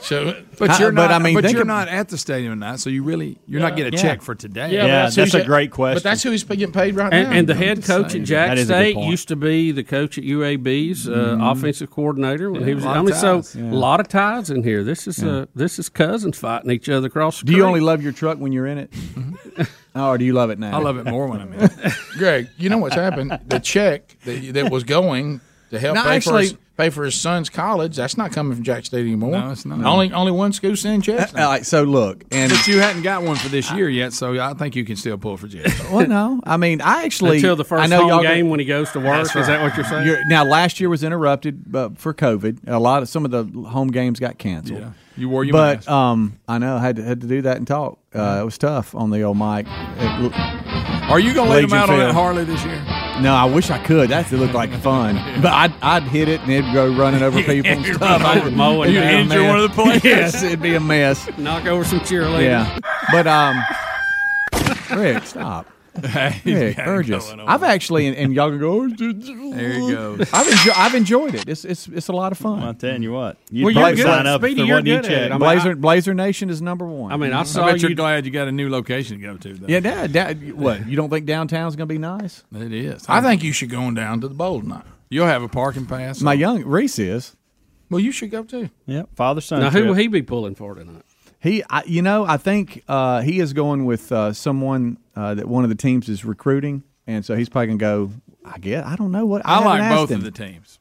[SPEAKER 31] So,
[SPEAKER 6] But you're not.
[SPEAKER 31] I mean,
[SPEAKER 6] but
[SPEAKER 31] think
[SPEAKER 6] you're
[SPEAKER 31] ab-
[SPEAKER 6] not at the stadium tonight, so you really you're not getting a
[SPEAKER 31] Yeah.
[SPEAKER 6] check for today.
[SPEAKER 31] Yeah, but who's get-
[SPEAKER 5] question.
[SPEAKER 31] But that's who he's getting paid right
[SPEAKER 16] And,
[SPEAKER 31] now.
[SPEAKER 16] and the
[SPEAKER 31] I'm
[SPEAKER 16] head
[SPEAKER 31] just
[SPEAKER 16] coach at
[SPEAKER 31] saying.
[SPEAKER 16] Jack State used to be the coach at UAB's uh,
[SPEAKER 4] Mm-hmm.
[SPEAKER 31] Mhm.
[SPEAKER 16] offensive coordinator when he
[SPEAKER 31] Yeah,
[SPEAKER 16] was.
[SPEAKER 31] a lot
[SPEAKER 16] I
[SPEAKER 31] of
[SPEAKER 16] mean, so
[SPEAKER 31] ties, yeah.
[SPEAKER 16] a lot of ties in here. This is
[SPEAKER 4] Yeah.
[SPEAKER 16] uh, this is cousins fighting each other across. The
[SPEAKER 4] Do you
[SPEAKER 16] creek. Mm-hmm.
[SPEAKER 4] only love your truck when you're in it, Oh, or do you love it now?
[SPEAKER 16] I love it more when I'm in it.
[SPEAKER 15] Greg, you know what's happened? The check that, that was going to help
[SPEAKER 31] No,
[SPEAKER 15] pay,
[SPEAKER 31] actually-
[SPEAKER 15] for his, pay for his son's college, that's not coming from Jack State anymore.
[SPEAKER 6] No, it's not.
[SPEAKER 15] Only only one school send checks. now.
[SPEAKER 4] so look, and
[SPEAKER 6] but you hadn't got one for this year yet, so I think you can still pull for Jack.
[SPEAKER 4] Well, no, I mean, I actually
[SPEAKER 16] Until the first
[SPEAKER 4] I know
[SPEAKER 16] home
[SPEAKER 4] y'all
[SPEAKER 16] game when he goes to work, That's is that right. what you're saying?
[SPEAKER 4] now, last year was interrupted uh, for COVID. A lot of some of the home games got canceled.
[SPEAKER 6] Yeah. You wore your
[SPEAKER 4] but um, I know I had to, had to do that and talk. Uh, it was tough on the old mic.
[SPEAKER 6] Are you going to let him out on that Harley this year?
[SPEAKER 4] No, I wish I could. That it looked like fun, but I'd, I'd hit it and it'd go running over people and
[SPEAKER 16] You'd
[SPEAKER 4] stuff. I-
[SPEAKER 16] run over Moe and
[SPEAKER 4] it'd be a
[SPEAKER 16] injure
[SPEAKER 4] mess.
[SPEAKER 16] one of the players.
[SPEAKER 4] Yes, it'd be a mess.
[SPEAKER 16] Knock over some cheerleaders.
[SPEAKER 4] Yeah, but um, Rick, stop.
[SPEAKER 16] He's
[SPEAKER 4] Rick
[SPEAKER 16] got it
[SPEAKER 4] Burgess.
[SPEAKER 16] going on.
[SPEAKER 4] I've actually, and, and y'all can go. There
[SPEAKER 5] he goes.
[SPEAKER 4] I've enjoyed. I've enjoyed it. It's it's it's a lot of fun.
[SPEAKER 5] I'm telling you what.
[SPEAKER 4] Well,
[SPEAKER 5] You'd
[SPEAKER 4] you're
[SPEAKER 5] probably
[SPEAKER 4] good.
[SPEAKER 5] sign up
[SPEAKER 4] Speedy,
[SPEAKER 5] for
[SPEAKER 4] you're
[SPEAKER 5] one you
[SPEAKER 4] good at
[SPEAKER 5] check.
[SPEAKER 4] it. I mean, Blazer- I- Blazer Nation is number one.
[SPEAKER 6] I bet you're glad you got a new location to go to. Though.
[SPEAKER 4] Yeah, Dad. Dad what you don't think downtown's going to be nice?
[SPEAKER 6] It is.
[SPEAKER 15] I think you should go on down to the bowl tonight. You'll have a parking pass.
[SPEAKER 4] My young Reese is.
[SPEAKER 15] Well, you should go too.
[SPEAKER 5] Yep, father son.
[SPEAKER 16] Now, who will he be pulling for tonight?
[SPEAKER 4] He, I, you know, I think uh, he is going with uh, someone uh, that one of the teams is recruiting, and so he's probably going to go. I guess I don't know what
[SPEAKER 6] I,
[SPEAKER 4] haven't
[SPEAKER 6] like
[SPEAKER 4] asked
[SPEAKER 6] both
[SPEAKER 4] him.
[SPEAKER 6] of the teams.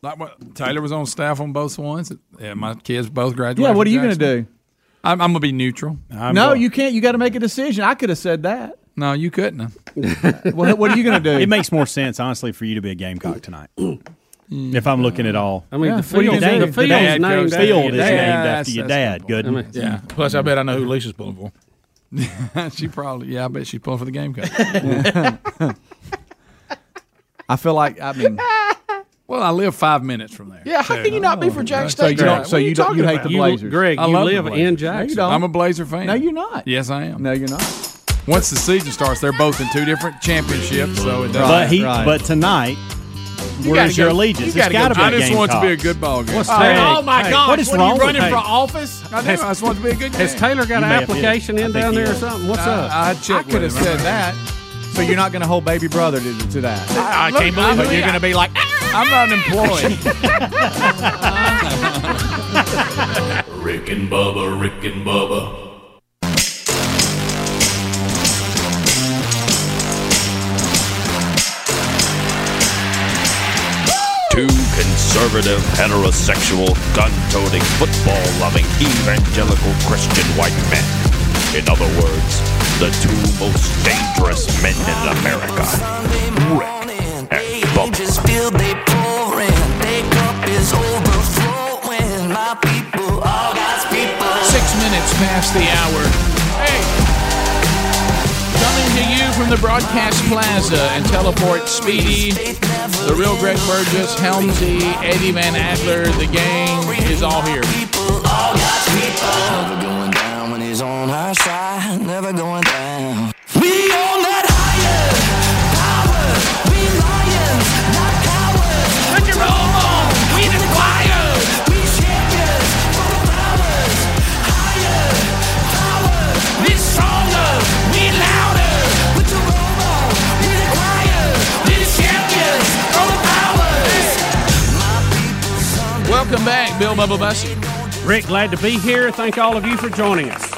[SPEAKER 6] Like what Taylor was on staff on both ones. Yeah, my kids both graduated.
[SPEAKER 4] Yeah, what are
[SPEAKER 6] from
[SPEAKER 4] you gonna
[SPEAKER 6] Jackson.
[SPEAKER 4] do?
[SPEAKER 6] I'm, I'm gonna be neutral.
[SPEAKER 4] no, you can't. You got to make a decision. I could have said that.
[SPEAKER 6] No, you couldn't. have.
[SPEAKER 4] what, what are you going to do?
[SPEAKER 5] It makes more sense, honestly, for you to be a Gamecock tonight. if I'm looking at all,
[SPEAKER 16] I mean, the
[SPEAKER 5] Well, your
[SPEAKER 16] field-
[SPEAKER 5] dad-
[SPEAKER 16] the
[SPEAKER 5] the dad goes-
[SPEAKER 16] field's named after
[SPEAKER 5] field
[SPEAKER 16] your
[SPEAKER 5] is
[SPEAKER 16] dad.
[SPEAKER 5] named
[SPEAKER 16] Yeah,
[SPEAKER 5] after
[SPEAKER 16] that's-
[SPEAKER 5] your
[SPEAKER 16] that's
[SPEAKER 5] dad.
[SPEAKER 16] good
[SPEAKER 5] Good.
[SPEAKER 16] point. I mean-
[SPEAKER 15] Yeah. Plus, I bet I know who Lisa's pulling for.
[SPEAKER 6] she probably. Yeah, I bet she's pulling for the game coach.
[SPEAKER 4] I feel like I mean.
[SPEAKER 6] well, I live five minutes from there.
[SPEAKER 15] Yeah, how can you not be for Jack
[SPEAKER 6] So you
[SPEAKER 15] State?
[SPEAKER 6] don't-
[SPEAKER 15] tonight?
[SPEAKER 6] so
[SPEAKER 15] What are
[SPEAKER 6] you don't-
[SPEAKER 15] talking
[SPEAKER 6] you hate
[SPEAKER 15] about?
[SPEAKER 6] the Blazers. Greg, you live in
[SPEAKER 4] No, you
[SPEAKER 6] Jackson.
[SPEAKER 4] don't.
[SPEAKER 6] I'm a Blazer fan.
[SPEAKER 4] No, you're not.
[SPEAKER 6] Yes, I am.
[SPEAKER 4] No, you're not.
[SPEAKER 6] Once the season starts, they're both in two different championships, so it doesn't.
[SPEAKER 5] but he, but tonight,
[SPEAKER 6] You gotta
[SPEAKER 5] where's your
[SPEAKER 6] go-
[SPEAKER 5] allegiance?
[SPEAKER 6] you
[SPEAKER 5] It's
[SPEAKER 6] gotta
[SPEAKER 5] got to
[SPEAKER 6] go-
[SPEAKER 5] be.
[SPEAKER 6] I just want to be a good ball game.
[SPEAKER 5] What's
[SPEAKER 6] Oh,
[SPEAKER 5] Greg,
[SPEAKER 6] oh my
[SPEAKER 5] hey,
[SPEAKER 6] gosh,
[SPEAKER 5] What is
[SPEAKER 6] what are you
[SPEAKER 5] wrong? with-
[SPEAKER 6] running
[SPEAKER 5] hey.
[SPEAKER 6] for office? I know, I just want to be a good
[SPEAKER 16] Has
[SPEAKER 6] man.
[SPEAKER 16] Taylor got
[SPEAKER 6] You
[SPEAKER 16] an
[SPEAKER 6] may have hit it.
[SPEAKER 16] application
[SPEAKER 6] I
[SPEAKER 16] in
[SPEAKER 6] think
[SPEAKER 16] down
[SPEAKER 6] he
[SPEAKER 16] there or
[SPEAKER 6] is.
[SPEAKER 16] something? What's
[SPEAKER 6] I-
[SPEAKER 16] up?
[SPEAKER 6] I checked
[SPEAKER 16] could
[SPEAKER 6] with
[SPEAKER 16] have
[SPEAKER 6] him.
[SPEAKER 16] said
[SPEAKER 4] that. So you're not going to hold baby brother to, to that.
[SPEAKER 6] I- I Look, can't believe I'm it. You're here. gonna
[SPEAKER 4] be like,
[SPEAKER 6] I'm not employed.
[SPEAKER 8] Rick and Bubba, Rick and Bubba,
[SPEAKER 14] Two conservative, heterosexual, gun toting, football loving, evangelical Christian white men. In other words, the two most dangerous men in America. Rick and Bubba.
[SPEAKER 1] Just feel they pouring. Their cup is overflowing. My people, all God's people.
[SPEAKER 31] Six minutes past the hour. Hey. Coming to you from the Broadcast Plaza and Teleport Speedy, the real Greg Burgess, Helmsy, Eddie Van Adler, the gang is all here.
[SPEAKER 1] Never going down when he's on our side. Never going down. We on that higher power. We lions, not cowards. Put your robe on. We the choir. We champions for the powers. Higher powers. We stronger. We louder. Put your robe on. We the choir. We the champions for the powers.
[SPEAKER 31] Welcome back, Bill Bubba Bussy.
[SPEAKER 16] Rick, glad to be here. Thank all of you for joining us.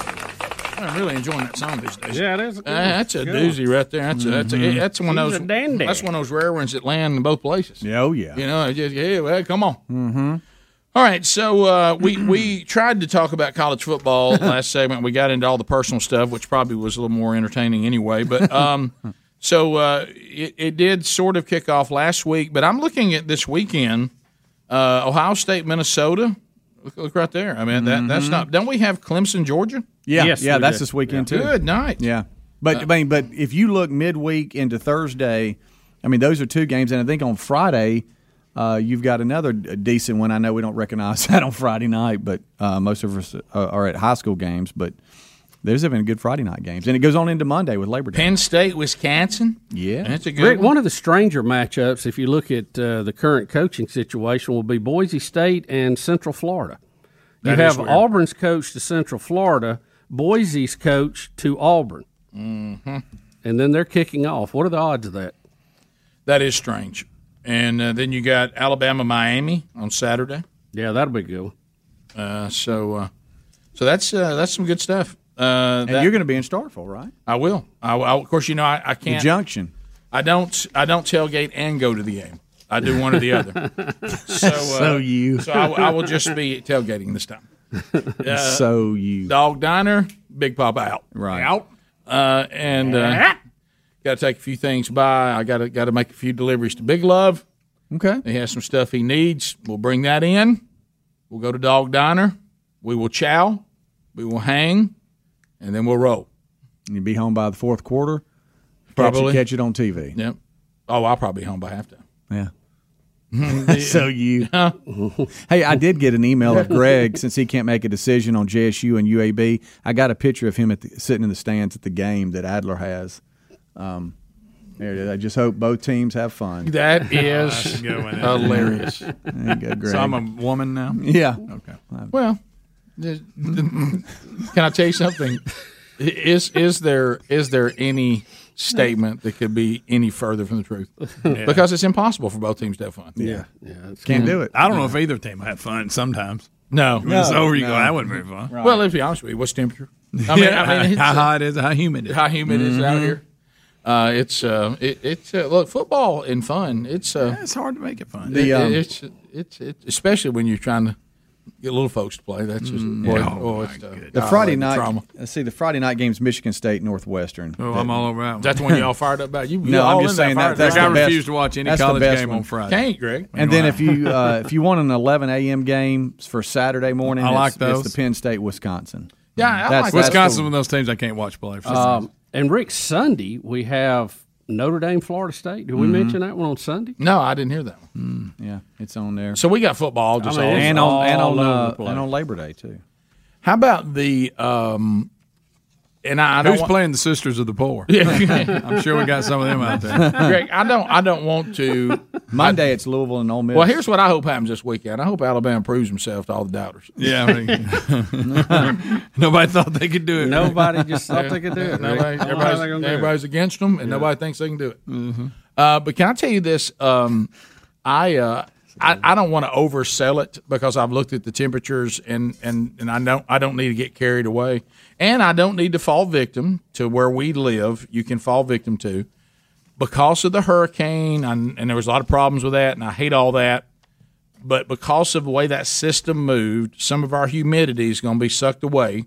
[SPEAKER 15] I'm really enjoying that song these days. Uh,
[SPEAKER 16] Yeah, it is.
[SPEAKER 15] that's a doozy right there. That's a, that's a,
[SPEAKER 16] Mhm.
[SPEAKER 15] that's one of
[SPEAKER 16] He's
[SPEAKER 15] those
[SPEAKER 16] a dandy.
[SPEAKER 15] that's one of those rare ones that land in both places.
[SPEAKER 4] Yeah, oh yeah.
[SPEAKER 15] You know, it just yeah, well, come on.
[SPEAKER 4] Mm-hmm.
[SPEAKER 15] All right, so uh, we we tried to talk about college football last segment. We got into all the personal stuff, which probably was a little more entertaining anyway. But um, so uh, it, it did sort of kick off last week. But I'm looking at this weekend, uh, Ohio State, Minnesota. Look, look right there. I mean that that's
[SPEAKER 16] Mm-hmm.
[SPEAKER 4] Mhm.
[SPEAKER 15] not. Don't we have Clemson, Georgia?
[SPEAKER 4] Yeah, yeah, that's this weekend too.
[SPEAKER 15] Good night.
[SPEAKER 4] Yeah, but I mean, but if you look midweek into Thursday, I mean, those are two games, and I think on Friday, uh, you've got another d- decent one. I know we don't recognize that on Friday night, but uh, most of us are are at high school games, but. There's even good Friday night games, and it goes on into Monday with Labor Day.
[SPEAKER 15] Penn State, Wisconsin.
[SPEAKER 4] Yeah,
[SPEAKER 15] that's a good
[SPEAKER 16] Rick,
[SPEAKER 15] one.
[SPEAKER 16] one of the stranger matchups, if you look at uh, the current coaching situation, will be Boise State and Central Florida. You
[SPEAKER 21] That is
[SPEAKER 16] have
[SPEAKER 21] weird.
[SPEAKER 16] Auburn's coach to Central Florida, Boise's coach to Auburn, mm-hmm. and then they're kicking off. What are the odds of that?
[SPEAKER 15] That is strange. And uh, then you got Alabama, Miami on Saturday.
[SPEAKER 16] Yeah, that'll be good.
[SPEAKER 15] Uh, so, uh, so that's uh, that's some good stuff. Uh,
[SPEAKER 4] And you're going to be in Starkville, right?
[SPEAKER 15] I will. I, will- I will- of course, you know I, I
[SPEAKER 4] The
[SPEAKER 15] can't.
[SPEAKER 4] junction.
[SPEAKER 15] I don't. I don't tailgate and go to the game. I do one or the other. So, uh,
[SPEAKER 6] uh,
[SPEAKER 4] So you.
[SPEAKER 15] So I, I will just be tailgating this time. Uh,
[SPEAKER 4] so you.
[SPEAKER 15] Dog diner, Big Papa out.
[SPEAKER 4] Right.
[SPEAKER 15] out. Uh, and uh, got to take a few things by. I got to got to make a few deliveries to Big Love.
[SPEAKER 4] Okay.
[SPEAKER 15] He has some stuff he needs. We'll bring that in. We'll go to Dog Diner. We will chow. We will hang, and then we'll roll.
[SPEAKER 4] And you'll be home by the fourth quarter. Catch it-
[SPEAKER 15] Probably.
[SPEAKER 4] catch it on TV.
[SPEAKER 15] Yep. Oh, I'll probably be home by halftime.
[SPEAKER 4] Yeah. so you. hey, I did get an email of Greg since he can't make a decision on JSU and UAB. I got a picture of him at the, sitting in the stands at the game that Adler has. Um, there it is. I just hope both teams have fun.
[SPEAKER 15] That is hilarious.
[SPEAKER 4] There you go, Greg.
[SPEAKER 15] So I'm a woman now.
[SPEAKER 4] Yeah.
[SPEAKER 15] Okay. Well, the- the- can I tell you something? Is is there is there any statement that could be any further from the truth?
[SPEAKER 6] Yeah.
[SPEAKER 15] Because it's impossible for both teams to have fun.
[SPEAKER 6] Yeah.
[SPEAKER 15] yeah.
[SPEAKER 6] Mm. I don't know if either team had fun sometimes.
[SPEAKER 15] No.
[SPEAKER 6] When it's
[SPEAKER 15] No,
[SPEAKER 6] over, you
[SPEAKER 15] no.
[SPEAKER 6] go, that wasn't very fun.
[SPEAKER 15] Well, let's be honest with you. What's temperature? I mean, I mean, it's uh,
[SPEAKER 6] how
[SPEAKER 15] a-
[SPEAKER 6] hot is it? How humid is it?
[SPEAKER 15] How humid is it out
[SPEAKER 6] Mhm.
[SPEAKER 15] here? Uh, it's uh, it, it's uh, look football and fun. It's uh,
[SPEAKER 6] it's hard to make it fun.
[SPEAKER 15] The,
[SPEAKER 6] The, um,
[SPEAKER 15] it's it's it, especially when you're trying to get little folks to play. That's just
[SPEAKER 4] Mm.
[SPEAKER 15] boy,
[SPEAKER 4] Yeah.
[SPEAKER 15] oh, it's, uh,
[SPEAKER 4] The
[SPEAKER 15] golly,
[SPEAKER 4] Friday
[SPEAKER 15] the
[SPEAKER 4] night.
[SPEAKER 15] trauma.
[SPEAKER 4] Let's see. The Friday night game's Michigan State Northwestern.
[SPEAKER 15] Oh, I'm all over that one. That's the one y'all fired up about. You- you
[SPEAKER 4] no,
[SPEAKER 15] all
[SPEAKER 4] I'm just
[SPEAKER 15] in that
[SPEAKER 4] saying
[SPEAKER 15] fired
[SPEAKER 4] that. That's
[SPEAKER 15] up.
[SPEAKER 4] the
[SPEAKER 15] I
[SPEAKER 4] best-
[SPEAKER 15] refuse to watch any
[SPEAKER 4] that's the
[SPEAKER 15] college
[SPEAKER 4] best
[SPEAKER 15] game
[SPEAKER 4] one.
[SPEAKER 15] on Friday. Can't, Greg.
[SPEAKER 4] And then if you uh, if you want an 11 a.m. game for Saturday morning,
[SPEAKER 16] I like
[SPEAKER 4] it's, it's
[SPEAKER 16] those.
[SPEAKER 4] the Penn State Wisconsin.
[SPEAKER 6] Wisconsin's
[SPEAKER 4] the-
[SPEAKER 6] one of those teams I can't watch play. For some
[SPEAKER 16] Um, and Rick, Sunday we have Notre Dame, Florida State. Did we
[SPEAKER 6] Mhm.
[SPEAKER 16] mention that one on Sunday?
[SPEAKER 15] Mm-hmm. No, I didn't hear that one.
[SPEAKER 4] yeah, it's on there.
[SPEAKER 15] So we got football just
[SPEAKER 16] I mean,
[SPEAKER 15] all
[SPEAKER 16] it's
[SPEAKER 4] and on and
[SPEAKER 16] all
[SPEAKER 4] on
[SPEAKER 16] over the
[SPEAKER 4] uh,
[SPEAKER 16] place.
[SPEAKER 4] and on Labor Day too.
[SPEAKER 15] How about the um? And I, I don't
[SPEAKER 6] Who's
[SPEAKER 15] want-
[SPEAKER 6] playing the Sisters of the Poor?
[SPEAKER 15] Yeah.
[SPEAKER 6] I'm sure we got some of them out there.
[SPEAKER 15] Greg, I don't. I don't want to.
[SPEAKER 4] Monday it's Louisville and Ole Miss.
[SPEAKER 15] Well, here's what I hope happens this weekend. I hope Alabama proves himself to all the doubters.
[SPEAKER 6] Yeah, I mean, nobody thought they could do it.
[SPEAKER 16] Nobody just thought they could do it.
[SPEAKER 15] Nobody-
[SPEAKER 16] I don't know how
[SPEAKER 15] everybody's
[SPEAKER 16] they're gonna do it.
[SPEAKER 15] everybody's against them, and
[SPEAKER 16] Yeah. Mm-hmm.
[SPEAKER 15] nobody thinks they can do it. Uh, but can I tell you this? Um, I, uh, I I don't want to oversell it because I've looked at the temperatures and and and I don't I don't need to get carried away, and I don't need to fall victim to where we live. You can fall victim to because of the hurricane, and, and there was a lot of problems with that, and I hate all that. But because of the way that system moved, some of our humidity is going to be sucked away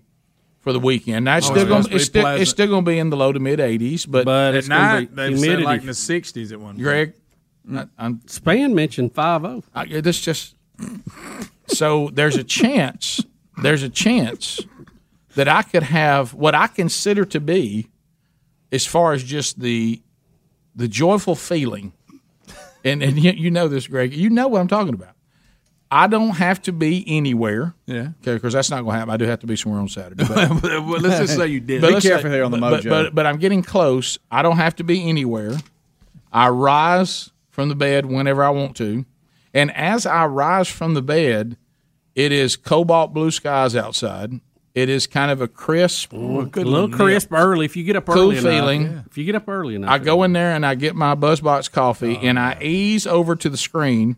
[SPEAKER 15] for the weekend. Now it's
[SPEAKER 6] Oh,
[SPEAKER 15] still
[SPEAKER 6] it's
[SPEAKER 15] going
[SPEAKER 6] supposed
[SPEAKER 15] to
[SPEAKER 6] to be
[SPEAKER 15] it's still,
[SPEAKER 6] pleasant.
[SPEAKER 15] it's still going to be in the low to mid 80s, but,
[SPEAKER 16] But
[SPEAKER 15] at
[SPEAKER 16] it's gonna
[SPEAKER 15] night
[SPEAKER 16] be
[SPEAKER 6] They've said
[SPEAKER 16] humidity.
[SPEAKER 6] like in the '60s at one. point.
[SPEAKER 15] Greg, I, I'm
[SPEAKER 16] Span mentioned five oh. zero.
[SPEAKER 15] This just so there's a chance there's a chance that I could have what I consider to be as far as just the the joyful feeling and and you, you know this Greg you know what I'm talking about I don't have to be anywhere
[SPEAKER 6] Yeah.
[SPEAKER 15] okay because that's not going to happen I do have to be somewhere on Saturday
[SPEAKER 6] Well, let's just say you did.
[SPEAKER 15] But
[SPEAKER 6] Be
[SPEAKER 15] let's
[SPEAKER 6] careful
[SPEAKER 15] say-
[SPEAKER 6] there on the
[SPEAKER 15] but-
[SPEAKER 6] mojo.
[SPEAKER 15] But, but I'm getting close. I don't have to be anywhere. I rise from the bed whenever I want to, and as I rise from the bed, it is cobalt blue skies outside. It is kind of a crisp,
[SPEAKER 16] a little crisp early. If you get up
[SPEAKER 15] Cool
[SPEAKER 16] early enough,
[SPEAKER 15] feeling.
[SPEAKER 16] yeah. If you get up early enough,
[SPEAKER 15] I go in there and I get my BuzzBox coffee
[SPEAKER 6] Oh,
[SPEAKER 15] and I ease over to the screen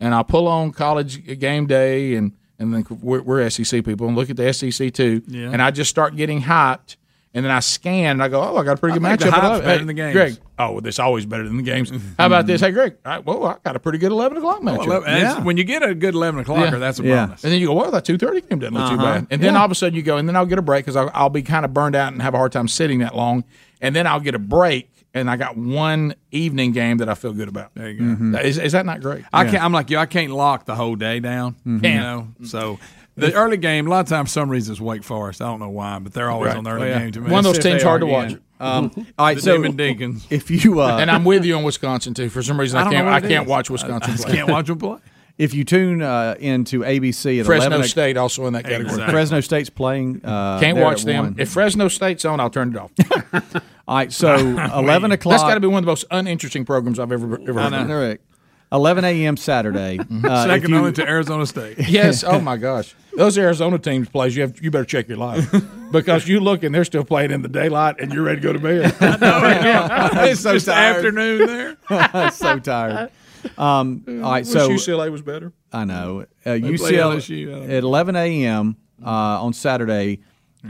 [SPEAKER 15] and I pull on college game day and and then we're, we're SEC people and look at the SEC too
[SPEAKER 6] Yeah.
[SPEAKER 15] and I just start getting hyped and then I scan and I go oh I got a pretty good
[SPEAKER 6] I think the
[SPEAKER 15] matchup. I
[SPEAKER 6] hype's
[SPEAKER 15] love it.
[SPEAKER 6] better
[SPEAKER 15] Hey,
[SPEAKER 6] than the games. Mm-hmm.
[SPEAKER 15] Greg, oh it's always better than the games. How about this? Hey Greg, I, well I got a pretty good eleven o'clock matchup.
[SPEAKER 6] Well, that's- When you get a good eleven o'clocker, that's a bonus.
[SPEAKER 15] And then you go, well, that two thirty game doesn't look too
[SPEAKER 6] Uh-huh.
[SPEAKER 15] bad. And then
[SPEAKER 6] Yeah.
[SPEAKER 15] all of a sudden you go, and then I'll get a break because I'll, I'll be kind of burned out and have a hard time sitting that long. And then I'll get a break, and I got one evening game that I feel good about. There you go. Is, is that not great?
[SPEAKER 6] I can't. I'm like you. I can't lock the whole day down. You
[SPEAKER 15] Can't.
[SPEAKER 6] know. So the early game, a lot of times, for some reason it's Wake Forest. I don't know why, but they're always
[SPEAKER 15] Right.
[SPEAKER 6] on the early
[SPEAKER 15] Oh, yeah.
[SPEAKER 6] game. To me,
[SPEAKER 15] One of those If they teams hard to are, watch. yeah.
[SPEAKER 6] Um,
[SPEAKER 15] all right,
[SPEAKER 6] the
[SPEAKER 15] so-
[SPEAKER 6] Demon Deacons.
[SPEAKER 4] If you uh,
[SPEAKER 15] and I'm with you on Wisconsin too. For some reason, I,
[SPEAKER 6] I don't
[SPEAKER 15] can't.
[SPEAKER 6] know
[SPEAKER 15] I
[SPEAKER 6] what it
[SPEAKER 15] can't
[SPEAKER 6] is.
[SPEAKER 15] watch
[SPEAKER 6] I
[SPEAKER 15] Wisconsin.
[SPEAKER 6] just
[SPEAKER 15] play.
[SPEAKER 6] can't watch them play.
[SPEAKER 4] if you tune uh, into ABC at
[SPEAKER 15] Fresno
[SPEAKER 4] 11
[SPEAKER 15] State also in that category. Exactly.
[SPEAKER 4] Fresno State's playing. Uh,
[SPEAKER 15] Can't
[SPEAKER 4] they're
[SPEAKER 15] watch
[SPEAKER 4] at
[SPEAKER 15] them.
[SPEAKER 4] one.
[SPEAKER 15] If Fresno State's on, I'll turn it off.
[SPEAKER 4] All right, so eleven o'clock.
[SPEAKER 15] That's got to be one of the most uninteresting programs I've ever ever heard. of.
[SPEAKER 4] Correct. 11 a.m. Saturday. Uh, if
[SPEAKER 6] Second
[SPEAKER 4] you-
[SPEAKER 6] only to Arizona State.
[SPEAKER 15] Yes. Oh my gosh, those Arizona teams plays. You have you better check your life because you look and they're still playing in the daylight and you're ready to go to bed.
[SPEAKER 4] I'm so
[SPEAKER 15] Oh, Just
[SPEAKER 4] tired.
[SPEAKER 15] afternoon there.
[SPEAKER 4] I'm so tired. Um, all right,
[SPEAKER 15] Wish
[SPEAKER 4] so
[SPEAKER 15] UCLA Uh, was better.
[SPEAKER 4] I know uh,
[SPEAKER 15] play
[SPEAKER 4] UCLA
[SPEAKER 15] LSU, I don't know. Hmm.
[SPEAKER 4] at 11 a.m. Uh, on Saturday.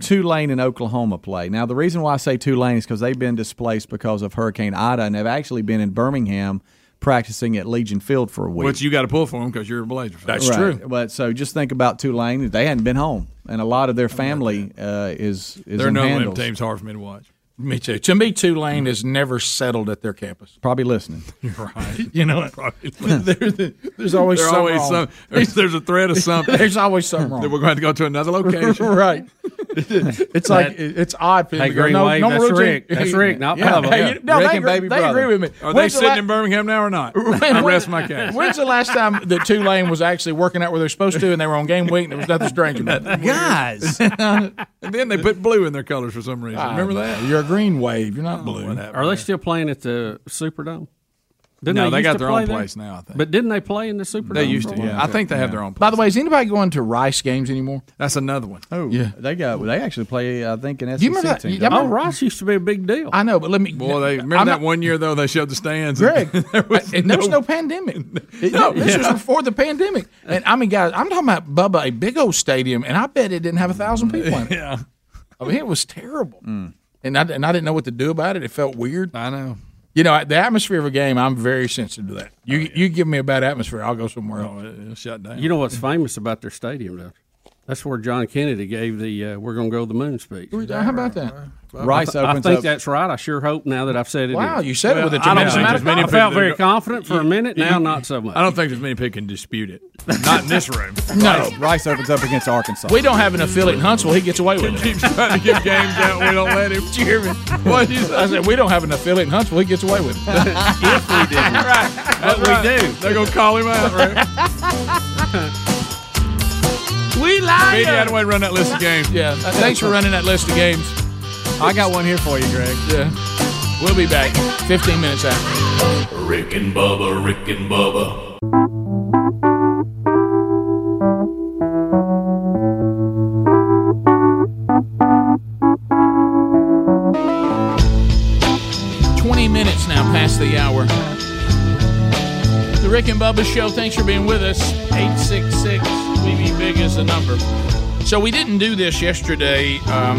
[SPEAKER 4] Tulane and Oklahoma play. Now, the reason why I say Tulane is because they've been displaced because of Hurricane Ida, and they've actually been in Birmingham practicing at Legion Field for a week.
[SPEAKER 6] Which you got to pull for them because you're a Blazer fan.
[SPEAKER 4] Right. But so just think about Tulane; they hadn't been home, and a lot of their family uh, is is
[SPEAKER 6] They're
[SPEAKER 4] in
[SPEAKER 6] no
[SPEAKER 4] handles.
[SPEAKER 6] limit teams hard for me to watch.
[SPEAKER 15] Me too. To me, Tulane has never settled at their campus.
[SPEAKER 4] Probably listening.
[SPEAKER 6] You're right. You know, probably.
[SPEAKER 15] There- there's always
[SPEAKER 6] There
[SPEAKER 15] something
[SPEAKER 6] always
[SPEAKER 15] wrong.
[SPEAKER 6] some- there's, there's a threat of something.
[SPEAKER 15] There's always something wrong.
[SPEAKER 6] Then we're going to have to go to another location.
[SPEAKER 15] right. It's like it's odd. for
[SPEAKER 6] Hey,
[SPEAKER 15] people to go,
[SPEAKER 6] Green
[SPEAKER 15] no,
[SPEAKER 6] Wave,
[SPEAKER 15] no
[SPEAKER 6] that's
[SPEAKER 15] Marucci."
[SPEAKER 6] Rick. That's Rick, not Bubba.
[SPEAKER 15] Hey,
[SPEAKER 6] Yeah.
[SPEAKER 15] you- no,
[SPEAKER 6] Rick and
[SPEAKER 15] they agree-
[SPEAKER 6] baby
[SPEAKER 15] they
[SPEAKER 6] brother.
[SPEAKER 15] agree with me.
[SPEAKER 6] Are they
[SPEAKER 15] When's the
[SPEAKER 6] sitting
[SPEAKER 15] la-
[SPEAKER 6] in Birmingham now or not? I rest my case.
[SPEAKER 15] When's the last time that Tulane was actually working out where they're supposed to, and they were on game week, and there was nothing strange about it?
[SPEAKER 6] Guys. and then they put blue in their colors for some reason.
[SPEAKER 15] Ah,
[SPEAKER 6] Remember
[SPEAKER 15] no.
[SPEAKER 6] that?
[SPEAKER 15] You're a green wave. You're not blue.
[SPEAKER 16] Are they still playing at the Superdome?
[SPEAKER 15] No, they
[SPEAKER 16] used
[SPEAKER 15] got
[SPEAKER 16] to
[SPEAKER 15] their
[SPEAKER 16] play
[SPEAKER 15] own
[SPEAKER 16] there?
[SPEAKER 15] place now, I think.
[SPEAKER 16] But didn't they play in the Superdome?
[SPEAKER 15] They used
[SPEAKER 16] for a
[SPEAKER 15] to.
[SPEAKER 16] while?
[SPEAKER 15] Yeah. I think they have their own.
[SPEAKER 16] By
[SPEAKER 15] the way, is anybody going to Rice games anymore?
[SPEAKER 6] That's another one.
[SPEAKER 4] Oh,
[SPEAKER 15] yeah.
[SPEAKER 4] They got. They actually play. I think an SEC
[SPEAKER 15] Do you remember that?
[SPEAKER 4] team.
[SPEAKER 15] Yeah, I
[SPEAKER 4] don't
[SPEAKER 15] remember-
[SPEAKER 4] they?
[SPEAKER 16] Rice used to be a big deal.
[SPEAKER 15] I know, but let me.
[SPEAKER 6] Boy, they remember
[SPEAKER 15] I'm
[SPEAKER 6] that
[SPEAKER 15] not-
[SPEAKER 6] one year though they showed the stands.
[SPEAKER 15] Greg,
[SPEAKER 6] there was
[SPEAKER 15] and there was no pandemic. It-
[SPEAKER 6] No,
[SPEAKER 15] this
[SPEAKER 6] yeah.
[SPEAKER 15] was before the pandemic. And I mean, guys, I'm talking about Bubba, a big old stadium, and I bet it didn't have a thousand people in it.
[SPEAKER 6] Yeah.
[SPEAKER 15] I mean, it was terrible.
[SPEAKER 7] Mm.
[SPEAKER 15] And, I, and I didn't know what to do about it. It felt weird.
[SPEAKER 6] I know.
[SPEAKER 15] You know, the atmosphere of a game, I'm very sensitive to that. You you give me a bad atmosphere, I'll go somewhere else. Oh, it'll shut down.
[SPEAKER 16] You know what's famous about their stadium, though? That's where John Kennedy gave the uh, "We're going to go to the moon" speech.
[SPEAKER 15] How about that?
[SPEAKER 16] I th- I think that's right. I sure hope now that I've said it.
[SPEAKER 15] Wow,
[SPEAKER 16] is.
[SPEAKER 15] you said it Well, with a I don't
[SPEAKER 6] tremendous think amount there's of many
[SPEAKER 16] I felt
[SPEAKER 6] confidence. people
[SPEAKER 16] very
[SPEAKER 6] that go-
[SPEAKER 16] confident for a minute. Now,
[SPEAKER 6] You-
[SPEAKER 16] not so much.
[SPEAKER 6] I don't think there's many people can dispute it. Not in this room.
[SPEAKER 15] No.
[SPEAKER 4] Rice opens up against Arkansas.
[SPEAKER 15] We don't have an affiliate in Huntsville. He gets away with it.
[SPEAKER 6] keeps trying to give games out. We don't let him.
[SPEAKER 15] Jeremy, what you say? I said we don't have an affiliate in Huntsville. He gets away with it.
[SPEAKER 6] if we did, right? That's
[SPEAKER 15] But we
[SPEAKER 6] right.
[SPEAKER 15] do.
[SPEAKER 6] They're gonna call him out. Right?
[SPEAKER 15] we
[SPEAKER 6] Speedy, how do I run that list of games?
[SPEAKER 15] Yeah. Uh, thanks for running that list of games.
[SPEAKER 4] I got one here for you, Greg.
[SPEAKER 15] Yeah. We'll be back 15 minutes after.
[SPEAKER 8] Rick and Bubba, Rick and Bubba.
[SPEAKER 15] Twenty minutes now past the hour. The Rick and Bubba Show. Thanks for being with us. Eight six six. We be big as a number. So we didn't do this yesterday. Um,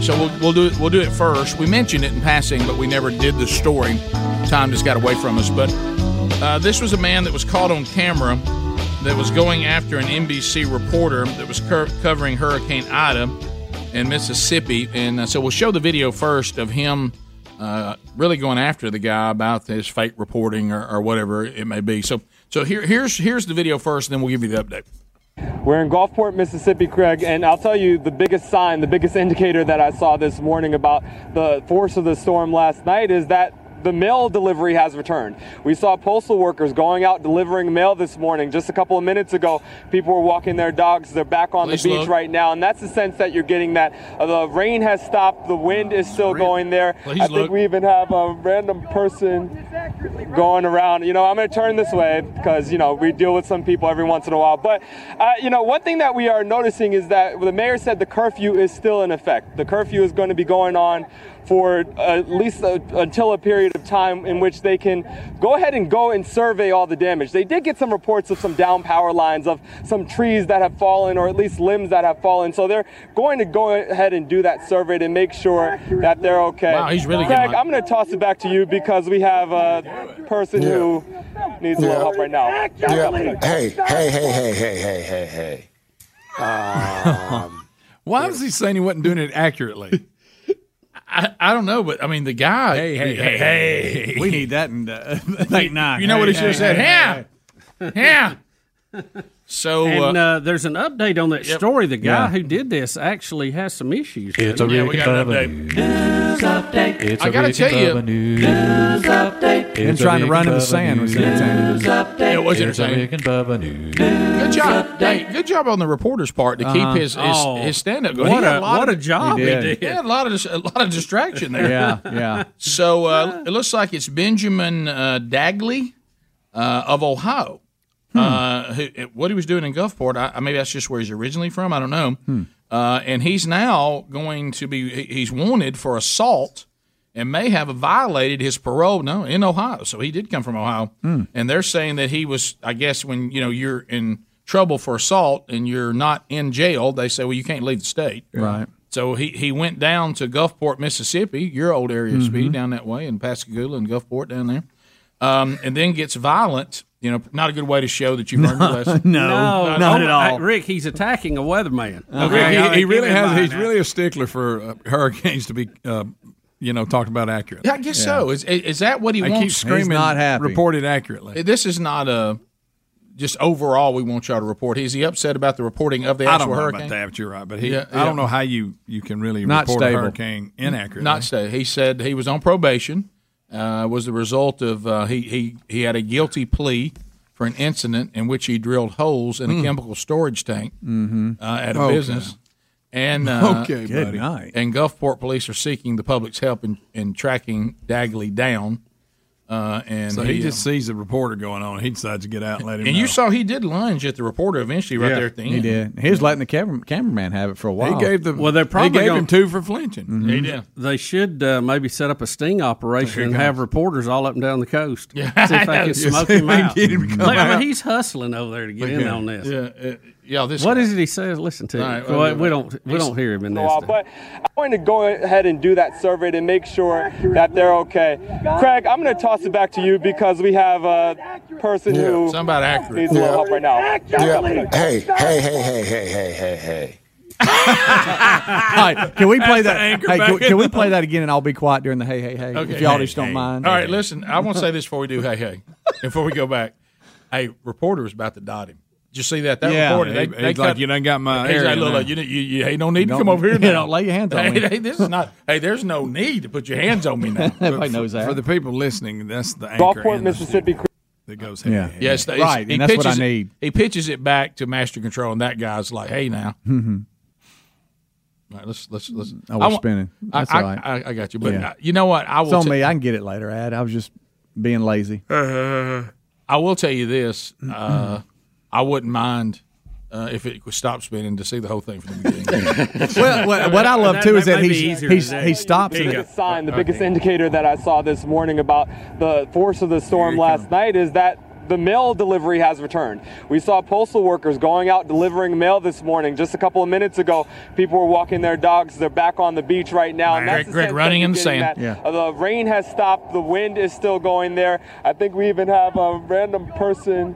[SPEAKER 15] so we'll, we'll do it. We'll do it first. We mentioned it in passing, but we never did the story. Time just got away from us. But uh, this was a man that was caught on camera that was going after an NBC reporter that was cur- covering Hurricane Ida in Mississippi. And uh, so we'll show the video first of him uh, really going after the guy about his fake reporting or, or whatever it may be. So, so here, here's here's the video first, and then we'll give you the update.
[SPEAKER 10] We're in Gulfport, Mississippi, Craig, and I'll tell you the biggest sign, the biggest indicator that I saw this morning about the force of the storm last night is that the mail delivery has returned. We saw postal workers going out delivering mail this morning. Just a couple of minutes ago, people were walking their dogs. They're back on
[SPEAKER 15] Please
[SPEAKER 10] the beach
[SPEAKER 15] look.
[SPEAKER 10] right now, and that's the sense that you're getting that uh, the rain has stopped, the wind is still going there.
[SPEAKER 15] Ah, Please
[SPEAKER 10] I think
[SPEAKER 15] look.
[SPEAKER 10] we even have a random person going around. You know, I'm going to turn this way because, you know, we deal with some people every once in a while. But, uh, you know, one thing that we are noticing is that the mayor said the curfew is still in effect. The curfew is going to be going on for at least uh until a period of time in which they can go ahead and go and survey all the damage. They did get some reports of some down power lines, of some trees that have fallen, or at least limbs that have fallen. So they're going to go ahead and do that survey to make sure that they're okay.
[SPEAKER 15] Wow, he's really good,
[SPEAKER 10] Craig,
[SPEAKER 15] Mike.
[SPEAKER 10] I'm going to toss it back to you because we have a person who needs a little
[SPEAKER 32] Yeah.
[SPEAKER 10] help right now.
[SPEAKER 32] Yeah. Hey, hey, hey, hey, hey, hey, hey, hey.
[SPEAKER 4] Uh,
[SPEAKER 6] Um, Why was he saying he wasn't doing it accurately?
[SPEAKER 15] I, I don't know, but I mean the guy. Hey,
[SPEAKER 6] hey, hey, hey,
[SPEAKER 4] We need that in uh, late nine.
[SPEAKER 15] You know what he should have said? Yeah, yeah. So
[SPEAKER 16] and
[SPEAKER 15] uh,
[SPEAKER 16] uh, there's an update on that
[SPEAKER 15] Yep.
[SPEAKER 16] story. The guy
[SPEAKER 15] Yeah.
[SPEAKER 16] who did this actually has some issues.
[SPEAKER 15] It's a Yeah, we Rick and got an Bubba
[SPEAKER 16] news update.
[SPEAKER 15] It's I a gotta Rick and tell you- Bubba
[SPEAKER 16] news update.
[SPEAKER 4] Him trying to run in the sand was entertaining.
[SPEAKER 15] It was entertaining. Good job. Hey, good job on the reporter's part to keep
[SPEAKER 4] Uh-huh.
[SPEAKER 15] his his,
[SPEAKER 4] Oh,
[SPEAKER 15] his stand up.
[SPEAKER 4] what a- what a job
[SPEAKER 16] He he did. did.
[SPEAKER 15] Yeah, a lot of dis- a lot of distraction there.
[SPEAKER 4] Yeah, yeah.
[SPEAKER 15] So uh, it looks like it's Benjamin uh, Dagley. uh, of Ohio. Uh, who, what he was doing in Gulfport, I, I- maybe that's just where he's originally from. I don't know. Uh, and he's now going to be, he- he's wanted for assault and may have violated his parole. No, in Ohio. So he did come from Ohio. And they're saying that he was, I guess, when, you know, you're in trouble for assault and you're not in jail, they say, well, you can't leave the state.
[SPEAKER 20] Right.
[SPEAKER 15] So he, he went down to Gulfport, Mississippi, your old area,
[SPEAKER 20] Mhm.
[SPEAKER 15] Speedy, down that way, in Pascagoula and Gulfport down there, um, and then gets violent. You know, not a good way to show that you've learned your lesson.
[SPEAKER 16] no, no, I- Rick, he's attacking a weatherman.
[SPEAKER 15] Uh,
[SPEAKER 7] Okay, he, he really has. He's
[SPEAKER 16] really.
[SPEAKER 7] really a stickler for uh, hurricanes to be, uh, you know, talked about accurately.
[SPEAKER 15] Yeah, I guess so. Is, is is that what he
[SPEAKER 7] I
[SPEAKER 15] wants?
[SPEAKER 7] keep screaming, He's not happy. "Report it accurately.
[SPEAKER 15] This is not a just overall. We want y'all to report. Is he upset about the reporting of the
[SPEAKER 7] I
[SPEAKER 15] actual
[SPEAKER 7] don't know
[SPEAKER 15] hurricane?
[SPEAKER 7] about that, but you're right. But he,
[SPEAKER 15] Yeah,
[SPEAKER 7] I don't
[SPEAKER 15] yeah. Mm,
[SPEAKER 7] know how you you can really report a hurricane inaccurately.
[SPEAKER 15] Not stable. He said he was on probation. Uh, was the result of uh, he he he had a guilty plea for an incident in which he drilled holes in a
[SPEAKER 7] Hmm.
[SPEAKER 15] chemical storage tank
[SPEAKER 7] Mm-hmm.
[SPEAKER 15] uh, at a
[SPEAKER 7] Okay.
[SPEAKER 15] business. And uh,
[SPEAKER 7] Okay, Good buddy. night.
[SPEAKER 15] And Gulfport police are seeking the public's help in, in tracking Dagley down. Uh, and
[SPEAKER 7] so he just sees the reporter going on. He decides to get out and let him.
[SPEAKER 15] and
[SPEAKER 7] know.
[SPEAKER 15] you saw he did lunge at the reporter eventually, right
[SPEAKER 7] Yeah,
[SPEAKER 15] there at the end.
[SPEAKER 20] He did. He was letting the camera, cameraman have it for a while.
[SPEAKER 16] well. They're probably gonna-
[SPEAKER 15] Mm-hmm.
[SPEAKER 20] Mhm.
[SPEAKER 16] They should uh, maybe set up a sting operation
[SPEAKER 20] There
[SPEAKER 16] and
[SPEAKER 20] you
[SPEAKER 16] have reporters all up and down the coast. Yeah, see if they
[SPEAKER 15] Yeah,
[SPEAKER 16] can smoke
[SPEAKER 15] see if
[SPEAKER 16] him
[SPEAKER 15] they can
[SPEAKER 16] out.
[SPEAKER 15] get him to come
[SPEAKER 16] Look, I mean,
[SPEAKER 15] out.
[SPEAKER 16] he's hustling over there to get
[SPEAKER 15] Look
[SPEAKER 16] in
[SPEAKER 15] at
[SPEAKER 16] on
[SPEAKER 15] him.
[SPEAKER 16] this.
[SPEAKER 15] Yeah, uh, yeah. This
[SPEAKER 16] What is it he says? Listen to.
[SPEAKER 15] All right,
[SPEAKER 16] it.
[SPEAKER 15] well,
[SPEAKER 16] Well,
[SPEAKER 15] yeah,
[SPEAKER 16] we don't. We
[SPEAKER 15] he's-
[SPEAKER 16] don't hear him in
[SPEAKER 10] a
[SPEAKER 16] this.
[SPEAKER 10] while, but I'm going to go ahead and do that survey to make sure that they're okay. Craig, I'm going to toss it back to you because we have a person who
[SPEAKER 15] somebody accurate.
[SPEAKER 10] needs a little help right now.
[SPEAKER 4] Yeah. Hey, hey, hey, hey, hey, hey, hey, hey.
[SPEAKER 20] All right, can we play
[SPEAKER 15] That's the
[SPEAKER 20] that?
[SPEAKER 15] anchor
[SPEAKER 20] Hey, can,
[SPEAKER 15] back
[SPEAKER 20] can we
[SPEAKER 15] in.
[SPEAKER 20] play that again? And I'll be quiet during the hey, hey, hey. If y'all just don't mind.
[SPEAKER 15] All right, listen. I want to say this before we do. Hey, hey. Before we go back, hey, reporter was about to dot him. Did you see that? That
[SPEAKER 7] Yeah.
[SPEAKER 15] reporter. They,
[SPEAKER 7] He-
[SPEAKER 15] they
[SPEAKER 7] he's like,
[SPEAKER 15] cut-
[SPEAKER 7] "You done got my
[SPEAKER 15] He's like,
[SPEAKER 7] area
[SPEAKER 15] look,
[SPEAKER 7] now."
[SPEAKER 15] look, you, you, you, hey, no need
[SPEAKER 7] Don't-
[SPEAKER 15] to come over here.
[SPEAKER 7] Yeah,
[SPEAKER 15] Now.
[SPEAKER 7] don't lay your hands on
[SPEAKER 15] hey,
[SPEAKER 7] me.
[SPEAKER 15] Hey, this is not. Hey, there's no need to put your hands on me now.
[SPEAKER 7] But for, For the people listening, that's the anchor
[SPEAKER 15] Gulfport,
[SPEAKER 7] and the
[SPEAKER 15] Mississippi.
[SPEAKER 7] stick That goes head
[SPEAKER 15] Yeah.
[SPEAKER 7] to head.
[SPEAKER 15] Yes, that-
[SPEAKER 20] Right,
[SPEAKER 15] it's-
[SPEAKER 20] and that's what I
[SPEAKER 15] pitches it-
[SPEAKER 20] need.
[SPEAKER 15] he pitches it back to master control, and that guy's like, "Hey, now."
[SPEAKER 20] Mhm.
[SPEAKER 15] All right, let's let's let's.
[SPEAKER 20] Oh, we're
[SPEAKER 15] I wa-
[SPEAKER 20] spinning.
[SPEAKER 15] I-
[SPEAKER 20] That's
[SPEAKER 15] I,
[SPEAKER 20] all right.
[SPEAKER 15] I, I got you, but
[SPEAKER 20] Yeah.
[SPEAKER 15] uh, you know what? I will.
[SPEAKER 20] It's on
[SPEAKER 15] t-
[SPEAKER 20] me. I can get it later. Ad. I was just being lazy.
[SPEAKER 15] I will tell you this. Uh, I wouldn't mind uh, if it would stop spinning to see the whole thing from the beginning.
[SPEAKER 20] well, what, what I love too is that, he's, he's,
[SPEAKER 10] today.
[SPEAKER 20] he stops.
[SPEAKER 10] The
[SPEAKER 20] and-
[SPEAKER 10] biggest sign, the biggest indicator that I saw this morning about the force of the storm last night is that the mail delivery has returned. We saw postal workers going out delivering mail this morning. Just a couple of minutes ago, people were walking their dogs. They're back on the beach right now. And
[SPEAKER 15] Greg-
[SPEAKER 10] that's the
[SPEAKER 15] Greg
[SPEAKER 10] sense
[SPEAKER 15] running
[SPEAKER 10] that
[SPEAKER 15] in
[SPEAKER 10] we're
[SPEAKER 15] the
[SPEAKER 10] getting
[SPEAKER 15] sand.
[SPEAKER 10] that,
[SPEAKER 15] Yeah.
[SPEAKER 10] uh, the rain has stopped. The wind is still going there. I think we even have a random person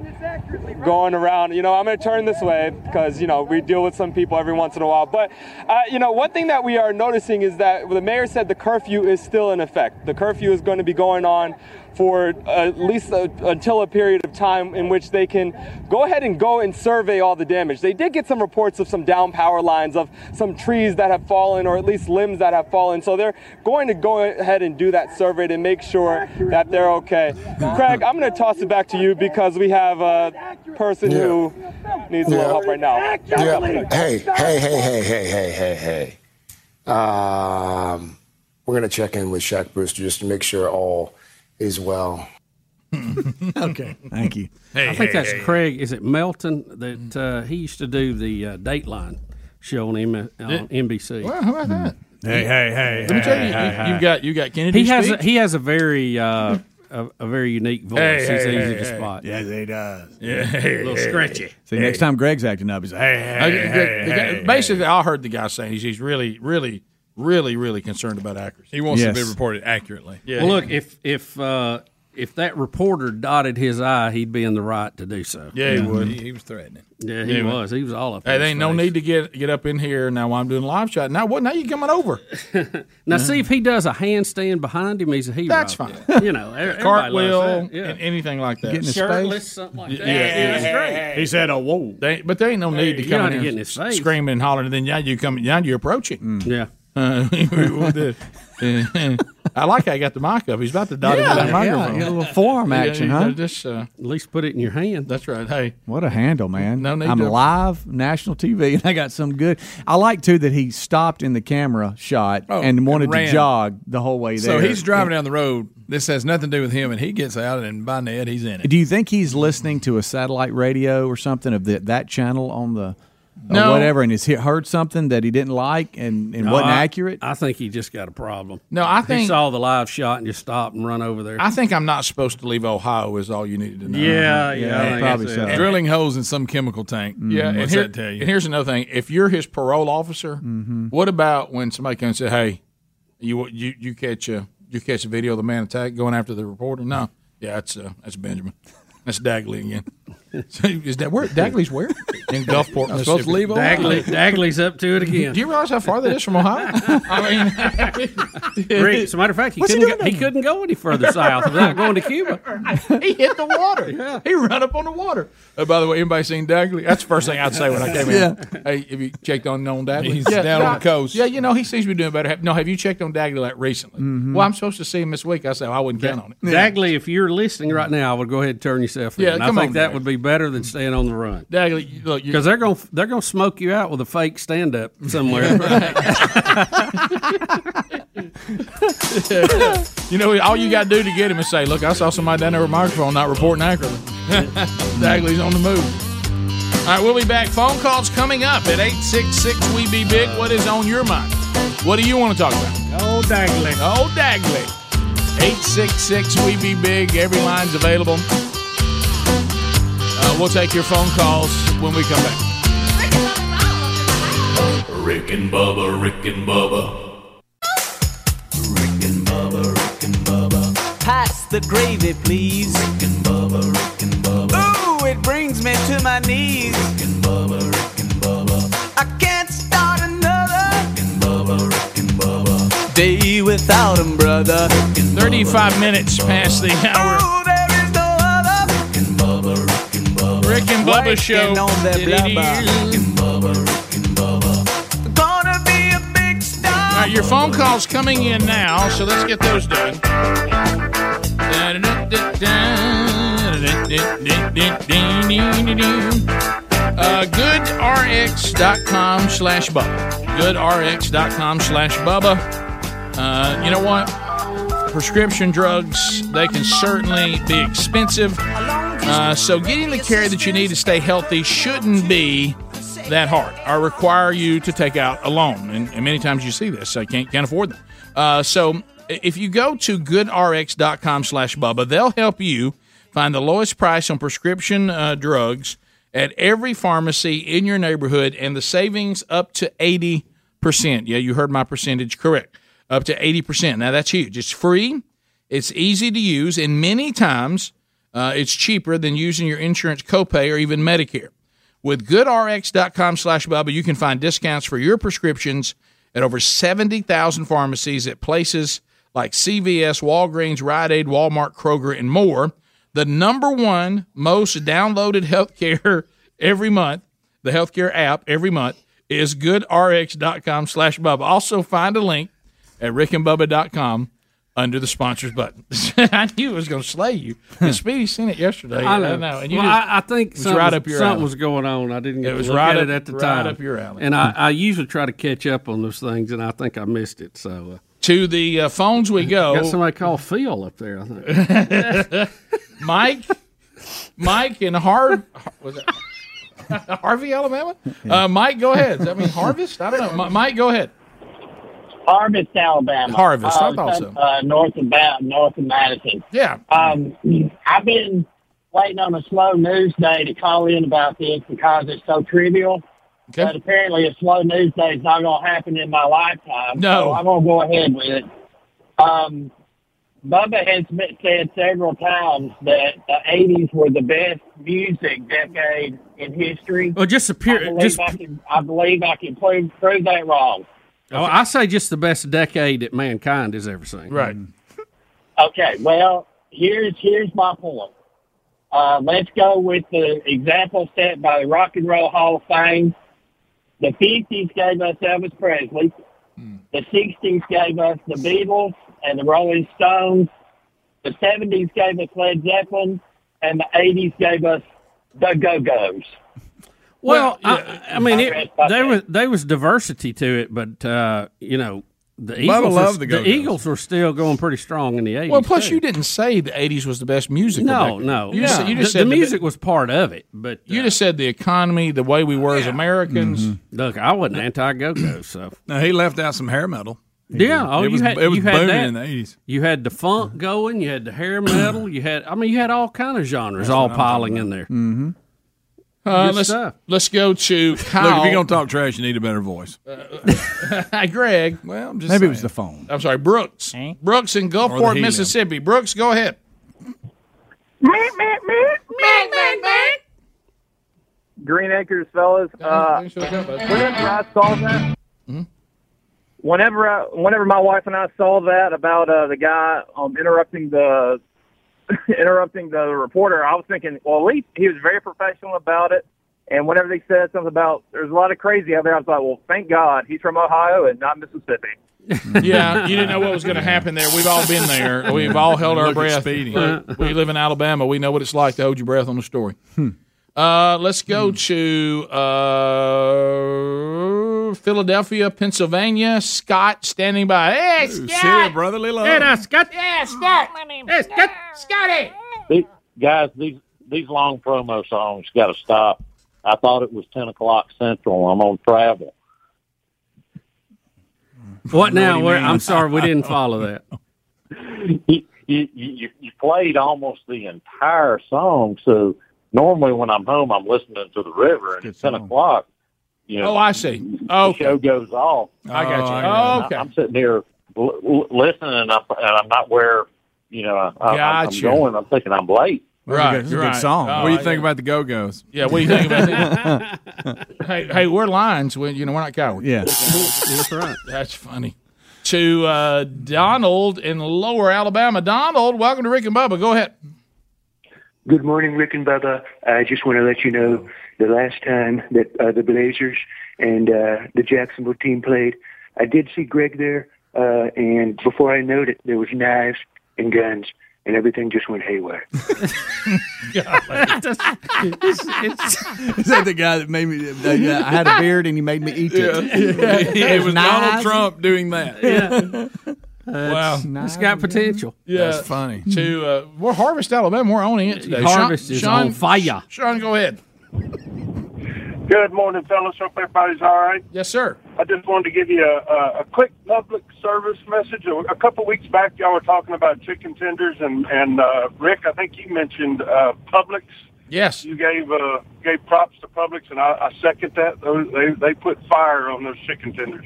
[SPEAKER 10] going around. You know, I'm going to turn this way because, you know, we deal with some people every once in a while. But, uh, you know, one thing that we are noticing is that the mayor said the curfew is still in effect. The curfew is going to be going on for at least uh until a period of time in which they can go ahead and go and survey all the damage. They did get some reports of some down power lines, of some trees that have fallen, or at least limbs that have fallen. So they're going to go ahead and do that survey to make sure that they're okay. Craig, I'm going to toss it back to you because we have a person who needs a little help right now.
[SPEAKER 4] Yeah. Hey, hey, hey, hey, hey, hey, hey, hey. Um, we're gonna check in with Shaq Brewster just to make sure all is well.
[SPEAKER 16] okay.
[SPEAKER 20] Thank you.
[SPEAKER 16] I think that's Craig. Is it Melton that
[SPEAKER 15] Mm-hmm.
[SPEAKER 16] uh, he used to do the uh, Dateline show on, M- on NBC?
[SPEAKER 15] Well, how about that?
[SPEAKER 16] Mm-hmm. Hey, hey, hey,
[SPEAKER 15] Let me tell you,
[SPEAKER 16] hey,
[SPEAKER 15] you,
[SPEAKER 16] hey, hey.
[SPEAKER 15] have got you got Kennedy.
[SPEAKER 16] He has a,
[SPEAKER 15] speak.
[SPEAKER 16] he has a very uh, a, a very unique voice.
[SPEAKER 15] Hey,
[SPEAKER 16] He's
[SPEAKER 15] hey,
[SPEAKER 16] easy
[SPEAKER 15] hey,
[SPEAKER 16] to
[SPEAKER 15] hey.
[SPEAKER 16] spot.
[SPEAKER 15] Yes,
[SPEAKER 16] he does.
[SPEAKER 15] Yeah.
[SPEAKER 16] a little scratchy.
[SPEAKER 20] See, next time Greg's acting up, he's like, hey, hey,
[SPEAKER 15] Uh,
[SPEAKER 20] hey,
[SPEAKER 15] the- the guy-
[SPEAKER 20] hey,
[SPEAKER 15] basically, I heard the guy saying he's, he's really, really, really, really concerned about accuracy.
[SPEAKER 7] He wants to be reported accurately.
[SPEAKER 15] Yeah.
[SPEAKER 16] Well, look if if uh, if that reporter dotted his eye, he'd be in the right to do so.
[SPEAKER 15] Yeah, he would.
[SPEAKER 7] He was threatening.
[SPEAKER 16] Yeah, he was. He was all up.
[SPEAKER 15] Hey,
[SPEAKER 16] in
[SPEAKER 15] there
[SPEAKER 16] his
[SPEAKER 15] ain't no
[SPEAKER 16] face.
[SPEAKER 15] need to get get up in here now. While I'm doing a live shot, now what? Now you coming over?
[SPEAKER 16] Now,
[SPEAKER 15] Mm.
[SPEAKER 16] see if he does a handstand behind him, he's a hero.
[SPEAKER 15] That's fine.
[SPEAKER 16] You know, everybody
[SPEAKER 15] cartwheel,
[SPEAKER 16] loves that. Yeah.
[SPEAKER 15] and anything like that.
[SPEAKER 16] Get in his Shirtless, face. something like that. Yeah, that's great.
[SPEAKER 15] He said, "Oh, whoa!" They, but there ain't no need to
[SPEAKER 16] you
[SPEAKER 15] come
[SPEAKER 16] don't
[SPEAKER 15] in,
[SPEAKER 16] have to get
[SPEAKER 15] here
[SPEAKER 16] in his face.
[SPEAKER 15] screaming
[SPEAKER 16] Mm.
[SPEAKER 15] and hollering. And then now you come, now you're approaching.
[SPEAKER 16] Yeah.
[SPEAKER 15] Uh, we- we did. Uh, I like how he got the mic up. He's about to dot
[SPEAKER 16] Yeah,
[SPEAKER 15] into that
[SPEAKER 16] yeah,
[SPEAKER 15] microphone.
[SPEAKER 16] you got a little forearm
[SPEAKER 15] Yeah,
[SPEAKER 16] action,
[SPEAKER 15] you
[SPEAKER 16] huh?
[SPEAKER 15] know, Just, uh,
[SPEAKER 16] At least put it in your hand.
[SPEAKER 15] That's right. Hey,
[SPEAKER 20] What a handle, man!
[SPEAKER 15] No need
[SPEAKER 20] I'm
[SPEAKER 15] to-
[SPEAKER 20] live national TV, and I got some good. I like too that he stopped in the camera shot
[SPEAKER 7] Oh,
[SPEAKER 20] and wanted
[SPEAKER 7] and ran.
[SPEAKER 20] to jog the whole way
[SPEAKER 7] So
[SPEAKER 20] there.
[SPEAKER 7] he's driving down the road. This has nothing to do with him, and he gets out, and by Ned, he's in it.
[SPEAKER 20] Do you think he's listening to a satellite radio or something of the, that channel on the or
[SPEAKER 7] No.
[SPEAKER 20] whatever, and has he heard something that he didn't like and, and
[SPEAKER 16] No,
[SPEAKER 20] wasn't
[SPEAKER 16] I-
[SPEAKER 20] accurate?
[SPEAKER 16] I think he just got a problem.
[SPEAKER 15] No, I
[SPEAKER 16] he
[SPEAKER 15] think-
[SPEAKER 16] saw the live shot and just stopped and run over there.
[SPEAKER 15] I think I'm not supposed to leave Ohio. Is all you needed to know.
[SPEAKER 16] Yeah, yeah, I think that's it.
[SPEAKER 7] Drilling holes in some chemical tank.
[SPEAKER 15] Yeah, and,
[SPEAKER 7] Mm, what's
[SPEAKER 15] here-
[SPEAKER 7] that tell you? Mm-hmm.
[SPEAKER 15] and here's another thing: if you're his parole officer, what about when somebody comes and says, "Hey, you you you catch a you catch a video of the man attack going after the reporter?" No, yeah, that's uh, that's Benjamin, that's Dagley again. So is that where Dagley's where in Gulfport?
[SPEAKER 16] I'm
[SPEAKER 15] Mississippi.
[SPEAKER 16] supposed to leave Ohio. Dagley- Dagley's up to it again.
[SPEAKER 15] Do you realize how far that is from Ohio? I mean,
[SPEAKER 16] Rick, as a matter of fact, he
[SPEAKER 15] What's he
[SPEAKER 16] couldn't
[SPEAKER 15] doing
[SPEAKER 16] go, he
[SPEAKER 15] down
[SPEAKER 16] couldn't go any further south without going to Cuba.
[SPEAKER 15] he hit the water. He ran up on the water. Uh, by the way, anybody seen Dagley? That's the first thing I'd say when I came in. Hey, have you checked on known Dagley?
[SPEAKER 7] He's down on the
[SPEAKER 15] coast. Yeah, you know, he seems to be doing better. Have- No, have you checked on Dagley like recently? Well, I'm supposed to see him this week. I said, well, I wouldn't count on it.
[SPEAKER 16] Dagley, if you're listening right now, I would go ahead and turn yourself in.
[SPEAKER 15] Yeah,
[SPEAKER 16] And
[SPEAKER 15] come
[SPEAKER 16] I think
[SPEAKER 15] on,
[SPEAKER 16] that would be better than staying on the run.
[SPEAKER 15] Dagley, look, you-
[SPEAKER 16] Because they're going to they're going to smoke you out with a fake stand up somewhere.
[SPEAKER 15] you know, all you got to do to get him is say, look, I saw somebody down there with a microphone not reporting accurately. Dagley's on the move. All right, we'll be back. Phone calls coming up at 866 We Be Big. What is on your mind? What do you want to talk about?
[SPEAKER 16] Oh, Dagley.
[SPEAKER 15] Oh, Dagley. 866 We Be Big. Every line's available. Uh, we'll take your phone calls when we come back.
[SPEAKER 8] Rick and Bubba, Rick and Bubba,
[SPEAKER 13] Pass the gravy, please. Rick and Bubba, Rick and Bubba. Ooh, it brings me to my knees. Rick and Bubba, Rick and Bubba. I can't start another. Rick and Bubba, Rick and Bubba. Day without 'em, brother.
[SPEAKER 15] 35 uh, minutes past the hour. Rick and Bubba
[SPEAKER 13] Waiting
[SPEAKER 15] Show.
[SPEAKER 13] on that blubber. Rick and Bubba, Rick and Bubba. Gonna be a big star.
[SPEAKER 15] All right, your phone call's coming in now, so let's get those done. Uh, goodrx.com slash Bubba. Goodrx.com slash Bubba. Uh, you know what? Prescription drugs, they can certainly be expensive. Uh, so getting the care that you need to stay healthy shouldn't be that hard or require you to take out a loan. And, and many times you see this, I can't, can't afford them. Uh, so if you go to goodrx.com slash Bubba, they'll help you find the lowest price on prescription uh, drugs at every pharmacy in your neighborhood and the savings up to 80%. Yeah, you heard my percentage correct. Up to 80%. Now that's huge. It's free. It's easy to use, and many times uh, it's cheaper than using your insurance copay or even Medicare. With goodrx.com slash Bubba, you can find discounts for your prescriptions at over 70,000 pharmacies at places like CVS, Walgreens, Rite Aid, Walmart, Kroger, and more. The number one most downloaded healthcare every month, the healthcare app every month, is goodrx.com slash Bubba. Also, find a link at rickandbubba.com under the sponsors button. I knew it was going to slay you. And Speedy seen it yesterday.
[SPEAKER 16] I know.
[SPEAKER 15] And you
[SPEAKER 16] well,
[SPEAKER 15] just-
[SPEAKER 16] I, I think
[SPEAKER 15] it was
[SPEAKER 16] something,
[SPEAKER 15] right up your
[SPEAKER 16] something
[SPEAKER 15] alley.
[SPEAKER 16] was going on. I didn't get
[SPEAKER 15] It
[SPEAKER 16] to
[SPEAKER 15] was
[SPEAKER 16] look
[SPEAKER 15] right
[SPEAKER 16] at
[SPEAKER 15] up-
[SPEAKER 16] it at the
[SPEAKER 15] right
[SPEAKER 16] time.
[SPEAKER 15] up your alley.
[SPEAKER 16] And I, I usually try to catch up on those things, and I think I missed it. So uh,
[SPEAKER 15] to the uh, phones we go.
[SPEAKER 16] got somebody called Phil up there. I think.
[SPEAKER 15] Mike, Mike in Harv, was it Harvey, Alabama? Uh, Mike, go ahead. Does that mean harvest? I don't know. Mi- Mike, go ahead.
[SPEAKER 22] Harvest, Alabama.
[SPEAKER 15] Harvest, I thought
[SPEAKER 22] some- Uh, north of Ba- north of Madison.
[SPEAKER 15] Yeah.
[SPEAKER 22] Um, I've been waiting on a slow news day to call in about this because it's so trivial.
[SPEAKER 15] Okay.
[SPEAKER 22] But apparently, a slow news day is not going to happen in my lifetime.
[SPEAKER 15] No.
[SPEAKER 22] So I'm going to go ahead with it. Um, Bubba has m- said several times that the 80s were the best music decade in history.
[SPEAKER 16] Well, just a pure-
[SPEAKER 22] I believe,
[SPEAKER 16] just-
[SPEAKER 22] I, can, I believe I can prove, prove that wrong.
[SPEAKER 16] oh, I say just the best decade that mankind has ever seen.
[SPEAKER 15] Right.
[SPEAKER 22] Okay, well, here's here's my point. Uh, let's go with the example set by the Rock and Roll Hall of Fame. The 50s gave us Elvis Presley. The 60s gave us the Beatles and the Rolling Stones. The 70s gave us Led Zeppelin. And the 80s gave us the Go Go's.
[SPEAKER 16] Well, I, I mean, it, there was there was diversity to it, but uh, you know, the
[SPEAKER 15] Bubba
[SPEAKER 16] Eagles, were,
[SPEAKER 15] loved the
[SPEAKER 16] the,
[SPEAKER 15] Go-Go's.
[SPEAKER 16] Eagles were still going pretty strong in the eighties.
[SPEAKER 15] Well, plus you didn't say the '80s was the best music.
[SPEAKER 16] No, no.
[SPEAKER 15] you just,
[SPEAKER 16] Yeah.
[SPEAKER 15] you just
[SPEAKER 16] The-
[SPEAKER 15] said
[SPEAKER 16] the music was part of it, but uh,
[SPEAKER 15] you just said the economy, the way we were as Americans.
[SPEAKER 16] Mm-hmm. Look, I wasn't anti go go, so
[SPEAKER 7] Now he left out some hair metal.
[SPEAKER 16] Yeah, oh,
[SPEAKER 7] it
[SPEAKER 16] you
[SPEAKER 7] was
[SPEAKER 16] had-
[SPEAKER 7] it was
[SPEAKER 16] you had
[SPEAKER 7] booming
[SPEAKER 16] that.
[SPEAKER 7] in the eighties.
[SPEAKER 16] you had the funk going, you had the hair metal, you had I mean, you had all kind of genres all piling in there.
[SPEAKER 20] Mm-hmm.
[SPEAKER 15] Uh,
[SPEAKER 16] Good
[SPEAKER 15] let's
[SPEAKER 16] stuff.
[SPEAKER 15] let's go to Kyle.
[SPEAKER 7] Look, if you're gonna talk trash, you need a better voice.
[SPEAKER 15] Greg. Well, I'm just
[SPEAKER 7] Maybe it
[SPEAKER 15] saying.
[SPEAKER 7] was the
[SPEAKER 20] phone.
[SPEAKER 15] I'm sorry, Brooks. Brooks in
[SPEAKER 7] Or the
[SPEAKER 15] Gulfport,
[SPEAKER 7] helium.
[SPEAKER 15] Mississippi. Brooks, go ahead.
[SPEAKER 21] Green Acres, fellas. Uh, whenever I saw that, whenever I, whenever my wife and I saw that about uh, the guy um, interrupting the interrupting the reporter, I was thinking, well, at least he was very professional about it. And whenever they said something about there's a lot of crazy out there, I was like, well, thank God he's from Ohio and not Mississippi.
[SPEAKER 15] yeah, you didn't know what was going to happen there. We've all been there. We've all held our
[SPEAKER 7] Look at
[SPEAKER 15] breath.
[SPEAKER 7] speeding.
[SPEAKER 15] Look, we live in Alabama. We know what it's like to hold your breath on the story. Uh, let's go to uh, Philadelphia, Pennsylvania. Scott standing by. Hey, Scott.
[SPEAKER 7] brotherly
[SPEAKER 15] love.
[SPEAKER 16] Scott.
[SPEAKER 15] Yeah, Scott. My name's Scott. Scotty.
[SPEAKER 9] These, guys, these these long promo songs got to stop. I thought it was ten o'clock central. I'm on travel.
[SPEAKER 16] What
[SPEAKER 9] Know what
[SPEAKER 16] now?
[SPEAKER 9] he
[SPEAKER 16] Where,
[SPEAKER 9] means.
[SPEAKER 16] I'm sorry, we didn't follow that.
[SPEAKER 9] You, you, you, you played almost the entire song, so normally when I'm home, I'm listening to the river, and it's ten o'clock. You know,
[SPEAKER 15] Oh, I see.
[SPEAKER 9] the show goes off.
[SPEAKER 15] I got you. Oh, okay.
[SPEAKER 9] I'm sitting here l- l- listening, and I'm, and I'm not where you know I, I, I'm
[SPEAKER 7] Gotcha.
[SPEAKER 9] going. I'm thinking I'm late.
[SPEAKER 7] Right, right. What do you think about the Go Go's?
[SPEAKER 15] Oh, Yeah, what do you think about that? hey, hey, we're lions. We, you know, we're not cowards.
[SPEAKER 7] Yeah.
[SPEAKER 15] that's right. That's funny. To uh, Donald in Lower Alabama. Donald, welcome to Rick and Bubba. Go ahead.
[SPEAKER 11] Good morning, Rick and Bubba. I just want to let you know the last time that uh, the Blazers and uh, the Jacksonville team played, I did see Greg there, uh, and before I knowed it, there was knives and guns, and everything just went haywire.
[SPEAKER 20] Is that the guy that made me? that- yeah, I had a beard and he made me eat it.
[SPEAKER 7] it was Donald
[SPEAKER 20] Nice.
[SPEAKER 7] Trump doing that.
[SPEAKER 16] Yeah.
[SPEAKER 15] Wow.
[SPEAKER 16] It's got potential.
[SPEAKER 15] Um, Yeah. To uh, we're Harvest, Alabama. We're owning it today.
[SPEAKER 16] Harvest is on fire.
[SPEAKER 15] Sean, go ahead.
[SPEAKER 19] Good morning, fellas. Hope everybody's all right.
[SPEAKER 15] Yes, sir.
[SPEAKER 19] I just wanted to give you a, a, a quick public service message. A, a couple weeks back, y'all were talking about chicken tenders, and and uh, Rick, I think you mentioned uh, Publix.
[SPEAKER 15] Yes.
[SPEAKER 19] You gave uh, gave props to Publix, and I, I second that. Those, they they put fire on those chicken tenders.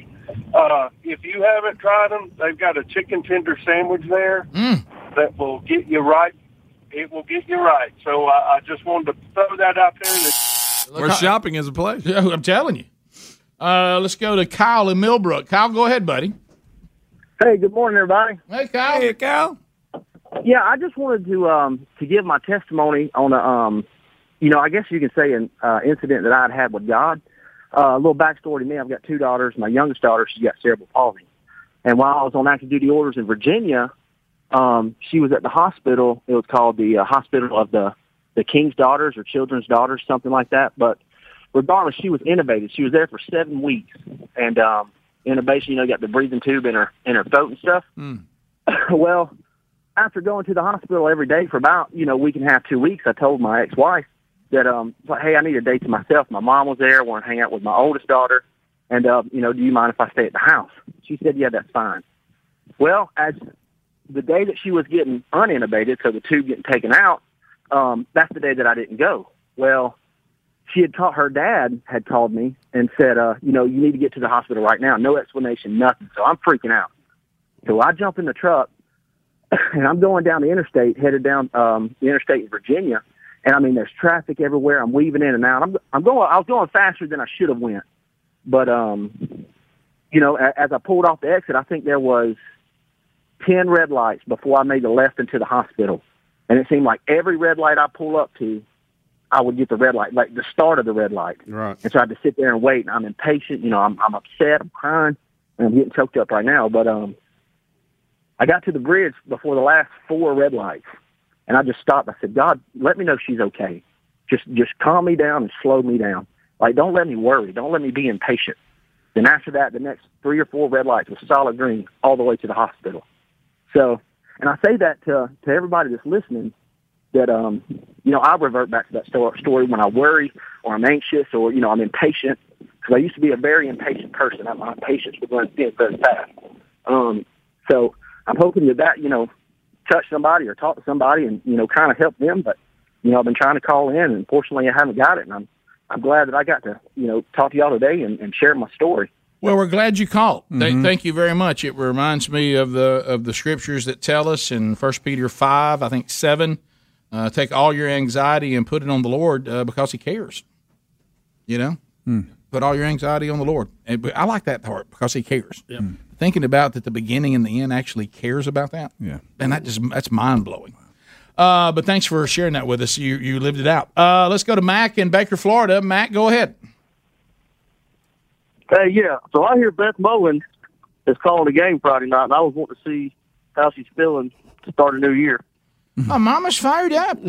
[SPEAKER 19] Uh, if you haven't tried them, they've got a chicken tender sandwich there
[SPEAKER 15] Mm.
[SPEAKER 19] that will get you right. It will get you right. So uh, I, I just wanted to throw that out there. That
[SPEAKER 7] Where shopping is a place.
[SPEAKER 15] Yeah, I'm telling you. Uh, let's go to Kyle in Millbrook. Kyle, go ahead, buddy.
[SPEAKER 33] Hey, good morning, everybody.
[SPEAKER 15] Hey, Kyle. Hey, Kyle.
[SPEAKER 33] Yeah, I just wanted to um to give my testimony on a um you know, I guess you can say an uh, incident that I'd had with God. Uh, a little backstory to me, I've got two daughters. My youngest daughter, she's got cerebral palsy. And while I was on active duty orders in Virginia, um, she was at the hospital. It was called the uh, Hospital of the, the King's Daughters or Children's Daughters, something like that. But regardless, she was intubated. She was there for seven weeks. And um, intubation, you know, you got the breathing tube in her, in her throat and stuff. well, after going to the hospital every day for about you know week and a half, two weeks, I told my ex-wife that um, like, hey, I need a day to myself. My mom was there. I want to hang out with my oldest daughter, and uh, you know, do you mind if I stay at the house? She said, yeah, that's fine. Well, as the day that she was getting unintubated, so the tube getting taken out, um, that's the day that I didn't go. Well, she had taught her dad had called me and said, uh, you know, you need to get to the hospital right now. No explanation, nothing. So I'm freaking out. So I jump in the truck and I'm going down the interstate, headed down um, the interstate in Virginia. And I mean, there's traffic everywhere. I'm weaving in and out. I'm I'm going. I was going faster than I should have went. But um, you know, a- as I pulled off the exit, I think there was ten red lights before I made the left into the hospital. And it seemed like every red light I pull up to, I would get the red light, like the start of the red light.
[SPEAKER 16] Right.
[SPEAKER 33] And so I had to sit there and wait. And I'm impatient. You know, I'm, I'm upset. I'm crying. and I'm getting choked up right now, but um, I got to the bridge before the last four red lights, and I just stopped. I said, God, let me know she's okay. Just just calm me down and slow me down. Like, don't let me worry. Don't let me be impatient. Then after that, the next three or four red lights was solid green all the way to the hospital. So, and I say that to to everybody that's listening that um, you know, I revert back to that sto- story when I worry or I'm anxious or you know I'm impatient because I used to be a very impatient person. I, my patience would run thin very fast. Um, so I'm hoping that that you know touch somebody or talk to somebody and you know kind of help them. But you know I've been trying to call in and fortunately I haven't got it. And I'm I'm glad that I got to you know talk to y'all today and, and share my story.
[SPEAKER 15] Well, we're glad you called.
[SPEAKER 7] Mm-hmm.
[SPEAKER 15] Th- thank you very much. It reminds me of the of the scriptures that tell us in First Peter five, I think seven, uh, take all your anxiety and put it on the Lord uh, because He cares. You know,
[SPEAKER 7] Hmm.
[SPEAKER 15] put all your anxiety on the Lord. And but I like that part because He cares. Thinking about that, the beginning and the end actually cares about that.
[SPEAKER 7] Yeah.
[SPEAKER 15] and that just that's mind blowing. Uh, but thanks for sharing that with us. You you lived it out. Uh, let's go to Mac in Baker, Florida. Mac, go ahead.
[SPEAKER 24] Hey, yeah. So I hear Beth Mullen is calling the game Friday night, and I was wanting to see how she's feeling to start a new year.
[SPEAKER 15] My Oh, mama's fired up.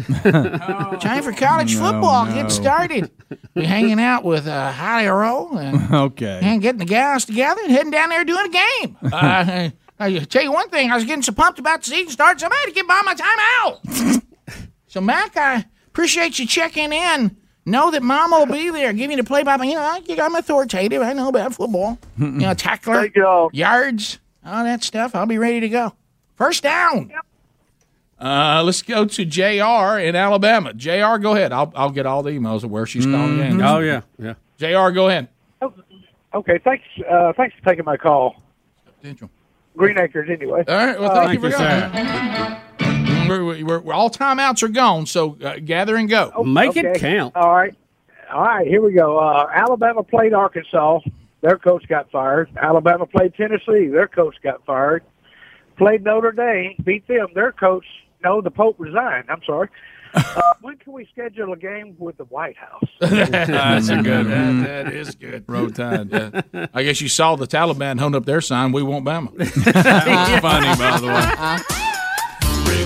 [SPEAKER 15] Time for college
[SPEAKER 24] No,
[SPEAKER 15] football. Getting
[SPEAKER 24] no.
[SPEAKER 15] started. We're hanging out with uh, Holly Roll and,
[SPEAKER 20] Okay.
[SPEAKER 15] and getting the gals together and heading down there doing a game. Uh, I tell you one thing, I was getting so pumped about the season start, somebody had to give by my time out. so, Mac, I appreciate you checking in. Know that Mama will be there giving you the play by play. You know, I, I'm authoritative. I know about football. you know, tackler, yards, all that stuff. I'll be ready to go. First down. Uh, let's go to JR in Alabama. JR, go ahead. I'll, I'll get all the emails of where she's calling in.
[SPEAKER 16] Oh yeah, yeah.
[SPEAKER 15] JR, go ahead.
[SPEAKER 25] Oh, Okay, thanks. Uh, thanks for taking my call.
[SPEAKER 15] Potential.
[SPEAKER 25] Green Acres, anyway.
[SPEAKER 15] All right. Well, thank you for coming. We're, we're, we're- all timeouts are gone, so uh, gather and
[SPEAKER 16] Oh,
[SPEAKER 15] go.
[SPEAKER 25] Okay. All right. All right, here we go. Uh, Alabama played Arkansas. Their coach got fired. Alabama played Tennessee. Their coach got fired. Played Notre Dame. Beat them. Their coach, no, the Pope resigned. I'm sorry. Uh, when can we schedule a game with the White House?
[SPEAKER 15] That's a good.
[SPEAKER 16] Mm-hmm.
[SPEAKER 25] one.
[SPEAKER 15] that is good. Road Mm-hmm. Tide. yeah. I guess you saw the Taliban hung up their sign. We want Bama. That's funny, by the way.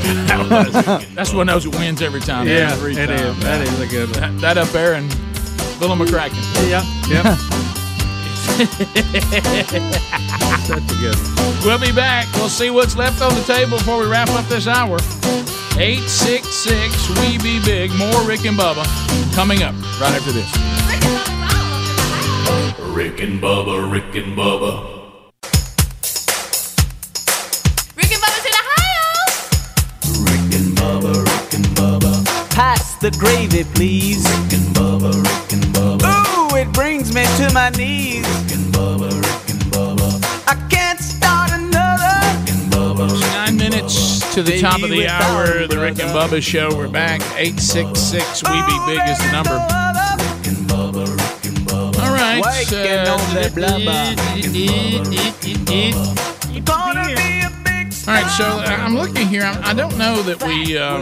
[SPEAKER 15] That's one of those that wins every time.
[SPEAKER 16] Yeah,
[SPEAKER 15] every
[SPEAKER 16] it
[SPEAKER 15] time.
[SPEAKER 16] is. That is a good one.
[SPEAKER 15] That, that up there and Little McCracken. Yeah. Yep.
[SPEAKER 16] That's a good one.
[SPEAKER 15] We'll be back. We'll see what's left on the table before we wrap up this hour. 866 We Be Big. More Rick and Bubba coming up right after this.
[SPEAKER 8] Rick and Bubba, Rick and Bubba,
[SPEAKER 13] Rick and Bubba's in Ohio.
[SPEAKER 6] Pass the gravy, please.
[SPEAKER 13] Ooh, it brings me to my knees. I can't start another.
[SPEAKER 15] Nine minutes to the top of the hour. The Rick and Bubba Show. We're back. 866 We Be Big is the number. All right. uh,
[SPEAKER 13] You're gonna be a big
[SPEAKER 15] All right, so uh, I'm looking here. I'm, I don't know that we, um,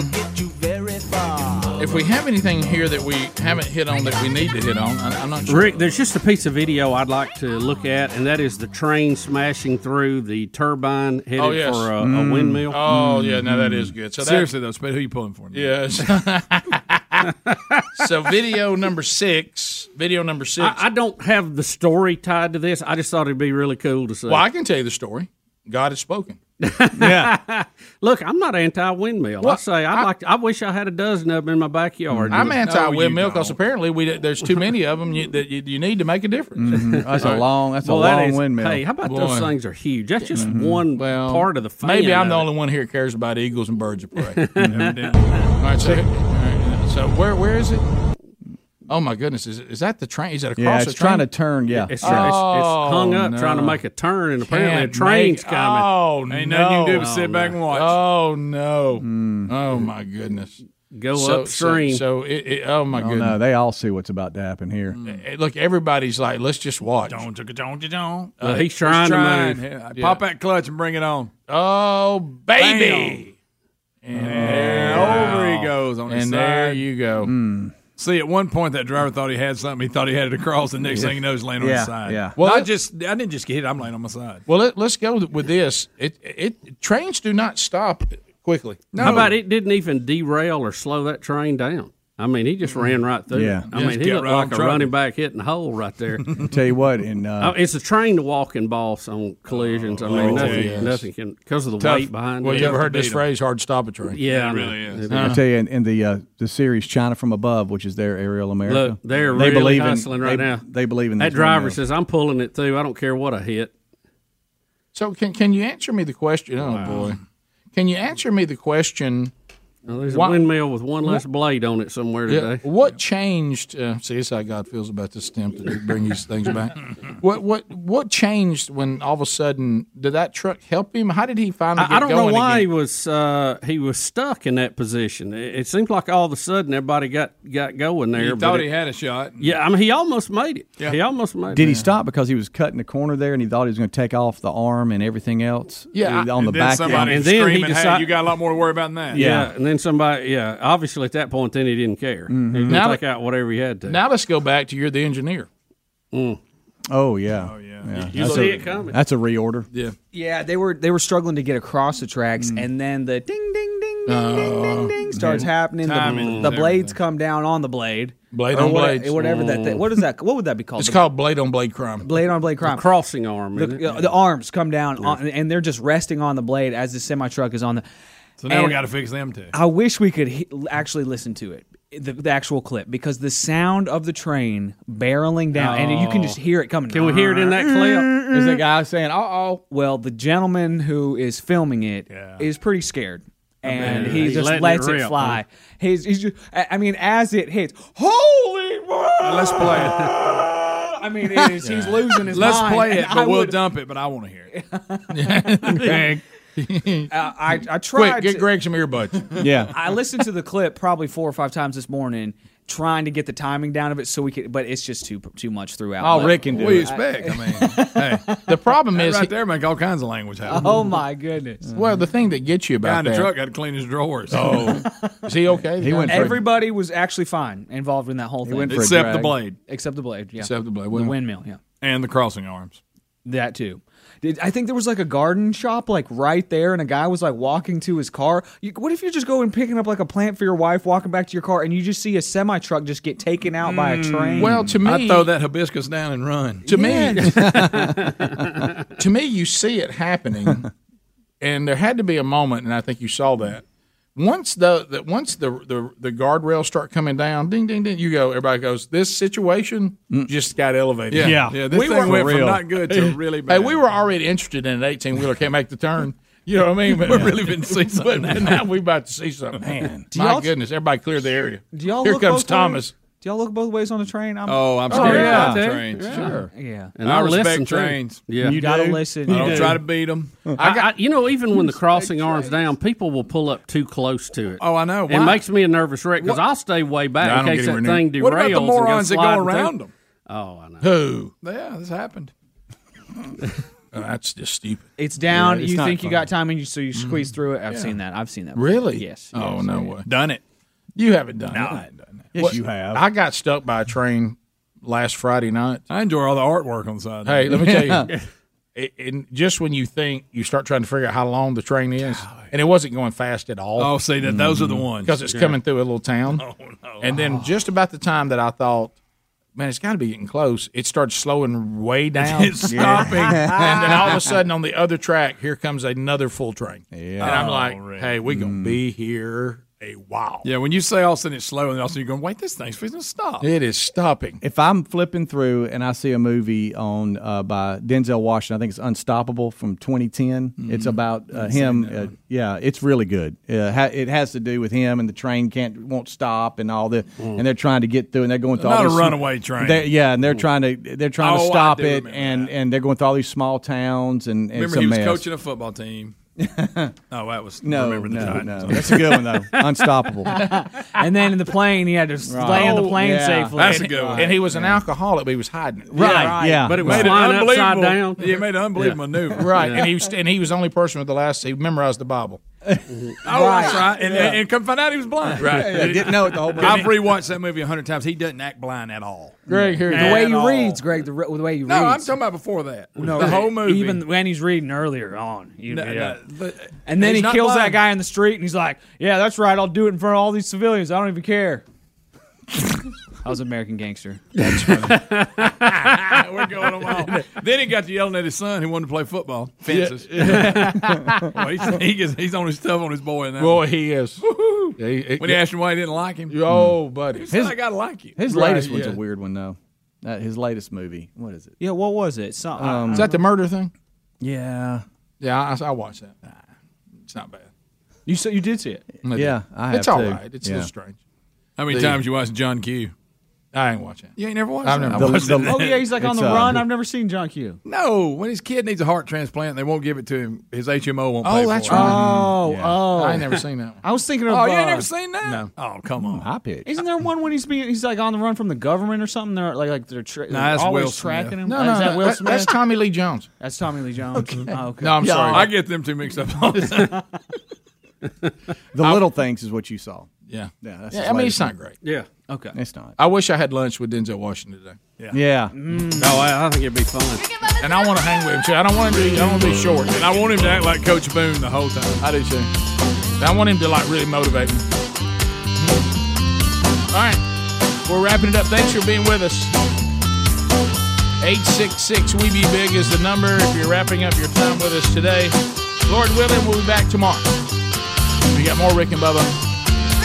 [SPEAKER 15] if we have anything here that we haven't hit on that we need to hit on. I, I'm not sure.
[SPEAKER 16] Rick, there's just a piece of video I'd like to look at, and that is the train smashing through the turbine headed
[SPEAKER 15] Oh, yes.
[SPEAKER 16] for a, a
[SPEAKER 15] Mm.
[SPEAKER 16] windmill. Mm-hmm.
[SPEAKER 15] Oh, yeah, now that is good. So that-
[SPEAKER 7] Seriously though, Spade, who you pulling for?
[SPEAKER 15] Yes. so video number six. Video number six.
[SPEAKER 16] I, I don't have the story tied to this. I just thought it'd be really cool to see.
[SPEAKER 15] Well, I can tell you the story. God has spoken.
[SPEAKER 16] yeah. Look, I'm not anti windmill. I
[SPEAKER 15] Well,
[SPEAKER 16] say I'd like. To, I wish I had a dozen of them in my backyard.
[SPEAKER 15] I'm
[SPEAKER 16] No,
[SPEAKER 15] anti
[SPEAKER 16] you
[SPEAKER 15] windmill because apparently we there's too many of them you, that you, you need to make a difference.
[SPEAKER 16] Mm-hmm. That's a long- that's a Well, that long is- windmill. hey, how about those things are huge? That's just Mhm. one part of the fan
[SPEAKER 15] Maybe I'm
[SPEAKER 16] of
[SPEAKER 15] the
[SPEAKER 16] it.
[SPEAKER 15] only one here that cares about eagles and birds of prey. all right, so, all right, so where where is it? Oh my goodness, is, is that the train? Is that across
[SPEAKER 16] Yeah,
[SPEAKER 15] the
[SPEAKER 16] it's
[SPEAKER 15] train?
[SPEAKER 16] trying to turn, yeah. It's- it's- it's hung up trying to make a turn, and apparently a train's coming.
[SPEAKER 15] Oh
[SPEAKER 16] Ain't
[SPEAKER 15] no!
[SPEAKER 16] nothing you can do but sit back
[SPEAKER 15] and watch. Oh no!
[SPEAKER 16] Mm.
[SPEAKER 15] Oh my goodness!
[SPEAKER 16] Go
[SPEAKER 15] So- so-
[SPEAKER 16] upstream.
[SPEAKER 15] So, it, it, oh my
[SPEAKER 20] Oh,
[SPEAKER 15] goodness! Mm.
[SPEAKER 20] no, they all see what's about to happen here.
[SPEAKER 15] Hey, Look, everybody's like, let's just watch.
[SPEAKER 7] Don't, don't, don't.
[SPEAKER 15] Uh, he's trying to move.
[SPEAKER 7] Yeah,
[SPEAKER 15] Yeah.
[SPEAKER 7] Pop that clutch and bring it on.
[SPEAKER 15] Oh, baby. And
[SPEAKER 7] there, over he goes on his
[SPEAKER 15] and there
[SPEAKER 7] side.
[SPEAKER 15] you go.
[SPEAKER 6] See, at one point that driver thought he had something. He thought he had it across. The next
[SPEAKER 15] Yeah.
[SPEAKER 6] thing he knows, laying on
[SPEAKER 15] Yeah,
[SPEAKER 6] his side.
[SPEAKER 15] yeah.
[SPEAKER 6] Well,
[SPEAKER 15] Well,
[SPEAKER 6] I
[SPEAKER 15] it-
[SPEAKER 6] just I didn't just get hit. I'm laying on my side.
[SPEAKER 15] Well, let, let's go with this. It, it trains do not stop quickly.
[SPEAKER 16] How about it didn't even derail or slow that train down? I mean, he just ran right through.
[SPEAKER 4] Mm-hmm. Yeah.
[SPEAKER 16] it. I
[SPEAKER 4] Just
[SPEAKER 16] mean, he
[SPEAKER 4] get
[SPEAKER 16] looked
[SPEAKER 4] right on
[SPEAKER 16] like a
[SPEAKER 4] trouble.
[SPEAKER 16] running back hitting a hole right there.
[SPEAKER 4] I'll tell you what, in
[SPEAKER 16] Uh,
[SPEAKER 4] uh,
[SPEAKER 16] it's a train to walking boss on collisions. I mean,
[SPEAKER 15] Oh,
[SPEAKER 16] nothing,
[SPEAKER 15] yes.
[SPEAKER 16] nothing can because of the
[SPEAKER 15] Tough.
[SPEAKER 16] weight behind.
[SPEAKER 15] Well,
[SPEAKER 16] it.
[SPEAKER 15] you ever heard this phrase, hard to stop a train?
[SPEAKER 16] Oh, Yeah, I
[SPEAKER 15] It
[SPEAKER 16] know.
[SPEAKER 15] really is.
[SPEAKER 16] It
[SPEAKER 4] I'll tell you in, in the uh, the series China from Above, which is their aerial America.
[SPEAKER 16] Look, they're
[SPEAKER 4] they
[SPEAKER 16] really
[SPEAKER 4] believe
[SPEAKER 16] hustling
[SPEAKER 4] in,
[SPEAKER 16] right
[SPEAKER 4] they,
[SPEAKER 16] now.
[SPEAKER 4] They believe in
[SPEAKER 16] that
[SPEAKER 4] this
[SPEAKER 16] driver
[SPEAKER 4] one
[SPEAKER 16] says, "I'm pulling it through. I don't care what I hit."
[SPEAKER 15] So can can you answer me the question? Oh boy, can you answer me the question?
[SPEAKER 16] There's
[SPEAKER 15] Why-
[SPEAKER 16] a windmill with one
[SPEAKER 15] Why-
[SPEAKER 16] less blade on it somewhere
[SPEAKER 15] Yeah,
[SPEAKER 16] today.
[SPEAKER 15] What changed? Uh, see, this is how God feels about this attempt to bring these things back. What what what changed when all of a sudden did that truck help him? How did he finally? Get
[SPEAKER 16] I, I don't know
[SPEAKER 15] going
[SPEAKER 16] why
[SPEAKER 15] again?
[SPEAKER 16] he was uh, he was stuck in that position. It, it seemed like all of a sudden everybody got got going there.
[SPEAKER 6] He
[SPEAKER 16] but
[SPEAKER 6] thought
[SPEAKER 16] it-
[SPEAKER 6] he had a shot.
[SPEAKER 16] Yeah, I mean, he almost made it. He almost made.
[SPEAKER 4] now.
[SPEAKER 16] it.
[SPEAKER 4] Did he stop because he was cutting the corner there and he thought he was going to take off the arm and everything else? uh,
[SPEAKER 16] Yeah,
[SPEAKER 4] on the
[SPEAKER 16] and then
[SPEAKER 4] back
[SPEAKER 16] somebody
[SPEAKER 4] end.
[SPEAKER 16] And then he screaming, "Hey, decide-
[SPEAKER 6] You got a lot more to worry about than that.
[SPEAKER 16] Yeah. and then somebody. Yeah, obviously at that point, then he didn't care.
[SPEAKER 4] Mm-hmm.
[SPEAKER 16] He was
[SPEAKER 15] Now
[SPEAKER 16] gonna take out whatever he had to.
[SPEAKER 15] Now let's go back to you're the engineer.
[SPEAKER 16] Mm.
[SPEAKER 4] Oh yeah, oh yeah.
[SPEAKER 15] You
[SPEAKER 4] That's
[SPEAKER 15] see
[SPEAKER 4] a,
[SPEAKER 15] it coming.
[SPEAKER 4] That's a reorder.
[SPEAKER 15] Yeah.
[SPEAKER 7] Yeah, they were they were struggling to get across the tracks, and then the ding ding ding ding ding ding ding starts
[SPEAKER 15] Mhm.
[SPEAKER 7] happening.
[SPEAKER 15] Timing
[SPEAKER 7] The,
[SPEAKER 15] is
[SPEAKER 7] the blades come down on the blade.
[SPEAKER 15] Blade
[SPEAKER 7] Or
[SPEAKER 15] on
[SPEAKER 7] whata-
[SPEAKER 15] blades.
[SPEAKER 7] Whatever that. Thing. What is that? What would that be called?
[SPEAKER 15] It's
[SPEAKER 7] The-
[SPEAKER 15] called blade on blade crime.
[SPEAKER 7] blade on blade crime.
[SPEAKER 16] crossing arm.
[SPEAKER 7] The,
[SPEAKER 16] isn't it?
[SPEAKER 7] uh, the arms come down, on, and they're just resting on the blade as the semi truck is on the.
[SPEAKER 6] So now we
[SPEAKER 7] And
[SPEAKER 6] got to fix them too.
[SPEAKER 7] I wish we could he- actually listen to it, the, the actual clip, because the sound of the train barreling down, and you can just hear it coming.
[SPEAKER 16] Can we hear it in that clip?
[SPEAKER 7] There's a guy saying, "Uh oh." Well, the gentleman who is filming it is pretty scared, and
[SPEAKER 16] bet.
[SPEAKER 7] he
[SPEAKER 16] He's
[SPEAKER 7] just
[SPEAKER 16] letting
[SPEAKER 7] lets
[SPEAKER 16] it
[SPEAKER 7] it,
[SPEAKER 16] rip,
[SPEAKER 7] fly. He's, he's just, I I mean, as it hits, holy! Let's
[SPEAKER 6] play it.
[SPEAKER 7] I mean, it is, he's losing his
[SPEAKER 6] Let's
[SPEAKER 7] mind.
[SPEAKER 6] play it,
[SPEAKER 7] and
[SPEAKER 6] but
[SPEAKER 7] I
[SPEAKER 6] we'll
[SPEAKER 7] would-
[SPEAKER 6] dump it. But I want to hear it.
[SPEAKER 7] I, Uh, I tried.
[SPEAKER 15] Quick, get
[SPEAKER 7] to-
[SPEAKER 15] Greg some earbuds.
[SPEAKER 4] Yeah.
[SPEAKER 7] I listened to the clip probably four or five times this morning, trying to get the timing down of it so we could. But it's just too too much throughout.
[SPEAKER 15] All
[SPEAKER 7] But-
[SPEAKER 15] Oh, Rick can do. What do you expect? I, mean, hey, the problem
[SPEAKER 6] That
[SPEAKER 15] is
[SPEAKER 6] right
[SPEAKER 15] he-
[SPEAKER 6] there make all kinds of language happen.
[SPEAKER 7] Oh my goodness!
[SPEAKER 15] Well, the thing that gets you
[SPEAKER 6] Guy
[SPEAKER 15] about
[SPEAKER 6] in the
[SPEAKER 15] that.
[SPEAKER 6] truck had to clean his drawers.
[SPEAKER 15] Oh, is he okay? The guy-
[SPEAKER 7] Everybody was actually fine involved in that whole thing,
[SPEAKER 6] went for a Except the drag. blade.
[SPEAKER 7] Except the blade. Yeah.
[SPEAKER 15] Except the blade.
[SPEAKER 7] The
[SPEAKER 15] Well-
[SPEAKER 7] windmill. Yeah.
[SPEAKER 6] and the crossing arms.
[SPEAKER 7] That too. Did, I think there was like a garden shop like right there, and a guy was like walking to his car. You, what if you're just going picking up like a plant for your wife, walking back to your car, and you just see a semi truck just get taken out by a train?
[SPEAKER 15] Hmm. Well, to me,
[SPEAKER 6] I throw that hibiscus down and run.
[SPEAKER 15] To me, to me, you see it happening, and there had to be a moment, and I think you saw that. Once the, the once the, the the guardrails start coming down, ding ding ding, you go. Everybody goes. This situation just got elevated.
[SPEAKER 6] Yeah. Yeah. Yeah, this thing went from not good to really
[SPEAKER 15] Hey, we were already interested in an eighteen wheeler can't make the turn. You know what I mean? But
[SPEAKER 6] We've really been seeing something
[SPEAKER 15] But now we about to see something. Man,
[SPEAKER 7] Do
[SPEAKER 15] my
[SPEAKER 7] y'all-
[SPEAKER 15] goodness! Everybody clear the area.
[SPEAKER 7] do y'all
[SPEAKER 15] Here
[SPEAKER 7] look
[SPEAKER 15] comes
[SPEAKER 7] both ways?
[SPEAKER 15] Thomas.
[SPEAKER 7] Do y'all look both ways on the train? I'm,
[SPEAKER 6] Oh, I'm
[SPEAKER 15] Oh,
[SPEAKER 6] scared
[SPEAKER 15] yeah.
[SPEAKER 6] of
[SPEAKER 15] Yeah.
[SPEAKER 6] trains.
[SPEAKER 15] Yeah.
[SPEAKER 6] Sure.
[SPEAKER 7] Yeah.
[SPEAKER 16] And
[SPEAKER 6] I,
[SPEAKER 16] I
[SPEAKER 6] respect
[SPEAKER 16] listen, too.
[SPEAKER 6] trains.
[SPEAKER 16] Yeah. You
[SPEAKER 6] gotta
[SPEAKER 16] do.
[SPEAKER 7] listen.
[SPEAKER 6] I
[SPEAKER 16] You
[SPEAKER 6] don't
[SPEAKER 16] do.
[SPEAKER 6] try to beat them.
[SPEAKER 16] I got, you know, even when the crossing arm's down, people will pull up too close to it.
[SPEAKER 6] Oh, I know.
[SPEAKER 16] It
[SPEAKER 6] Why?
[SPEAKER 16] makes me a nervous wreck because I'll stay way back
[SPEAKER 6] No, I
[SPEAKER 16] in
[SPEAKER 6] don't
[SPEAKER 16] case
[SPEAKER 6] get
[SPEAKER 16] that
[SPEAKER 6] anywhere
[SPEAKER 16] thing
[SPEAKER 6] near
[SPEAKER 16] derails.
[SPEAKER 6] it. What about the
[SPEAKER 16] and goes
[SPEAKER 6] morons that go
[SPEAKER 16] sliding through.
[SPEAKER 6] around 'em?
[SPEAKER 16] Oh, I know.
[SPEAKER 15] Who?
[SPEAKER 6] Yeah, this happened.
[SPEAKER 15] Oh, that's just stupid.
[SPEAKER 7] It's down.
[SPEAKER 15] Yeah, it's
[SPEAKER 7] you
[SPEAKER 15] not
[SPEAKER 7] think you
[SPEAKER 15] fun.
[SPEAKER 7] got time, and you so you squeeze through it. I've
[SPEAKER 15] Mm-hmm. Yeah.
[SPEAKER 7] seen that. I've seen that.
[SPEAKER 15] Really?
[SPEAKER 7] Yes.
[SPEAKER 15] Oh
[SPEAKER 7] yes,
[SPEAKER 15] no
[SPEAKER 7] I
[SPEAKER 15] way.
[SPEAKER 6] Done it.
[SPEAKER 15] You haven't done it.
[SPEAKER 4] Yes, you have.
[SPEAKER 15] I got stuck by a train last Friday night.
[SPEAKER 6] I enjoy all the artwork on the side.
[SPEAKER 15] Hey, let me tell
[SPEAKER 6] Yeah.
[SPEAKER 15] you. It, and just when you think you start trying to figure out how long the train is, and it wasn't going fast at all.
[SPEAKER 6] Oh, see, that- those are the ones.
[SPEAKER 15] because it's
[SPEAKER 6] Yeah.
[SPEAKER 15] coming through a little town. Oh no! And then just about the time that I thought, man, it's got to be getting close, it started slowing way down.
[SPEAKER 6] It's stopping.
[SPEAKER 15] and then all of a sudden on the other track, here comes another full train. Yeah. And I'm
[SPEAKER 6] Oh,
[SPEAKER 15] like,
[SPEAKER 6] really?
[SPEAKER 15] hey, we're gonna be here a while.
[SPEAKER 6] Yeah, when you say all of a sudden it's slow, and then all of a sudden you're going, wait, this thing's going to stop.
[SPEAKER 15] It is stopping.
[SPEAKER 4] If I'm flipping through and I see a movie on uh, by Denzel Washington, I think it's Unstoppable from 2010.
[SPEAKER 6] Mm-hmm.
[SPEAKER 4] It's about uh,
[SPEAKER 15] I've seen
[SPEAKER 4] him. Uh,
[SPEAKER 15] that
[SPEAKER 4] yeah, it's really good. Uh, ha- it has to do with him and the train can't won't stop and all the and they're trying to get through and they're going through all
[SPEAKER 6] Mm. Not a
[SPEAKER 4] these-
[SPEAKER 6] runaway train. Mm.
[SPEAKER 4] They- yeah, and they're trying to they're trying
[SPEAKER 6] Oh, I
[SPEAKER 4] to stop
[SPEAKER 6] do
[SPEAKER 4] it
[SPEAKER 6] remember
[SPEAKER 4] and and they're going through all these small towns and, and it's
[SPEAKER 6] Remember,
[SPEAKER 4] a
[SPEAKER 6] he was
[SPEAKER 4] mess.
[SPEAKER 6] coaching a football team. oh, that was
[SPEAKER 4] No,
[SPEAKER 6] remember the
[SPEAKER 4] no,
[SPEAKER 6] Titans.
[SPEAKER 4] no. That's a good one, though. Unstoppable.
[SPEAKER 7] and then in the plane, he had to lay
[SPEAKER 4] Oh,
[SPEAKER 7] on the plane safely.
[SPEAKER 15] And he was an alcoholic, but he was hiding it.
[SPEAKER 7] Right, Yeah, right. yeah. But it was
[SPEAKER 15] Made
[SPEAKER 7] flying upside
[SPEAKER 15] unbelievable-
[SPEAKER 7] down.
[SPEAKER 6] Yeah, it made an unbelievable maneuver.
[SPEAKER 15] Right,
[SPEAKER 6] Yeah.
[SPEAKER 15] and he was, and he was the only person with the last. He memorized the Bible.
[SPEAKER 6] Oh, that's
[SPEAKER 4] Ah,
[SPEAKER 6] right. And, and, and come find out he was blind.
[SPEAKER 34] Right. Yeah, didn't know it the whole movie.
[SPEAKER 6] I've rewatched that movie a hundred times. He doesn't act blind at all.
[SPEAKER 7] Greg, here, the
[SPEAKER 6] At
[SPEAKER 7] way he
[SPEAKER 6] all.
[SPEAKER 7] reads, Greg, the, re- the way he
[SPEAKER 6] No, I'm
[SPEAKER 7] reads.
[SPEAKER 6] talking about before that.
[SPEAKER 7] No,
[SPEAKER 6] the whole movie.
[SPEAKER 10] Even when he's reading earlier on. You,
[SPEAKER 6] No,
[SPEAKER 10] yeah.
[SPEAKER 6] no, but-
[SPEAKER 7] and then
[SPEAKER 10] He's
[SPEAKER 7] he
[SPEAKER 10] not
[SPEAKER 7] kills that
[SPEAKER 10] blind.
[SPEAKER 7] guy in the street, and he's like, "Yeah, that's right. I'll do it in front of all these civilians. I don't even care." I was American Gangster. That's
[SPEAKER 6] We're going on all- Then he got to yelling at his son who wanted to play football. Fences.
[SPEAKER 34] Yeah.
[SPEAKER 6] Boy, he's, he gets, he's on his tough on his boy now.
[SPEAKER 34] Boy, he is.
[SPEAKER 6] Yeah, he- when he asked him why he didn't like him.
[SPEAKER 4] Oh,
[SPEAKER 6] buddy. He said, I got to like you.
[SPEAKER 4] His
[SPEAKER 6] Right,
[SPEAKER 4] latest one's
[SPEAKER 6] yeah.
[SPEAKER 4] a weird one though. Uh, his latest movie. What is it?
[SPEAKER 7] Yeah, what was it? Some,
[SPEAKER 4] Um,
[SPEAKER 15] Is that the murder thing?
[SPEAKER 4] Yeah.
[SPEAKER 15] Yeah, I, I watched that. It's not bad.
[SPEAKER 7] You so you did see it?
[SPEAKER 4] Yeah, I have
[SPEAKER 15] it's all
[SPEAKER 4] too.
[SPEAKER 15] right. It's a
[SPEAKER 4] Yeah.
[SPEAKER 15] little strange.
[SPEAKER 6] How many
[SPEAKER 15] The-
[SPEAKER 6] times you watched John Q?
[SPEAKER 15] I ain't watching.
[SPEAKER 6] You ain't never watched
[SPEAKER 15] I've
[SPEAKER 6] that?
[SPEAKER 15] never
[SPEAKER 6] I
[SPEAKER 15] watched
[SPEAKER 6] watched
[SPEAKER 15] it.
[SPEAKER 6] it.
[SPEAKER 7] Oh yeah, he's like on
[SPEAKER 15] It's,
[SPEAKER 7] the
[SPEAKER 15] uh,
[SPEAKER 7] run. I've never seen John Q.
[SPEAKER 6] No, when his kid needs a heart transplant, they won't give it to him. His HMO won't
[SPEAKER 15] Oh,
[SPEAKER 6] pay
[SPEAKER 15] that's
[SPEAKER 6] for it.
[SPEAKER 7] Oh, oh.
[SPEAKER 15] I ain't never seen that one.
[SPEAKER 7] I was thinking of.
[SPEAKER 6] Oh, you ain't
[SPEAKER 7] uh,
[SPEAKER 6] never seen that? No. Oh, come on.
[SPEAKER 4] I picked.
[SPEAKER 7] Isn't there one when he's being he's like on the run from the government or something? They're like like they're, tra-
[SPEAKER 6] Nah,
[SPEAKER 7] they're
[SPEAKER 6] that's
[SPEAKER 7] always
[SPEAKER 6] Will Smith.
[SPEAKER 7] tracking him.
[SPEAKER 15] No,
[SPEAKER 7] Is
[SPEAKER 15] no,
[SPEAKER 7] that Will
[SPEAKER 15] that-
[SPEAKER 7] Smith?
[SPEAKER 15] that's Tommy Lee Jones.
[SPEAKER 7] That's Tommy Lee Jones. Okay. Oh, okay.
[SPEAKER 15] No, I'm sorry.
[SPEAKER 6] I get them two mixed up all the time.
[SPEAKER 4] The little things is what you saw.
[SPEAKER 15] Yeah.
[SPEAKER 4] Yeah. That's
[SPEAKER 15] Yeah,
[SPEAKER 4] his
[SPEAKER 15] I mean,
[SPEAKER 4] latest
[SPEAKER 15] it's not
[SPEAKER 4] one.
[SPEAKER 15] great.
[SPEAKER 1] Yeah.
[SPEAKER 7] Okay.
[SPEAKER 4] It's not.
[SPEAKER 15] I wish I had lunch with Denzel Washington today.
[SPEAKER 4] Yeah. Yeah.
[SPEAKER 15] Mm.
[SPEAKER 6] Oh,
[SPEAKER 1] No, I, I think it'd be fun.
[SPEAKER 15] And I want to hang with him too. I don't want him to. I don't want to be short.
[SPEAKER 6] And I want him to act like Coach Boone the whole time.
[SPEAKER 15] I do too. And I want him to like really motivate me. All right, we're wrapping it up. Thanks for being with us. Eight six six we be big is the number. If you're wrapping up your time with us today, Lord willing, we'll be back tomorrow. We got more Rick and Bubba.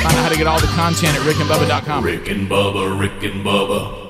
[SPEAKER 15] Find out how to get all the content at rickandbubba.com.
[SPEAKER 8] Rick and Bubba, Rick and Bubba.